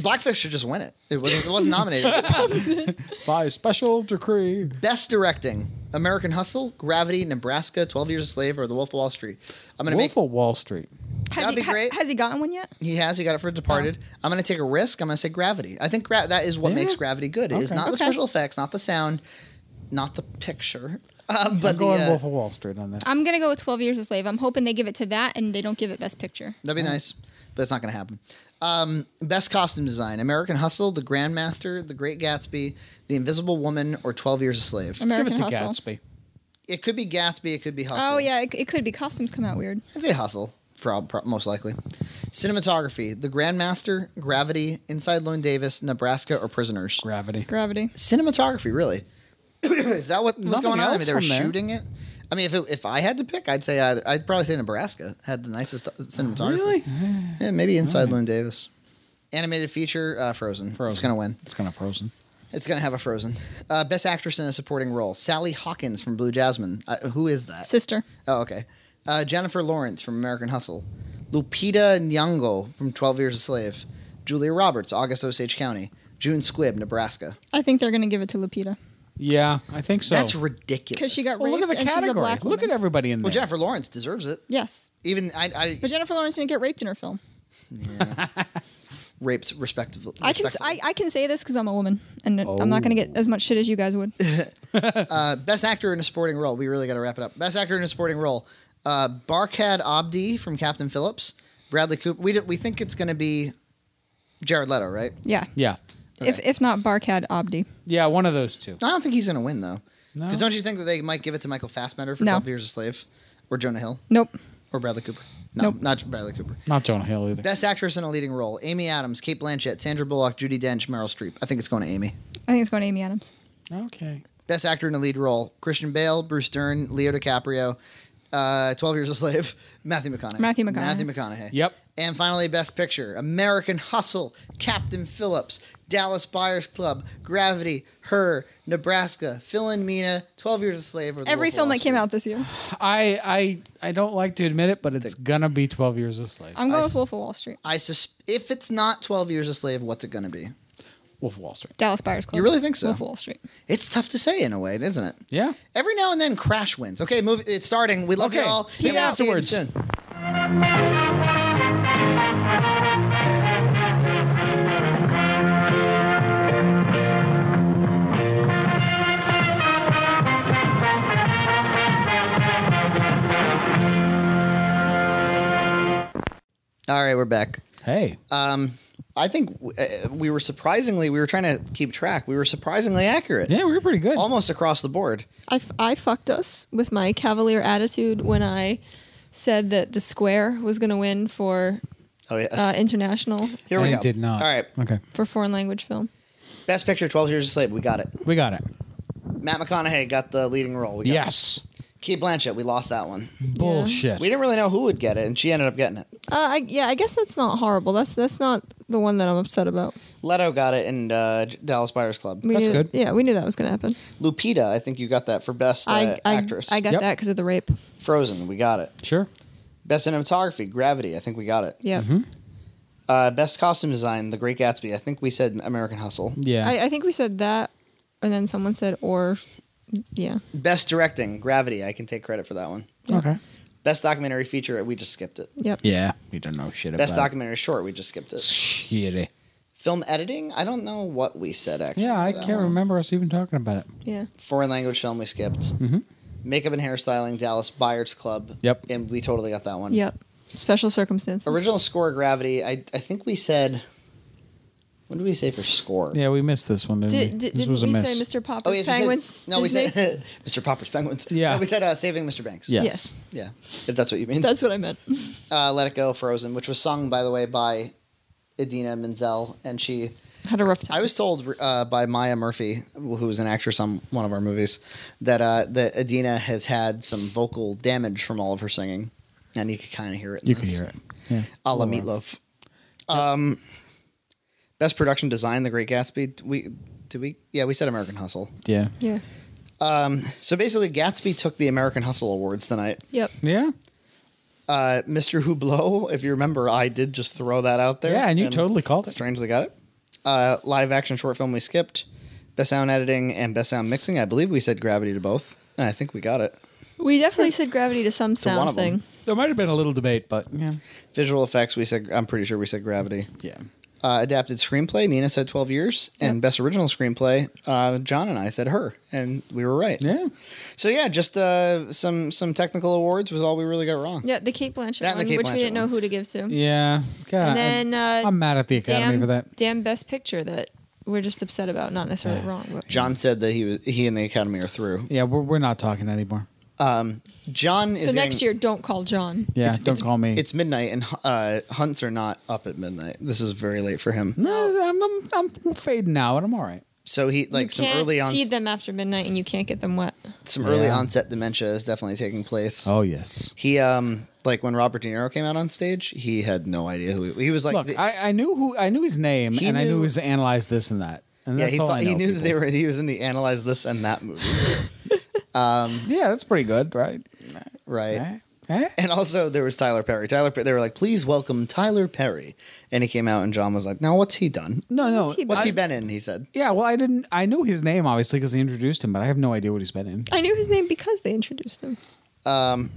Speaker 1: Blackfish should just win it. It wasn't, it wasn't nominated.
Speaker 2: By special decree.
Speaker 1: Best directing: American Hustle, Gravity, Nebraska, Twelve Years a Slave, or The Wolf of Wall Street. I'm gonna
Speaker 2: Wolf
Speaker 1: make.
Speaker 2: of Wall Street.
Speaker 3: Has
Speaker 1: That'd
Speaker 3: he,
Speaker 1: be great.
Speaker 3: has he gotten one yet?
Speaker 1: He has. He got it for Departed. I'm gonna take a risk. I'm gonna say Gravity. I think gra- that is what
Speaker 2: Yeah.
Speaker 1: makes Gravity good. It is
Speaker 2: Okay.
Speaker 1: not the
Speaker 3: Okay.
Speaker 1: special effects, not the sound, not the picture, uh, but
Speaker 2: I'm going
Speaker 1: the. Uh,
Speaker 2: Wolf of Wall Street on that.
Speaker 3: I'm gonna go with Twelve Years a Slave. I'm hoping they give it to that and they don't give it Best Picture.
Speaker 1: that'd be nice, but it's not gonna happen. Um, best costume design: American Hustle, The Grandmaster, The Great Gatsby, The Invisible Woman, or Twelve Years a Slave.
Speaker 3: Amer-
Speaker 2: Give it to
Speaker 3: American Hustle.
Speaker 2: Gatsby.
Speaker 1: It could be Gatsby. It could be Hustle.
Speaker 3: Oh yeah, it, it could be costumes come out weird.
Speaker 1: I'd say Hustle, for all, pro- most likely. Cinematography: The Grandmaster, Gravity, Inside Lone Davis, Nebraska, or Prisoners.
Speaker 2: Gravity.
Speaker 3: Gravity.
Speaker 1: Cinematography, really. Is that what was
Speaker 2: Nothing
Speaker 1: going on? I
Speaker 2: else
Speaker 1: mean, they were
Speaker 2: from there.
Speaker 1: shooting it. I mean, if it, if I had to pick, I'd say either, I'd probably say Nebraska had the nicest cinematography.
Speaker 4: Really?
Speaker 1: Yeah, maybe Inside Lone Davis. Animated feature, uh, Frozen. It's
Speaker 2: Frozen.
Speaker 1: gonna win.
Speaker 2: It's kind of frozen.
Speaker 1: It's gonna have a Frozen. Uh, best actress in a supporting role: Sally Hawkins from Blue Jasmine. Uh, who is that?
Speaker 3: Sister.
Speaker 1: Oh, okay. Uh, Jennifer Lawrence from American Hustle. Lupita Nyong'o from 12 Years a Slave. Julia Roberts, August Osage County. June Squibb, Nebraska.
Speaker 3: I think they're going to give it to Lupita.
Speaker 2: Yeah, I think so.
Speaker 1: That's ridiculous.
Speaker 3: 'Cause she got-
Speaker 2: Well, look at the
Speaker 3: raped and she's a
Speaker 2: category.
Speaker 3: black
Speaker 2: look
Speaker 3: woman.
Speaker 2: at everybody in there.
Speaker 1: Well, Jennifer Lawrence deserves it.
Speaker 3: Yes.
Speaker 1: Even I, I
Speaker 3: But Jennifer Lawrence didn't get raped in her film.
Speaker 1: raped respectively.
Speaker 3: I can I,
Speaker 1: respectively.
Speaker 3: I can say this because I'm a woman, and I'm not going to get as much shit as you guys would.
Speaker 1: uh, best actor in a supporting role. We really got to wrap it up. Best actor in a supporting role. Uh, Barkad Abdi from Captain Phillips. Bradley Cooper. We, d- we think it's going to be Jared Leto, right?
Speaker 3: Yeah.
Speaker 2: yeah,
Speaker 3: If if not Barkad Abdi.
Speaker 2: yeah, one of those two.
Speaker 1: I don't think he's going to win though.
Speaker 2: No?
Speaker 1: Because don't you think that they might give it to Michael Fassbender for
Speaker 3: No.
Speaker 1: 12 Years a Slave, or Jonah Hill,
Speaker 3: Nope.
Speaker 1: or Bradley Cooper? No,
Speaker 3: Nope.
Speaker 1: not Bradley Cooper.
Speaker 2: Not Jonah Hill either.
Speaker 1: Best actress in a leading role: Amy Adams, Kate Blanchett, Sandra Bullock, Judy Dench, Meryl Streep. I think it's going to Amy.
Speaker 3: I think it's going to Amy Adams.
Speaker 2: okay.
Speaker 1: Best actor in a lead role: Christian Bale, Bruce Dern, Leo DiCaprio, uh, Twelve Years a Slave, Matthew McConaughey.
Speaker 3: Matthew McConaughey.
Speaker 1: Matthew McConaughey.
Speaker 2: Yep.
Speaker 1: And finally, Best Picture: American Hustle, Captain Phillips, Dallas Buyers Club, Gravity, Her, Nebraska, Phil and Mina, Twelve Years a Slave. Or The
Speaker 3: Every
Speaker 1: Wolf of
Speaker 3: film
Speaker 1: Wall
Speaker 3: that came
Speaker 1: Street.
Speaker 3: out this year.
Speaker 2: I I I don't like to admit it, but it's gonna be Twelve Years a Slave.
Speaker 3: I'm going
Speaker 1: I
Speaker 3: with
Speaker 1: s-
Speaker 3: Wolf of Wall Street.
Speaker 1: I sus- if it's not Twelve Years a Slave, what's it going to be?
Speaker 2: Wolf of Wall Street.
Speaker 3: Dallas Buyers Club.
Speaker 1: You really think so?
Speaker 3: Wolf of Wall Street.
Speaker 1: It's tough to say in a way, isn't it?
Speaker 2: Yeah.
Speaker 1: Every now and then, Crash wins. Okay, move. It's starting. We love you
Speaker 2: Okay,
Speaker 1: all.
Speaker 2: see you
Speaker 1: We'll
Speaker 2: afterwards.
Speaker 1: soon. All right, we're back.
Speaker 2: Hey.
Speaker 1: Um, I think uh, we were surprisingly we were trying to keep track. We were surprisingly accurate.
Speaker 2: yeah, we were pretty good.
Speaker 1: Almost across the board.
Speaker 3: I, f- I fucked us with my cavalier attitude when I said that the square was going to win for
Speaker 1: Oh yes.
Speaker 3: uh, international
Speaker 1: Here we
Speaker 2: And
Speaker 1: go.
Speaker 2: did not.
Speaker 1: All right.
Speaker 2: Okay.
Speaker 3: for foreign language film.
Speaker 1: Best picture, Twelve Years a Slave. We got it.
Speaker 2: We got it.
Speaker 1: Matt McConaughey got the leading role. We got
Speaker 2: Yes.
Speaker 1: It. Kate Blanchett. We lost that one.
Speaker 2: Bullshit.
Speaker 1: We didn't really know who would get it, and she ended up getting it.
Speaker 3: Uh, I, yeah, I guess that's not horrible. That's that's not the one that I'm upset about.
Speaker 1: Leto got it in uh, J- Dallas Buyers Club.
Speaker 3: We
Speaker 2: That's
Speaker 3: knew,
Speaker 2: good.
Speaker 3: Yeah, we knew that was going to happen.
Speaker 1: Lupita, I think you got that for best uh,
Speaker 3: I, I
Speaker 1: actress.
Speaker 3: I got
Speaker 2: Yep.
Speaker 3: that because of the rape.
Speaker 1: Frozen. We got it.
Speaker 2: sure.
Speaker 1: Best cinematography, Gravity. I think we got it.
Speaker 3: Yeah.
Speaker 2: Mm-hmm.
Speaker 1: Uh, best costume design, The Great Gatsby. I think we said American Hustle.
Speaker 2: Yeah.
Speaker 3: I, I think we said that, and then someone said or, yeah.
Speaker 1: Best directing, Gravity. I can take credit for that one.
Speaker 2: okay.
Speaker 1: Best documentary feature, we just skipped it.
Speaker 3: Yep.
Speaker 2: Yeah. We don't know shit
Speaker 1: Best
Speaker 2: about.
Speaker 1: documentary short, we just skipped it.
Speaker 2: Shitty.
Speaker 1: Film editing, I don't know what we said actually.
Speaker 2: Yeah,
Speaker 1: for
Speaker 2: I
Speaker 1: that
Speaker 2: can't
Speaker 1: one.
Speaker 2: remember us even talking about it.
Speaker 3: Yeah.
Speaker 1: Foreign language film, we skipped. Makeup and hairstyling, Dallas Buyers Club.
Speaker 2: Mm-hmm. Yep.
Speaker 1: And we totally got that one.
Speaker 3: Yep. Special circumstances.
Speaker 1: Original score, Gravity. I, I think we said. What did we say for score?
Speaker 2: Yeah, we missed this one. Didn't
Speaker 3: Did,
Speaker 2: we?
Speaker 3: did,
Speaker 2: this
Speaker 3: didn't
Speaker 2: was a
Speaker 3: we
Speaker 2: miss.
Speaker 3: say Mr. Popper's
Speaker 1: Oh, yes, we said-
Speaker 3: Penguins?
Speaker 1: no, we
Speaker 3: Disney?
Speaker 1: said Mr. Popper's Penguins.
Speaker 2: Yeah.
Speaker 1: No, we said uh, Saving Mr. Banks.
Speaker 2: Yes.
Speaker 3: Yes.
Speaker 1: Yeah. If that's what you mean.
Speaker 3: That's what I meant.
Speaker 1: uh, Let It Go, Frozen, which was sung, by the way, by Idina Menzel. And she
Speaker 3: Had a rough time.
Speaker 1: I was told uh, by Maya Murphy, who was an actress on one of our movies, that uh, that Adina has had some vocal damage from all of her singing, and you could kind of hear it. In
Speaker 2: You could
Speaker 1: this.
Speaker 2: hear it. Yeah.
Speaker 1: A la
Speaker 2: All around.
Speaker 1: Meatloaf. Um, best production design, The Great Gatsby. We did we? Yeah, we said American Hustle.
Speaker 2: Yeah.
Speaker 3: yeah.
Speaker 1: So basically, Gatsby took the American Hustle awards tonight.
Speaker 3: Yep.
Speaker 2: Yeah.
Speaker 1: Uh, Mr. Hublot, if you remember, I did just throw that out there.
Speaker 2: Yeah, and you totally called it.
Speaker 1: Strangely got it. Uh, live action short film we skipped. Best sound editing and best sound mixing. I believe we said gravity to both, and I think we got it.
Speaker 3: We definitely said gravity to some
Speaker 1: one
Speaker 3: sound
Speaker 1: of 'em.
Speaker 3: thing.
Speaker 2: There might have been a little debate, but yeah.
Speaker 1: Visual effects, we said. I'm pretty sure we said gravity.
Speaker 2: Yeah.
Speaker 1: Uh, adapted screenplay, Nina said 12 years, and best original screenplay, uh, John and I said her, and we were right.
Speaker 2: Yeah.
Speaker 1: So yeah, just uh, some some technical awards was all we really got wrong.
Speaker 3: Yeah, the Kate Blanchett
Speaker 1: That and the
Speaker 3: one,
Speaker 1: Kate
Speaker 3: which
Speaker 1: Blanchett
Speaker 3: we didn't know
Speaker 1: one.
Speaker 3: who to give to.
Speaker 2: Yeah. God,
Speaker 3: And then
Speaker 2: I,
Speaker 3: uh,
Speaker 2: am mad at the academy
Speaker 3: damn,
Speaker 2: for that.
Speaker 3: Damn best picture that we're just upset about, not necessarily wrong. But
Speaker 1: John said that he was he and the Academy are through.
Speaker 2: Yeah, we're, we're not talking anymore.
Speaker 1: Um, John is
Speaker 3: So next
Speaker 1: getting-
Speaker 3: year, don't call John.
Speaker 2: Yeah,
Speaker 1: It's-
Speaker 2: don't
Speaker 1: it's-
Speaker 2: call me.
Speaker 1: It's midnight, and uh, hunts are not up at midnight. This is very late for him.
Speaker 2: no, I'm, I'm, I'm fading out. I'm all right.
Speaker 1: So he like
Speaker 3: you
Speaker 1: some
Speaker 3: can't
Speaker 1: early on
Speaker 3: feed them after midnight, and you can't get them wet.
Speaker 1: some early
Speaker 2: Yeah.
Speaker 1: onset dementia is definitely taking place.
Speaker 2: Oh yes.
Speaker 1: He um like when Robert De Niro came out on stage, he had no idea who he, he was. Like
Speaker 2: Look,
Speaker 1: the-
Speaker 2: I, I knew who I knew his name,
Speaker 1: He
Speaker 2: and I knew
Speaker 1: knew-
Speaker 2: he was analyzed this and that. And
Speaker 1: yeah,
Speaker 2: that's
Speaker 1: he
Speaker 2: all
Speaker 1: thought
Speaker 2: I
Speaker 1: he
Speaker 2: know,
Speaker 1: knew that they
Speaker 2: people.
Speaker 1: were. He was in the analyze this and that movie,
Speaker 2: Yeah, that's pretty good, right?
Speaker 1: right?
Speaker 2: Eh? Eh?
Speaker 1: And also there was Tyler Perry. Tyler Perry. They were like, please welcome Tyler Perry, and he came out, and John was like, now what's he done?
Speaker 2: No, no.
Speaker 3: What's he
Speaker 1: What's
Speaker 2: I-
Speaker 1: he been in? He said.
Speaker 2: Yeah, well, I didn't. I knew his name obviously because they introduced him, but I have no idea what he's been in.
Speaker 3: I knew his name because they introduced him.
Speaker 1: Um,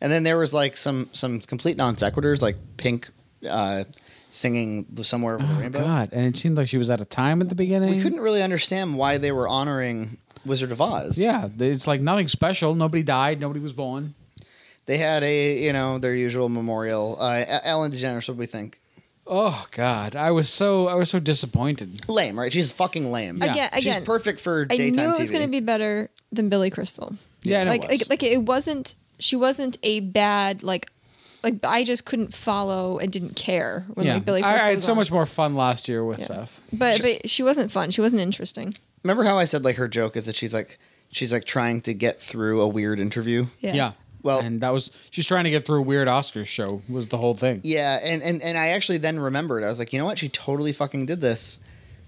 Speaker 1: and then there was like some some complete non sequiturs, like Pink uh, singing the "Somewhere Over the Rainbow."
Speaker 2: Oh, God, and it seemed like she was out of time at the beginning.
Speaker 1: We couldn't really understand why they were honoring Wizard of Oz.
Speaker 2: Yeah, th- it's like nothing special. Nobody died. Nobody was born.
Speaker 1: they had a you know their usual memorial. Uh, A- Ellen DeGeneres, what do we think?
Speaker 2: Oh God, I was so I was so disappointed.
Speaker 1: Lame, right? She's fucking lame.
Speaker 2: Yeah.
Speaker 3: Again, again,
Speaker 1: She's perfect for
Speaker 3: I
Speaker 1: daytime
Speaker 3: knew
Speaker 1: TV.
Speaker 3: it was going to be better than Billy Crystal.
Speaker 2: Yeah, and it
Speaker 3: like,
Speaker 2: was.
Speaker 3: like like it wasn't. She wasn't a bad like. Like I just couldn't follow and didn't care when
Speaker 2: yeah,
Speaker 3: like Billy
Speaker 2: I,
Speaker 3: Crystal.
Speaker 2: I had
Speaker 3: was
Speaker 2: so
Speaker 3: on.
Speaker 2: much more fun last year with
Speaker 3: Yeah.
Speaker 2: Seth.
Speaker 3: But but she wasn't fun. She wasn't interesting.
Speaker 1: Remember how I said like her joke is that she's like she's like trying to get through a weird interview.
Speaker 3: Yeah.
Speaker 1: Well-
Speaker 2: and that was she's trying to get through a weird Oscars show was the whole thing.
Speaker 1: Yeah, and, and and I actually then remembered. I was like, you know what? She totally fucking did this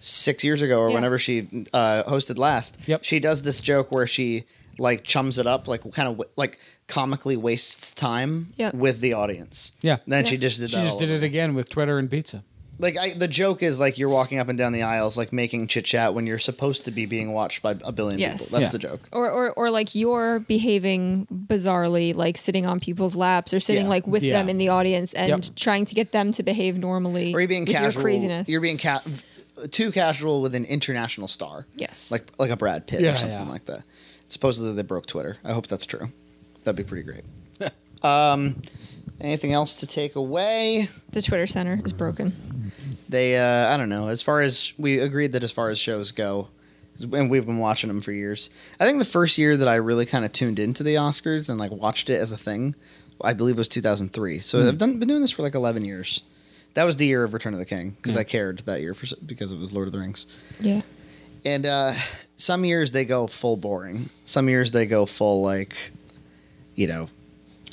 Speaker 1: six years ago, or
Speaker 3: Yeah.
Speaker 1: whenever she uh, hosted last.
Speaker 2: Yep.
Speaker 1: She does this joke where she like chums it up, like kind of like comically wastes time
Speaker 3: Yep.
Speaker 1: with the audience.
Speaker 2: Yeah.
Speaker 1: And then she
Speaker 3: Yeah.
Speaker 1: just did
Speaker 2: She
Speaker 1: that.
Speaker 2: just
Speaker 1: all
Speaker 2: did
Speaker 1: over.
Speaker 2: it again with Twitter and pizza.
Speaker 1: Like I, the joke is like you're walking up and down the aisles, like making chit chat when you're supposed to be being watched by a billion
Speaker 3: Yes.
Speaker 1: people. That's
Speaker 2: Yeah.
Speaker 1: the joke.
Speaker 3: Or, or or like you're behaving bizarrely, like sitting on people's laps or sitting
Speaker 1: Yeah.
Speaker 3: like with
Speaker 2: Yeah.
Speaker 3: them in the audience and
Speaker 2: Yep.
Speaker 3: trying to get them to behave normally.
Speaker 1: Or you're being
Speaker 3: with your
Speaker 1: casual.
Speaker 3: craziness.
Speaker 1: You're being ca- too casual with an international star.
Speaker 3: Yes.
Speaker 1: Like like a Brad Pitt
Speaker 2: Yeah,
Speaker 1: or something
Speaker 2: yeah.
Speaker 1: like that. Supposedly they broke Twitter. I hope that's true. That'd be pretty great. um, anything else to take away?
Speaker 3: the Twitter Center is broken.
Speaker 1: They uh, I don't know. As far as we agreed that as far as shows go, and we've been watching them for years. I think the first year that I really kind of tuned into the Oscars and like watched it as a thing, I believe was 2003.
Speaker 2: Hmm.
Speaker 1: So I've done, been doing this for like 11 years. That was the year of Return of the King because
Speaker 2: Hmm.
Speaker 1: I cared that year for s- because it was Lord of the Rings.
Speaker 3: Yeah.
Speaker 1: And uh, some years they go full boring. Some years they go full like, you know,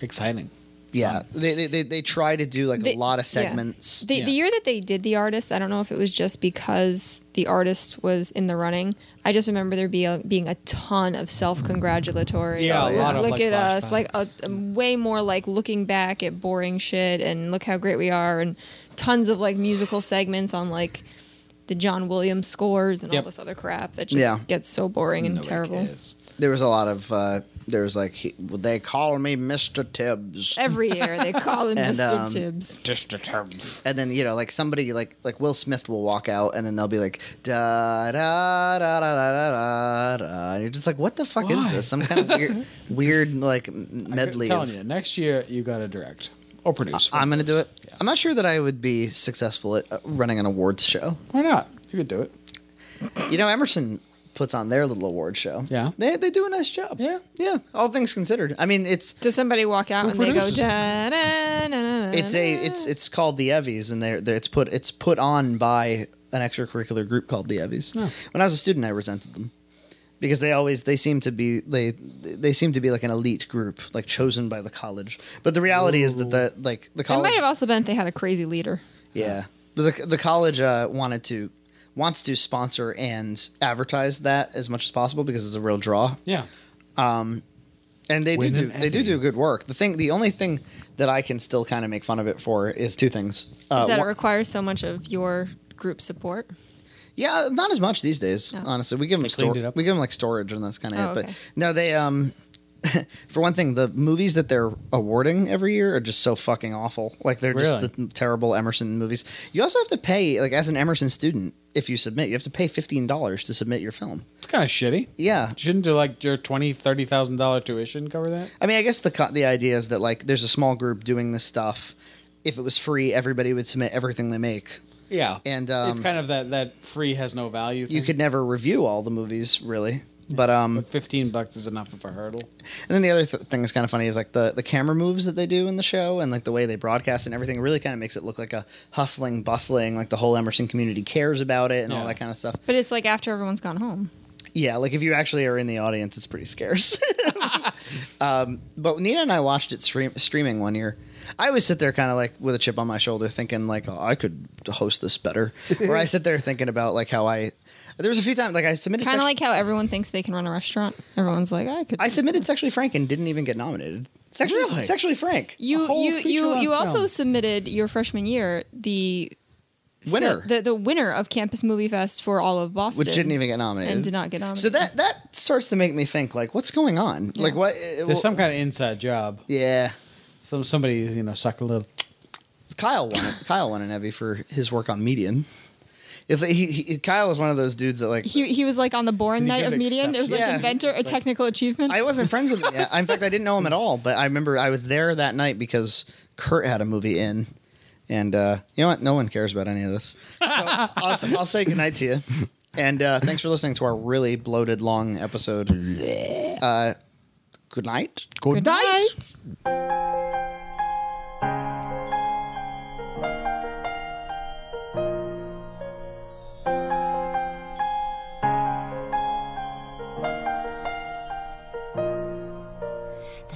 Speaker 2: Exciting.
Speaker 1: yeah. They they, they, they try to do like
Speaker 3: They-
Speaker 1: a lot of
Speaker 3: yeah.
Speaker 1: segments.
Speaker 3: The, the
Speaker 2: Yeah.
Speaker 3: year that they did the artist, I don't know if it was just because the artist was in the running. I just remember there be a, being a ton of self congratulatory.
Speaker 2: Yeah,
Speaker 1: a lot
Speaker 3: look,
Speaker 2: of,
Speaker 3: look
Speaker 2: like,
Speaker 3: at us,
Speaker 2: flashbacks.
Speaker 3: like a, a way more like looking back at boring shit and look how great we are, and tons of like musical segments on like the John Williams scores and all
Speaker 2: Yep.
Speaker 3: this other crap that just
Speaker 1: Yeah.
Speaker 3: gets so boring and
Speaker 2: Nobody
Speaker 3: terrible.
Speaker 2: cares.
Speaker 1: There was a lot of uh, there was like he, they call me Mister Tibbs,
Speaker 3: Every year they call him
Speaker 1: And,
Speaker 3: Mr.
Speaker 1: um,
Speaker 3: Tibbs.
Speaker 1: and then you know like somebody like like Will Smith will walk out and then they'll be like da da da da da da da. da. And you're just like, what the fuck is
Speaker 2: Why?
Speaker 1: this? Some kind of weird, weird like m-
Speaker 2: I'm
Speaker 1: medley.
Speaker 2: telling
Speaker 1: of-
Speaker 2: you, next year you got to direct or produce.
Speaker 1: I'm gonna do it. I'm not sure that I would be successful at uh, running an awards show.
Speaker 2: Why not? You could do it.
Speaker 1: You know, Emerson puts on their little award show.
Speaker 2: Yeah.
Speaker 1: They, they do a nice job.
Speaker 2: Yeah.
Speaker 1: Yeah. All things considered. I mean it's
Speaker 3: Does somebody walk out
Speaker 2: Who
Speaker 3: and they go
Speaker 2: produces it?
Speaker 3: da da na, na,
Speaker 1: it's
Speaker 3: na,
Speaker 1: a
Speaker 3: na.
Speaker 1: it's it's called the Evies and they're, they're it's put it's put on by an extracurricular group called the Evies.
Speaker 2: Oh.
Speaker 1: When I was a student I resented them. Because they always they seem to be they they seem to be like an elite group, like chosen by the college. But the reality is that the like the
Speaker 3: It
Speaker 1: college
Speaker 3: might have also been that they had a crazy leader.
Speaker 1: Yeah, but the the college uh, wanted to wants to sponsor and advertise that as much as possible because it's a real draw,
Speaker 2: Yeah.
Speaker 1: and they do,
Speaker 2: Win
Speaker 1: do
Speaker 2: an
Speaker 1: they do do good work. The thing, the only thing that I can still kind of make fun of it for is two things. Uh,
Speaker 3: Is that it
Speaker 1: one-
Speaker 3: requires so much of your group support?
Speaker 1: yeah, not as much these days.
Speaker 3: No.
Speaker 1: Honestly, we give them
Speaker 2: cleaned it
Speaker 1: stor-
Speaker 2: up?
Speaker 1: we give them like storage and that's kind of
Speaker 3: Oh,
Speaker 1: it.
Speaker 3: okay.
Speaker 1: But no, they um. For one thing, the movies that they're awarding every year are just so fucking awful. Like they're
Speaker 2: Really?
Speaker 1: just the terrible Emerson movies. You also have to pay, like as an Emerson student, if you submit, you have to pay fifteen dollars to submit your film.
Speaker 2: It's kind of shitty.
Speaker 1: Yeah.
Speaker 2: Shouldn't do like your twenty, thirty thousand dollar tuition cover that?
Speaker 1: I mean, I guess the co- the idea is that like there's a small group doing this stuff. If it was free, everybody would submit everything they make.
Speaker 2: Yeah.
Speaker 1: And, um,
Speaker 2: it's kind of that that free has no value. Thing.
Speaker 1: You could never review all the movies, really. But um,
Speaker 2: Fifteen bucks is enough of a hurdle.
Speaker 1: And then the other th- thing that's kind of funny is like the, the camera moves that they do in the show and like the way they broadcast and everything really kind of makes it look like a hustling, bustling, like the whole Emerson community cares about it and all
Speaker 2: Yeah.
Speaker 1: that kind of stuff.
Speaker 3: But it's like after everyone's gone home.
Speaker 1: Yeah, like if you actually are in the audience, it's pretty scarce. um, but Nina and I watched it stream- streaming one year. I always sit there kind of like with a chip on my shoulder thinking like, oh, I could host this better. or I sit there thinking about like how I, there was a few times like I submitted.
Speaker 3: Kind of
Speaker 1: sex-
Speaker 3: like how everyone thinks they can run a restaurant. Everyone's like, I could.
Speaker 1: I submitted Sexually Frank and didn't even get nominated. Sexually,
Speaker 2: Really?
Speaker 1: Sexually Frank.
Speaker 3: you
Speaker 2: whole
Speaker 3: you you
Speaker 2: feature-length
Speaker 3: you also
Speaker 2: film.
Speaker 3: submitted your freshman year the fi-
Speaker 1: Winner.
Speaker 3: the, the winner of Campus Movie Fest for all of Boston,
Speaker 1: which didn't even get nominated
Speaker 3: and did not get nominated.
Speaker 1: So that that starts to make me think like, what's going on? Like what?
Speaker 2: There's some kind of inside job.
Speaker 1: yeah.
Speaker 2: Some somebody you know suck a little.
Speaker 1: Kyle won. It. Kyle won an Emmy for his work on Median. It's like he, he Kyle was one of those dudes that like.
Speaker 3: he he was like on the Born
Speaker 2: Did he
Speaker 3: night
Speaker 2: give
Speaker 3: of
Speaker 2: an
Speaker 3: Median. It was like
Speaker 1: exception? Yeah.
Speaker 3: inventor, a technical achievement.
Speaker 1: I wasn't friends with him. Yet. In fact, I didn't know him at all. But I remember I was there that night because Kurt had a movie in, and uh, you know what? No one cares about any of this. So I'll, I'll say goodnight to you, and uh, thanks for listening to our really bloated long episode. Uh, good night.
Speaker 3: Good night.
Speaker 4: The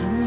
Speaker 4: Don't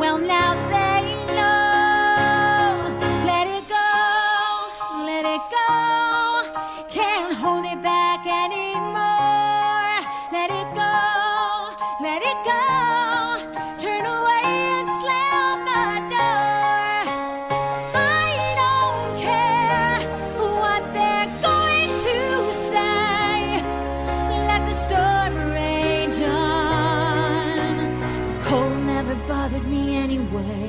Speaker 4: Well, now they know. Let it go, let it go. Can't hold it back anymore. Let it go, let it go. Turn away and slam the door. I don't care what they're going to say. Let the storm rage on. The cold never bothered me anyway.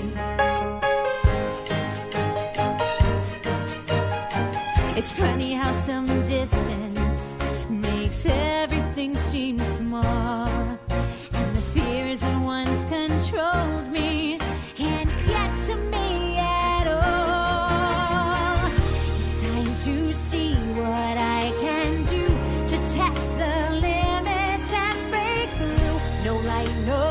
Speaker 4: It's funny how some distance makes everything seem small. And the fears that once controlled me can't get to me at all. It's time to see what I can do to test the limits and break through. No light, no